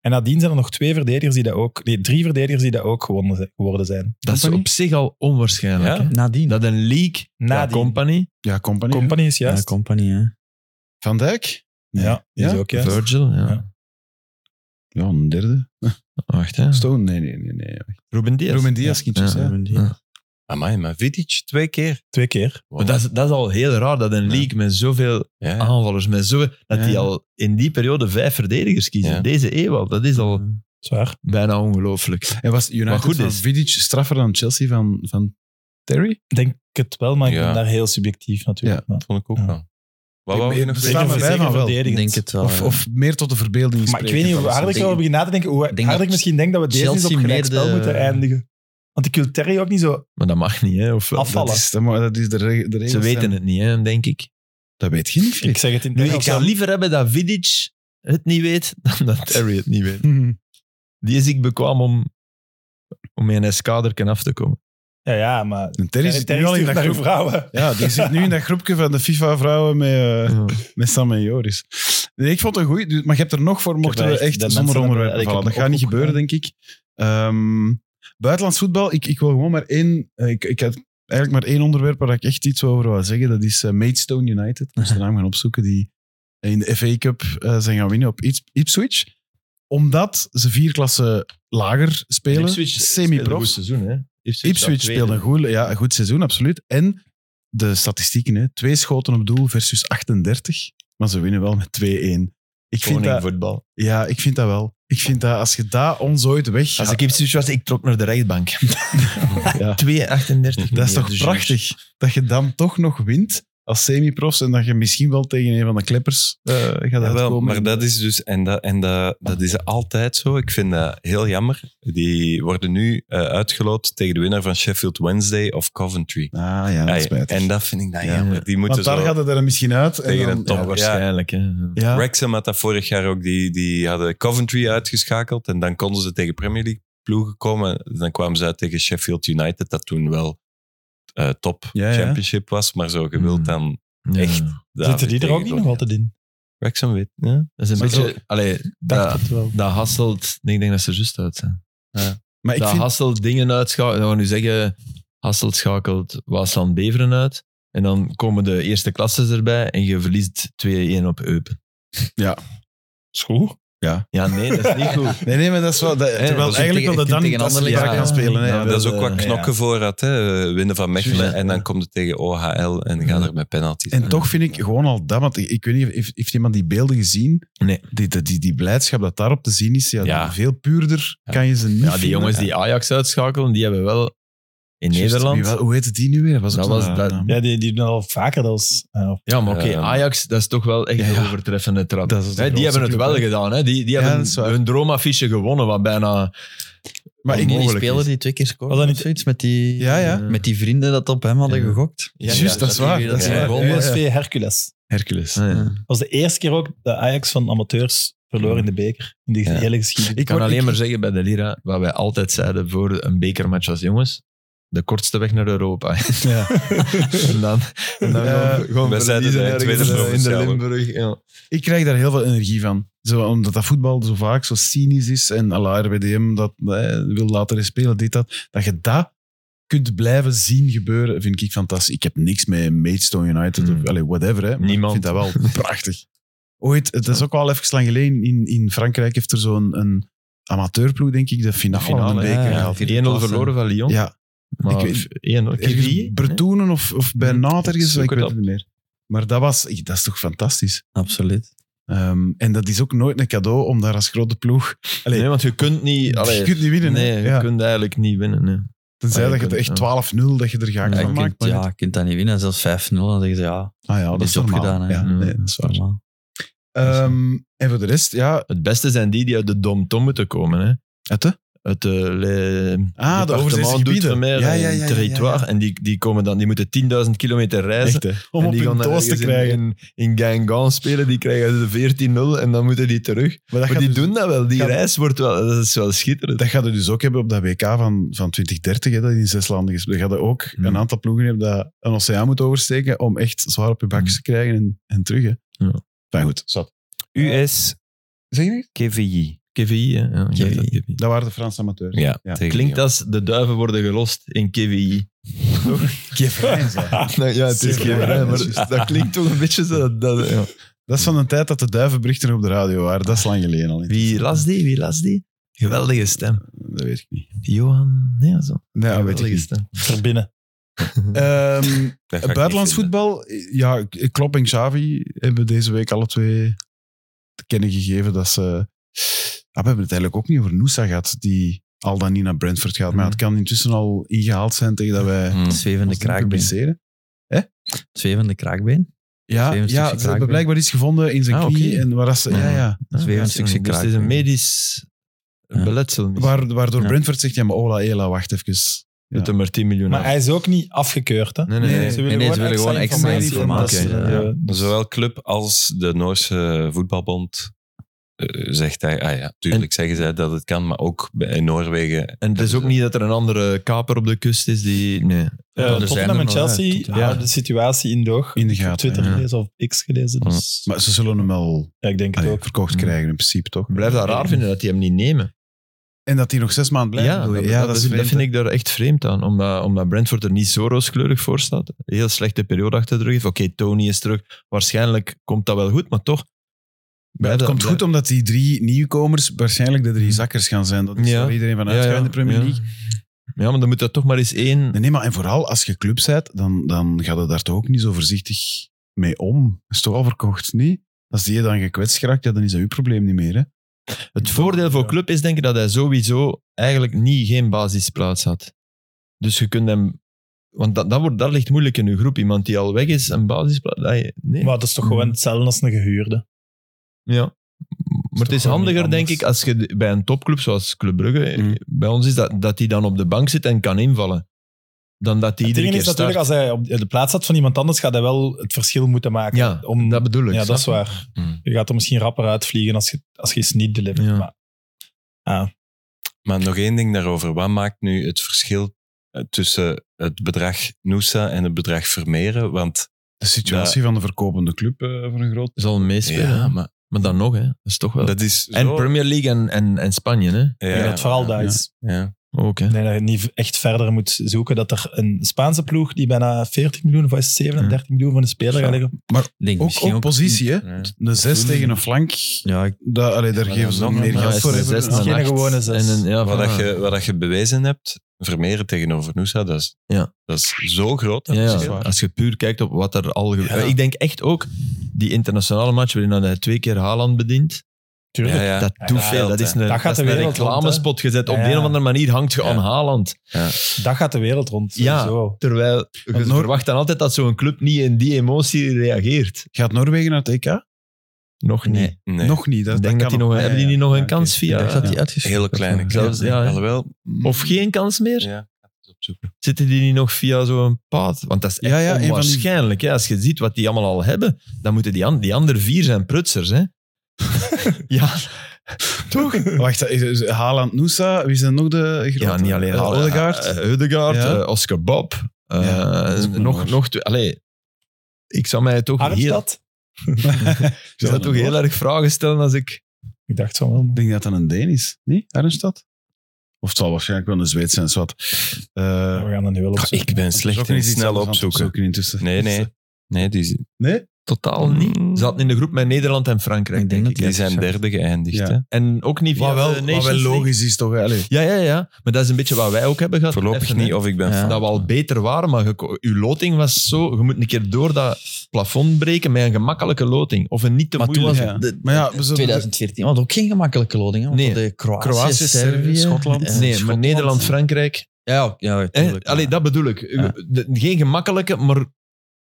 [SPEAKER 3] En nadien zijn er nog twee verdedigers die dat ook... Nee, drie verdedigers die dat ook gewonnen zijn- geworden zijn.
[SPEAKER 5] Dat is op zich al onwaarschijnlijk.
[SPEAKER 3] Ja.
[SPEAKER 5] hè.
[SPEAKER 4] Nadien.
[SPEAKER 5] Dat een leak
[SPEAKER 3] Nadien.
[SPEAKER 5] company,
[SPEAKER 2] ja, Company. hè?
[SPEAKER 3] Company is
[SPEAKER 4] Ja,
[SPEAKER 3] juist.
[SPEAKER 4] compagnie, hè.
[SPEAKER 2] Van Dijk?
[SPEAKER 3] Ja, die is
[SPEAKER 2] Ja?
[SPEAKER 3] ook juist.
[SPEAKER 5] Virgil. Ja.
[SPEAKER 3] Ja.
[SPEAKER 2] Ja, een derde.
[SPEAKER 5] Wacht, hè.
[SPEAKER 2] Stone? Nee, nee, nee. nee.
[SPEAKER 5] Ruben Diaz.
[SPEAKER 2] Ruben Diaz, kindjes.
[SPEAKER 5] Ja.
[SPEAKER 2] hè?
[SPEAKER 4] Ruben Diaz.
[SPEAKER 5] Ja.
[SPEAKER 6] Amai, maar Vidic twee keer.
[SPEAKER 3] Twee keer.
[SPEAKER 6] Wow.
[SPEAKER 5] Maar dat, is, dat is al heel raar dat een
[SPEAKER 6] Ja.
[SPEAKER 5] league met zoveel
[SPEAKER 6] Ja, ja.
[SPEAKER 5] aanvallers, met zoveel, dat die
[SPEAKER 2] Ja.
[SPEAKER 5] al in die periode vijf verdedigers kiezen.
[SPEAKER 6] Ja.
[SPEAKER 5] Deze eeuw al. Dat is al
[SPEAKER 3] Zwaar.
[SPEAKER 5] bijna ongelooflijk.
[SPEAKER 2] En was United
[SPEAKER 5] Wat goed
[SPEAKER 2] van
[SPEAKER 5] is.
[SPEAKER 2] Vidic straffer dan Chelsea van, van Terry?
[SPEAKER 3] Denk het wel, maar ik
[SPEAKER 6] Ja.
[SPEAKER 3] ben daar heel subjectief natuurlijk.
[SPEAKER 6] dat vond ik ook
[SPEAKER 3] Ja.
[SPEAKER 6] wel. Wat wou je nog
[SPEAKER 2] Ik
[SPEAKER 3] Zeker-
[SPEAKER 2] sta me
[SPEAKER 6] zeggen?
[SPEAKER 2] bij van
[SPEAKER 3] zeker
[SPEAKER 2] wel.
[SPEAKER 4] Ik
[SPEAKER 3] verdedigend.
[SPEAKER 4] denk het
[SPEAKER 5] Ah,
[SPEAKER 4] wel.
[SPEAKER 2] Of,
[SPEAKER 4] ja.
[SPEAKER 2] of meer tot de verbeelding
[SPEAKER 3] Maar ik weet niet hoe harder ik
[SPEAKER 4] denk-
[SPEAKER 3] wil begin na te denken. Hoe
[SPEAKER 4] denk
[SPEAKER 3] harder
[SPEAKER 4] dat
[SPEAKER 3] ik misschien denk dat we deze eens op
[SPEAKER 4] Chelsea meer
[SPEAKER 3] gelijkspel
[SPEAKER 4] de-
[SPEAKER 3] moeten eindigen. Want ik wil Terry ook niet zo...
[SPEAKER 5] Maar dat mag niet, hè. Of, wel?
[SPEAKER 3] Afval.
[SPEAKER 2] Dat is, dat mo- dat is de, reg- de
[SPEAKER 5] Dat-
[SPEAKER 2] regels.
[SPEAKER 5] ze weten
[SPEAKER 2] zijn-
[SPEAKER 5] het niet, hè, denk ik.
[SPEAKER 2] Dat weet je niet. <laughs>
[SPEAKER 3] Ik zeg het in
[SPEAKER 5] Nu,
[SPEAKER 3] Terry
[SPEAKER 5] ik
[SPEAKER 3] ook
[SPEAKER 5] zou
[SPEAKER 3] zo.
[SPEAKER 5] liever hebben dat Vidic het niet weet <laughs> dan dat Terry het niet weet.
[SPEAKER 2] Mhm.
[SPEAKER 5] Die is ik bekwaam om, om in een kader af te komen.
[SPEAKER 3] Ja, ja, maar...
[SPEAKER 2] En Terry zit
[SPEAKER 3] Terry
[SPEAKER 2] nu al in
[SPEAKER 3] stuurt
[SPEAKER 2] dat
[SPEAKER 3] naar uw
[SPEAKER 2] groepje.
[SPEAKER 3] vrouwen.
[SPEAKER 2] Ja, die zit nu in dat groepje van de FIFA-vrouwen met, eh,
[SPEAKER 5] Ja.
[SPEAKER 2] met Sam en Joris. Nee, ik vond het een goeie, dus- maar je hebt er nog voor mochten
[SPEAKER 3] heb
[SPEAKER 2] we
[SPEAKER 3] echt-
[SPEAKER 2] echt
[SPEAKER 3] de
[SPEAKER 2] zonder
[SPEAKER 3] mensen
[SPEAKER 2] onderwerp
[SPEAKER 3] hebben- ik
[SPEAKER 2] vallen.
[SPEAKER 3] heb
[SPEAKER 2] Dat gaat niet
[SPEAKER 3] ook
[SPEAKER 2] gebeuren, denk ik. Ehm, buitenlands voetbal, ik, ik wil gewoon maar één... eh, Ik, ik had eigenlijk maar één onderwerp waar ik echt iets over wil zeggen. Dat is eh, Maidstone United. Ik moest de naam gaan opzoeken. Die in de FA Cup eh, zijn gaan winnen op Ips- Ipswich. Omdat ze vier klassen lager spelen. Semi-profs.
[SPEAKER 5] seizoen, hè.
[SPEAKER 2] Ipswich speelde een goed, ja, een goed seizoen, absoluut. En de statistieken, hè. twee schoten op doel versus 38. Maar ze winnen wel met 2-1. Ik vind, dat,
[SPEAKER 5] voetbal.
[SPEAKER 2] ja, ik vind dat wel. Ik vind dat als je dat ons ooit weg...
[SPEAKER 5] Als ik Ipswich was, ik trok naar de
[SPEAKER 2] <laughs>
[SPEAKER 5] rechtbank.
[SPEAKER 2] Ja.
[SPEAKER 5] 2,38.
[SPEAKER 2] dat is toch prachtig? Dat je dan toch nog wint als semi-profs en dat je misschien wel tegen een van de kleppers eh, gaat
[SPEAKER 6] Jawel,
[SPEAKER 2] uitkomen.
[SPEAKER 6] maar dat is dus, en, dat, en dat, dat is altijd zo. Ik vind dat heel jammer. Die worden nu eh uitgeloot tegen de winnaar van Sheffield Wednesday of Coventry.
[SPEAKER 2] Ah ja, dat is
[SPEAKER 6] Ai,
[SPEAKER 2] spijtig.
[SPEAKER 6] en dat vind ik dan
[SPEAKER 5] Ja.
[SPEAKER 6] jammer. Die moeten
[SPEAKER 2] Want daar
[SPEAKER 6] zo,
[SPEAKER 2] gaat het er misschien uit. En
[SPEAKER 6] tegen
[SPEAKER 2] dan,
[SPEAKER 6] een top.
[SPEAKER 5] Ja, waarschijnlijk. Hè.
[SPEAKER 2] Ja, ja.
[SPEAKER 6] Wrexham had dat vorig jaar ook. Die, die hadden Coventry uitgeschakeld. En dan konden ze tegen Premier League ploegen komen. Dan kwamen ze uit tegen Sheffield United. Dat toen wel eh, top
[SPEAKER 2] Ja, ja.
[SPEAKER 6] championship was. Maar zo gewild
[SPEAKER 5] Hmm.
[SPEAKER 6] dan...
[SPEAKER 5] Ja.
[SPEAKER 6] Echt.
[SPEAKER 3] <laughs> Zitten die er ook niet nog altijd in?
[SPEAKER 6] Wrexham weet. Ja.
[SPEAKER 5] Dat is een
[SPEAKER 2] Maar
[SPEAKER 5] beetje...
[SPEAKER 2] zo-
[SPEAKER 5] allee,
[SPEAKER 3] Dacht
[SPEAKER 5] dat,
[SPEAKER 3] het wel.
[SPEAKER 5] dat hasselt... nee, ik denk dat ze er juist uit zijn.
[SPEAKER 2] Maar ik
[SPEAKER 5] dat
[SPEAKER 2] vind...
[SPEAKER 5] hasselt dingen uitschakelt. Dan gaan we nu zeggen, hasselt schakelt Waasland Beveren uit. En dan komen de eerste klasses erbij en je verliest 2-1 op Eupen.
[SPEAKER 3] Is goed.
[SPEAKER 5] Ja, nee, dat is niet
[SPEAKER 2] <laughs>
[SPEAKER 5] goed.
[SPEAKER 2] Nee, nee, maar dat is wel... Dat, terwijl
[SPEAKER 5] dat is
[SPEAKER 2] eigenlijk
[SPEAKER 4] tegen-
[SPEAKER 2] wilde dan
[SPEAKER 4] tegen
[SPEAKER 2] niet dat ze
[SPEAKER 4] Anderlecht,
[SPEAKER 2] daar
[SPEAKER 5] ja.
[SPEAKER 2] gaan spelen. hè.
[SPEAKER 5] Ja,
[SPEAKER 6] Ja, dat is
[SPEAKER 5] dat,
[SPEAKER 6] ook wat
[SPEAKER 5] eh,
[SPEAKER 6] knokken voorraad, hè. winnen van Mechelen.
[SPEAKER 5] Juist,
[SPEAKER 6] En
[SPEAKER 5] ja.
[SPEAKER 6] dan komt het tegen OHL en gaan
[SPEAKER 5] Ja.
[SPEAKER 6] er met penalties.
[SPEAKER 2] En toch vind ik gewoon al dat, want ik, ik weet niet, heeft, heeft iemand die beelden gezien?
[SPEAKER 5] Nee.
[SPEAKER 2] Die, die, die, die blijdschap dat daarop te zien is, ja,
[SPEAKER 6] Ja.
[SPEAKER 2] veel puurder
[SPEAKER 6] Ja.
[SPEAKER 2] kan je ze niet
[SPEAKER 5] Ja, die
[SPEAKER 2] vinden.
[SPEAKER 5] jongens die Ajax uitschakelen, die hebben wel in
[SPEAKER 2] Juist,
[SPEAKER 5] Nederland...
[SPEAKER 2] wie wel- hoe heette die nu weer? Was ook
[SPEAKER 5] Dat
[SPEAKER 2] zo'n
[SPEAKER 5] was dat-
[SPEAKER 2] naam.
[SPEAKER 3] Ja, die, die doen al vaker dat als... eh, op-
[SPEAKER 5] Ja, maar oké,
[SPEAKER 6] Ehm.
[SPEAKER 5] Ajax, dat is toch wel echt
[SPEAKER 2] Ja, ja.
[SPEAKER 5] een overtreffende trap.
[SPEAKER 2] Dat is de
[SPEAKER 5] Hè, die
[SPEAKER 2] grootste
[SPEAKER 5] hebben het
[SPEAKER 2] club,
[SPEAKER 5] wel
[SPEAKER 2] hè.
[SPEAKER 5] gedaan. Hè? Die, die
[SPEAKER 2] Ja,
[SPEAKER 5] hebben
[SPEAKER 2] dat is waar.
[SPEAKER 5] hun droomaffiche gewonnen, wat bijna...
[SPEAKER 2] maar ik,
[SPEAKER 4] die
[SPEAKER 5] Onmogelijk.
[SPEAKER 4] speler die twee keer scoorde.
[SPEAKER 3] Was dat niet-
[SPEAKER 4] of zoiets met die,
[SPEAKER 2] Ja, ja.
[SPEAKER 4] met die vrienden dat op hem hadden
[SPEAKER 5] Ja.
[SPEAKER 4] gegokt.
[SPEAKER 5] Ja,
[SPEAKER 2] Juist, dat is waar.
[SPEAKER 4] die-
[SPEAKER 2] Dat is
[SPEAKER 4] die
[SPEAKER 2] waar.
[SPEAKER 4] goal
[SPEAKER 2] Ja, ja.
[SPEAKER 4] was.
[SPEAKER 3] PSV Hercules.
[SPEAKER 2] Hercules.
[SPEAKER 5] Ja, ja.
[SPEAKER 3] Dat was de eerste keer ook de Ajax van amateurs verloor in de beker. In de
[SPEAKER 6] Ja.
[SPEAKER 3] hele geschiedenis.
[SPEAKER 5] Ik kan
[SPEAKER 2] word-
[SPEAKER 5] alleen
[SPEAKER 2] ik-
[SPEAKER 5] maar zeggen bij de Lira, wat wij altijd zeiden voor een bekermatch als jongens, de kortste weg naar Europa.
[SPEAKER 2] <laughs> Ja.
[SPEAKER 5] <laughs> en dan, en dan
[SPEAKER 2] Ja,
[SPEAKER 5] gewoon, gewoon
[SPEAKER 6] wij
[SPEAKER 5] verliezen
[SPEAKER 6] zeiden dat in
[SPEAKER 5] ergens
[SPEAKER 6] tweede
[SPEAKER 5] in de- in
[SPEAKER 6] provinciale.
[SPEAKER 5] de Limburg. Ja.
[SPEAKER 2] Ik krijg daar heel veel energie van. Zo, omdat dat voetbal zo vaak zo cynisch is en à la RWDM dat eh, wil laten spelen, dit, dat. Dat je dat kunt blijven zien gebeuren, vind ik fantastisch. Ik heb niks met Maidstone United of
[SPEAKER 5] Hmm.
[SPEAKER 2] allee, whatever. Hè, maar
[SPEAKER 5] Niemand.
[SPEAKER 2] Ik vind dat
[SPEAKER 5] <laughs>
[SPEAKER 2] wel prachtig. Ooit, het is ook wel even lang geleden, in, in Frankrijk heeft er zo'n een amateurploeg, denk ik, de finale,
[SPEAKER 5] Finale,
[SPEAKER 2] van de beker
[SPEAKER 5] Oh, ja, ja.
[SPEAKER 2] gehaald.
[SPEAKER 5] 1-0 verloren van Lyon.
[SPEAKER 2] Ja,
[SPEAKER 5] maar
[SPEAKER 2] ik weet-
[SPEAKER 5] 1-0.
[SPEAKER 2] ergens
[SPEAKER 5] Kevie?
[SPEAKER 2] Bretoenen of, of bij
[SPEAKER 5] Hmm.
[SPEAKER 2] Naat ergens,
[SPEAKER 5] Zoek
[SPEAKER 2] ik
[SPEAKER 5] het
[SPEAKER 2] weet
[SPEAKER 5] op.
[SPEAKER 2] het niet meer. Maar dat, was, ik- dat is toch fantastisch.
[SPEAKER 4] Absoluut.
[SPEAKER 2] Ehm, en dat is ook nooit een cadeau om daar als grote ploeg. Allee,
[SPEAKER 5] Nee, want je kunt niet... allee,
[SPEAKER 2] je kunt niet winnen. hè.
[SPEAKER 5] nee, je
[SPEAKER 2] ja.
[SPEAKER 5] kunt eigenlijk niet winnen. Nee.
[SPEAKER 2] Tenzij
[SPEAKER 5] Ah, je
[SPEAKER 2] dat je het echt
[SPEAKER 5] kunt,
[SPEAKER 2] 12-0 dat je er gaar
[SPEAKER 4] Ja,
[SPEAKER 2] van
[SPEAKER 4] je kunt,
[SPEAKER 2] maakt. maar-
[SPEAKER 4] ja, je kunt dat niet winnen. Zelfs 5-0, dan zeggen ze ja,
[SPEAKER 2] ah ja, dat
[SPEAKER 4] is
[SPEAKER 2] is normaal.
[SPEAKER 4] opgedaan, hè. Mm.
[SPEAKER 2] Ja,
[SPEAKER 5] Ja.
[SPEAKER 2] nee, dat is waar.
[SPEAKER 4] normaal.
[SPEAKER 2] Ehm, en voor de rest, ja,
[SPEAKER 5] Het beste zijn die die uit de domtom moeten komen. Hè.
[SPEAKER 2] het, hè?
[SPEAKER 5] uit de le,
[SPEAKER 2] Ah, de overzeese
[SPEAKER 5] departement
[SPEAKER 2] gebieden.
[SPEAKER 5] d'outre-mer
[SPEAKER 2] Ja, ja, ja,
[SPEAKER 5] en
[SPEAKER 2] ja, ja, ja.
[SPEAKER 5] territoire. En die, die, komen dan, die moeten 10.000 kilometer reizen.
[SPEAKER 2] Echt, hè. Om
[SPEAKER 5] en
[SPEAKER 2] op
[SPEAKER 5] die
[SPEAKER 2] hun
[SPEAKER 5] gaan dan
[SPEAKER 2] toes te
[SPEAKER 5] ergens in-
[SPEAKER 2] krijgen.
[SPEAKER 5] In, in Gangan spelen, die krijgen de 14-0 en dan moeten die terug.
[SPEAKER 2] Maar dat
[SPEAKER 5] Maar
[SPEAKER 2] gaat
[SPEAKER 5] die
[SPEAKER 2] dus-
[SPEAKER 5] doen dat wel. Die
[SPEAKER 2] gaat-
[SPEAKER 5] reis wordt wel, dat is wel schitterend.
[SPEAKER 2] Dat gaat je dus ook hebben op dat WK van, van 2030, hè, dat in zes landen is. Dan gaat je ook
[SPEAKER 5] Hmm.
[SPEAKER 2] een aantal ploegen hebben dat een oceaan moet oversteken om echt zwaar op je bakjes te krijgen en, en terug. Hè.
[SPEAKER 5] Ja.
[SPEAKER 2] Fijn, goed. Zat. Eh,
[SPEAKER 6] US KVI.
[SPEAKER 5] KVI, hè? Ja,
[SPEAKER 6] KVI.
[SPEAKER 5] KVI.
[SPEAKER 2] Dat waren de Franse amateurs.
[SPEAKER 6] Ja,
[SPEAKER 2] Ja.
[SPEAKER 6] tegen-
[SPEAKER 5] Klinkt als de duiven worden gelost in
[SPEAKER 2] <laughs>
[SPEAKER 5] KVI.
[SPEAKER 2] Kevrijn, zo.
[SPEAKER 5] Nou, ja, het is
[SPEAKER 2] Zeker.
[SPEAKER 5] KVI, <laughs> maar dat klinkt toch een beetje zo. Dat, ja.
[SPEAKER 2] Dat is van een tijd dat de duivenberichten op de radio waren. Dat is lang geleden al.
[SPEAKER 5] Wie las die? Wie las die? Geweldige stem.
[SPEAKER 2] Dat weet ik niet.
[SPEAKER 5] Johan, nee, zo.
[SPEAKER 2] Nee, dat weet ik
[SPEAKER 5] Geweldige
[SPEAKER 2] niet.
[SPEAKER 5] stem.
[SPEAKER 3] Verbinnen.
[SPEAKER 2] Ehm,
[SPEAKER 6] Dat <laughs> ga ik
[SPEAKER 2] Buitenlands
[SPEAKER 6] niet vinden.
[SPEAKER 2] voetbal, ja, Klopp en Xavi hebben deze week alle twee te kennen gegeven dat ze... Ah, we hebben het eigenlijk ook niet over Noosa gehad, die al dan niet naar Brentford gaat.
[SPEAKER 6] Mm.
[SPEAKER 2] Maar ja, het kan intussen al ingehaald zijn tegen dat wij ons
[SPEAKER 6] Hmm.
[SPEAKER 4] Zwevende
[SPEAKER 2] niet
[SPEAKER 4] Mm. kraakbeen.
[SPEAKER 2] publiceren.
[SPEAKER 4] Zwevende kraakbeen.
[SPEAKER 2] Ja,
[SPEAKER 4] Zeven stukje
[SPEAKER 2] ja ze hebben
[SPEAKER 4] kraakbeen.
[SPEAKER 2] blijkbaar iets gevonden in zijn
[SPEAKER 4] Ah,
[SPEAKER 2] knie.
[SPEAKER 4] oké.
[SPEAKER 2] En waar dat ze, ja,
[SPEAKER 4] Ja.
[SPEAKER 2] ja.
[SPEAKER 4] Zwevend stukje
[SPEAKER 5] Dus het is
[SPEAKER 4] kraakbeen.
[SPEAKER 5] een medisch
[SPEAKER 4] Ja.
[SPEAKER 5] beletsel. Waar,
[SPEAKER 2] Waar, waardoor
[SPEAKER 4] Ja.
[SPEAKER 2] Brentford zegt, ja, maar Ola Ela, wacht even.
[SPEAKER 5] Met er maar 10 miljoen
[SPEAKER 3] Maar
[SPEAKER 5] af.
[SPEAKER 3] hij is ook niet afgekeurd, hè?
[SPEAKER 5] Nee, nee, nee.
[SPEAKER 4] nee, ze willen gewoon extra informatie,
[SPEAKER 3] maken.
[SPEAKER 5] ja.
[SPEAKER 6] Zowel club als de Noorse voetbalbond eh, zegt hij, ah ja, tuurlijk zeggen zij dat het kan, maar ook bij- in Noorwegen.
[SPEAKER 5] En het is ook niet dat er een andere kaper op de kust is die... Nee.
[SPEAKER 4] er
[SPEAKER 5] dus
[SPEAKER 4] zijn
[SPEAKER 3] Tottenham
[SPEAKER 4] er
[SPEAKER 3] en
[SPEAKER 4] nog,
[SPEAKER 3] Chelsea dus-
[SPEAKER 4] ja,
[SPEAKER 5] Tottenham.
[SPEAKER 3] houden de situatie in doog.
[SPEAKER 2] In de
[SPEAKER 3] Ik heb
[SPEAKER 2] gaten, Mm.
[SPEAKER 3] Twitter
[SPEAKER 5] ja.
[SPEAKER 3] gelezen of X gelezen. Dus
[SPEAKER 2] Maar ze zullen hem wel
[SPEAKER 3] ja, ik denk het
[SPEAKER 2] allee,
[SPEAKER 3] ook.
[SPEAKER 2] verkocht
[SPEAKER 5] Hmm.
[SPEAKER 2] krijgen, in principe toch?
[SPEAKER 5] Ik blijf dat raar vinden dat die hem niet nemen.
[SPEAKER 2] En dat hij nog zes maanden blijft.
[SPEAKER 5] ja,
[SPEAKER 2] bedoel je?
[SPEAKER 5] dat, dat- dat
[SPEAKER 2] vreemd,
[SPEAKER 5] vind
[SPEAKER 2] hè?
[SPEAKER 5] ik daar echt vreemd aan. Omdat, omdat Brentford er niet zo rooskleurig voor staat. Een heel slechte periode achter de rug heeft. Oké, Tony is terug. Waarschijnlijk komt dat wel goed, maar toch...
[SPEAKER 2] Maar
[SPEAKER 5] blijf
[SPEAKER 2] het
[SPEAKER 5] dat- Mm.
[SPEAKER 2] komt goed omdat die drie nieuwkomers waarschijnlijk de drie zakkers gaan zijn. Dat is
[SPEAKER 5] Ja.
[SPEAKER 2] waar iedereen van
[SPEAKER 5] Ja,
[SPEAKER 2] uitgaat
[SPEAKER 5] ja,
[SPEAKER 2] in de Premier
[SPEAKER 5] ja.
[SPEAKER 2] League.
[SPEAKER 5] Ja, maar dan moet dat toch maar eens één...
[SPEAKER 2] Nee, nee, maar en vooral als je club bent, dan, dan gaat het daar toch ook niet zo voorzichtig mee om. Is toch al verkocht, niet? Als die je dan gekwetst geraakt, ja, dan is dat uw probleem niet meer. Hè?
[SPEAKER 5] Het voordeel voor club is denk ik dat hij sowieso eigenlijk niet geen basisplaats had. Dus je kunt hem... Want dat, dat, wordt, dat ligt moeilijk in uw groep. Iemand die al weg is, een basisplaats... dat je- nee.
[SPEAKER 3] Maar dat is toch gewoon hetzelfde als een gehuurde.
[SPEAKER 5] Ja. Maar het
[SPEAKER 3] toch
[SPEAKER 5] is
[SPEAKER 3] gewoon niet
[SPEAKER 5] handiger, denk
[SPEAKER 3] anders? Mhm.
[SPEAKER 5] ik, als je de- bij een topclub zoals Club Brugge, eh,
[SPEAKER 2] Mm.
[SPEAKER 5] bij ons is dat, dat die dan op de bank zit en kan invallen. Dan dat
[SPEAKER 3] Het
[SPEAKER 5] hij iedere
[SPEAKER 3] ding
[SPEAKER 5] keer
[SPEAKER 3] is natuurlijk,
[SPEAKER 5] start.
[SPEAKER 3] als hij op de plaats zat van iemand anders, gaat hij wel het verschil moeten maken.
[SPEAKER 5] Ja,
[SPEAKER 3] om,
[SPEAKER 5] dat bedoel ik.
[SPEAKER 3] ja dat is
[SPEAKER 5] snap je?
[SPEAKER 3] waar. Je gaat er misschien rapper uitvliegen als je, als je iets niet delivert.
[SPEAKER 5] Ja.
[SPEAKER 3] Maar, ah,
[SPEAKER 6] Maar nog één ding daarover. Wat maakt nu het verschil eh, tussen het bedrag Noosa en het bedrag Vermeeren? Want
[SPEAKER 2] De situatie van de verkopende club eh, voor een groot.
[SPEAKER 5] Zal meespelen.
[SPEAKER 6] Ja,
[SPEAKER 5] maar, maar dan nog, hè. Dat is toch wel...
[SPEAKER 6] dat is zo...
[SPEAKER 5] en Premier League en, en, en Spanje, hè.
[SPEAKER 3] ik denk dat het vooral
[SPEAKER 6] ja,
[SPEAKER 3] dat
[SPEAKER 2] ja.
[SPEAKER 3] is.
[SPEAKER 6] ja.
[SPEAKER 5] Ook, hè.
[SPEAKER 3] Ik denk dat je niet echt verder moet zoeken dat er een Spaanse ploeg die bijna 40 miljoen of is het 37 miljoen van de speler gaat leggen.
[SPEAKER 4] Ik Denk
[SPEAKER 2] Ook,
[SPEAKER 4] misschien
[SPEAKER 2] ook positie, hè?
[SPEAKER 6] Ja.
[SPEAKER 2] Een zes
[SPEAKER 4] Mm.
[SPEAKER 2] tegen een flank,
[SPEAKER 4] Ja, ik-
[SPEAKER 2] dat, allee, daar
[SPEAKER 6] Maar
[SPEAKER 2] geven
[SPEAKER 6] dan
[SPEAKER 2] ze
[SPEAKER 6] nog
[SPEAKER 2] meer
[SPEAKER 6] een-
[SPEAKER 5] Ja,
[SPEAKER 6] dat
[SPEAKER 2] geld
[SPEAKER 5] is
[SPEAKER 2] voor.
[SPEAKER 5] een
[SPEAKER 2] hè,
[SPEAKER 5] zes,
[SPEAKER 2] voor een
[SPEAKER 5] een
[SPEAKER 3] Geen
[SPEAKER 5] acht
[SPEAKER 3] gewone zes.
[SPEAKER 5] En een, ja,
[SPEAKER 6] Wat, dat
[SPEAKER 5] voilà.
[SPEAKER 6] je, wat dat je bewezen hebt, Vermeeren tegenover Noosa, dat is,
[SPEAKER 5] Ja.
[SPEAKER 6] dat is zo groot. Dus dat
[SPEAKER 5] Ja, ja.
[SPEAKER 6] verschil.
[SPEAKER 5] als je puur kijkt op wat er al gebeurt.
[SPEAKER 6] Ja.
[SPEAKER 5] Ik denk echt ook, die internationale match waarin hij twee keer Haaland bedient,
[SPEAKER 3] Tuurlijk.
[SPEAKER 6] Ja, ja.
[SPEAKER 5] dat
[SPEAKER 6] Ja,
[SPEAKER 5] doet
[SPEAKER 6] dat
[SPEAKER 5] veel.
[SPEAKER 6] helpt,
[SPEAKER 5] Dat is
[SPEAKER 6] hè.
[SPEAKER 5] een,
[SPEAKER 3] Dat gaat
[SPEAKER 5] dat is
[SPEAKER 3] de
[SPEAKER 5] een
[SPEAKER 3] wereld rond,
[SPEAKER 5] reclamespot gezet.
[SPEAKER 3] Ja,
[SPEAKER 5] Op de een
[SPEAKER 3] ja.
[SPEAKER 5] of andere manier hangt je
[SPEAKER 6] Ja.
[SPEAKER 5] aan Haaland.
[SPEAKER 3] Dat gaat de wereld rond.
[SPEAKER 5] Ja.
[SPEAKER 3] sowieso.
[SPEAKER 5] Terwijl je
[SPEAKER 2] Want Noor-
[SPEAKER 5] verwacht dan altijd dat zo'n club niet in die emotie reageert.
[SPEAKER 2] Gaat Noorwegen naar het EK?
[SPEAKER 5] Nog niet.
[SPEAKER 4] Nee.
[SPEAKER 6] Nee.
[SPEAKER 2] Nog niet. Dat,
[SPEAKER 5] Ik denk dat die nog,
[SPEAKER 2] kan
[SPEAKER 5] hebben die niet nog een
[SPEAKER 2] Ja, oké.
[SPEAKER 5] kans
[SPEAKER 4] ik
[SPEAKER 5] via...
[SPEAKER 4] dacht dat hij uitgesproken
[SPEAKER 6] Hele kleine
[SPEAKER 4] was.
[SPEAKER 5] Zelfs- ja, hè.
[SPEAKER 6] Alhoewel...
[SPEAKER 5] Of geen kans meer?
[SPEAKER 6] Ja, opzoeken.
[SPEAKER 5] Zitten die niet nog via zo'n paad? Want dat is echt
[SPEAKER 2] Ja, ja, een van die-
[SPEAKER 5] onwaarschijnlijk. Hè? Als je ziet wat die allemaal al hebben, dan moeten die, an- die andere vier zijn prutsers.
[SPEAKER 2] <laughs>
[SPEAKER 5] Hè? ja, toch?
[SPEAKER 2] Wacht, is- is Haaland, Noosa, wie zijn nog de grote?
[SPEAKER 5] Ja, niet alleen
[SPEAKER 2] Eh,
[SPEAKER 5] Haaland.
[SPEAKER 2] Odegaard. <laughs>
[SPEAKER 5] Eh, Ødegaard,
[SPEAKER 2] Ja.
[SPEAKER 5] eh, Oscar Bob. eh,
[SPEAKER 2] Ja, dat is ook
[SPEAKER 5] nog,
[SPEAKER 2] waar.
[SPEAKER 5] nog twee. Allee, ik zou mij toch heel,
[SPEAKER 3] Arnstad?
[SPEAKER 5] ik zou mij toch heel erg vragen stellen als ik...
[SPEAKER 3] Ik dacht zo wel.
[SPEAKER 2] Ik denk dat dat een Deen is, niet? Arnstad? Of het zal waarschijnlijk wel een Zweed zijn, zwart. Eh,
[SPEAKER 3] We gaan dat nu wel op
[SPEAKER 6] ik ben
[SPEAKER 2] dat is ook
[SPEAKER 6] slecht in
[SPEAKER 2] iets
[SPEAKER 6] snel
[SPEAKER 2] anders aan het
[SPEAKER 6] opzoeken.
[SPEAKER 2] intussen.
[SPEAKER 6] Nee, nee. Nee, die,
[SPEAKER 2] Nee?
[SPEAKER 5] Totaal niet. Ze zaten in de groep met Nederland en Frankrijk.
[SPEAKER 4] Ik denk dat
[SPEAKER 6] die
[SPEAKER 4] Ja,
[SPEAKER 6] zijn
[SPEAKER 4] zo.
[SPEAKER 6] derde geëindigd.
[SPEAKER 2] Ja.
[SPEAKER 6] Hè?
[SPEAKER 5] En ook niet via
[SPEAKER 2] Wat wel,
[SPEAKER 5] de
[SPEAKER 2] wat
[SPEAKER 5] Nations
[SPEAKER 2] wel
[SPEAKER 5] League.
[SPEAKER 2] logisch is toch? hè? Allee.
[SPEAKER 5] Ja, ja, ja. Maar dat is een beetje wat wij ook hebben gehad.
[SPEAKER 6] Voorlopig
[SPEAKER 5] Even,
[SPEAKER 6] niet
[SPEAKER 5] hè.
[SPEAKER 6] of ik ben...
[SPEAKER 4] Ja.
[SPEAKER 6] fout.
[SPEAKER 5] Dat we al beter waren, maar je- uw loting was zo... Je moet een keer door dat plafond breken met een gemakkelijke loting. Of een niet te
[SPEAKER 4] Maar toen
[SPEAKER 5] moeilijke.
[SPEAKER 4] was
[SPEAKER 2] Ja.
[SPEAKER 4] het de-
[SPEAKER 2] Maar ja, we zullen-
[SPEAKER 4] 2014 was ook geen gemakkelijke loting. Hè, want
[SPEAKER 5] Nee.
[SPEAKER 4] de Kroatië,
[SPEAKER 2] Kroatië, Servië,
[SPEAKER 4] Servië,
[SPEAKER 2] Schotland.
[SPEAKER 4] eh,
[SPEAKER 5] Nee, maar
[SPEAKER 4] Schotland.
[SPEAKER 5] Nederland, Frankrijk...
[SPEAKER 4] Ja, ja
[SPEAKER 5] Hè?
[SPEAKER 4] tuurlijk,
[SPEAKER 5] Allee,
[SPEAKER 4] ja.
[SPEAKER 5] dat bedoel ik.
[SPEAKER 4] Ja.
[SPEAKER 5] De- geen gemakkelijke, maar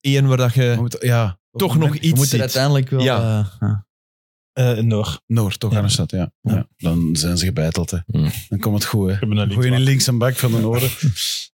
[SPEAKER 5] één waar dat
[SPEAKER 2] We
[SPEAKER 5] je
[SPEAKER 2] moeten- ja. Op
[SPEAKER 5] toch
[SPEAKER 2] het
[SPEAKER 5] nog
[SPEAKER 2] moment-
[SPEAKER 4] Je
[SPEAKER 5] iets
[SPEAKER 4] moet er
[SPEAKER 5] ziet.
[SPEAKER 4] uiteindelijk wel...
[SPEAKER 5] Ja.
[SPEAKER 4] eh, ja.
[SPEAKER 3] eh Noor.
[SPEAKER 2] Noord, toch
[SPEAKER 3] Ja.
[SPEAKER 2] aan de stad, ja. Ja. Dan zijn ze gebeiteld, hè.
[SPEAKER 5] Mm.
[SPEAKER 6] Hmm.
[SPEAKER 2] Dan komt het goed, hè.
[SPEAKER 3] hebben een
[SPEAKER 2] Goeie links en back van de
[SPEAKER 5] <laughs>
[SPEAKER 2] Noorden.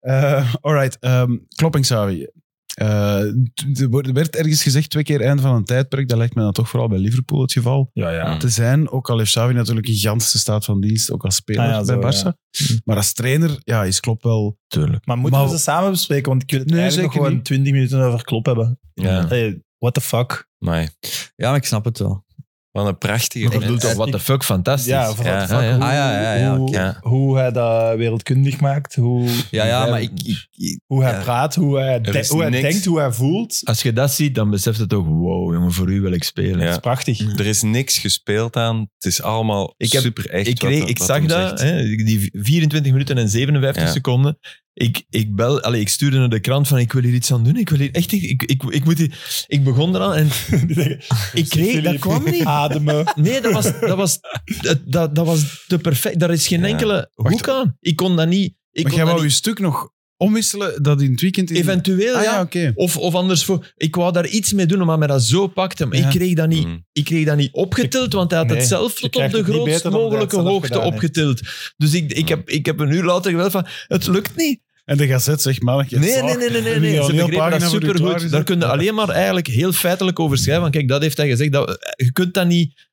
[SPEAKER 2] Eh alright, ehm Kloppingsavi. Eh, t- er wordt- werd ergens gezegd twee keer einde van een tijdperk. Dat lijkt me dan toch vooral bij Liverpool het geval
[SPEAKER 3] Ja, ja.
[SPEAKER 5] Hm.
[SPEAKER 2] te zijn. Ook al heeft Xavi natuurlijk een ganse staat van dienst, ook als speler
[SPEAKER 3] Ah ja,
[SPEAKER 2] bij
[SPEAKER 3] zo,
[SPEAKER 2] Barça.
[SPEAKER 5] Hm.
[SPEAKER 2] Maar als trainer ja, is Klopp wel...
[SPEAKER 5] Tuurlijk.
[SPEAKER 3] Maar moeten
[SPEAKER 2] Maar-
[SPEAKER 3] we ze samen bespreken? Want ik wil het
[SPEAKER 2] Nee,
[SPEAKER 3] eigenlijk
[SPEAKER 2] zeker
[SPEAKER 3] nog gewoon
[SPEAKER 2] niet.
[SPEAKER 3] 20 minuten over klop hebben.
[SPEAKER 6] Ja,
[SPEAKER 3] Hey, what the fuck?
[SPEAKER 6] maar
[SPEAKER 4] Ja, maar ik snap het wel.
[SPEAKER 6] wat een prachtige
[SPEAKER 5] Ik bedoel
[SPEAKER 6] mens.
[SPEAKER 5] toch, oh, what the fuck, fantastisch.
[SPEAKER 3] Ja, van
[SPEAKER 6] Ja,
[SPEAKER 3] what the fuck.
[SPEAKER 5] ja, ja.
[SPEAKER 3] Hoe,
[SPEAKER 4] Ah, ja, ja, ja,
[SPEAKER 3] hoe,
[SPEAKER 4] oké.
[SPEAKER 6] Ja.
[SPEAKER 3] hoe hij dat wereldkundig maakt. Hoe,
[SPEAKER 4] Ja, ja,
[SPEAKER 3] hij-
[SPEAKER 4] maar ik... ik, ik-
[SPEAKER 3] Hoe hij
[SPEAKER 4] ja.
[SPEAKER 3] praat, hoe hij, de-
[SPEAKER 6] is
[SPEAKER 3] hoe hij
[SPEAKER 6] niks.
[SPEAKER 3] denkt, hoe hij voelt.
[SPEAKER 5] Als je dat ziet, dan beseft het toch, wow, jongen, voor u wil ik spelen.
[SPEAKER 3] Dat
[SPEAKER 6] Ja. Mm.
[SPEAKER 3] is prachtig.
[SPEAKER 6] Er is niks gespeeld aan. Het is allemaal
[SPEAKER 5] Ik heb-
[SPEAKER 6] super echt.
[SPEAKER 5] ik, kreeg,
[SPEAKER 6] wat- eh,
[SPEAKER 5] ik
[SPEAKER 6] wat
[SPEAKER 5] zag
[SPEAKER 6] hem
[SPEAKER 5] dat,
[SPEAKER 6] zegt.
[SPEAKER 5] hè, die 24 minuten en 57
[SPEAKER 6] Ja.
[SPEAKER 5] seconden. Ik, ik, bel, allee, ik stuurde naar de krant van ik wil hier iets aan doen. Ik, wil hier echt, ik, ik, ik, ik moet hier, ik begon eraan
[SPEAKER 6] <laughs>
[SPEAKER 5] en
[SPEAKER 3] Die zeggen,
[SPEAKER 5] <laughs> ik kreeg, dat
[SPEAKER 3] Filip,
[SPEAKER 5] kwam niet.
[SPEAKER 3] <laughs> Ademen.
[SPEAKER 5] Nee, dat was, dat was, dat, dat, dat was te perfect. Daar is geen
[SPEAKER 6] Ja.
[SPEAKER 5] enkele
[SPEAKER 2] Wacht.
[SPEAKER 5] hoek aan. Ik kon dat niet.
[SPEAKER 2] maar
[SPEAKER 5] Ik kon
[SPEAKER 2] jij
[SPEAKER 5] dat
[SPEAKER 2] wou je
[SPEAKER 5] niet-
[SPEAKER 2] stuk nog omwisselen dat in het weekend... In...
[SPEAKER 5] Eventueel,
[SPEAKER 2] ah,
[SPEAKER 5] ja.
[SPEAKER 2] ja, oké.
[SPEAKER 5] Of, of anders, voor, ik wou daar iets mee doen, maar mij dat zo pakte. Maar
[SPEAKER 2] Ja.
[SPEAKER 5] ik, kreeg dat niet,
[SPEAKER 6] Mm.
[SPEAKER 5] ik kreeg dat niet opgetild, want hij had
[SPEAKER 3] Nee,
[SPEAKER 5] het zelf
[SPEAKER 3] je
[SPEAKER 5] tot op
[SPEAKER 3] krijgt
[SPEAKER 5] de
[SPEAKER 3] het niet
[SPEAKER 5] grootst
[SPEAKER 3] beter dan hij het
[SPEAKER 5] mogelijke
[SPEAKER 3] zelf
[SPEAKER 5] hoogte
[SPEAKER 3] gedaan heeft.
[SPEAKER 5] opgetild. Dus ik, ik, heb, ik heb een uur later geweld van, het lukt niet.
[SPEAKER 2] En de gazet zegt, mannetje,
[SPEAKER 5] Nee, nee, nee, nee, nee. nee. Ze begrepen dat supergoed. Daar kun je alleen maar eigenlijk heel feitelijk over schrijven. Want kijk, dat heeft hij gezegd. Dat, eh, je kunt dat niet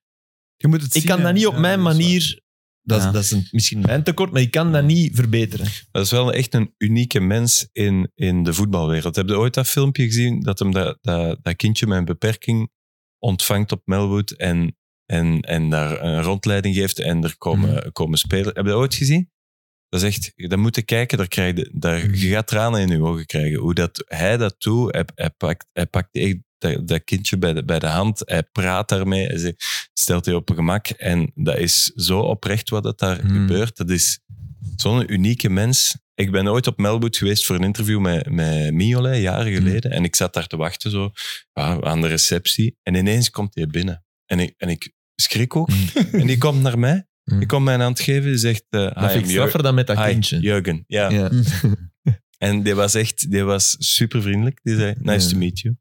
[SPEAKER 2] Je moet het
[SPEAKER 5] ik
[SPEAKER 2] zien,
[SPEAKER 5] kan
[SPEAKER 2] hè.
[SPEAKER 5] dat niet op
[SPEAKER 2] Ja,
[SPEAKER 5] mijn
[SPEAKER 2] dat is waar.
[SPEAKER 5] manier. Dat, is-
[SPEAKER 4] Ja.
[SPEAKER 5] dat is een, misschien mijn tekort, maar ik kan dat niet verbeteren.
[SPEAKER 6] Dat is wel echt een unieke mens in, in de voetbalwereld. Heb je ooit dat filmpje gezien dat hem dat, dat, dat kindje met een beperking ontvangt op Melwood en, en, en daar een rondleiding geeft en er komen, komen spelers? Heb je dat ooit gezien? Dat is echt, dat moet je kijken, daar krijg je, daar, je gaat tranen in je ogen krijgen. Hoe dat, hij dat doet, hij, hij pakt, hij pakt echt dat, dat kindje bij de, bij de hand, hij praat daarmee, hij zegt- stelt hij op een gemak. En dat is zo oprecht wat dat daar
[SPEAKER 5] Mm.
[SPEAKER 6] gebeurt. Dat is zo'n unieke mens. Ik ben ooit op Melbourne geweest voor een interview met, met Mignolet, jaren geleden. En ik zat daar te wachten zo, ja, aan de receptie. En ineens komt hij binnen. En ik, en ik schrik ook. En die komt naar mij.
[SPEAKER 5] Mm.
[SPEAKER 6] Die komt mij een hand geven. Die zegt, eh,
[SPEAKER 5] Dat
[SPEAKER 6] "Hi,
[SPEAKER 5] vind
[SPEAKER 6] I'm
[SPEAKER 5] ik
[SPEAKER 6] Jur-
[SPEAKER 5] straffer dan met dat
[SPEAKER 6] Hi,
[SPEAKER 5] kindje.
[SPEAKER 6] Jurgen, ja.
[SPEAKER 5] Ja.
[SPEAKER 6] En die was echt die was super vriendelijk. Die zei, nice
[SPEAKER 5] Ja.
[SPEAKER 6] to meet you.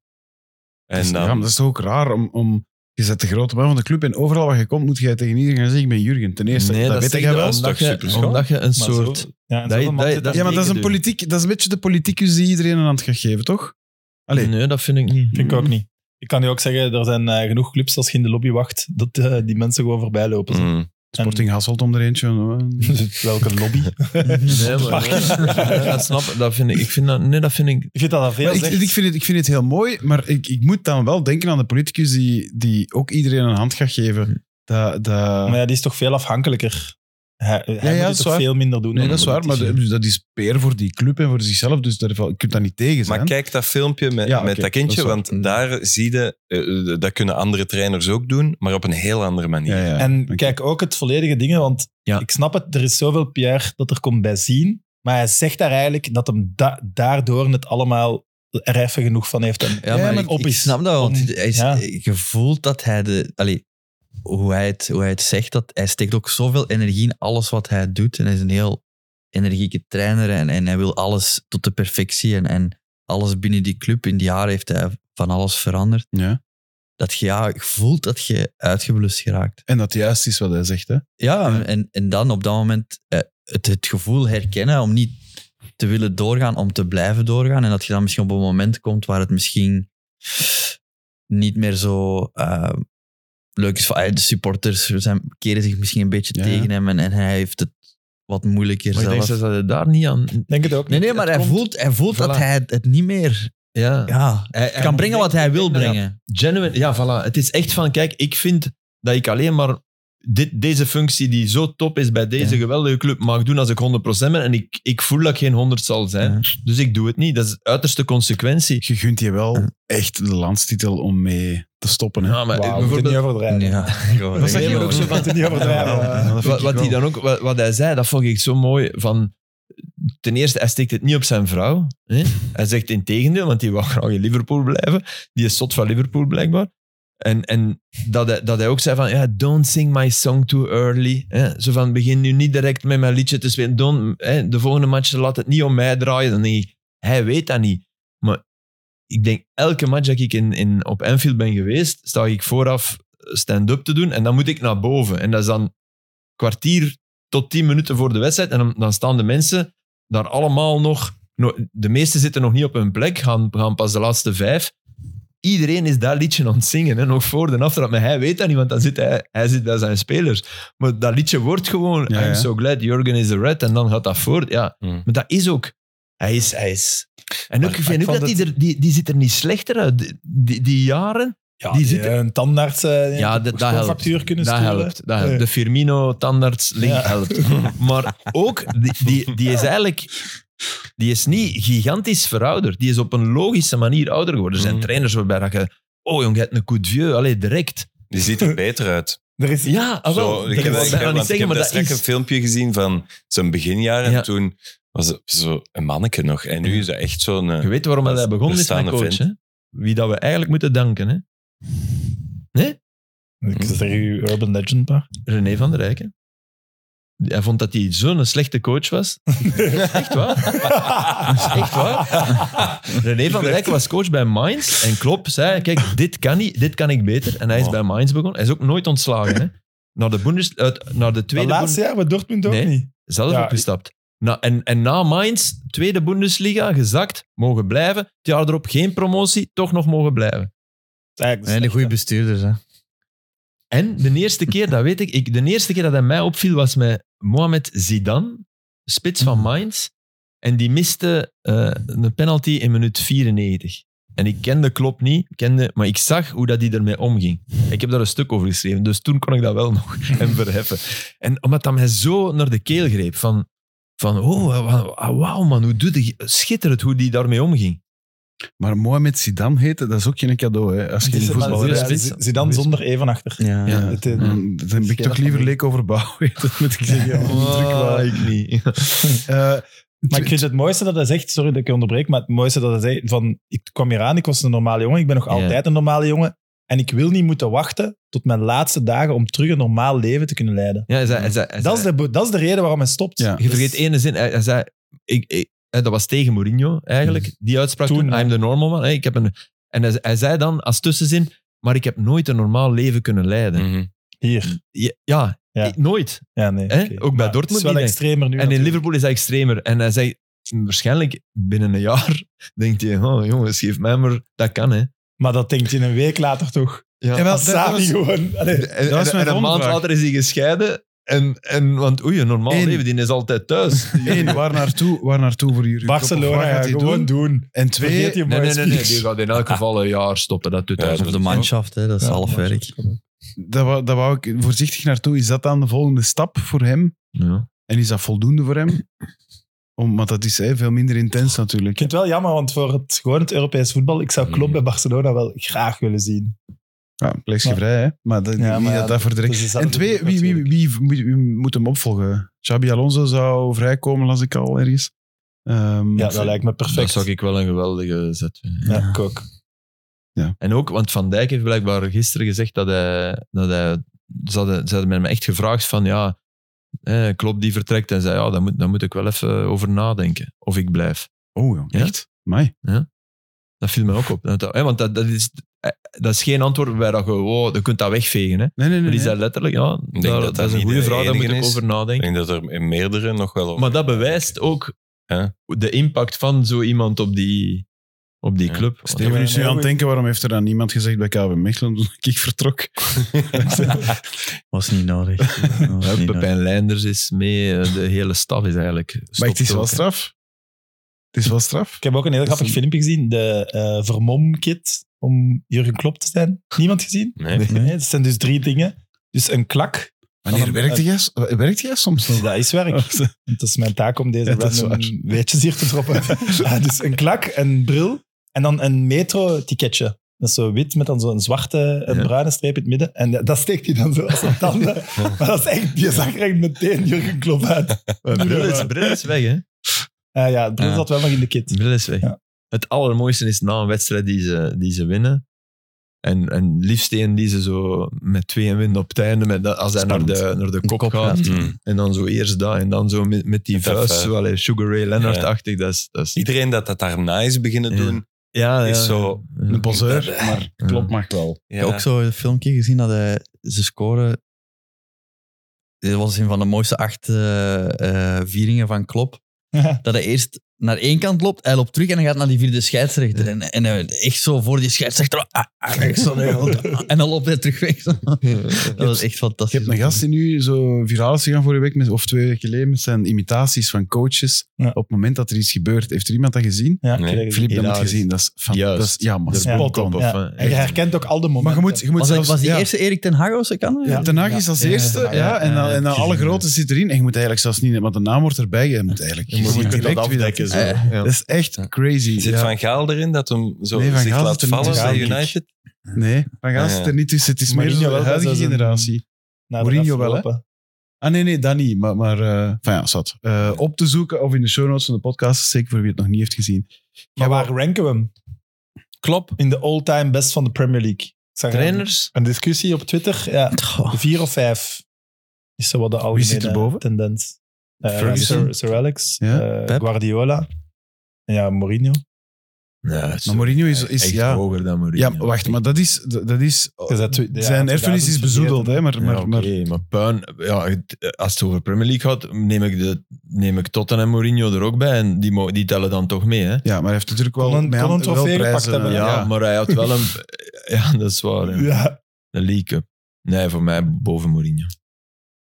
[SPEAKER 2] Dus
[SPEAKER 6] En
[SPEAKER 2] ja, maar
[SPEAKER 6] dan,
[SPEAKER 2] dat is toch ook raar om, om... Je zet de grote man van de club en overal waar je komt moet jij tegen iedereen gaan zeggen, ik ben Jurgen. Ten eerste, dat, weet
[SPEAKER 5] zeg
[SPEAKER 2] ik wel.
[SPEAKER 6] als-
[SPEAKER 5] Omdat
[SPEAKER 6] Dat is
[SPEAKER 5] je,
[SPEAKER 6] toch superschoon?
[SPEAKER 5] omdat je een
[SPEAKER 3] Maar zo-
[SPEAKER 5] soort...
[SPEAKER 3] Ja, en
[SPEAKER 5] Dat-
[SPEAKER 3] zo'n man
[SPEAKER 5] dat-
[SPEAKER 3] zit
[SPEAKER 5] dat-
[SPEAKER 2] Ja, maar dat is, een
[SPEAKER 5] Zeker doen.
[SPEAKER 2] politiek, dat is een beetje de politicus die iedereen een hand gaat geven, toch? Allee.
[SPEAKER 5] Nee, dat vind ik niet.
[SPEAKER 3] Vind ik
[SPEAKER 2] Mhm.
[SPEAKER 3] ook niet. Ik kan je ook zeggen, er zijn eh, genoeg clubs als je in de lobby wacht, dat eh, die mensen gewoon voorbij lopen. Dus
[SPEAKER 6] Mm.
[SPEAKER 2] Mhm.
[SPEAKER 3] <laughs>
[SPEAKER 2] Sporting Hasselt om er eentje. eh.
[SPEAKER 3] Welke lobby?
[SPEAKER 5] <laughs>
[SPEAKER 2] <laughs>
[SPEAKER 5] Nee, maar, nee, dat snap ik. Dat vind ik, ik vind dat, nee, dat vind ik...
[SPEAKER 3] Ik vind dat dat veel
[SPEAKER 2] Maar ik,
[SPEAKER 3] zegt.
[SPEAKER 2] ik, vind het, ik vind het heel mooi, maar ik, ik moet dan wel denken aan de politicus die, die ook iedereen een hand gaat geven. Dat, dat...
[SPEAKER 3] Maar ja, die is toch veel afhankelijker. Hij, hij
[SPEAKER 2] ja,
[SPEAKER 3] moet
[SPEAKER 2] dat
[SPEAKER 3] het
[SPEAKER 2] is
[SPEAKER 3] toch
[SPEAKER 2] waar.
[SPEAKER 3] veel minder doen.
[SPEAKER 2] Nee,
[SPEAKER 3] dan
[SPEAKER 2] dat is
[SPEAKER 3] de
[SPEAKER 2] waar, maar
[SPEAKER 3] politici.
[SPEAKER 2] de- dat is peer voor die club en voor zichzelf, dus daar, je kunt daar niet tegen zijn.
[SPEAKER 6] Maar kijk dat filmpje met,
[SPEAKER 2] Ja,
[SPEAKER 6] met
[SPEAKER 2] oké,
[SPEAKER 6] dat kindje,
[SPEAKER 2] dat is waar.
[SPEAKER 5] Mm.
[SPEAKER 6] want daar zie je, eh, dat kunnen andere trainers ook doen, maar op een heel andere manier.
[SPEAKER 2] ja, ja.
[SPEAKER 3] En
[SPEAKER 2] Oké.
[SPEAKER 3] kijk ook het volledige dingen, want
[SPEAKER 5] Ja.
[SPEAKER 3] ik snap het, er is zoveel Pierre dat er komt bij zien. Maar hij zegt daar eigenlijk dat hem da- daardoor het allemaal er even genoeg van heeft. En
[SPEAKER 4] Ja, maar
[SPEAKER 3] en
[SPEAKER 4] ik, ik snap dat wel. Want
[SPEAKER 3] Om-
[SPEAKER 4] hij is,
[SPEAKER 3] ja.
[SPEAKER 4] Je voelt dat hij de... Allee, hoe, hij het, hoe hij het zegt, dat hij steekt ook zoveel energie in alles wat hij doet. En hij is een heel energieke trainer en, en hij wil alles tot de perfectie. En, en alles binnen die club. In die jaren heeft hij van alles veranderd.
[SPEAKER 2] Ja.
[SPEAKER 4] Dat je ja, je voelt dat je uitgeblust geraakt.
[SPEAKER 2] En dat juist is wat hij zegt. Hè?
[SPEAKER 4] Ja, en, en dan op dat moment eh, het, het gevoel herkennen om niet te willen doorgaan, om te blijven doorgaan. En dat je dan misschien op een moment komt waar het misschien niet meer zo eh, leuk is. Van, eh, de supporters zijn, keren zich misschien een beetje
[SPEAKER 2] Ja.
[SPEAKER 4] tegen hem en, en hij heeft het wat moeilijker
[SPEAKER 5] Maar ik denk
[SPEAKER 4] zelf.
[SPEAKER 5] dat hij daar niet aan...
[SPEAKER 3] denk het ook.
[SPEAKER 4] Nee, nee,
[SPEAKER 3] niet.
[SPEAKER 4] maar
[SPEAKER 3] Het
[SPEAKER 4] hij
[SPEAKER 3] komt-
[SPEAKER 4] voelt, hij voelt dat
[SPEAKER 5] Voilà.
[SPEAKER 4] hij het, het niet meer...
[SPEAKER 5] Ja.
[SPEAKER 4] Ja, hij, hij kan
[SPEAKER 5] moet
[SPEAKER 4] brengen wat
[SPEAKER 5] denken-
[SPEAKER 4] hij wil
[SPEAKER 5] denken dat-
[SPEAKER 4] brengen.
[SPEAKER 5] Genuine, ja, voilà. Het is echt van, kijk, ik vind dat ik alleen maar dit, deze functie die zo top is bij deze
[SPEAKER 4] Ja.
[SPEAKER 5] geweldige club mag doen als ik 100% ben. En ik, ik voel dat ik geen 100 zal zijn.
[SPEAKER 4] Ja.
[SPEAKER 5] Dus ik doe het niet. Dat is de uiterste consequentie.
[SPEAKER 2] Je gunt je wel echt de landstitel om mee te stoppen. Hè?
[SPEAKER 5] Ja, maar
[SPEAKER 3] Wauw,
[SPEAKER 2] eh,
[SPEAKER 3] we moeten het
[SPEAKER 5] bijvoorbeeld-
[SPEAKER 3] niet overdrijven.
[SPEAKER 4] Ja,
[SPEAKER 2] Dat zeg je
[SPEAKER 3] Nee,
[SPEAKER 2] er ook
[SPEAKER 3] we
[SPEAKER 2] zo van.
[SPEAKER 3] moeten het niet overdrijven.
[SPEAKER 2] Ja, dat vind
[SPEAKER 5] wat,
[SPEAKER 2] ik
[SPEAKER 5] wat,
[SPEAKER 2] wel.
[SPEAKER 5] hij dan ook, wat, wat hij zei, dat vond ik zo mooi. Van, ten eerste, hij steekt het niet op zijn vrouw. Hè? Hij zegt in tegendeel, want die wou graag in Liverpool blijven. Die is zot van Liverpool, blijkbaar. En, en dat, hij, dat hij ook zei van, ja, don't sing my song too early. Hè? Zo van, begin nu niet direct met mijn liedje te spelen. Don't, hè, de volgende match laat het niet om mij draaien. Dan denk ik, hij weet dat niet. Maar ik denk, elke match dat ik in, in, op Anfield ben geweest, sta ik vooraf stand-up te doen. En dan moet ik naar boven. En dat is dan kwartier tot tien minuten voor de wedstrijd. En dan, dan staan de mensen daar allemaal nog... nog- De meesten zitten nog niet op hun plek, gaan, gaan pas de laatste vijf. Iedereen is dat liedje aan het zingen. Hè? Nog voor de aftrap. Maar hij weet dat niet, want dan zit hij, hij zit bij zijn spelers. Maar dat liedje wordt gewoon...
[SPEAKER 2] Ja,
[SPEAKER 5] I'm
[SPEAKER 2] ja.
[SPEAKER 5] so glad Jurgen is the red. En dan gaat dat voort. Ja.
[SPEAKER 6] Hmm.
[SPEAKER 5] Maar dat is ook... Hij is... Hij is en ook,
[SPEAKER 3] Maar
[SPEAKER 5] ik vind
[SPEAKER 3] ik
[SPEAKER 5] ook
[SPEAKER 3] vond
[SPEAKER 5] dat die,
[SPEAKER 3] het-
[SPEAKER 5] er, die, die ziet er niet slechter uit. Die, die, die jaren...
[SPEAKER 3] Ja,
[SPEAKER 5] Die
[SPEAKER 3] die
[SPEAKER 5] zitten-
[SPEAKER 3] een tandarts eh
[SPEAKER 5] Ja, dat- dat helpt.
[SPEAKER 3] factuur kunnen
[SPEAKER 5] Dat
[SPEAKER 3] sturen.
[SPEAKER 5] helpt, dat helpt.
[SPEAKER 3] Ja.
[SPEAKER 5] De Firmino-tandarts link
[SPEAKER 3] Ja.
[SPEAKER 5] helpt. <laughs> Maar ook, die, die, die is eigenlijk... Die is niet gigantisch verouderd. Die is op een logische manier ouder geworden. Er zijn
[SPEAKER 6] Mhm.
[SPEAKER 5] trainers waarbij dat je... Oh jong, je hebt een coup de vieux. Allee, direct.
[SPEAKER 6] Die ziet er beter uit.
[SPEAKER 3] Er is,
[SPEAKER 5] Ja, ah, wel.
[SPEAKER 6] Zo,
[SPEAKER 5] dat
[SPEAKER 6] ik heb,
[SPEAKER 5] wil
[SPEAKER 6] ik
[SPEAKER 5] ik nog niet
[SPEAKER 6] heb, want ik
[SPEAKER 5] zeggen,
[SPEAKER 6] heb
[SPEAKER 5] maar
[SPEAKER 6] daar
[SPEAKER 5] dat
[SPEAKER 6] straks een
[SPEAKER 5] is...
[SPEAKER 6] filmpje gezien van zijn beginjaren.
[SPEAKER 5] Ja.
[SPEAKER 6] En toen was het zo een manneke nog. En nu is dat echt zo'n...
[SPEAKER 5] Je
[SPEAKER 6] eh,
[SPEAKER 5] weet waarom
[SPEAKER 6] Dat
[SPEAKER 5] hij
[SPEAKER 6] is
[SPEAKER 5] begon is met
[SPEAKER 6] bestaande
[SPEAKER 5] coach,
[SPEAKER 6] vent.
[SPEAKER 5] hè? Wie dat we eigenlijk moeten danken, hè?
[SPEAKER 3] Ik zeg u urban legend, maar...
[SPEAKER 5] René van der Rijken. Hij vond dat hij zo'n slechte coach <laughs> was. Echt waar? Echt waar? René van der Eyck was coach bij Mainz. En Klopp zei, kijk, dit kan, niet, dit kan ik beter. En hij is
[SPEAKER 6] Wow.
[SPEAKER 5] bij Mainz begonnen. Hij is ook nooit ontslagen. Hè? Naar, de Bundes, uit, naar de
[SPEAKER 3] Maar
[SPEAKER 5] tweede
[SPEAKER 3] laatste
[SPEAKER 5] Bundes-
[SPEAKER 3] jaar bij Dortmund ook
[SPEAKER 5] Nee.
[SPEAKER 3] niet.
[SPEAKER 5] zelf
[SPEAKER 3] Ja.
[SPEAKER 5] opgestapt. Na, en, en na Mainz, tweede Bundesliga, gezakt, mogen blijven. Het jaar erop geen promotie, toch nog mogen blijven.
[SPEAKER 4] En de goede bestuurders, hè.
[SPEAKER 5] En de eerste keer, dat weet ik, ik, de eerste keer dat hij mij opviel was met Mohamed Zidane, spits van
[SPEAKER 3] Mhm.
[SPEAKER 5] Mainz. En die miste eh, een penalty in minuut 94. En ik kende Klopp niet, kende, maar ik zag hoe dat hij ermee omging. Ik heb daar een stuk over geschreven, dus toen kon ik dat wel <laughs> nog hem verheffen. En omdat dat mij zo naar de keel greep, van, van oh, wa- wa- wauw man, hoe doet hij, schitterend hoe die daarmee omging.
[SPEAKER 2] Maar Mohamed Zidane heten, dat is ook geen cadeau. Hè, als je
[SPEAKER 3] Is
[SPEAKER 2] een
[SPEAKER 3] het maar-
[SPEAKER 2] voetballer
[SPEAKER 3] ja,
[SPEAKER 2] bent.
[SPEAKER 3] Z- Zidane zonder even achter.
[SPEAKER 4] Ja.
[SPEAKER 2] Ja.
[SPEAKER 3] Het, eh,
[SPEAKER 2] Dan dan heb ik toch liever leek <laughs> overbouw, dat moet
[SPEAKER 3] <laughs>
[SPEAKER 2] ik zeggen. om de druk wel-
[SPEAKER 5] ik niet.
[SPEAKER 2] Eh,
[SPEAKER 3] Maar ik vind het mooiste dat hij zegt, sorry dat ik je onderbreek, maar het mooiste dat hij zei van, ik kwam hier aan, ik was een normale jongen, ik ben nog
[SPEAKER 5] Ja.
[SPEAKER 3] altijd een normale jongen en ik wil niet moeten wachten tot mijn laatste dagen om terug een normaal leven te kunnen leiden.
[SPEAKER 5] Ja, hij zei- hij zei- hij
[SPEAKER 3] Dat is,
[SPEAKER 5] zei-
[SPEAKER 3] de, bo- dat is de reden waarom hij stopt.
[SPEAKER 2] Ja.
[SPEAKER 5] Je vergeet ene zin. Hij, hij zei, ik, ik- hè, dat was tegen Mourinho eigenlijk, die uitspraak Dus toen,
[SPEAKER 3] Toen, ja.
[SPEAKER 5] I'm the normal man. hè, Ik heb een, en hij, hij zei dan als tussenzin, maar ik heb nooit een normaal leven kunnen leiden.
[SPEAKER 6] mhm.
[SPEAKER 3] Hier.
[SPEAKER 5] Ja, Mm. ja,
[SPEAKER 3] Ja.
[SPEAKER 5] ik- nooit.
[SPEAKER 3] Ja, nee.
[SPEAKER 5] Hè?
[SPEAKER 3] oké.
[SPEAKER 5] Ook bij
[SPEAKER 3] Maar
[SPEAKER 5] Dortmund
[SPEAKER 3] Het is wel
[SPEAKER 5] niet,
[SPEAKER 3] extremer nu.
[SPEAKER 5] en in
[SPEAKER 3] natuurlijk.
[SPEAKER 5] Liverpool is hij extremer. En hij zei, waarschijnlijk binnen een jaar <laughs> denkt hij, oh jongens, geef mij maar, dat kan hè.
[SPEAKER 3] Maar dat denkt hij een week later toch.
[SPEAKER 5] Ja.
[SPEAKER 2] jawel,
[SPEAKER 3] Als
[SPEAKER 2] dat- dat
[SPEAKER 3] Savi
[SPEAKER 2] was-
[SPEAKER 3] gewoon. Allee.
[SPEAKER 5] En,
[SPEAKER 2] dat was
[SPEAKER 5] en-
[SPEAKER 2] mijn
[SPEAKER 5] en een maand
[SPEAKER 2] volgende vraag.
[SPEAKER 5] later is hij gescheiden. En, en, want oei, een normaal
[SPEAKER 2] Eén.
[SPEAKER 5] leven, die is altijd <laughs> thuis.
[SPEAKER 2] Eén, Eh, waar naartoe, waar naartoe voor jullie?
[SPEAKER 3] Barcelona, ja, gewoon doen.
[SPEAKER 2] En twee,
[SPEAKER 3] Vergeet je
[SPEAKER 5] Nee, nee, nee, <laughs> nee, die
[SPEAKER 3] boys.
[SPEAKER 5] gaat in elk geval een jaar stoppen. Dat doet
[SPEAKER 6] Ja,
[SPEAKER 5] hij.
[SPEAKER 6] dat
[SPEAKER 4] Of de manschaft, hè. Dat is
[SPEAKER 3] Ja,
[SPEAKER 4] half
[SPEAKER 3] ja.
[SPEAKER 4] werk.
[SPEAKER 2] daar wou, daar wou ik voorzichtig naartoe. Is dat dan de volgende stap voor hem?
[SPEAKER 5] Ja.
[SPEAKER 2] En is dat voldoende voor hem? Om, want dat is hè, veel minder intens
[SPEAKER 3] Ik
[SPEAKER 2] natuurlijk.
[SPEAKER 3] vind het wel jammer, want voor het, gewoon het Europees voetbal, ik
[SPEAKER 5] Mm.
[SPEAKER 3] zou Klopp bij Barcelona wel graag willen zien.
[SPEAKER 2] Ja, plekjevrij, hè? Maar dat,
[SPEAKER 3] Ja,
[SPEAKER 2] niet
[SPEAKER 3] maar
[SPEAKER 2] dat dat voor direct-
[SPEAKER 3] Dus is dat
[SPEAKER 2] En twee, wie, wie,
[SPEAKER 3] natuurlijk.
[SPEAKER 2] wie, moet- wie moet hem opvolgen? Xabi Alonso zou vrijkomen, las ik al ergens. Ehm,
[SPEAKER 3] Ja, dat lijkt me
[SPEAKER 5] Dat
[SPEAKER 3] perfect.
[SPEAKER 5] zou ik wel een geweldige zet vinden.
[SPEAKER 3] Ja, ik ook.
[SPEAKER 5] En ook, want Van Dijk heeft blijkbaar gisteren gezegd dat hij... Dat hij ze hadden, ze hadden mij echt gevraagd van, ja, eh, klopt die vertrekt? En zei, ja, daar moet, daar moet ik wel even over nadenken of ik blijf.
[SPEAKER 2] Oh, jong,
[SPEAKER 5] Ja?
[SPEAKER 2] echt? Mai.
[SPEAKER 5] Dat viel mij ook op. Dat, dat- hè, want dat, dat, is, eh, dat is geen antwoord waarbij dat je, wow, je kunt dat wegvegen. Hè.
[SPEAKER 2] Nee, nee, nee.
[SPEAKER 5] Maar die
[SPEAKER 2] nee.
[SPEAKER 5] zei letterlijk, ja,
[SPEAKER 6] denk
[SPEAKER 5] daar-
[SPEAKER 6] dat
[SPEAKER 5] dat,
[SPEAKER 6] dat
[SPEAKER 5] is een
[SPEAKER 6] niet
[SPEAKER 5] goede
[SPEAKER 6] de
[SPEAKER 5] vraag, daar moet
[SPEAKER 6] enige
[SPEAKER 5] ik
[SPEAKER 6] is.
[SPEAKER 5] over
[SPEAKER 6] Ik
[SPEAKER 5] nadenken.
[SPEAKER 6] denk dat er meerdere nog wel... over-
[SPEAKER 5] Maar dat bewijst ook
[SPEAKER 6] Ja.
[SPEAKER 5] de impact van zo iemand op die, op die
[SPEAKER 6] Ja.
[SPEAKER 5] club. Want
[SPEAKER 2] Steven is nu
[SPEAKER 3] Ja,
[SPEAKER 2] aan
[SPEAKER 3] maar-
[SPEAKER 2] het denken, waarom heeft er dan niemand gezegd bij KV Mechelen toen ik vertrok?
[SPEAKER 4] Was niet nodig.
[SPEAKER 2] <laughs>
[SPEAKER 4] Was
[SPEAKER 5] Ja,
[SPEAKER 4] niet nodig.
[SPEAKER 5] Pepijn Leinders is mee, eh, de hele staf is eigenlijk.
[SPEAKER 2] Maar het
[SPEAKER 5] stopt
[SPEAKER 2] is wel
[SPEAKER 5] ook, hè.
[SPEAKER 2] straf. Het is wel straf.
[SPEAKER 3] Ik heb ook een heel grappig filmpje gezien, de eh Vermom-kit, om Jurgen Klopp te zijn. Niemand gezien?
[SPEAKER 6] Nee.
[SPEAKER 3] Nee, dat zijn dus drie dingen. Dus een klak,
[SPEAKER 2] Wanneer werkt jij, s- werkt jij
[SPEAKER 3] <laughs>
[SPEAKER 2] soms nog?
[SPEAKER 3] Dus dat is werk. Het is mijn taak om deze
[SPEAKER 2] Oh, Ja, dat is
[SPEAKER 3] random weetjes hier te
[SPEAKER 2] <laughs>
[SPEAKER 3] droppen. Ja, dus een klak, een bril en dan een metro-ticketje. Dat is zo wit met dan zo'n zwarte en
[SPEAKER 5] Ja.
[SPEAKER 3] bruine streep in het midden. En dat- dat steekt hij dan zo als een
[SPEAKER 2] <laughs>
[SPEAKER 3] tanden. Maar dat is echt, je zag er echt meteen Jurgen Klopp uit.
[SPEAKER 5] Bril is, bril is weg, hè?
[SPEAKER 3] Ah ja, het bril
[SPEAKER 4] Ja.
[SPEAKER 3] zat wel nog in de kit. <laughs>
[SPEAKER 5] Bril is weg.
[SPEAKER 3] Ja.
[SPEAKER 5] Het allermooiste is na een wedstrijd die ze, die ze winnen. En, en liefst een die ze zo met tweeën winnen op het einde. Met dat, als hij naar de, naar de kop,
[SPEAKER 4] kop
[SPEAKER 5] gaat.
[SPEAKER 4] gaat.
[SPEAKER 6] Mm.
[SPEAKER 5] En dan zo eerst dat. En dan zo met, met die
[SPEAKER 6] Met dat
[SPEAKER 5] vuist.
[SPEAKER 6] vuist.
[SPEAKER 5] Zo, allee, Sugar Ray Leonard-achtig. Dat is, dat is,
[SPEAKER 6] Iedereen dat dat daarna is beginnen
[SPEAKER 5] Ja.
[SPEAKER 6] doen,
[SPEAKER 5] Ja,
[SPEAKER 6] Is
[SPEAKER 5] ja.
[SPEAKER 6] zo-
[SPEAKER 5] Ja.
[SPEAKER 2] Een poseur.
[SPEAKER 7] Maar het klopt mag wel.
[SPEAKER 6] Ja,
[SPEAKER 4] Ik heb ook zo een filmpje gezien dat eh, ze scoren. Dit was een van de mooiste acht eh, eh, vieringen van Klopp. Dat hij eerst naar één kant loopt, hij loopt terug en hij gaat naar die vierde scheidsrechter. En, en hij echt zo voor die scheidsrechter. ah, ah, rechts, zo, nee,
[SPEAKER 2] <laughs>
[SPEAKER 4] want- en dan loopt hij terug weg. zo. Dat was echt
[SPEAKER 2] Ik heb
[SPEAKER 4] fantastisch.
[SPEAKER 2] een gast die nu zo viraal is gegaan vorige week, met, of twee weken geleden, met zijn imitaties van coaches.
[SPEAKER 3] Ja.
[SPEAKER 2] Op het moment dat er iets gebeurt. Heeft er iemand dat gezien?
[SPEAKER 3] Ja,
[SPEAKER 6] Nee.
[SPEAKER 3] ik kreeg het.
[SPEAKER 2] Philippe, dat moet
[SPEAKER 5] Hilarisch.
[SPEAKER 2] gezien. Dat is, fan-
[SPEAKER 5] Juist.
[SPEAKER 2] dat is jammer.
[SPEAKER 5] De
[SPEAKER 3] Ja.
[SPEAKER 5] spot op.
[SPEAKER 3] Ja.
[SPEAKER 5] Of, eh,
[SPEAKER 3] En je herkent ook al de momenten.
[SPEAKER 2] Maar je moet, je moet
[SPEAKER 4] Was, dat-
[SPEAKER 2] zelfs...
[SPEAKER 4] was die
[SPEAKER 2] ja.
[SPEAKER 4] eerste Erik ten Hag of zo kan?
[SPEAKER 2] Ja, Ten Hag is als
[SPEAKER 5] Ja.
[SPEAKER 2] eerste, ja,
[SPEAKER 3] Ja,
[SPEAKER 2] en dan, en dan
[SPEAKER 5] ja,
[SPEAKER 2] alle
[SPEAKER 5] ja.
[SPEAKER 2] grote zit erin. En je moet eigenlijk zelfs niet, want de naam wordt erbij. Je moet eigenlijk
[SPEAKER 5] Je moet
[SPEAKER 2] ziet
[SPEAKER 5] dat
[SPEAKER 2] direct wie
[SPEAKER 5] afdekken.
[SPEAKER 4] Eh,
[SPEAKER 5] Zo. Ja.
[SPEAKER 2] Dat is echt crazy.
[SPEAKER 6] Zit
[SPEAKER 2] ja.
[SPEAKER 6] Van Gaal erin dat hem zo
[SPEAKER 2] Nee, Van
[SPEAKER 6] zich
[SPEAKER 2] Gaal zit er
[SPEAKER 6] laat
[SPEAKER 2] niet
[SPEAKER 6] vallen
[SPEAKER 3] tussen,
[SPEAKER 6] bij
[SPEAKER 3] denk ik.
[SPEAKER 6] United?
[SPEAKER 2] Nee, Van Gaal
[SPEAKER 6] Ah, ja.
[SPEAKER 2] zit er niet tussen. Het is
[SPEAKER 3] Mourinho
[SPEAKER 2] meer zo
[SPEAKER 3] wel,
[SPEAKER 2] de
[SPEAKER 3] hè,
[SPEAKER 2] huidige
[SPEAKER 3] dat is een-
[SPEAKER 2] generatie.
[SPEAKER 3] Naar de
[SPEAKER 2] Mourinho wel, hè?
[SPEAKER 3] afgelopen.
[SPEAKER 2] Ah, nee, nee, dat niet. Maar, maar eh, enfin ja, zat. Eh, op te zoeken of in de show notes van de podcast, zeker voor wie het nog niet heeft gezien.
[SPEAKER 3] Maar waar ranken we hem?
[SPEAKER 5] Klopt.
[SPEAKER 3] In de all-time best van de Premier League. Ik zag een-
[SPEAKER 5] Trainers.
[SPEAKER 3] Een discussie op Twitter. Ja,
[SPEAKER 4] Oh,
[SPEAKER 3] vier of vijf is zo wat de algemene
[SPEAKER 2] zit er boven?
[SPEAKER 3] tendens. Eh,
[SPEAKER 2] Ferguson?
[SPEAKER 3] Sir, Sir Alex,
[SPEAKER 2] Ja.
[SPEAKER 3] eh,
[SPEAKER 4] Pep?
[SPEAKER 3] Guardiola. En Ja, Mourinho.
[SPEAKER 5] Ja,
[SPEAKER 2] Maar Mourinho is, is
[SPEAKER 5] echt
[SPEAKER 2] ja,
[SPEAKER 5] hoger dan Mourinho.
[SPEAKER 2] ja, wacht, maar dat is, dat dat is
[SPEAKER 3] Je zei twee- ja,
[SPEAKER 2] zijn erfenis is
[SPEAKER 3] 2000
[SPEAKER 2] bezoedeld, hè? Maar,
[SPEAKER 5] Ja,
[SPEAKER 2] maar, maar
[SPEAKER 5] oké, maar puin, ja, het- als het over Premier League gaat, neem ik, de, neem ik Tottenham en Mourinho er ook bij. En die, mo- die tellen dan toch mee. Hè?
[SPEAKER 2] ja, maar hij heeft natuurlijk wel
[SPEAKER 3] Kon een-
[SPEAKER 2] met
[SPEAKER 3] kon een
[SPEAKER 2] hand- wel
[SPEAKER 3] trofee gepakt
[SPEAKER 2] prijzen, eh,
[SPEAKER 3] hebben,
[SPEAKER 5] Ja,
[SPEAKER 3] hè?
[SPEAKER 2] ja.
[SPEAKER 5] maar hij had wel een... <laughs> Ja, dat is waar. hè.
[SPEAKER 3] Ja.
[SPEAKER 5] De League Cup. Nee, voor mij boven Mourinho.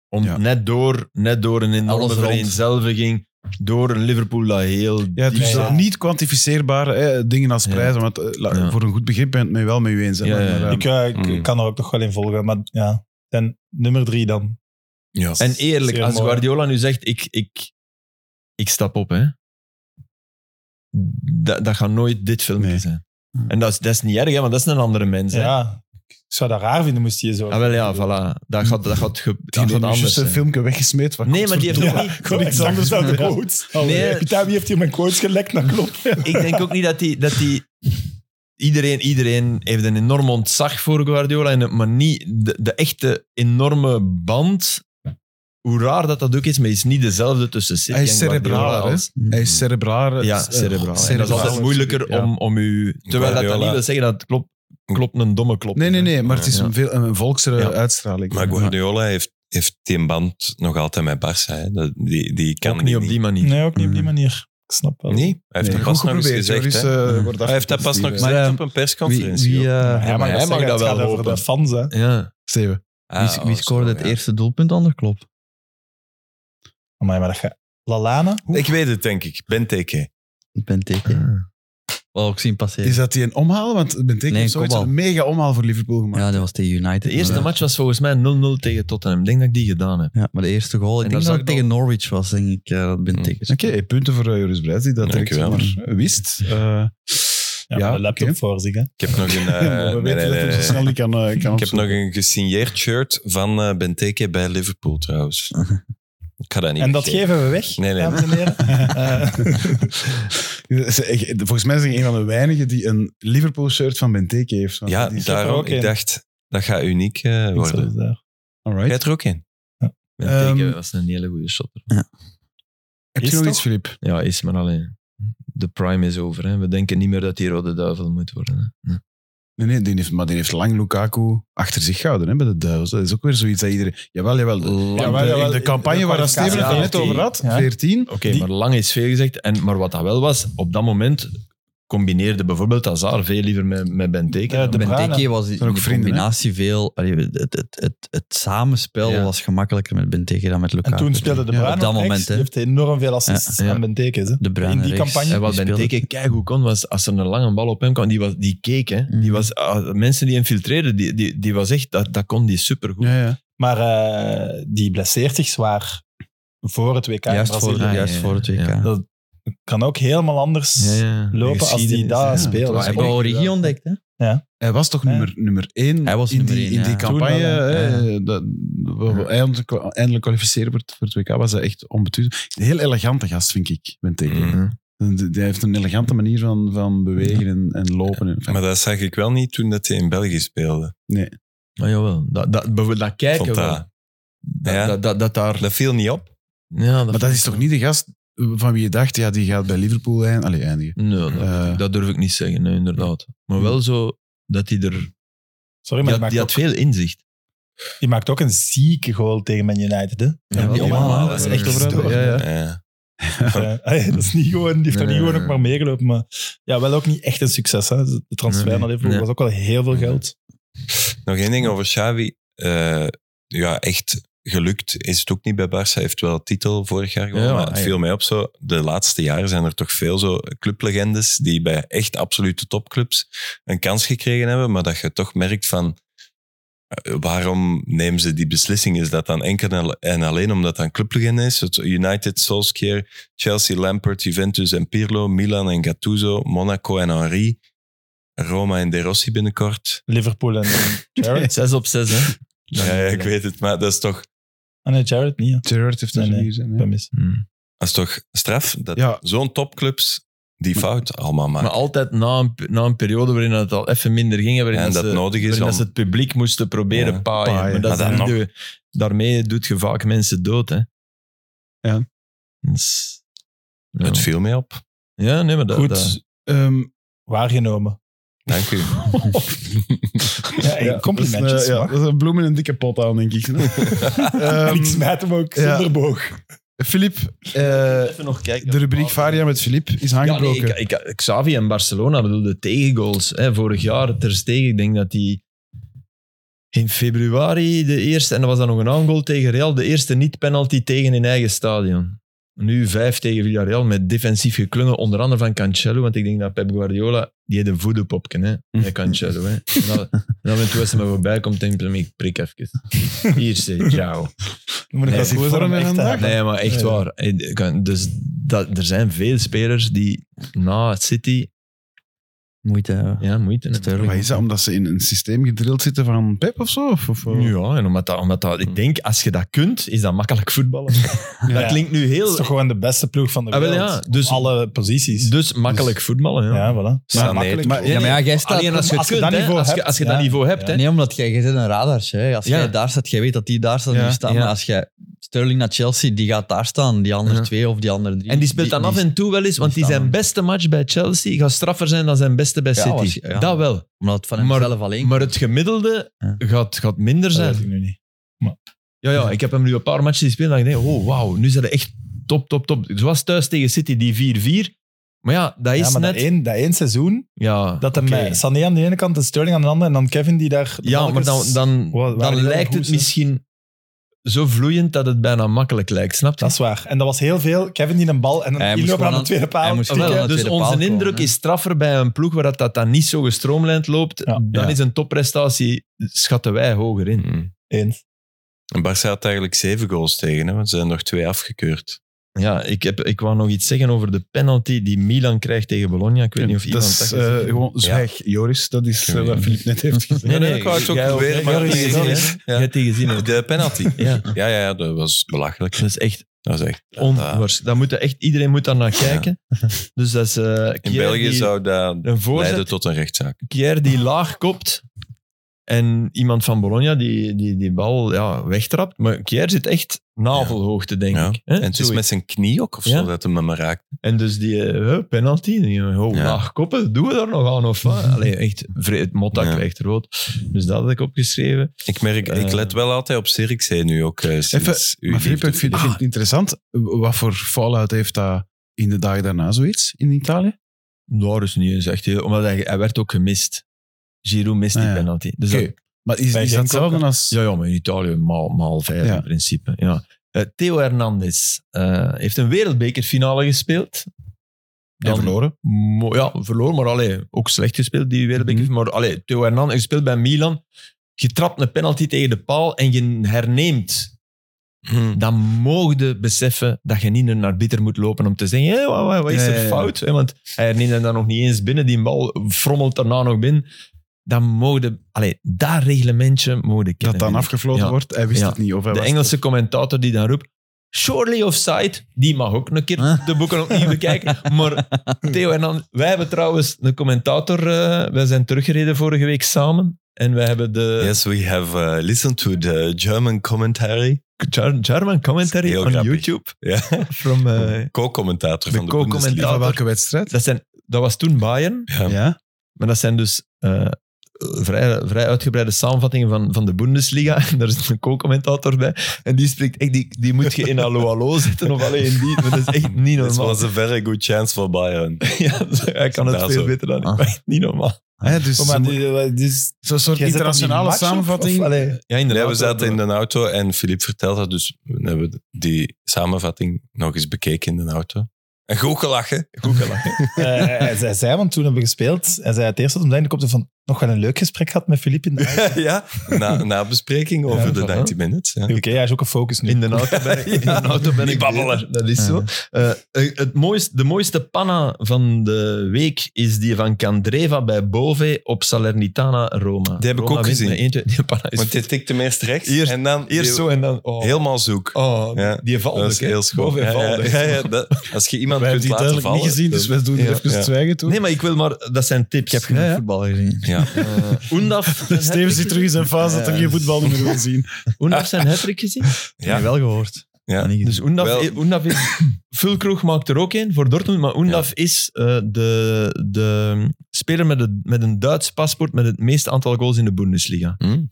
[SPEAKER 5] Om,
[SPEAKER 2] Ja.
[SPEAKER 5] net, door, net door een enorme
[SPEAKER 4] Alles rond.
[SPEAKER 5] vereenzelviging, door een Liverpool dat heel...
[SPEAKER 2] Ja,
[SPEAKER 5] diep
[SPEAKER 2] dus
[SPEAKER 3] Ja.
[SPEAKER 5] zat.
[SPEAKER 2] dat niet kwantificeerbare hè, dingen als
[SPEAKER 5] Ja.
[SPEAKER 2] prijzen. Want eh, la-
[SPEAKER 5] Ja.
[SPEAKER 2] voor een goed begrip ben ik het mee wel mee eens. Hè,
[SPEAKER 5] Ja,
[SPEAKER 2] maar,
[SPEAKER 5] ja, ja.
[SPEAKER 2] eh,
[SPEAKER 3] Ik, eh, ik
[SPEAKER 6] Mm.
[SPEAKER 3] kan er ook nog wel in volgen, maar ja. En nummer drie dan.
[SPEAKER 6] Ja.
[SPEAKER 5] En eerlijk,
[SPEAKER 3] Zeer
[SPEAKER 5] als
[SPEAKER 3] mooi.
[SPEAKER 5] Guardiola nu zegt, ik, ik, ik stap op, hè. Dat, dat gaat nooit dit filmpje
[SPEAKER 2] Nee.
[SPEAKER 5] zijn. En dat is, dat is niet erg, hè, want dat is een andere mens. Hè.
[SPEAKER 3] Ja, ik zou dat raar vinden moest hij zo.
[SPEAKER 5] Ah, wel ja, voilà. Dat gaat, dat gaat, ge-
[SPEAKER 2] Die
[SPEAKER 5] dat
[SPEAKER 2] heeft
[SPEAKER 5] gaat
[SPEAKER 2] nu
[SPEAKER 5] anders
[SPEAKER 2] juist een
[SPEAKER 5] zijn.
[SPEAKER 2] filmpje weggesmeed. van
[SPEAKER 5] Nee, maar die heeft ook
[SPEAKER 2] godverdomme.
[SPEAKER 3] <laughs>
[SPEAKER 5] niet...
[SPEAKER 3] Gewoon iets
[SPEAKER 2] Ik
[SPEAKER 3] anders
[SPEAKER 2] zag
[SPEAKER 5] <laughs>
[SPEAKER 3] dan
[SPEAKER 2] het,
[SPEAKER 3] de
[SPEAKER 2] ja.
[SPEAKER 3] quotes.
[SPEAKER 5] Nee.
[SPEAKER 3] Nee. Wie heeft hier mijn quotes gelekt? Dat klopt.
[SPEAKER 5] Ik denk ook niet dat die... Dat die iedereen, iedereen heeft een enorm ontzag voor Guardiola, en het- maar niet de, de echte enorme band. Hoe raar dat dat ook is, maar is niet dezelfde tussen City
[SPEAKER 2] Hij is
[SPEAKER 5] en
[SPEAKER 2] cerebraal,
[SPEAKER 5] Guardiola.
[SPEAKER 2] hè?
[SPEAKER 5] als-
[SPEAKER 2] Hij is cerebraal.
[SPEAKER 5] Ja,
[SPEAKER 2] eh,
[SPEAKER 5] cerebraal. En dat is
[SPEAKER 2] cerebraal.
[SPEAKER 5] altijd moeilijker
[SPEAKER 2] Ja.
[SPEAKER 5] om, om u... Terwijl dat, dat
[SPEAKER 6] Guardiola.
[SPEAKER 5] niet wil zeggen dat het klopt, klopt een domme klop.
[SPEAKER 2] Nee, nee, nee, maar het is
[SPEAKER 5] Ja.
[SPEAKER 2] een, veel, een volksere
[SPEAKER 5] Ja.
[SPEAKER 2] uitstraling.
[SPEAKER 6] Maar
[SPEAKER 2] Ja.
[SPEAKER 6] Guardiola heeft, heeft die band nog altijd met Barça. Hè. Dat- Die, die kan
[SPEAKER 5] Ook niet op die manier.
[SPEAKER 3] Nee, ook niet op die
[SPEAKER 5] Hmm.
[SPEAKER 3] manier. Ik snap wel.
[SPEAKER 6] Nee, hij heeft
[SPEAKER 2] Nee,
[SPEAKER 6] dat
[SPEAKER 2] goed
[SPEAKER 6] pas nog eens
[SPEAKER 2] geprobeerd,
[SPEAKER 6] gezegd.
[SPEAKER 2] Joris,
[SPEAKER 6] hè.
[SPEAKER 2] eh,
[SPEAKER 5] Ja.
[SPEAKER 2] wordt
[SPEAKER 6] hij heeft dat pas nog
[SPEAKER 2] afgekeurd.
[SPEAKER 6] gezegd
[SPEAKER 4] Maar, eh,
[SPEAKER 6] op een
[SPEAKER 4] wie,
[SPEAKER 6] persconferentie.
[SPEAKER 4] wie,
[SPEAKER 6] joh.
[SPEAKER 4] eh,
[SPEAKER 3] Ja, maar
[SPEAKER 5] hij
[SPEAKER 3] dat
[SPEAKER 5] mag
[SPEAKER 3] zeggen, het
[SPEAKER 5] dat wel
[SPEAKER 3] gaat over
[SPEAKER 5] hopen.
[SPEAKER 3] de fans, hè.
[SPEAKER 5] Ja.
[SPEAKER 2] Steven.
[SPEAKER 6] Ah,
[SPEAKER 4] wie,
[SPEAKER 6] oh,
[SPEAKER 4] wie
[SPEAKER 6] zo,
[SPEAKER 4] scoorde het
[SPEAKER 6] ja.
[SPEAKER 4] eerste doelpunt onder Klopp?
[SPEAKER 3] Amai, maar dat gaat... Lalana?
[SPEAKER 6] Ik weet het, denk ik. Benteke.
[SPEAKER 4] Benteke.
[SPEAKER 5] Ah.
[SPEAKER 4] Wel ook zien passeren.
[SPEAKER 2] Is dat die een omhaal? Want het betekent
[SPEAKER 4] Nee, een
[SPEAKER 2] zoiets
[SPEAKER 4] kopbal.
[SPEAKER 2] een mega omhaal voor Liverpool gemaakt.
[SPEAKER 4] Ja, dat was tegen United.
[SPEAKER 5] De eerste
[SPEAKER 4] inderdaad.
[SPEAKER 5] match was volgens mij 0-0 tegen Tottenham. Ik denk dat ik die gedaan heb.
[SPEAKER 4] Ja, maar de eerste goal. Ik
[SPEAKER 5] En
[SPEAKER 4] denk
[SPEAKER 5] daar
[SPEAKER 4] dat
[SPEAKER 5] zag
[SPEAKER 4] het
[SPEAKER 5] ik
[SPEAKER 4] tegen Norwich was, denk ik. eh, dat ben ik.
[SPEAKER 2] Oké, punten voor eh, Joris Brijs, die dat
[SPEAKER 6] Dank
[SPEAKER 2] direct
[SPEAKER 6] je wel.
[SPEAKER 2] zomaar wist. Eh,
[SPEAKER 3] Ja,
[SPEAKER 2] ja,
[SPEAKER 3] met een laptop
[SPEAKER 2] oké.
[SPEAKER 3] voor zich, hè.
[SPEAKER 6] Ik heb
[SPEAKER 2] <laughs>
[SPEAKER 6] nog een...
[SPEAKER 2] Ja,
[SPEAKER 6] eh,
[SPEAKER 2] maar we
[SPEAKER 6] nee,
[SPEAKER 2] weten
[SPEAKER 6] nee,
[SPEAKER 2] dat hem
[SPEAKER 6] nee,
[SPEAKER 2] zo snel niet kan, eh, kan <laughs>
[SPEAKER 6] Ik heb nog
[SPEAKER 2] opzoeken.
[SPEAKER 6] een gesigneerd shirt van eh, Benteke bij Liverpool,
[SPEAKER 5] <laughs>
[SPEAKER 6] trouwens. Ik ga dat niet
[SPEAKER 3] En dat
[SPEAKER 6] weggeven.
[SPEAKER 3] geven we weg,
[SPEAKER 6] Nee, nee,
[SPEAKER 3] dames en
[SPEAKER 6] <laughs>
[SPEAKER 3] heren. Eh,
[SPEAKER 2] Volgens mij is hij een van de weinigen die een Liverpool-shirt van Benteke heeft. Want
[SPEAKER 6] Ja,
[SPEAKER 2] die is-
[SPEAKER 3] heb er
[SPEAKER 6] daarom.
[SPEAKER 3] ook
[SPEAKER 6] Ik
[SPEAKER 3] een.
[SPEAKER 6] dacht, dat gaat uniek eh,
[SPEAKER 3] zo
[SPEAKER 6] worden.
[SPEAKER 3] is dat.
[SPEAKER 2] Alright.
[SPEAKER 6] Jij hebt er ook in.
[SPEAKER 5] Dat
[SPEAKER 2] Ehm,
[SPEAKER 5] was een hele goede shot.
[SPEAKER 2] Heb
[SPEAKER 3] Is
[SPEAKER 2] je nog
[SPEAKER 3] toch?
[SPEAKER 2] iets, Filip?
[SPEAKER 5] Ja, is maar alleen. De prime is over. Hè. We denken niet meer dat die rode duivel moet worden. Hè. Nee.
[SPEAKER 2] Nee, nee, die heeft, maar die heeft lang Lukaku achter zich gehouden hè, bij de Duivels. Dat is ook weer zoiets dat iedereen... Jawel, jawel. De,
[SPEAKER 3] jawel,
[SPEAKER 2] de-
[SPEAKER 3] jawel.
[SPEAKER 2] de campagne
[SPEAKER 3] De
[SPEAKER 2] waar dat Steven het
[SPEAKER 5] kwalificatie.
[SPEAKER 2] net over had,
[SPEAKER 3] Ja.
[SPEAKER 2] 14.
[SPEAKER 5] Oké, maar lang is veel gezegd. En, maar wat dat wel was, op dat moment combineerde bijvoorbeeld Hazard veel liever met, met Benteke.
[SPEAKER 3] Ja, de
[SPEAKER 5] dan-
[SPEAKER 3] Bruyne.
[SPEAKER 4] Benteke was in
[SPEAKER 2] zijn ook
[SPEAKER 4] de
[SPEAKER 2] vrienden,
[SPEAKER 4] combinatie veel... allee, het, het, het, het, samenspel
[SPEAKER 5] Ja.
[SPEAKER 4] was gemakkelijker met Benteke dan met
[SPEAKER 3] En
[SPEAKER 4] Lukaku.
[SPEAKER 3] toen speelde de
[SPEAKER 2] Ja,
[SPEAKER 3] Bruin
[SPEAKER 4] op dat moment, hè.
[SPEAKER 3] Die heeft enorm veel assists
[SPEAKER 5] Ja, ja.
[SPEAKER 3] aan Benteke, hè.
[SPEAKER 4] de Bruyne
[SPEAKER 3] In die
[SPEAKER 4] rechts.
[SPEAKER 3] campagne.
[SPEAKER 5] En wat
[SPEAKER 4] Die
[SPEAKER 5] Ben
[SPEAKER 4] speelde-
[SPEAKER 5] Teken kijk hoe kon, was als er een lange bal op hem kwam, die, was, die keek. Hè.
[SPEAKER 4] Mhm.
[SPEAKER 5] Die was, ah, mensen die infiltreerden, die, die, die was echt, dat, dat kon die supergoed.
[SPEAKER 2] Ja, ja.
[SPEAKER 3] Maar eh, die blesseert zich zwaar voor het WK. in
[SPEAKER 4] Juist voor,
[SPEAKER 3] Brazilië.
[SPEAKER 5] Ah,
[SPEAKER 4] juist
[SPEAKER 5] ja, ja.
[SPEAKER 4] voor het WK.
[SPEAKER 5] Ja.
[SPEAKER 3] Dat Kan ook helemaal anders
[SPEAKER 5] Ja, ja.
[SPEAKER 3] lopen als die
[SPEAKER 5] Geschiedenis,
[SPEAKER 3] daar
[SPEAKER 5] ja.
[SPEAKER 3] speelt.
[SPEAKER 4] We
[SPEAKER 3] Dat is
[SPEAKER 4] hebben
[SPEAKER 3] ook-
[SPEAKER 4] Origi ontdekt, hè? <laughs>
[SPEAKER 2] Hij was toch
[SPEAKER 3] Ja.
[SPEAKER 2] nummer, nummer één
[SPEAKER 4] Hij was
[SPEAKER 2] in
[SPEAKER 4] nummer
[SPEAKER 2] die,
[SPEAKER 4] één,
[SPEAKER 2] in
[SPEAKER 4] ja.
[SPEAKER 2] die campagne.
[SPEAKER 3] Toen wel,
[SPEAKER 2] hè,
[SPEAKER 5] ja.
[SPEAKER 2] dat, we- we eindelijk, eindelijk kwalificeren voor het, voor het WK was hij echt onbetwist. Een heel elegante gast, vind ik, Benteke.
[SPEAKER 5] Mhm.
[SPEAKER 2] Hij heeft een elegante manier van, van bewegen en, en lopen. En, enfin,
[SPEAKER 6] Maar dat zag ik wel niet toen dat hij in België speelde.
[SPEAKER 5] Maar jawel, dat, dat, bijvoorbeeld dat kijken
[SPEAKER 6] Vond
[SPEAKER 5] wel.
[SPEAKER 6] dat-
[SPEAKER 5] Dat,
[SPEAKER 6] Ja.
[SPEAKER 5] dat, dat, dat daar...
[SPEAKER 6] Dat viel niet op.
[SPEAKER 5] Ja, dat,
[SPEAKER 2] maar dat is toch niet de gast van wie je dacht, ja, die gaat bij Liverpool eind- allee, eindigen.
[SPEAKER 5] Nee, dat,
[SPEAKER 2] Eh.
[SPEAKER 5] dat durf ik niet zeggen, nee, inderdaad. Maar wel zo dat hij er...
[SPEAKER 3] Sorry, maar
[SPEAKER 5] Die
[SPEAKER 3] die,
[SPEAKER 5] had,
[SPEAKER 3] maakt
[SPEAKER 5] die had veel inzicht.
[SPEAKER 3] ook, die maakt ook een zieke goal tegen Man United. Hè?
[SPEAKER 5] die
[SPEAKER 3] die
[SPEAKER 5] omhaal,
[SPEAKER 3] omhaal,
[SPEAKER 5] dat is
[SPEAKER 3] hè.
[SPEAKER 5] echt
[SPEAKER 3] Dat is
[SPEAKER 5] over-
[SPEAKER 3] door.
[SPEAKER 5] ja, ja.
[SPEAKER 3] <laughs>
[SPEAKER 6] Eh,
[SPEAKER 3] Ja, hey, dat is niet gewoon, die heeft daar
[SPEAKER 5] Nee,
[SPEAKER 3] niet gewoon
[SPEAKER 5] nee,
[SPEAKER 3] ook maar meegelopen. Maar ja, wel ook niet echt een succes. Hè? De transfer
[SPEAKER 5] Nee,
[SPEAKER 3] naar Liverpool
[SPEAKER 5] nee.
[SPEAKER 3] was ook wel heel veel geld.
[SPEAKER 6] nog één ding over Xavi. Eh, ja, echt gelukt is het ook niet bij Barça. Hij heeft wel een titel vorig jaar gewonnen,
[SPEAKER 5] Ja,
[SPEAKER 6] maar het
[SPEAKER 5] ja.
[SPEAKER 6] viel mij op zo. De laatste jaren zijn er toch veel zo clublegendes die bij echt absolute topclubs een kans gekregen hebben, maar dat je toch merkt van eh, waarom nemen ze die beslissing? Is dat dan enkel en al- en alleen omdat dat een clublegende is? Het United, Solskjaer, Chelsea, Lampard, Juventus en Pirlo, Milan en Gattuso, Monaco en Henri, Roma en De Rossi binnenkort.
[SPEAKER 3] Liverpool en en Jared.
[SPEAKER 5] Zes op zes, hè.
[SPEAKER 6] Ja, ja, ik weet het, maar dat is toch,
[SPEAKER 3] Ah nee, Jared niet. hè.
[SPEAKER 2] Gerard heeft daar
[SPEAKER 3] Nee,
[SPEAKER 2] zo'n
[SPEAKER 3] nee.
[SPEAKER 2] hier zijn.
[SPEAKER 3] Ik
[SPEAKER 2] ja.
[SPEAKER 3] ben mis.
[SPEAKER 5] Hmm.
[SPEAKER 6] dat is toch straf dat
[SPEAKER 2] Ja.
[SPEAKER 6] zo'n topclubs die fout allemaal maken.
[SPEAKER 5] Maar altijd na een, na een periode waarin het al even minder ging, waarin
[SPEAKER 6] en
[SPEAKER 5] dat
[SPEAKER 6] dat
[SPEAKER 5] ze-
[SPEAKER 6] nodig is
[SPEAKER 5] waarin
[SPEAKER 6] om...
[SPEAKER 5] dat ze het publiek moesten proberen
[SPEAKER 6] Ja,
[SPEAKER 5] paaien.
[SPEAKER 2] paaien.
[SPEAKER 5] Oh, Maar dat
[SPEAKER 6] Maar
[SPEAKER 5] is
[SPEAKER 6] dan
[SPEAKER 5] niet de- daarmee doet je vaak mensen dood, hè.
[SPEAKER 2] Ja.
[SPEAKER 5] Dus- ja.
[SPEAKER 6] Het viel mij op.
[SPEAKER 5] Ja, nee, maar dat... dat-
[SPEAKER 3] Goed
[SPEAKER 2] Ehm,
[SPEAKER 3] waargenomen.
[SPEAKER 5] <laughs>
[SPEAKER 6] Dank u.
[SPEAKER 3] Ja, hey,
[SPEAKER 2] ja,
[SPEAKER 3] complimentjes.
[SPEAKER 5] dus,
[SPEAKER 2] Dat is, eh, ja,
[SPEAKER 3] mag.
[SPEAKER 2] dat is een bloem in een dikke pot aan, denk ik.
[SPEAKER 3] <laughs> en ik
[SPEAKER 2] Ehm,
[SPEAKER 3] smijt hem ook
[SPEAKER 2] ja.
[SPEAKER 3] zonder boog.
[SPEAKER 2] Filip, eh,
[SPEAKER 5] even nog kijken.
[SPEAKER 2] de rubriek Varia met Filip is
[SPEAKER 5] Ja, nee,
[SPEAKER 2] aangebroken.
[SPEAKER 5] ik, ik, Xavi en Barcelona, ik bedoel, de tegengoals. Hè, vorig jaar, Ter Stegen, ik denk dat die in februari de eerste, en dat was dan nog een aangoal tegen Real, de eerste niet-penalty tegen in eigen stadion. Nu vijf tegen Villarreal met defensief geklungel, onder andere van Cancelo, want ik denk dat Pep Guardiola, die heeft een voedenpopken, hè, met Cancelo. Hè. En dan- en dan met Westen maar voorbij komt, denk ik, ik prik even. Hier, zeg, ciao.
[SPEAKER 3] Moet
[SPEAKER 5] Nee,
[SPEAKER 3] ik dat
[SPEAKER 5] die
[SPEAKER 3] goed voor hem
[SPEAKER 2] vormen
[SPEAKER 3] echt
[SPEAKER 2] vandaag?
[SPEAKER 3] hebben.
[SPEAKER 5] Nee, maar echt eh,
[SPEAKER 3] Ja.
[SPEAKER 5] waar. Ik kan- Dus dat, er zijn veel spelers die na City
[SPEAKER 4] Moeite hebben.
[SPEAKER 5] ja, moeite hebben.
[SPEAKER 4] Sterling.
[SPEAKER 2] Maar is dat omdat ze in een systeem gedrild zitten van Pep of zo? Of, of, eh?
[SPEAKER 5] Ja, en omdat dat, omdat dat, ik denk, als je dat kunt, is dat makkelijk voetballen. Dat
[SPEAKER 3] Hm. Ja.
[SPEAKER 5] klinkt nu
[SPEAKER 3] Dat is
[SPEAKER 5] heel...
[SPEAKER 3] toch gewoon de beste ploeg van de
[SPEAKER 5] Ah, wel,
[SPEAKER 3] wereld.
[SPEAKER 5] ja. Dus-
[SPEAKER 3] Op alle posities.
[SPEAKER 5] Dus makkelijk voetballen, ja.
[SPEAKER 3] ja, voilà.
[SPEAKER 6] Sané.
[SPEAKER 2] makkelijk- maar-
[SPEAKER 4] Ja, maar ja, jij staat...
[SPEAKER 5] Alleen als je
[SPEAKER 3] Als
[SPEAKER 5] het
[SPEAKER 3] je dat
[SPEAKER 5] kunt, hè.
[SPEAKER 3] niveau
[SPEAKER 5] als je,
[SPEAKER 3] hebt,
[SPEAKER 5] als je dat
[SPEAKER 3] ja.
[SPEAKER 5] niveau hebt. Hè.
[SPEAKER 4] Nee, omdat jij, jij zit een radartje. Hè. Als
[SPEAKER 5] Ja.
[SPEAKER 4] jij daar staat, jij weet dat die daar staat
[SPEAKER 5] Ja,
[SPEAKER 4] nu staan.
[SPEAKER 5] ja.
[SPEAKER 4] Maar als jij Sterling naar Chelsea, die gaat daar staan. Die andere
[SPEAKER 5] Ja.
[SPEAKER 4] twee of die andere drie.
[SPEAKER 5] En die speelt dan af en toe wel eens, want die
[SPEAKER 4] staan
[SPEAKER 5] zijn
[SPEAKER 4] dan.
[SPEAKER 5] beste match bij Chelsea gaat straffer zijn dan zijn beste bij
[SPEAKER 4] Ja,
[SPEAKER 5] City.
[SPEAKER 4] waarsch- ja.
[SPEAKER 5] Dat wel.
[SPEAKER 4] Omdat het van
[SPEAKER 5] Maar-
[SPEAKER 4] hemzelf alleen
[SPEAKER 5] Maar het gemiddelde
[SPEAKER 4] Ja.
[SPEAKER 5] gaat, gaat minder
[SPEAKER 3] Dat weet
[SPEAKER 5] zijn.
[SPEAKER 3] ik nu niet.
[SPEAKER 5] Ja, ja, ik heb hem nu een paar matches gespeeld en ik denk, oh wauw, nu zijn ze echt top, top, top. Zoals thuis tegen City, die 4-4. Maar ja, dat is
[SPEAKER 3] ja, maar
[SPEAKER 5] net...
[SPEAKER 3] dat, één, dat één seizoen,
[SPEAKER 5] ja,
[SPEAKER 3] dat hem
[SPEAKER 5] oké.
[SPEAKER 3] eh, Sané aan de ene kant en Sterling aan de andere en dan Kevin die daar...
[SPEAKER 5] Ja, maar dan, dan,
[SPEAKER 3] Wa- waren
[SPEAKER 5] dan
[SPEAKER 3] die wel
[SPEAKER 5] lijkt
[SPEAKER 3] goed,
[SPEAKER 5] het
[SPEAKER 3] hè?
[SPEAKER 5] misschien zo vloeiend dat het bijna makkelijk lijkt, snap je?
[SPEAKER 3] Dat is waar. En dat was heel veel. Kevin die een bal en
[SPEAKER 4] Hij
[SPEAKER 3] dan
[SPEAKER 4] moest
[SPEAKER 3] inlopen aan
[SPEAKER 4] gewoon
[SPEAKER 3] de tweede
[SPEAKER 4] aan-
[SPEAKER 3] paal.
[SPEAKER 4] hij moest
[SPEAKER 5] Ah, wel,
[SPEAKER 4] gewoon aan de
[SPEAKER 5] dus
[SPEAKER 4] tweede
[SPEAKER 5] onze
[SPEAKER 4] paal komen,
[SPEAKER 5] indruk
[SPEAKER 4] hè.
[SPEAKER 5] is straffer bij een ploeg waar dat, dat dan niet zo gestroomlijnd loopt.
[SPEAKER 3] Ja.
[SPEAKER 5] dan
[SPEAKER 3] Ja.
[SPEAKER 5] is een topprestatie, schatten wij hoger in.
[SPEAKER 6] Mm.
[SPEAKER 3] Eens.
[SPEAKER 6] En Barça had eigenlijk zeven goals tegen, hè, want ze zijn nog twee afgekeurd.
[SPEAKER 5] Ja, ik, heb, ik wou nog iets zeggen over de penalty die Milan krijgt tegen Bologna. Ik weet niet of
[SPEAKER 2] dat
[SPEAKER 5] iemand dat
[SPEAKER 2] is
[SPEAKER 5] gezien
[SPEAKER 2] eh,
[SPEAKER 5] heeft.
[SPEAKER 2] gewoon zwijg, Joris. Dat is eh, wat Filip net heeft
[SPEAKER 3] <laughs>
[SPEAKER 2] gezegd.
[SPEAKER 5] Nee, nee,
[SPEAKER 6] ik wou het ook
[SPEAKER 5] jij ook,
[SPEAKER 6] weer,
[SPEAKER 5] hè?
[SPEAKER 6] maar
[SPEAKER 5] Jij hebt die
[SPEAKER 6] sorry,
[SPEAKER 5] gezien,
[SPEAKER 6] sorry.
[SPEAKER 5] hè? Jij
[SPEAKER 6] Ja.
[SPEAKER 5] hebt die
[SPEAKER 6] <laughs>
[SPEAKER 5] gezien, hè?
[SPEAKER 6] De
[SPEAKER 5] <laughs>
[SPEAKER 6] penalty.
[SPEAKER 5] Ja.
[SPEAKER 6] Ja, ja, ja, dat was belachelijk.
[SPEAKER 5] Dat is echt
[SPEAKER 6] Dat is echt...
[SPEAKER 5] onwaarschijnlijk. Daar moet echt, iedereen moet daar naar kijken. Dus dat is... eh,
[SPEAKER 6] In
[SPEAKER 5] Kier
[SPEAKER 6] België
[SPEAKER 5] die
[SPEAKER 6] zou dat
[SPEAKER 5] Een voorzet
[SPEAKER 6] leiden tot een rechtszaak.
[SPEAKER 5] Kier die laag kopt. En iemand van Bologna die die, die bal ja, wegtrapt. Maar Kier zit echt navelhoogte, denk
[SPEAKER 6] Ja.
[SPEAKER 5] ik. Hè?
[SPEAKER 6] En het is
[SPEAKER 5] Zoiets.
[SPEAKER 6] met zijn knie ook of
[SPEAKER 5] Ja.
[SPEAKER 6] zo dat hem hem raakt.
[SPEAKER 5] en dus die eh, huh, penalty, die, oh,
[SPEAKER 6] Ja.
[SPEAKER 5] laag koppen, doen we daar nog aan of
[SPEAKER 6] <laughs>
[SPEAKER 5] wat? Allee, echt, vre- het Motta
[SPEAKER 6] Ja.
[SPEAKER 5] krijgt rood. Dus dat had ik opgeschreven.
[SPEAKER 6] Ik merk, ik
[SPEAKER 5] Eh.
[SPEAKER 6] let wel altijd op Zirkzee nu ook. eh, sinds uw
[SPEAKER 2] Maar Filip, ik
[SPEAKER 6] liefde.
[SPEAKER 2] vind, ik
[SPEAKER 3] Ah.
[SPEAKER 2] vind het interessant. Wat voor fallout heeft dat in de dagen daarna zoiets in Italië?
[SPEAKER 5] Nou, dat is niet eens echt heel... Omdat hij, hij werd ook gemist. Giroud mist die
[SPEAKER 2] Ah, ja.
[SPEAKER 5] penalty. Dus
[SPEAKER 2] Oké.
[SPEAKER 5] dat-
[SPEAKER 2] Maar is,
[SPEAKER 3] Bij
[SPEAKER 2] is dat
[SPEAKER 3] Genk
[SPEAKER 2] hetzelfde
[SPEAKER 3] ook,
[SPEAKER 2] als...
[SPEAKER 5] Ja, ja, maar in Italië maal, maal vijf
[SPEAKER 2] Ja.
[SPEAKER 5] in principe. Ja. Eh, Theo Hernandez eh, heeft een wereldbekerfinale gespeeld.
[SPEAKER 2] en verloren?
[SPEAKER 5] Mo- ja, verloren, maar allee, ook slecht gespeeld die wereldbeker.
[SPEAKER 2] Mhm.
[SPEAKER 5] Maar allee, Theo Hernandez gespeeld bij Milan. Je trapt een penalty tegen de paal en je herneemt.
[SPEAKER 2] Mhm.
[SPEAKER 6] Hm.
[SPEAKER 5] Dan mogen je beseffen dat je niet naar een arbiter moet lopen om te zeggen: hé, wat, wat- wat is
[SPEAKER 2] Ja,
[SPEAKER 5] er
[SPEAKER 2] ja, ja.
[SPEAKER 5] fout? Hè, Want hij herneemt hem dan nog niet eens binnen. Die bal frommelt daarna nog binnen. Dan mogen je, allee, dat reglementje mogen je
[SPEAKER 2] Dat
[SPEAKER 5] kennen,
[SPEAKER 2] dan
[SPEAKER 5] vind ik.
[SPEAKER 2] afgefloten
[SPEAKER 5] Ja.
[SPEAKER 2] wordt? Hij wist
[SPEAKER 5] Ja.
[SPEAKER 2] het niet. Of hij
[SPEAKER 5] De
[SPEAKER 2] was
[SPEAKER 5] Engelse commentator die dan roept. Surely offside, die mag ook een keer de boeken opnieuw bekijken. Maar Theo en dan, wij hebben trouwens een commentator. eh, wij zijn teruggereden vorige week samen. En we hebben de
[SPEAKER 6] Yes, we have uh, listened to the German commentary.
[SPEAKER 5] Jar- Jarman commentary
[SPEAKER 6] Heel
[SPEAKER 5] on
[SPEAKER 6] grappig.
[SPEAKER 5] YouTube.
[SPEAKER 6] Ja.
[SPEAKER 5] From, eh,
[SPEAKER 6] Co-commentator
[SPEAKER 5] de
[SPEAKER 6] van de
[SPEAKER 5] co-commentator.
[SPEAKER 6] Bundesliga.
[SPEAKER 2] Van welke wedstrijd?
[SPEAKER 5] dat, zijn, dat was toen Bayern,
[SPEAKER 6] Ja.
[SPEAKER 2] Ja.
[SPEAKER 5] maar dat zijn dus eh, vrij, vrij uitgebreide samenvattingen van, van de Bundesliga. <laughs> En daar zit een co-commentator bij. En die spreekt echt, die, die moet je in hallo hallo zetten of alleen die. maar Dat is echt niet
[SPEAKER 6] This
[SPEAKER 5] normaal.
[SPEAKER 6] was a very good chance for Bayern.
[SPEAKER 5] <laughs> Ja, hij kan het
[SPEAKER 6] Daar
[SPEAKER 5] veel
[SPEAKER 6] zo.
[SPEAKER 5] beter dan ik.
[SPEAKER 4] Ah.
[SPEAKER 5] maar echt Niet normaal.
[SPEAKER 2] Hè, dus
[SPEAKER 3] Oh, maar die- eh, die is-
[SPEAKER 2] zo'n soort
[SPEAKER 3] jij zet dat niet
[SPEAKER 2] internationale
[SPEAKER 3] match op,
[SPEAKER 2] samenvatting.
[SPEAKER 3] of- allee.
[SPEAKER 5] Ja, inderdaad.
[SPEAKER 6] Nee, we zaten in de auto en Filip vertelt dat, dus we hebben die samenvatting nog eens bekeken in de auto. En goed gelachen. Goed gelachen.
[SPEAKER 3] Eh, hij, hij zei, want toen hebben we gespeeld, hij zei het eerst dat hij in de kop zat van nog wel een leuk gesprek gehad met Filip in de auto.
[SPEAKER 6] ja, na, na bespreking over
[SPEAKER 5] Ja,
[SPEAKER 6] de
[SPEAKER 5] voilà.
[SPEAKER 6] 90 minutes. Ja.
[SPEAKER 3] Oké, hij is ook een focus nu.
[SPEAKER 5] In <laughs> de auto ben ik. in de auto ben
[SPEAKER 6] Niet
[SPEAKER 5] ik
[SPEAKER 6] babbelen.
[SPEAKER 5] bezig. Dat is zo. Eh, eh, het mooiste, de mooiste panna van de week is die van Candreva bij Bove op Salernitana Roma.
[SPEAKER 6] Die heb ik
[SPEAKER 5] Roma
[SPEAKER 6] ook
[SPEAKER 5] wint
[SPEAKER 6] gezien.
[SPEAKER 5] met 1-2. die panna is
[SPEAKER 6] Want je tikte hem eerst rechts
[SPEAKER 5] Eerst-
[SPEAKER 6] en dan
[SPEAKER 5] eerst zo en dan. Oh,
[SPEAKER 6] helemaal zoek.
[SPEAKER 5] oh,
[SPEAKER 6] Ja,
[SPEAKER 5] Die valt
[SPEAKER 6] dat is heel schoon. Ja, ja, ja, ja, dat- als je iemand
[SPEAKER 2] Wij hebben
[SPEAKER 6] kunt
[SPEAKER 2] die
[SPEAKER 6] laten
[SPEAKER 2] duidelijk
[SPEAKER 6] vallen...
[SPEAKER 2] niet gezien, dus
[SPEAKER 6] dan-
[SPEAKER 2] we doen hier
[SPEAKER 5] Ja,
[SPEAKER 2] even
[SPEAKER 6] ja.
[SPEAKER 2] zwijgen toe.
[SPEAKER 5] Nee, maar ik wil maar. Dat zijn tips.
[SPEAKER 4] Ik heb genoeg
[SPEAKER 5] Ja, ja.
[SPEAKER 4] voetbal gezien.
[SPEAKER 6] ja.
[SPEAKER 5] Eh, <laughs> Oendaf.
[SPEAKER 2] Steven
[SPEAKER 5] zijn
[SPEAKER 2] zit
[SPEAKER 5] hattrick-
[SPEAKER 2] terug in zijn fase dat er
[SPEAKER 4] Ja.
[SPEAKER 2] geen voetbal meer <laughs> wil zien.
[SPEAKER 5] Oendaf zijn hattrick gezien.
[SPEAKER 4] Heb je
[SPEAKER 6] Ja,
[SPEAKER 4] wel gehoord.
[SPEAKER 6] ja.
[SPEAKER 4] Maar niet
[SPEAKER 5] Dus
[SPEAKER 4] gezien.
[SPEAKER 5] Oendaf,
[SPEAKER 6] Wel-
[SPEAKER 5] eh, Oendaf is... <coughs> Fulkroeg maakt er ook een voor Dortmund, maar Oendaf is eh, de, de speler met, het, met een Duits paspoort met het meeste aantal goals in de Bundesliga.
[SPEAKER 6] Hm?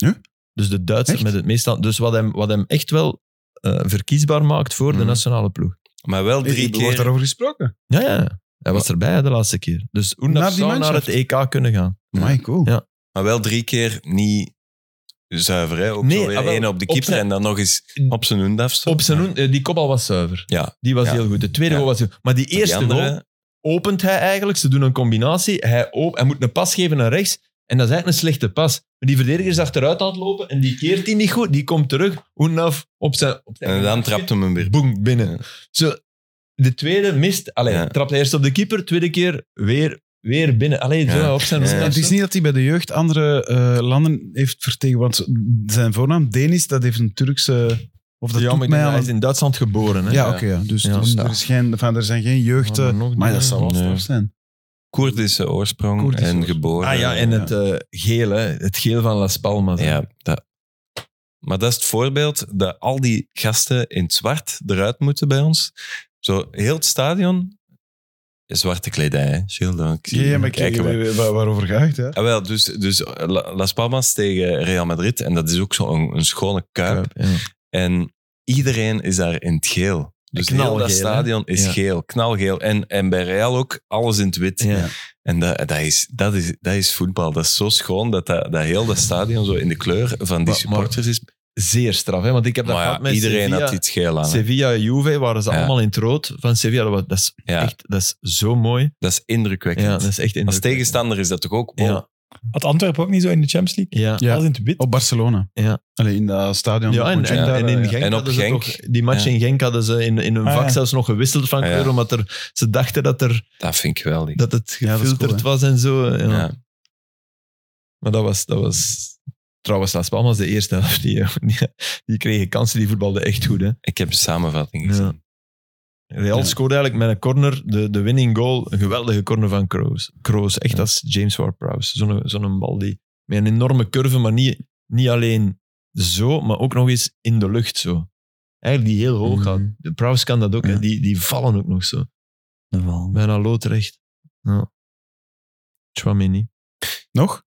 [SPEAKER 5] Dus de Duitser
[SPEAKER 2] Echt?
[SPEAKER 5] met het meeste aantal... Dus wat hem, wat hem echt wel eh, verkiesbaar maakt voor de
[SPEAKER 6] Mhm.
[SPEAKER 5] nationale ploeg.
[SPEAKER 6] Maar wel drie
[SPEAKER 2] Wordt
[SPEAKER 6] keer.
[SPEAKER 2] daarover gesproken?
[SPEAKER 5] Ja, ja. Hij was erbij hè, de laatste keer. Dus Oendaf
[SPEAKER 2] Naar die
[SPEAKER 5] zou naar
[SPEAKER 2] mannschaft?
[SPEAKER 5] het EK kunnen gaan.
[SPEAKER 2] My cool.
[SPEAKER 5] Ja.
[SPEAKER 6] Maar wel drie keer niet zuiver, hè? Ook
[SPEAKER 5] Nee,
[SPEAKER 6] zo weer
[SPEAKER 5] ah, wel,
[SPEAKER 6] één op de
[SPEAKER 5] op
[SPEAKER 6] keeper
[SPEAKER 5] zijn-
[SPEAKER 6] en dan nog eens op zijn hundaf.
[SPEAKER 5] Op zijn, oen- eh, die kopbal was zuiver.
[SPEAKER 6] Ja.
[SPEAKER 5] Die was
[SPEAKER 6] Ja.
[SPEAKER 5] heel goed. De tweede
[SPEAKER 6] Ja.
[SPEAKER 5] goal was heel Maar die eerste
[SPEAKER 6] die andere,
[SPEAKER 5] goal... opent hij eigenlijk. Ze doen een combinatie. Hij, op, hij moet een pas geven naar rechts. En dat is eigenlijk een slechte pas. Maar die verdediger is achteruit aan het lopen en die keert die niet goed. Die komt terug. Oenaf op zijn... Op zijn
[SPEAKER 6] En dan trapt hem hem weer.
[SPEAKER 5] Boem, binnen. Zo, de tweede mist. Allee,
[SPEAKER 6] Ja.
[SPEAKER 5] trapt hij eerst op de keeper. Tweede keer weer, weer binnen. Allee, zo,
[SPEAKER 6] Ja.
[SPEAKER 5] op zijn...
[SPEAKER 6] Ja.
[SPEAKER 5] op
[SPEAKER 2] Het is
[SPEAKER 5] zijn-
[SPEAKER 2] niet dat hij bij de jeugd andere eh, landen heeft vertegenwoordigd. Want zijn voornaam, Denis, dat heeft een Turkse... Of dat
[SPEAKER 5] Ja, maar
[SPEAKER 2] doet
[SPEAKER 5] ik
[SPEAKER 2] mij aan
[SPEAKER 5] denk, hij
[SPEAKER 2] een
[SPEAKER 5] is in Duitsland geboren. Hè?
[SPEAKER 2] Ja, oké. ja. Dus,
[SPEAKER 5] Ja,
[SPEAKER 2] dus
[SPEAKER 5] ja.
[SPEAKER 2] er, is geen, enfin, er zijn geen jeugd... Maar,
[SPEAKER 5] Maar nog
[SPEAKER 2] dat
[SPEAKER 5] niet.
[SPEAKER 2] zal wel
[SPEAKER 6] Nee.
[SPEAKER 2] straf zijn.
[SPEAKER 6] Koerdische oorsprong
[SPEAKER 2] Koerdische
[SPEAKER 6] en
[SPEAKER 2] oorsprong.
[SPEAKER 6] geboren.
[SPEAKER 5] Ah ja, en het eh, geel, hè. Het geel van Las Palmas. hè.
[SPEAKER 6] Ja, dat. Maar dat is het voorbeeld dat al die gasten in het zwart eruit moeten bij ons. Zo, heel het stadion. Zwarte kledij, hè? Gilles, dan ik zie
[SPEAKER 2] Ja,
[SPEAKER 6] je
[SPEAKER 2] maar
[SPEAKER 6] kijken
[SPEAKER 2] kijk,
[SPEAKER 5] eh,
[SPEAKER 6] waar-
[SPEAKER 2] waar- waarover gaat het? hè?
[SPEAKER 6] Ah, wel, dus, dus La- Las Palmas tegen Real Madrid. En dat is ook zo'n een schone kuip.
[SPEAKER 5] Ja.
[SPEAKER 6] En iedereen is daar in het geel. Dus heel
[SPEAKER 5] Knalgeel,
[SPEAKER 6] dat
[SPEAKER 5] hè?
[SPEAKER 6] stadion is
[SPEAKER 5] Ja.
[SPEAKER 6] geel, knalgeel. En, en bij Real ook alles in het wit.
[SPEAKER 5] Ja.
[SPEAKER 6] En dat, dat, is, dat, is, dat is voetbal. Dat is zo schoon dat, dat, dat heel dat stadion zo in de kleur van die
[SPEAKER 5] Maar-
[SPEAKER 6] supporters is.
[SPEAKER 5] Zeer straf, hè. Want ik heb dat
[SPEAKER 6] Maar
[SPEAKER 5] gehad
[SPEAKER 6] ja,
[SPEAKER 5] met
[SPEAKER 6] iedereen
[SPEAKER 5] Sevilla.
[SPEAKER 6] had iets geel aan. hè.
[SPEAKER 5] Sevilla en Juve waren ze
[SPEAKER 6] Ja.
[SPEAKER 5] allemaal in het rood van Sevilla. Dat, was- dat is
[SPEAKER 6] Ja.
[SPEAKER 5] echt dat is zo mooi.
[SPEAKER 6] Dat is
[SPEAKER 5] Ja,
[SPEAKER 6] indrukwekkend.
[SPEAKER 5] dat is echt
[SPEAKER 6] Als
[SPEAKER 5] indrukwekkend.
[SPEAKER 6] tegenstander is dat toch ook... wow.
[SPEAKER 5] Ja.
[SPEAKER 3] Had Antwerpen ook niet zo in de Champions League?
[SPEAKER 5] Ja.
[SPEAKER 2] Ja.
[SPEAKER 3] Alles in het wit.
[SPEAKER 2] Op Barcelona.
[SPEAKER 5] Ja.
[SPEAKER 2] Allee, in dat stadion.
[SPEAKER 5] Ja, en,
[SPEAKER 2] Moet je
[SPEAKER 5] en,
[SPEAKER 2] daar,
[SPEAKER 5] en
[SPEAKER 2] eh,
[SPEAKER 5] in
[SPEAKER 2] ja.
[SPEAKER 5] Genk
[SPEAKER 6] En op
[SPEAKER 5] hadden ze
[SPEAKER 6] Genk.
[SPEAKER 5] toch- die match
[SPEAKER 6] Ja.
[SPEAKER 5] in Genk hadden ze in, in hun
[SPEAKER 3] Ah,
[SPEAKER 5] vak
[SPEAKER 3] ja.
[SPEAKER 5] zelfs nog gewisseld van
[SPEAKER 6] Ah, ja.
[SPEAKER 5] kleur, omdat er, ze dachten dat, er,
[SPEAKER 6] Dat vind ik geweldig.
[SPEAKER 5] dat het
[SPEAKER 2] Ja, dat is
[SPEAKER 5] gefilterd
[SPEAKER 2] cool,
[SPEAKER 5] was en zo. Ja.
[SPEAKER 6] Ja.
[SPEAKER 5] Maar dat was, dat was... Trouwens, Las Palmas, de eerste helft, die, <laughs> die, die kregen kansen, die voetbalden echt goed. Hè.
[SPEAKER 6] Ik heb de samenvatting
[SPEAKER 5] Ja.
[SPEAKER 6] gezien.
[SPEAKER 5] Real scoorde eigenlijk met een corner, de, de winning goal, een geweldige corner van Kroos. Kroos, echt als James Ward-Prowse. Zo'n zo'n bal die met een enorme curve, maar niet, niet alleen zo, maar ook nog eens in de lucht zo. Eigenlijk die heel hoog gaat.
[SPEAKER 4] Mhm.
[SPEAKER 5] De Prowse kan dat ook,
[SPEAKER 4] Ja.
[SPEAKER 5] en die, die vallen ook nog zo.
[SPEAKER 4] De val.
[SPEAKER 5] Bijna loodrecht. Ja. Chouameni.
[SPEAKER 2] Nog?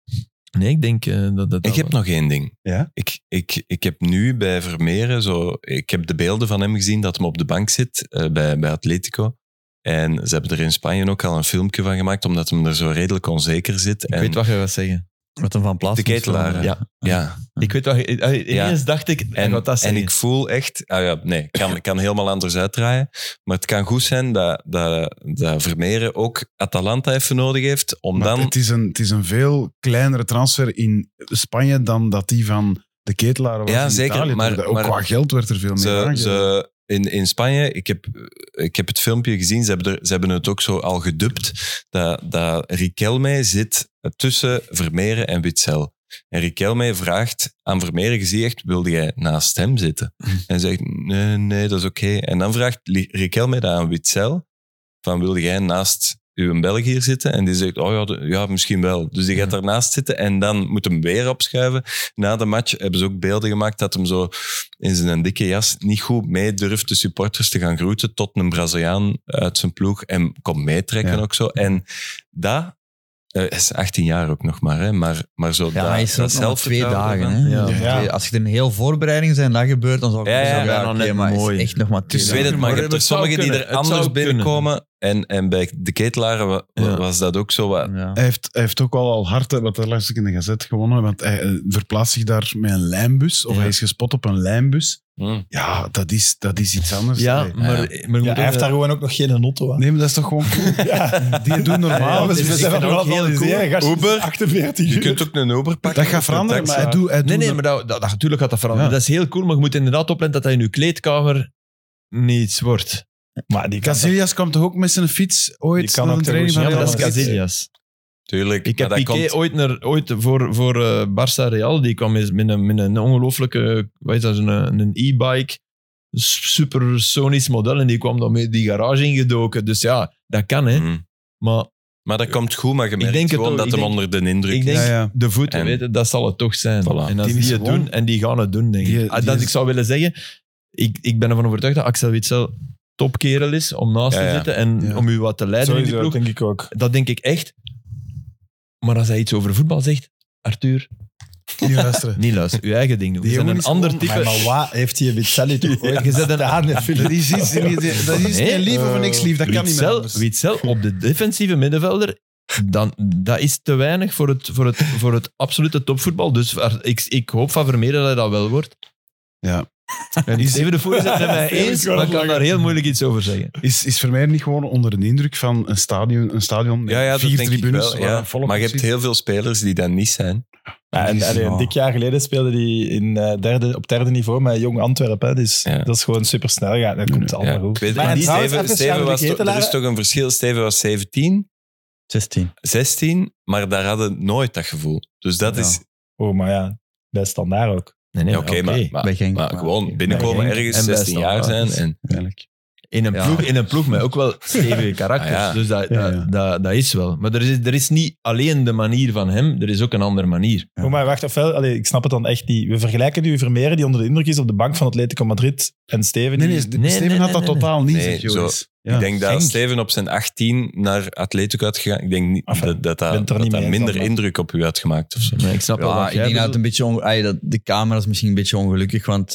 [SPEAKER 5] Nee, ik denk eh, dat dat...
[SPEAKER 6] Ik heb nog één ding.
[SPEAKER 2] Ja?
[SPEAKER 6] Ik, ik, ik heb nu bij Vermeeren, zo, ik heb de beelden van hem gezien dat hem op de bank zit eh, bij, bij Atletico. En ze hebben er in Spanje ook al een filmpje van gemaakt, omdat hem er zo redelijk onzeker zit.
[SPEAKER 5] Ik
[SPEAKER 6] en,
[SPEAKER 5] weet wat je gaat zeggen.
[SPEAKER 4] Wat hem van plaats
[SPEAKER 6] De
[SPEAKER 4] moest
[SPEAKER 6] ketelaar,
[SPEAKER 4] veranderen.
[SPEAKER 5] ja. <laughs>
[SPEAKER 6] Ja,
[SPEAKER 5] Ik weet wat je... eh, Ineens dacht ik, en,
[SPEAKER 6] en,
[SPEAKER 5] gaat dat
[SPEAKER 6] en
[SPEAKER 5] zeggen.
[SPEAKER 6] ik voel echt... Ah ja, nee, ik kan, ik kan helemaal anders uitdraaien. Maar het kan goed zijn dat, dat, dat Vermeeren ook Atalanta even nodig heeft, om
[SPEAKER 2] Maar
[SPEAKER 6] dan...
[SPEAKER 2] het, is een, het is een veel kleinere transfer in Spanje dan dat die van de ketelaar was
[SPEAKER 6] Ja,
[SPEAKER 2] in
[SPEAKER 6] zeker,
[SPEAKER 2] Italië.
[SPEAKER 6] maar-
[SPEAKER 2] Ook
[SPEAKER 6] maar-
[SPEAKER 2] qua geld werd er veel meer
[SPEAKER 6] Ze,
[SPEAKER 2] aan
[SPEAKER 6] ze, in, in Spanje, ik heb, ik heb het filmpje gezien, ze hebben, er, ze hebben het ook zo al gedubt, dat, dat Riquelme zit tussen Vermeeren en Witzel. En Riquelme vraagt aan Vermeeren gezegd, wilde jij naast hem
[SPEAKER 2] <laughs>
[SPEAKER 6] zitten? En hij zegt, nee, nee, dat is oké. En dan vraagt Li- Riquelme dat aan Witzel, van wilde jij naast uw Belg hier zitten en die zegt, oh ja, de- ja misschien wel. Dus die gaat daarnaast zitten en dan moet hem weer opschuiven. Na de match hebben ze ook beelden gemaakt dat hem zo in zijn dikke jas niet goed mee durft de supporters te gaan groeten tot een Braziliaan uit zijn ploeg en komt meetrekken
[SPEAKER 2] Ja.
[SPEAKER 6] ook zo. En dat eh, hij is 18 jaar ook nog maar, hè, maar, maar zo
[SPEAKER 4] Ja,
[SPEAKER 6] dat,
[SPEAKER 4] hij is
[SPEAKER 6] dat
[SPEAKER 4] ook nog maar twee
[SPEAKER 6] zelfvertrouwen
[SPEAKER 4] dagen.
[SPEAKER 6] dan.
[SPEAKER 4] Hè?
[SPEAKER 5] Ja.
[SPEAKER 4] Dus
[SPEAKER 3] Ja.
[SPEAKER 4] twee- Als je een heel voorbereiding zijn, dat gebeurt, dan zou ik
[SPEAKER 6] Ja,
[SPEAKER 4] zeggen,
[SPEAKER 6] ja,
[SPEAKER 5] ja,
[SPEAKER 4] oké,
[SPEAKER 5] net
[SPEAKER 4] maar
[SPEAKER 5] mooi.
[SPEAKER 4] is echt nog maar
[SPEAKER 6] Dus
[SPEAKER 4] twee
[SPEAKER 6] ik weet
[SPEAKER 4] dagen.
[SPEAKER 6] het, maar je hebt
[SPEAKER 5] Maar
[SPEAKER 6] er
[SPEAKER 5] het zou
[SPEAKER 6] sommigen die
[SPEAKER 5] kunnen.
[SPEAKER 6] er
[SPEAKER 5] Het
[SPEAKER 6] anders
[SPEAKER 5] zou kunnen.
[SPEAKER 6] binnenkomen. En, en bij de ketelaren wa- wa-
[SPEAKER 5] Ja.
[SPEAKER 6] was dat ook zo wat.
[SPEAKER 4] Ja.
[SPEAKER 2] Hij heeft, hij heeft ook wel al hard, eh, hè, want dat las ik in de gazet gewonnen, want hij eh, verplaatst zich daar met een lijnbus, of
[SPEAKER 5] Ja.
[SPEAKER 2] hij is gespot op een lijnbus.
[SPEAKER 5] Mm.
[SPEAKER 6] Hmm.
[SPEAKER 2] Ja, dat is, dat is iets anders.
[SPEAKER 5] Ja,
[SPEAKER 2] Nee.
[SPEAKER 5] maar, maar je moet
[SPEAKER 3] Ja, hij heeft daar gewoon ook nog geen auto aan.
[SPEAKER 2] Nee, maar dat is toch gewoon
[SPEAKER 6] <laughs>
[SPEAKER 2] cool?
[SPEAKER 3] <laughs>
[SPEAKER 2] Die doen normaal.
[SPEAKER 3] we
[SPEAKER 5] dus ik
[SPEAKER 3] zijn
[SPEAKER 5] vind
[SPEAKER 3] van
[SPEAKER 5] dat
[SPEAKER 3] wel
[SPEAKER 5] ook heel
[SPEAKER 3] analyseren. Gast, het is
[SPEAKER 6] Uber.
[SPEAKER 3] 48 uur.
[SPEAKER 6] Je kunt ook een Uber pakken.
[SPEAKER 2] dat gaat veranderen,
[SPEAKER 6] Een
[SPEAKER 2] maar
[SPEAKER 6] taxi.
[SPEAKER 2] hij doet... Hij
[SPEAKER 5] Nee,
[SPEAKER 2] doet
[SPEAKER 5] nee,
[SPEAKER 2] dat-
[SPEAKER 5] maar dat, dat, dat- natuurlijk gaat dat veranderen.
[SPEAKER 2] Ja.
[SPEAKER 5] Dat is heel cool, maar je moet inderdaad opletten dat dat in je kleedkamer niets wordt.
[SPEAKER 3] Maar die kan
[SPEAKER 2] Casillas kwam toch ook met zijn fiets ooit
[SPEAKER 3] Die kan
[SPEAKER 2] naar
[SPEAKER 3] ook
[SPEAKER 2] een training
[SPEAKER 3] ter
[SPEAKER 2] van
[SPEAKER 5] Ja, maar dat is
[SPEAKER 2] Real Madrid?
[SPEAKER 5] Casillas.
[SPEAKER 6] <laughs> Tuurlijk.
[SPEAKER 5] Ik heb
[SPEAKER 6] maar dat
[SPEAKER 5] Piqué
[SPEAKER 6] komt-
[SPEAKER 5] ooit, naar, ooit voor, voor eh, Barça Real, die kwam eens met een, met een ongelooflijke, wat is dat, een, een e-bike, s- supersonisch model, en die kwam dan met die garage ingedoken. Dus ja, dat kan, hè.
[SPEAKER 6] Hmm.
[SPEAKER 5] Maar
[SPEAKER 6] Maar dat komt goed, maar je merkt
[SPEAKER 5] denk het
[SPEAKER 6] gewoon
[SPEAKER 5] ook.
[SPEAKER 6] dat
[SPEAKER 5] Ik
[SPEAKER 6] hem
[SPEAKER 5] denk-
[SPEAKER 6] onder de indruk
[SPEAKER 5] ik
[SPEAKER 6] is.
[SPEAKER 5] denk,
[SPEAKER 2] Ja, ja.
[SPEAKER 5] de voet,
[SPEAKER 6] En-
[SPEAKER 5] weet je, dat zal het toch zijn.
[SPEAKER 6] Voilà.
[SPEAKER 5] En
[SPEAKER 2] Die
[SPEAKER 5] als die,
[SPEAKER 2] is
[SPEAKER 5] het
[SPEAKER 2] gewoon-
[SPEAKER 5] doen, en die gaan het doen, denk ik.
[SPEAKER 2] Die-
[SPEAKER 5] Ah,
[SPEAKER 2] die
[SPEAKER 5] dat
[SPEAKER 2] is-
[SPEAKER 5] ik zou willen zeggen, ik, ik ben ervan overtuigd dat Axel Witsel topkerel is om naast
[SPEAKER 6] Ja,
[SPEAKER 5] te
[SPEAKER 6] ja.
[SPEAKER 5] zitten en
[SPEAKER 2] Ja.
[SPEAKER 5] om u wat te leiden in die
[SPEAKER 3] Sowieso,
[SPEAKER 5] ploeg.
[SPEAKER 3] denk ik ook.
[SPEAKER 5] Dat denk ik echt. Maar als hij iets over voetbal zegt, Arthur,
[SPEAKER 2] Die luisteren.
[SPEAKER 5] niet luisteren. Uw eigen ding doen.
[SPEAKER 2] Die
[SPEAKER 5] Je bent
[SPEAKER 2] jongen
[SPEAKER 5] een
[SPEAKER 2] is
[SPEAKER 5] ander
[SPEAKER 2] gewoon-
[SPEAKER 5] type.
[SPEAKER 3] Maar, maar wat heeft die Witzelli toch ooit
[SPEAKER 5] Ja, je zet een-
[SPEAKER 3] gedaan? hè, Philip?
[SPEAKER 2] Dat is iets... die- die- Dat is
[SPEAKER 5] Nee. eh,
[SPEAKER 2] geen lief of niks lief, dat kan niet meer
[SPEAKER 5] Witzel,
[SPEAKER 2] anders.
[SPEAKER 5] Witzel op de defensieve middenvelder, dan, dat is te weinig voor het, voor het, voor het absolute topvoetbal. Dus er- ik, ik hoop van Vermeer dat hij dat wel wordt.
[SPEAKER 2] Ja.
[SPEAKER 5] En is even de voorzitter met mij eens, maar ik kan daar heel moeilijk iets over zeggen.
[SPEAKER 2] Is, is Vermeer niet gewoon onder de indruk van een stadion, een stadion met
[SPEAKER 6] ja, ja, dat
[SPEAKER 2] vier
[SPEAKER 6] denk
[SPEAKER 2] tribunes?
[SPEAKER 6] ik
[SPEAKER 2] waar
[SPEAKER 6] wel. Ja.
[SPEAKER 2] een volk
[SPEAKER 6] Maar je
[SPEAKER 2] op
[SPEAKER 6] hebt
[SPEAKER 2] zit?
[SPEAKER 6] heel veel spelers die dat niet zijn.
[SPEAKER 3] Ja, en,
[SPEAKER 2] Die is-
[SPEAKER 3] allee, een
[SPEAKER 2] ja.
[SPEAKER 3] dik jaar geleden speelde hij in, eh, derde, op derde niveau met Jong Antwerpen. hè. Dus
[SPEAKER 6] Ja.
[SPEAKER 3] dat is gewoon supersnel. Ja, dat komt allemaal
[SPEAKER 6] Ja. Ik
[SPEAKER 3] goed.
[SPEAKER 6] weet
[SPEAKER 3] Maar
[SPEAKER 6] het niet.
[SPEAKER 3] trouwens,
[SPEAKER 6] Steven,
[SPEAKER 3] even
[SPEAKER 6] Steven
[SPEAKER 3] Charles
[SPEAKER 6] was toch- er
[SPEAKER 3] Ketelaar-
[SPEAKER 6] is toch een verschil. Steven was 17,
[SPEAKER 4] 16.
[SPEAKER 6] 16, maar daar hadden nooit dat gevoel. Dus dat
[SPEAKER 2] Ja.
[SPEAKER 6] is...
[SPEAKER 3] Oh, maar ja, bij standaard ook.
[SPEAKER 5] Nee, nee,
[SPEAKER 6] Ja, Oké, maar, maar,
[SPEAKER 4] Bij Genk.
[SPEAKER 6] Ah, maar gewoon binnenkomen
[SPEAKER 3] Ja,
[SPEAKER 6] ergens,
[SPEAKER 5] en best
[SPEAKER 6] 16
[SPEAKER 5] wel,
[SPEAKER 6] jaar
[SPEAKER 5] ja.
[SPEAKER 6] zijn en...
[SPEAKER 2] Eigenlijk.
[SPEAKER 5] In een,
[SPEAKER 4] Ja.
[SPEAKER 5] ploeg, in een ploeg met ook wel stevige karakters.
[SPEAKER 6] Ah, ja.
[SPEAKER 5] Dus dat,
[SPEAKER 2] Ja, ja.
[SPEAKER 5] Dat, dat, dat is wel. Maar er is, er is niet alleen de manier van hem, er is ook een andere manier.
[SPEAKER 4] Ja.
[SPEAKER 3] Oh, maar wacht, ofwel, allee, ik snap het dan echt niet. We vergelijken nu Vermeer, die onder de indruk is op de bank van Atletico Madrid, en Steven.
[SPEAKER 2] Nee,
[SPEAKER 3] die-
[SPEAKER 2] nee,
[SPEAKER 5] nee,
[SPEAKER 2] Steven
[SPEAKER 5] nee,
[SPEAKER 2] had dat
[SPEAKER 5] nee, nee.
[SPEAKER 2] totaal niet,
[SPEAKER 6] Nee,
[SPEAKER 2] zegt
[SPEAKER 6] zo-
[SPEAKER 2] Joris. Ja.
[SPEAKER 6] Ik denk dat als
[SPEAKER 3] Genk.
[SPEAKER 6] Steven op zijn 18 naar Atletico had gegaan, ik denk niet,
[SPEAKER 3] Enfin,
[SPEAKER 6] dat dat,
[SPEAKER 3] ben het
[SPEAKER 6] dat,
[SPEAKER 3] er niet mee
[SPEAKER 6] dat
[SPEAKER 3] eens
[SPEAKER 6] minder
[SPEAKER 3] dan, maar.
[SPEAKER 6] indruk op u had gemaakt. Of zo.
[SPEAKER 5] Maar ik snap wel
[SPEAKER 4] Ja,
[SPEAKER 5] wat
[SPEAKER 4] ik
[SPEAKER 5] jij
[SPEAKER 4] denk dat het
[SPEAKER 5] bedoelt.
[SPEAKER 4] een beetje onge- ai, dat, de camera is misschien een beetje ongelukkig, want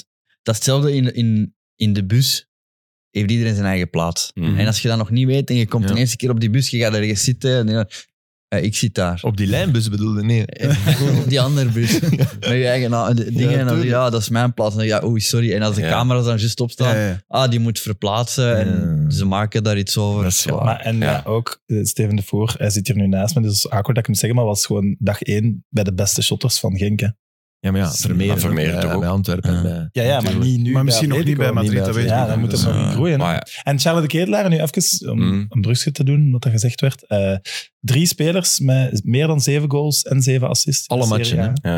[SPEAKER 4] dat is hetzelfde in, in, in de bus. Heeft iedereen zijn eigen plaats.
[SPEAKER 6] Mhm.
[SPEAKER 4] En als je dat nog niet weet en je komt
[SPEAKER 5] Ja.
[SPEAKER 4] de eerste keer op die bus, je gaat ergens zitten en je gaat, eh, ik zit daar.
[SPEAKER 5] Op die lijnbus bedoelde, <laughs> nee.
[SPEAKER 4] Eh, <laughs> op die andere bus. Met je eigen na- de- dingen. en dan, ja, dat is mijn plaats. En dan, ja, oei, sorry. En als de
[SPEAKER 6] Ja.
[SPEAKER 4] camera's dan juist opstaan,
[SPEAKER 2] Ja, ja.
[SPEAKER 4] ah, die moet verplaatsen. En
[SPEAKER 5] Ja.
[SPEAKER 4] ze maken daar iets over.
[SPEAKER 5] Dat is
[SPEAKER 4] Ja.
[SPEAKER 2] Ah,
[SPEAKER 5] waar.
[SPEAKER 3] Maar, en
[SPEAKER 6] Ja.
[SPEAKER 3] ja, ook eh, Steven de Voer, hij zit hier nu naast me, dus het is akkoord dat ik hem zeg, maar was gewoon dag één bij de beste shotters van Genk. hè.
[SPEAKER 5] Ja, maar ja, Vermeer,
[SPEAKER 6] Maar Vermeer
[SPEAKER 5] bij,
[SPEAKER 6] toch ook?
[SPEAKER 5] bij Antwerpen.
[SPEAKER 4] Ja.
[SPEAKER 5] bij-
[SPEAKER 3] Ja, ja, maar
[SPEAKER 5] Natuurlijk.
[SPEAKER 3] niet nu.
[SPEAKER 2] Maar misschien nog niet bij
[SPEAKER 3] Atletico.
[SPEAKER 2] Madrid,
[SPEAKER 5] niet
[SPEAKER 2] dat
[SPEAKER 5] bij
[SPEAKER 2] weet ik
[SPEAKER 3] Ja,
[SPEAKER 2] niet.
[SPEAKER 3] dan moet
[SPEAKER 2] Dus,
[SPEAKER 3] het nog
[SPEAKER 2] eh,
[SPEAKER 3] in groeien. hè.
[SPEAKER 6] Maar ja,
[SPEAKER 3] En Charles de Ketelaar, nu even om
[SPEAKER 6] Mm.
[SPEAKER 3] een brugje te doen, wat er gezegd werd. Eh, drie spelers met meer dan zeven goals en zeven assists.
[SPEAKER 5] Alle
[SPEAKER 3] In de
[SPEAKER 5] matchen,
[SPEAKER 3] Serie A.
[SPEAKER 5] hè?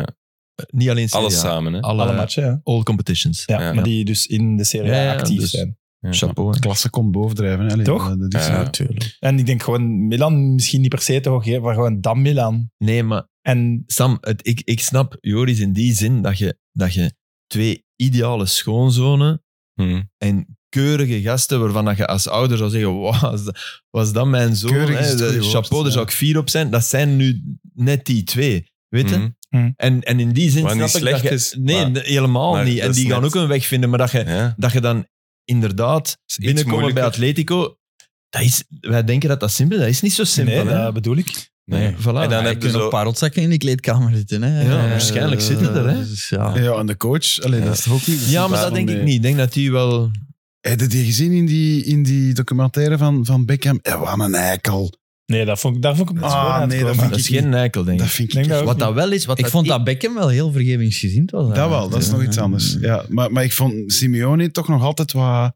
[SPEAKER 5] Niet alleen Serie
[SPEAKER 6] alles
[SPEAKER 5] A,
[SPEAKER 6] samen. Hè?
[SPEAKER 5] Alle,
[SPEAKER 3] Alle matchen, ja.
[SPEAKER 5] All competitions.
[SPEAKER 3] Ja,
[SPEAKER 6] Ja.
[SPEAKER 3] Maar die dus in de Serie A
[SPEAKER 5] Ja, ja,
[SPEAKER 3] actief
[SPEAKER 5] dus-
[SPEAKER 3] zijn.
[SPEAKER 5] Chapeau. hè.
[SPEAKER 2] Klasse komt bovendrijven. hè. Allee,
[SPEAKER 3] Toch?
[SPEAKER 2] dat- Dat is
[SPEAKER 6] Ja.
[SPEAKER 3] natuurlijk. En ik denk gewoon Milan, misschien niet per se te hoog geven, maar gewoon dan Milan.
[SPEAKER 5] Nee, maar
[SPEAKER 3] En
[SPEAKER 5] Sam, het, ik, ik snap Joris in die zin dat je, dat je twee ideale schoonzonen
[SPEAKER 6] Mhm.
[SPEAKER 5] en keurige gasten waarvan dat je als ouder zou zeggen, "Wow, was, dat- was dat mijn zoon?
[SPEAKER 2] Keurig is
[SPEAKER 5] hè?
[SPEAKER 2] het
[SPEAKER 5] De-
[SPEAKER 2] goede woord,
[SPEAKER 5] chapeau, daar
[SPEAKER 2] ja.
[SPEAKER 5] zou ik fier op zijn. Dat zijn nu net die twee. Weet je?
[SPEAKER 6] Mhm.
[SPEAKER 5] En, en in die zin
[SPEAKER 6] Wat
[SPEAKER 5] snap
[SPEAKER 6] niet
[SPEAKER 5] ik
[SPEAKER 6] slecht
[SPEAKER 5] dat je...
[SPEAKER 6] is,
[SPEAKER 5] nee,
[SPEAKER 6] maar-
[SPEAKER 5] nee, helemaal
[SPEAKER 6] maar
[SPEAKER 5] niet. En
[SPEAKER 6] dat is
[SPEAKER 5] die gaan
[SPEAKER 6] net-
[SPEAKER 5] ook een weg vinden, maar dat je,
[SPEAKER 6] Ja.
[SPEAKER 5] dat je dan inderdaad
[SPEAKER 6] Is iets
[SPEAKER 5] binnenkomen
[SPEAKER 6] moeilijker.
[SPEAKER 5] bij Atletico... Dat is, wij denken dat dat simpel is. Dat is niet zo simpel.
[SPEAKER 3] nee,
[SPEAKER 5] hè?
[SPEAKER 3] dat bedoel ik.
[SPEAKER 6] Nee.
[SPEAKER 5] Voilà.
[SPEAKER 6] En dan
[SPEAKER 4] Ja, je
[SPEAKER 6] heb je
[SPEAKER 4] kunt ook
[SPEAKER 6] zo...
[SPEAKER 4] parelzakken in die kleedkamer zitten. Hè.
[SPEAKER 5] Ja,
[SPEAKER 4] Eh,
[SPEAKER 5] waarschijnlijk zitten er, hè.
[SPEAKER 4] dus ja.
[SPEAKER 2] Ja, en de coach, allee, dat is toch ook niet...
[SPEAKER 5] Ja, maar dat denk ik niet. Ik denk dat die
[SPEAKER 4] Ah,
[SPEAKER 5] wel...
[SPEAKER 2] Heb je die gezien in die, in die documentaire van, van Beckham? Eh, wat een eikel.
[SPEAKER 3] Nee, daar vond ik, daar vond ik hem
[SPEAKER 2] Ah,
[SPEAKER 3] gewoon aan het
[SPEAKER 2] nee, dat
[SPEAKER 3] komen.
[SPEAKER 2] vind
[SPEAKER 5] Dat is
[SPEAKER 2] ik
[SPEAKER 5] geen eikel, denk
[SPEAKER 2] Dat
[SPEAKER 5] ik.
[SPEAKER 2] vind ik...
[SPEAKER 3] Denk dat
[SPEAKER 2] echt-
[SPEAKER 3] ook
[SPEAKER 5] Wat
[SPEAKER 3] niet.
[SPEAKER 5] dat wel is... Wat
[SPEAKER 4] Ik vond dat
[SPEAKER 5] i-
[SPEAKER 4] Beckham wel heel vergevingsgezind was.
[SPEAKER 2] Dat wel, dat is nog iets anders. Ja, maar, maar ik vond Simeone toch nog altijd wat...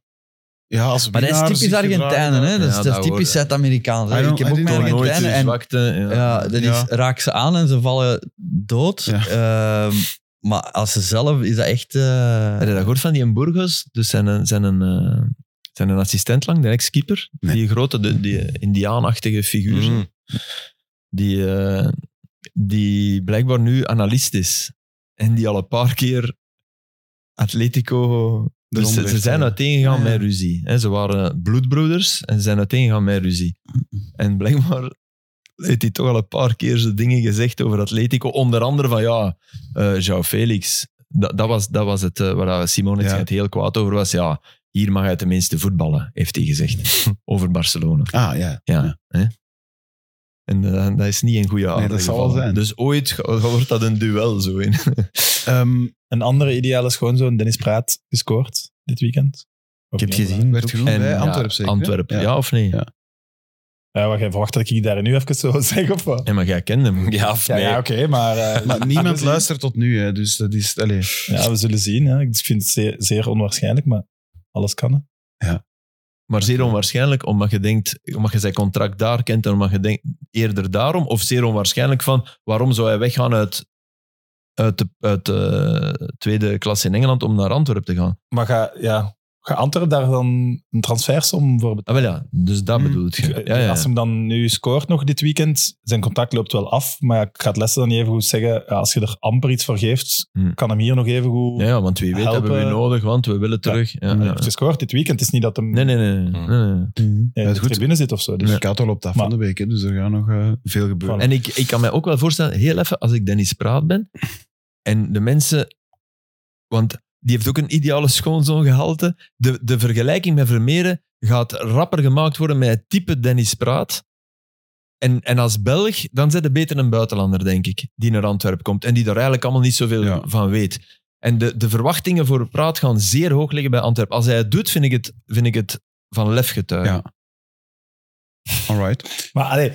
[SPEAKER 2] Ja, als
[SPEAKER 4] Maar dat is
[SPEAKER 2] winnaar zich
[SPEAKER 4] typisch
[SPEAKER 2] gedragen
[SPEAKER 4] Argentijnen, hè? Dat is,
[SPEAKER 5] Ja,
[SPEAKER 4] dat is
[SPEAKER 5] dat hoort,
[SPEAKER 4] typisch
[SPEAKER 5] hè.
[SPEAKER 4] Zuid-amerikaans.
[SPEAKER 2] I
[SPEAKER 4] hè.
[SPEAKER 2] don't-
[SPEAKER 4] Ik heb
[SPEAKER 2] I
[SPEAKER 4] ook
[SPEAKER 2] did
[SPEAKER 4] mijn
[SPEAKER 2] nooit
[SPEAKER 5] nooit
[SPEAKER 4] Argentijnen.
[SPEAKER 5] zijn
[SPEAKER 4] En
[SPEAKER 5] zwakte. Ja.
[SPEAKER 4] Ja, dat
[SPEAKER 2] Ja.
[SPEAKER 4] is, raak ze aan en ze vallen dood.
[SPEAKER 2] Ja.
[SPEAKER 4] Ehm, maar als ze zelf, is dat echt... eh,
[SPEAKER 5] Heb je dat gehoord van die in Burgos? Dus zijn, een- zijn een, eh, Zijn een assistent lang, de ex-keeper.
[SPEAKER 2] Nee.
[SPEAKER 5] Die grote, de, die indiaanachtige figuur.
[SPEAKER 6] Mm.
[SPEAKER 5] Die, eh, die blijkbaar nu analist is. En die al een paar keer Atletico... Dus ze, ze zijn uiteengegaan
[SPEAKER 2] Ja, ja.
[SPEAKER 5] met ruzie. hè. ze waren bloedbroeders en ze zijn uiteengegaan met ruzie. En blijkbaar heeft hij toch al een paar keer zijn dingen gezegd over Atletico. Onder andere van, ja, eh João Felix. Dat, dat, was, dat was het eh, waar Simone
[SPEAKER 2] Ja.
[SPEAKER 5] het heel kwaad over was. Ja, hier mag hij tenminste voetballen, heeft hij
[SPEAKER 2] <laughs>
[SPEAKER 5] gezegd. over Barcelona.
[SPEAKER 2] Ah, ja.
[SPEAKER 5] Ja. Hè? En eh, dat is niet een goede aarde
[SPEAKER 2] dat zal
[SPEAKER 5] gevallen.
[SPEAKER 2] wel zijn.
[SPEAKER 5] Dus ooit ge- wordt dat een duel zo in.
[SPEAKER 2] Ehm,
[SPEAKER 3] Een andere ideaal is gewoon zo'n Dennis Praat gescoord dit weekend.
[SPEAKER 4] Ik heb het gezien.
[SPEAKER 2] werd genoemd
[SPEAKER 5] En,
[SPEAKER 2] bij
[SPEAKER 5] ja,
[SPEAKER 2] Antwerpen zeker? hè?
[SPEAKER 5] Antwerpen, ja. of nee?
[SPEAKER 2] Ja.
[SPEAKER 3] Ja, wat jij verwacht dat ik daar nu even zo <laughs> zeg of wat?
[SPEAKER 5] Ja, maar jij kent hem.
[SPEAKER 6] Ja, of
[SPEAKER 3] Ja,
[SPEAKER 6] nee.
[SPEAKER 3] ja oké, maar... eh, <laughs>
[SPEAKER 4] <laughs>
[SPEAKER 2] Maar niemand luistert tot nu, hè, dus dat is... Allee.
[SPEAKER 3] Ja, we zullen zien. Hè. Ik vind het zeer, zeer onwaarschijnlijk, maar alles kan. Hè.
[SPEAKER 5] Maar zeer onwaarschijnlijk, omdat je denkt, omdat je zijn contract daar kent en omdat je denkt eerder daarom, of zeer onwaarschijnlijk van waarom zou hij weggaan uit, uit, de, uit de tweede klasse in Engeland om naar Antwerpen te gaan.
[SPEAKER 3] Maar ga, ja, ga Antwerpen daar dan een transfersom voor betalen?
[SPEAKER 5] Ah, wel ja, dus dat
[SPEAKER 3] Hm.
[SPEAKER 2] Hmm.
[SPEAKER 5] bedoelt je. Ja, ja.
[SPEAKER 3] Als hem dan nu scoort nog dit weekend, zijn contact loopt wel af. Maar ik ga het lessen dan niet even goed zeggen. ja, als je er amper iets voor geeft,
[SPEAKER 5] Hmm.
[SPEAKER 3] kan hem hier nog even goed...
[SPEAKER 5] Ja, ja, want wie weet
[SPEAKER 3] Helpen.
[SPEAKER 5] hebben we u nodig, want we willen terug. Ja, ja.
[SPEAKER 3] Hij heeft gescoord dit weekend. Het is niet dat hem
[SPEAKER 5] Nee, nee, nee. nee,
[SPEAKER 6] Hmm.
[SPEAKER 5] nee, nee.
[SPEAKER 3] eh,
[SPEAKER 2] Ja,
[SPEAKER 3] op de
[SPEAKER 2] goed.
[SPEAKER 3] tribune zit of zo. Dus
[SPEAKER 2] Dus Kato loopt af van
[SPEAKER 3] Maar-
[SPEAKER 2] de week, hè, dus er gaat nog eh, veel gebeuren.
[SPEAKER 5] En ik, ik kan mij ook wel voorstellen, heel even, als ik Dennis Praat ben en de mensen, want die heeft ook een ideale schoonzoon gehalte. De, de vergelijking met Vermeeren gaat rapper gemaakt worden met het type Dennis Praat. En, en als Belg, dan zet de beter een buitenlander, denk ik, die naar Antwerpen komt en die daar eigenlijk allemaal niet zoveel
[SPEAKER 2] Ja.
[SPEAKER 5] van weet. En de, de verwachtingen voor Praat gaan zeer hoog liggen bij Antwerpen. Als hij het doet, vind ik het, vind ik het van lef getuigen.
[SPEAKER 2] Ja. Alright.
[SPEAKER 3] Maar allee,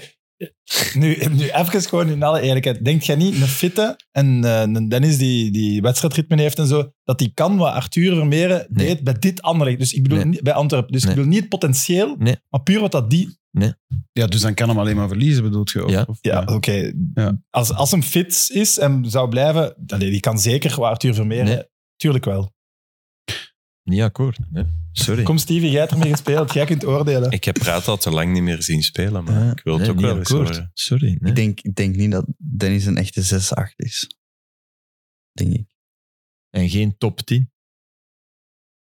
[SPEAKER 3] nu, nu even gewoon in alle eerlijkheid. Denk jij niet, een fitte en eh, een Dennis die, die wedstrijdritme heeft en zo, dat die kan wat Arthur Vermeeren
[SPEAKER 5] Nee.
[SPEAKER 3] deed bij dit Anderlecht. Dus ik bedoel
[SPEAKER 5] Nee.
[SPEAKER 3] niet bij Antwerpen. Dus
[SPEAKER 5] Nee.
[SPEAKER 3] ik bedoel niet het potentieel,
[SPEAKER 5] Nee.
[SPEAKER 3] maar puur wat dat die...
[SPEAKER 2] Ja, dus dan kan hem alleen maar verliezen, bedoelt je? Of,
[SPEAKER 5] Ja.
[SPEAKER 2] of-
[SPEAKER 3] Ja, oké.
[SPEAKER 2] Ja.
[SPEAKER 3] Als, als hem fit is en zou blijven, allee, die kan zeker wat Arthur Vermeeren...
[SPEAKER 5] Nee.
[SPEAKER 3] Tuurlijk wel.
[SPEAKER 5] Niet akkoord. Nee. Sorry.
[SPEAKER 3] Kom Stevie, jij hebt ermee gespeeld. Jij kunt oordelen.
[SPEAKER 6] Ik heb Praat al te lang niet meer zien spelen, maar
[SPEAKER 4] Ja.
[SPEAKER 6] ik wil het
[SPEAKER 5] Nee,
[SPEAKER 6] ook
[SPEAKER 5] niet
[SPEAKER 6] wel eens
[SPEAKER 5] akkoord.
[SPEAKER 6] horen.
[SPEAKER 5] Sorry. nee.
[SPEAKER 4] Ik, denk, ik denk niet dat Dennis een echte 6-8 is. Denk ik.
[SPEAKER 5] En geen top 10.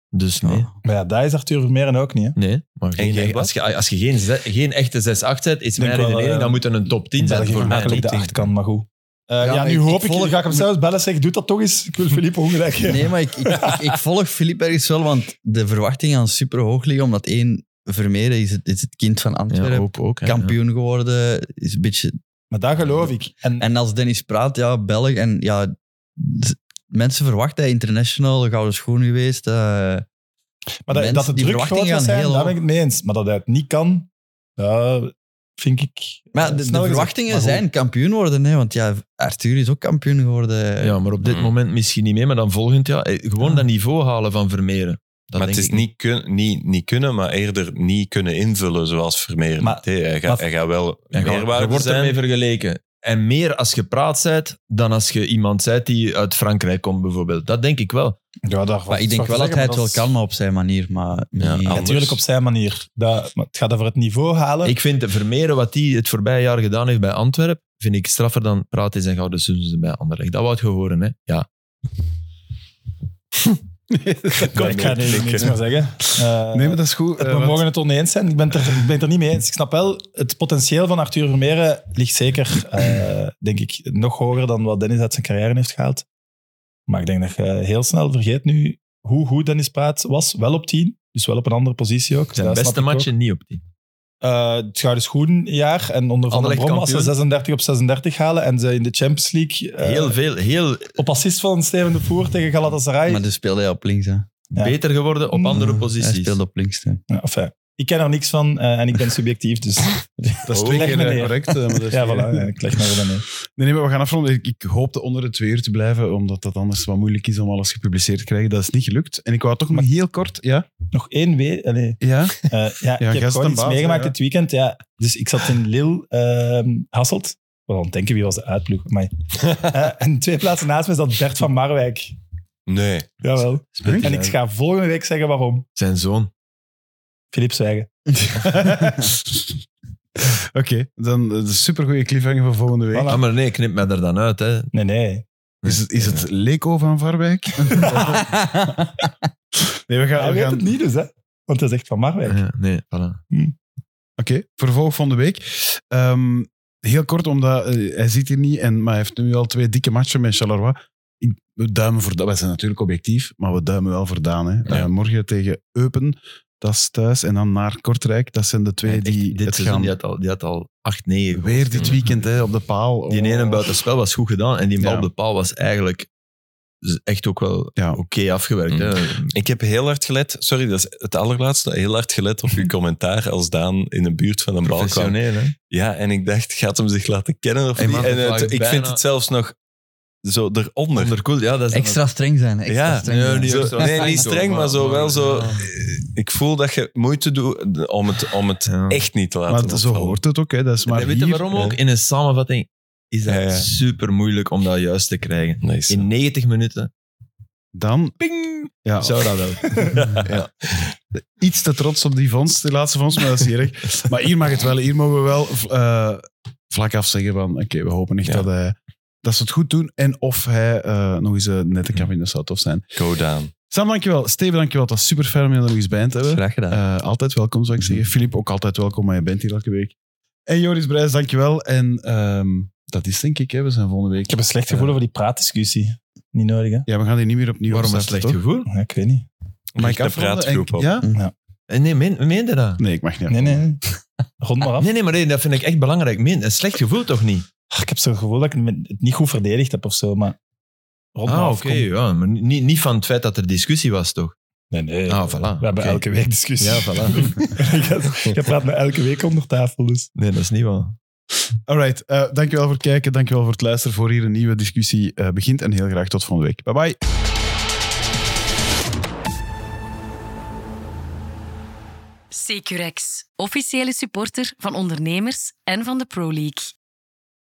[SPEAKER 5] Dus nee.
[SPEAKER 4] Ja.
[SPEAKER 3] Maar ja, dat is Arthur Vermeeren ook niet. Hè?
[SPEAKER 5] Nee, maar geen,
[SPEAKER 6] jij
[SPEAKER 5] echt-
[SPEAKER 6] wat?
[SPEAKER 5] als, je, als je geen, ze- geen echte 6-8 zet, is
[SPEAKER 3] Denk
[SPEAKER 5] mijn
[SPEAKER 3] wel,
[SPEAKER 5] redenering,
[SPEAKER 3] eh,
[SPEAKER 5] dan moet er een top 10 zijn
[SPEAKER 3] België
[SPEAKER 5] voor mij.
[SPEAKER 3] gemakkelijk
[SPEAKER 5] Top
[SPEAKER 3] de
[SPEAKER 5] 10.
[SPEAKER 3] acht kan, maar goed. Eh, ja,
[SPEAKER 4] maar
[SPEAKER 3] nu
[SPEAKER 4] ik-
[SPEAKER 3] hoop
[SPEAKER 4] ik
[SPEAKER 3] ik,
[SPEAKER 4] volg-
[SPEAKER 3] ga ik hem zelfs bellen zeggen, doe dat toch eens. Ik wil
[SPEAKER 4] <laughs>
[SPEAKER 3] Filip ongelijk geven.
[SPEAKER 4] Nee, maar ik, ik, ik, ik volg Filip ergens wel, want de verwachtingen gaan super hoog liggen, omdat één Vermeeren is het, is het kind van Antwerpen.
[SPEAKER 5] Ja, hoop ook. hè.
[SPEAKER 4] Kampioen geworden, is een beetje...
[SPEAKER 3] Maar dat geloof ik. En,
[SPEAKER 4] En als Dennis praat, ja, Belg en ja... d- Mensen verwachten hij international, gouden schoen geweest. eh,
[SPEAKER 3] maar dat,
[SPEAKER 4] mensen,
[SPEAKER 3] dat de
[SPEAKER 4] die
[SPEAKER 3] druk
[SPEAKER 4] verwachtingen
[SPEAKER 3] groot was
[SPEAKER 4] gaan
[SPEAKER 3] zijn,
[SPEAKER 4] heel
[SPEAKER 3] daar ben
[SPEAKER 4] hoog.
[SPEAKER 3] ik het mee eens. Maar dat hij het niet kan, dat vind ik...
[SPEAKER 4] Maar de, de
[SPEAKER 3] snel gezegd.
[SPEAKER 4] verwachtingen
[SPEAKER 3] Maar goed.
[SPEAKER 4] zijn kampioen worden, hè? want ja, Arthur is ook kampioen geworden.
[SPEAKER 5] Ja, maar op dit
[SPEAKER 6] Mm.
[SPEAKER 5] moment misschien niet meer, maar dan volgend jaar. eh, Gewoon dat niveau halen van Vermeeren. Dat
[SPEAKER 6] maar het
[SPEAKER 5] denk
[SPEAKER 6] is
[SPEAKER 5] ik
[SPEAKER 6] niet, kun- niet, niet kunnen, maar eerder niet kunnen invullen zoals Vermeer.
[SPEAKER 3] Maar-
[SPEAKER 6] Nee, hij, gaat,
[SPEAKER 3] maar-
[SPEAKER 6] hij gaat wel
[SPEAKER 5] En gewoon-
[SPEAKER 6] meerwaarde
[SPEAKER 5] Je wordt
[SPEAKER 6] zijn.
[SPEAKER 5] ermee vergeleken. En meer als je praat zijt dan als je iemand zijt die uit Frankrijk komt, bijvoorbeeld. Dat denk ik wel.
[SPEAKER 3] Ja, daar
[SPEAKER 4] maar ik denk wel dat hij het wel kan, maar op zijn manier. Maar
[SPEAKER 5] Ja,
[SPEAKER 4] niet-
[SPEAKER 6] al-
[SPEAKER 3] Natuurlijk op zijn manier. Dat, maar het gaat over het niveau halen.
[SPEAKER 5] Ik vind de Vermeeren, wat hij het voorbije jaar gedaan heeft bij Antwerpen, vind ik straffer dan praat in zijn gouden seizoen bij Anderlecht. Dat wou je horen, hè? Ja.
[SPEAKER 3] Kom, <laughs> ik ga nu
[SPEAKER 6] Nee,
[SPEAKER 3] niks
[SPEAKER 6] nee.
[SPEAKER 3] meer zeggen. Eh,
[SPEAKER 2] Nee, maar dat is goed.
[SPEAKER 3] we
[SPEAKER 2] eh, want-
[SPEAKER 3] mogen het oneens zijn. Ik ben, het er, ik ben het er niet mee eens. Ik snap wel, het potentieel van Arthur Vermeeren ligt zeker, eh, denk ik, nog hoger dan wat Dennis uit zijn carrière heeft gehaald. Maar ik denk dat je heel snel vergeet nu hoe goed Dennis Praat was. Wel op 10, dus wel op een andere positie ook.
[SPEAKER 5] Zijn
[SPEAKER 3] Dat snap
[SPEAKER 5] beste
[SPEAKER 3] ik ook.
[SPEAKER 5] matchen niet op die.
[SPEAKER 3] Eh, het gouden schoenjaar en onder Van der
[SPEAKER 5] Anderlecht
[SPEAKER 3] Brom als ze
[SPEAKER 5] kampioen.
[SPEAKER 3] 36 op 36 halen en ze in de Champions League eh,
[SPEAKER 5] Heel veel, heel
[SPEAKER 3] op assist van Steven de Voer tegen Galatasaray.
[SPEAKER 4] Maar dus speelde hij op links. Hè.
[SPEAKER 3] Ja.
[SPEAKER 5] beter geworden op andere
[SPEAKER 4] Ja, Hij
[SPEAKER 5] posities.
[SPEAKER 4] speelde op links. hè.
[SPEAKER 3] Ja, enfin, ik ken er niks van eh, en ik ben subjectief, dus
[SPEAKER 2] Dat is
[SPEAKER 3] Oh,
[SPEAKER 2] twee
[SPEAKER 3] <laughs> leg
[SPEAKER 2] keer
[SPEAKER 3] me
[SPEAKER 2] eh,
[SPEAKER 3] neer.
[SPEAKER 2] correct. eh, maar dat is
[SPEAKER 3] ja,
[SPEAKER 2] niet-
[SPEAKER 3] voilà, ja, ik leg maar weer neer.
[SPEAKER 2] Nee, nee, maar we gaan afronden. Ik, ik hoopte onder het weer te blijven, omdat dat anders wat moeilijk is om alles gepubliceerd te krijgen. Dat is niet gelukt. En ik wou toch nog heel kort... Ja?
[SPEAKER 3] <laughs> Nog één weet. allee.
[SPEAKER 2] Ja?
[SPEAKER 3] Eh, ja, ik heb
[SPEAKER 2] gast
[SPEAKER 3] gewoon
[SPEAKER 2] en
[SPEAKER 3] iets
[SPEAKER 2] baas,
[SPEAKER 3] meegemaakt
[SPEAKER 2] hè, ja.
[SPEAKER 3] dit weekend. Ja. Dus ik zat in Lille, ehm Hasselt. Wel aan het denken, wie was de uitploeg?
[SPEAKER 6] <laughs>
[SPEAKER 3] Amai. Eh, en twee plaatsen naast me zat Bert van Marwijk.
[SPEAKER 6] Nee.
[SPEAKER 3] Jawel.
[SPEAKER 5] Speelt hij
[SPEAKER 3] En ik ga
[SPEAKER 5] daar.
[SPEAKER 3] volgende week zeggen waarom.
[SPEAKER 5] Zijn zoon.
[SPEAKER 3] Filip zwijgen.
[SPEAKER 2] <laughs> Oké, dan eh, de supergoeie cliffhanger van volgende week.
[SPEAKER 5] Ah, maar nee, knip mij er dan uit. Hè.
[SPEAKER 3] Nee, nee.
[SPEAKER 2] Is, het- is het Leko van Varwijk?
[SPEAKER 5] <laughs>
[SPEAKER 2] nee, we gaan...
[SPEAKER 3] Hij
[SPEAKER 2] We
[SPEAKER 3] weet
[SPEAKER 2] gaan
[SPEAKER 3] het
[SPEAKER 2] Oké,
[SPEAKER 3] niet dus, hè. Want hij zegt van Marwijk.
[SPEAKER 5] Ja, nee, voilà.
[SPEAKER 2] vervolg van de week. Ehm, heel kort, omdat eh, hij zit hier niet, en, maar hij heeft nu al twee dikke matchen met Charleroi. Ik- We duimen voor... Wij zijn natuurlijk objectief, maar we duimen wel voor Daan. Hè. Eh, morgen tegen Eupen, dat is thuis, en dan naar Kortrijk. Dat zijn de twee
[SPEAKER 5] Echt,
[SPEAKER 2] die
[SPEAKER 5] dit
[SPEAKER 2] het
[SPEAKER 5] seizoen,
[SPEAKER 2] gaan...
[SPEAKER 5] die had al, die had al 8, 9.
[SPEAKER 2] Weer dit weekend hè, op de paal.
[SPEAKER 5] Die ene
[SPEAKER 2] Oh.
[SPEAKER 5] buitenspel was goed gedaan en die bal
[SPEAKER 2] Ja.
[SPEAKER 5] op de paal was eigenlijk z- echt ook wel
[SPEAKER 2] Ja.
[SPEAKER 5] oké afgewerkt. Hè.
[SPEAKER 6] Ik heb heel hard gelet, sorry, dat is het allerlaatste, heel hard
[SPEAKER 3] <laughs>
[SPEAKER 6] gelet op uw commentaar als Daan in de buurt van een bal kwam.
[SPEAKER 5] Professioneel, hè.
[SPEAKER 6] Ja, en ik dacht, gaat hem zich laten kennen of
[SPEAKER 5] Hey,
[SPEAKER 6] niet?
[SPEAKER 5] maar
[SPEAKER 6] En
[SPEAKER 5] het
[SPEAKER 6] het-
[SPEAKER 5] lag
[SPEAKER 6] ik vind
[SPEAKER 5] bijna-
[SPEAKER 6] het zelfs nog zo eronder.
[SPEAKER 5] Onderkoeld, ja, dat is dan
[SPEAKER 4] Extra streng zijn. Extra
[SPEAKER 6] Ja,
[SPEAKER 4] streng zijn.
[SPEAKER 5] niet
[SPEAKER 6] Zo-
[SPEAKER 5] extra
[SPEAKER 6] nee,
[SPEAKER 5] streng,
[SPEAKER 6] niet
[SPEAKER 5] toch,
[SPEAKER 6] streng,
[SPEAKER 5] maar-
[SPEAKER 6] maar zo
[SPEAKER 5] maar-
[SPEAKER 6] wel zo...
[SPEAKER 5] ja.
[SPEAKER 6] Ik voel dat je moeite doet om het, om het
[SPEAKER 5] Ja.
[SPEAKER 6] echt niet te laten
[SPEAKER 2] Maar zo
[SPEAKER 6] opvallen.
[SPEAKER 2] hoort het ook, hè. Dat is maar
[SPEAKER 5] En weet je
[SPEAKER 2] hier-
[SPEAKER 5] waarom ook? In een samenvatting is dat
[SPEAKER 6] Ja, ja.
[SPEAKER 5] super moeilijk om dat juist te krijgen.
[SPEAKER 6] Nee, is-
[SPEAKER 5] In 90 minuten
[SPEAKER 2] Dan Ja,
[SPEAKER 5] zou dat
[SPEAKER 2] <laughs>
[SPEAKER 5] wel.
[SPEAKER 2] iets te trots op die vondst, de laatste vondst, maar dat is hier echt. Maar hier mag het wel, hier mogen we wel eh, vlak af zeggen van, oké, we hopen echt
[SPEAKER 6] Ja.
[SPEAKER 2] dat, hij, dat ze het goed doen en of hij eh, nog eens een nette kap in de zou tof zijn.
[SPEAKER 6] Go down.
[SPEAKER 2] Sam, dankjewel. Steven, dankjewel. Het was super fijn om je er nog eens bij te hebben.
[SPEAKER 4] Graag gedaan.
[SPEAKER 2] Eh, altijd welkom, zou ik zeggen. Filip, ook altijd welkom, maar je bent hier elke week. En Joris Brijs, dankjewel. En ehm, dat is denk ik, hè. we zijn volgende
[SPEAKER 3] Ik
[SPEAKER 2] week. Eh,
[SPEAKER 3] heb een slecht gevoel over die praatdiscussie. Niet nodig, hè?
[SPEAKER 2] Ja, we gaan die niet meer opnieuw
[SPEAKER 5] Waarom een
[SPEAKER 2] opstarten,
[SPEAKER 5] slecht
[SPEAKER 2] toch?
[SPEAKER 5] gevoel?
[SPEAKER 3] Ja, ik weet niet.
[SPEAKER 2] Mag ik
[SPEAKER 6] Richt de
[SPEAKER 2] afronden?
[SPEAKER 6] praatgroep
[SPEAKER 2] En-
[SPEAKER 6] op.
[SPEAKER 2] Ja?
[SPEAKER 5] Eh, Nee, meen, meende dat?
[SPEAKER 2] Nee, ik mag niet.
[SPEAKER 3] Nee, nee. nee.
[SPEAKER 5] <laughs>
[SPEAKER 3] Rond maar af.
[SPEAKER 5] Nee, nee, maar nee, dat vind ik echt belangrijk. Meen, een slecht gevoel toch niet?
[SPEAKER 3] Ah, Ik heb zo'n gevoel dat ik het niet goed verdedigd heb of zo, maar... Rond maar
[SPEAKER 5] Ah,
[SPEAKER 3] af,
[SPEAKER 5] oké. ja, maar niet, niet van het feit dat er discussie was, toch?
[SPEAKER 3] kom. Nee, nee.
[SPEAKER 5] Ah, voilà.
[SPEAKER 3] We hebben
[SPEAKER 5] Oké.
[SPEAKER 3] elke week discussie.
[SPEAKER 5] Ja,
[SPEAKER 3] <laughs>
[SPEAKER 5] voilà.
[SPEAKER 3] Je praat me elke week onder tafel, dus.
[SPEAKER 5] <laughs> Nee, dat is niet waar.
[SPEAKER 2] Alright, eh, dankjewel voor het kijken, dankjewel voor het luisteren, voor hier een nieuwe discussie eh, begint en heel graag tot volgende week. Bye bye.
[SPEAKER 1] Securex, officiële supporter van ondernemers en van de Pro League.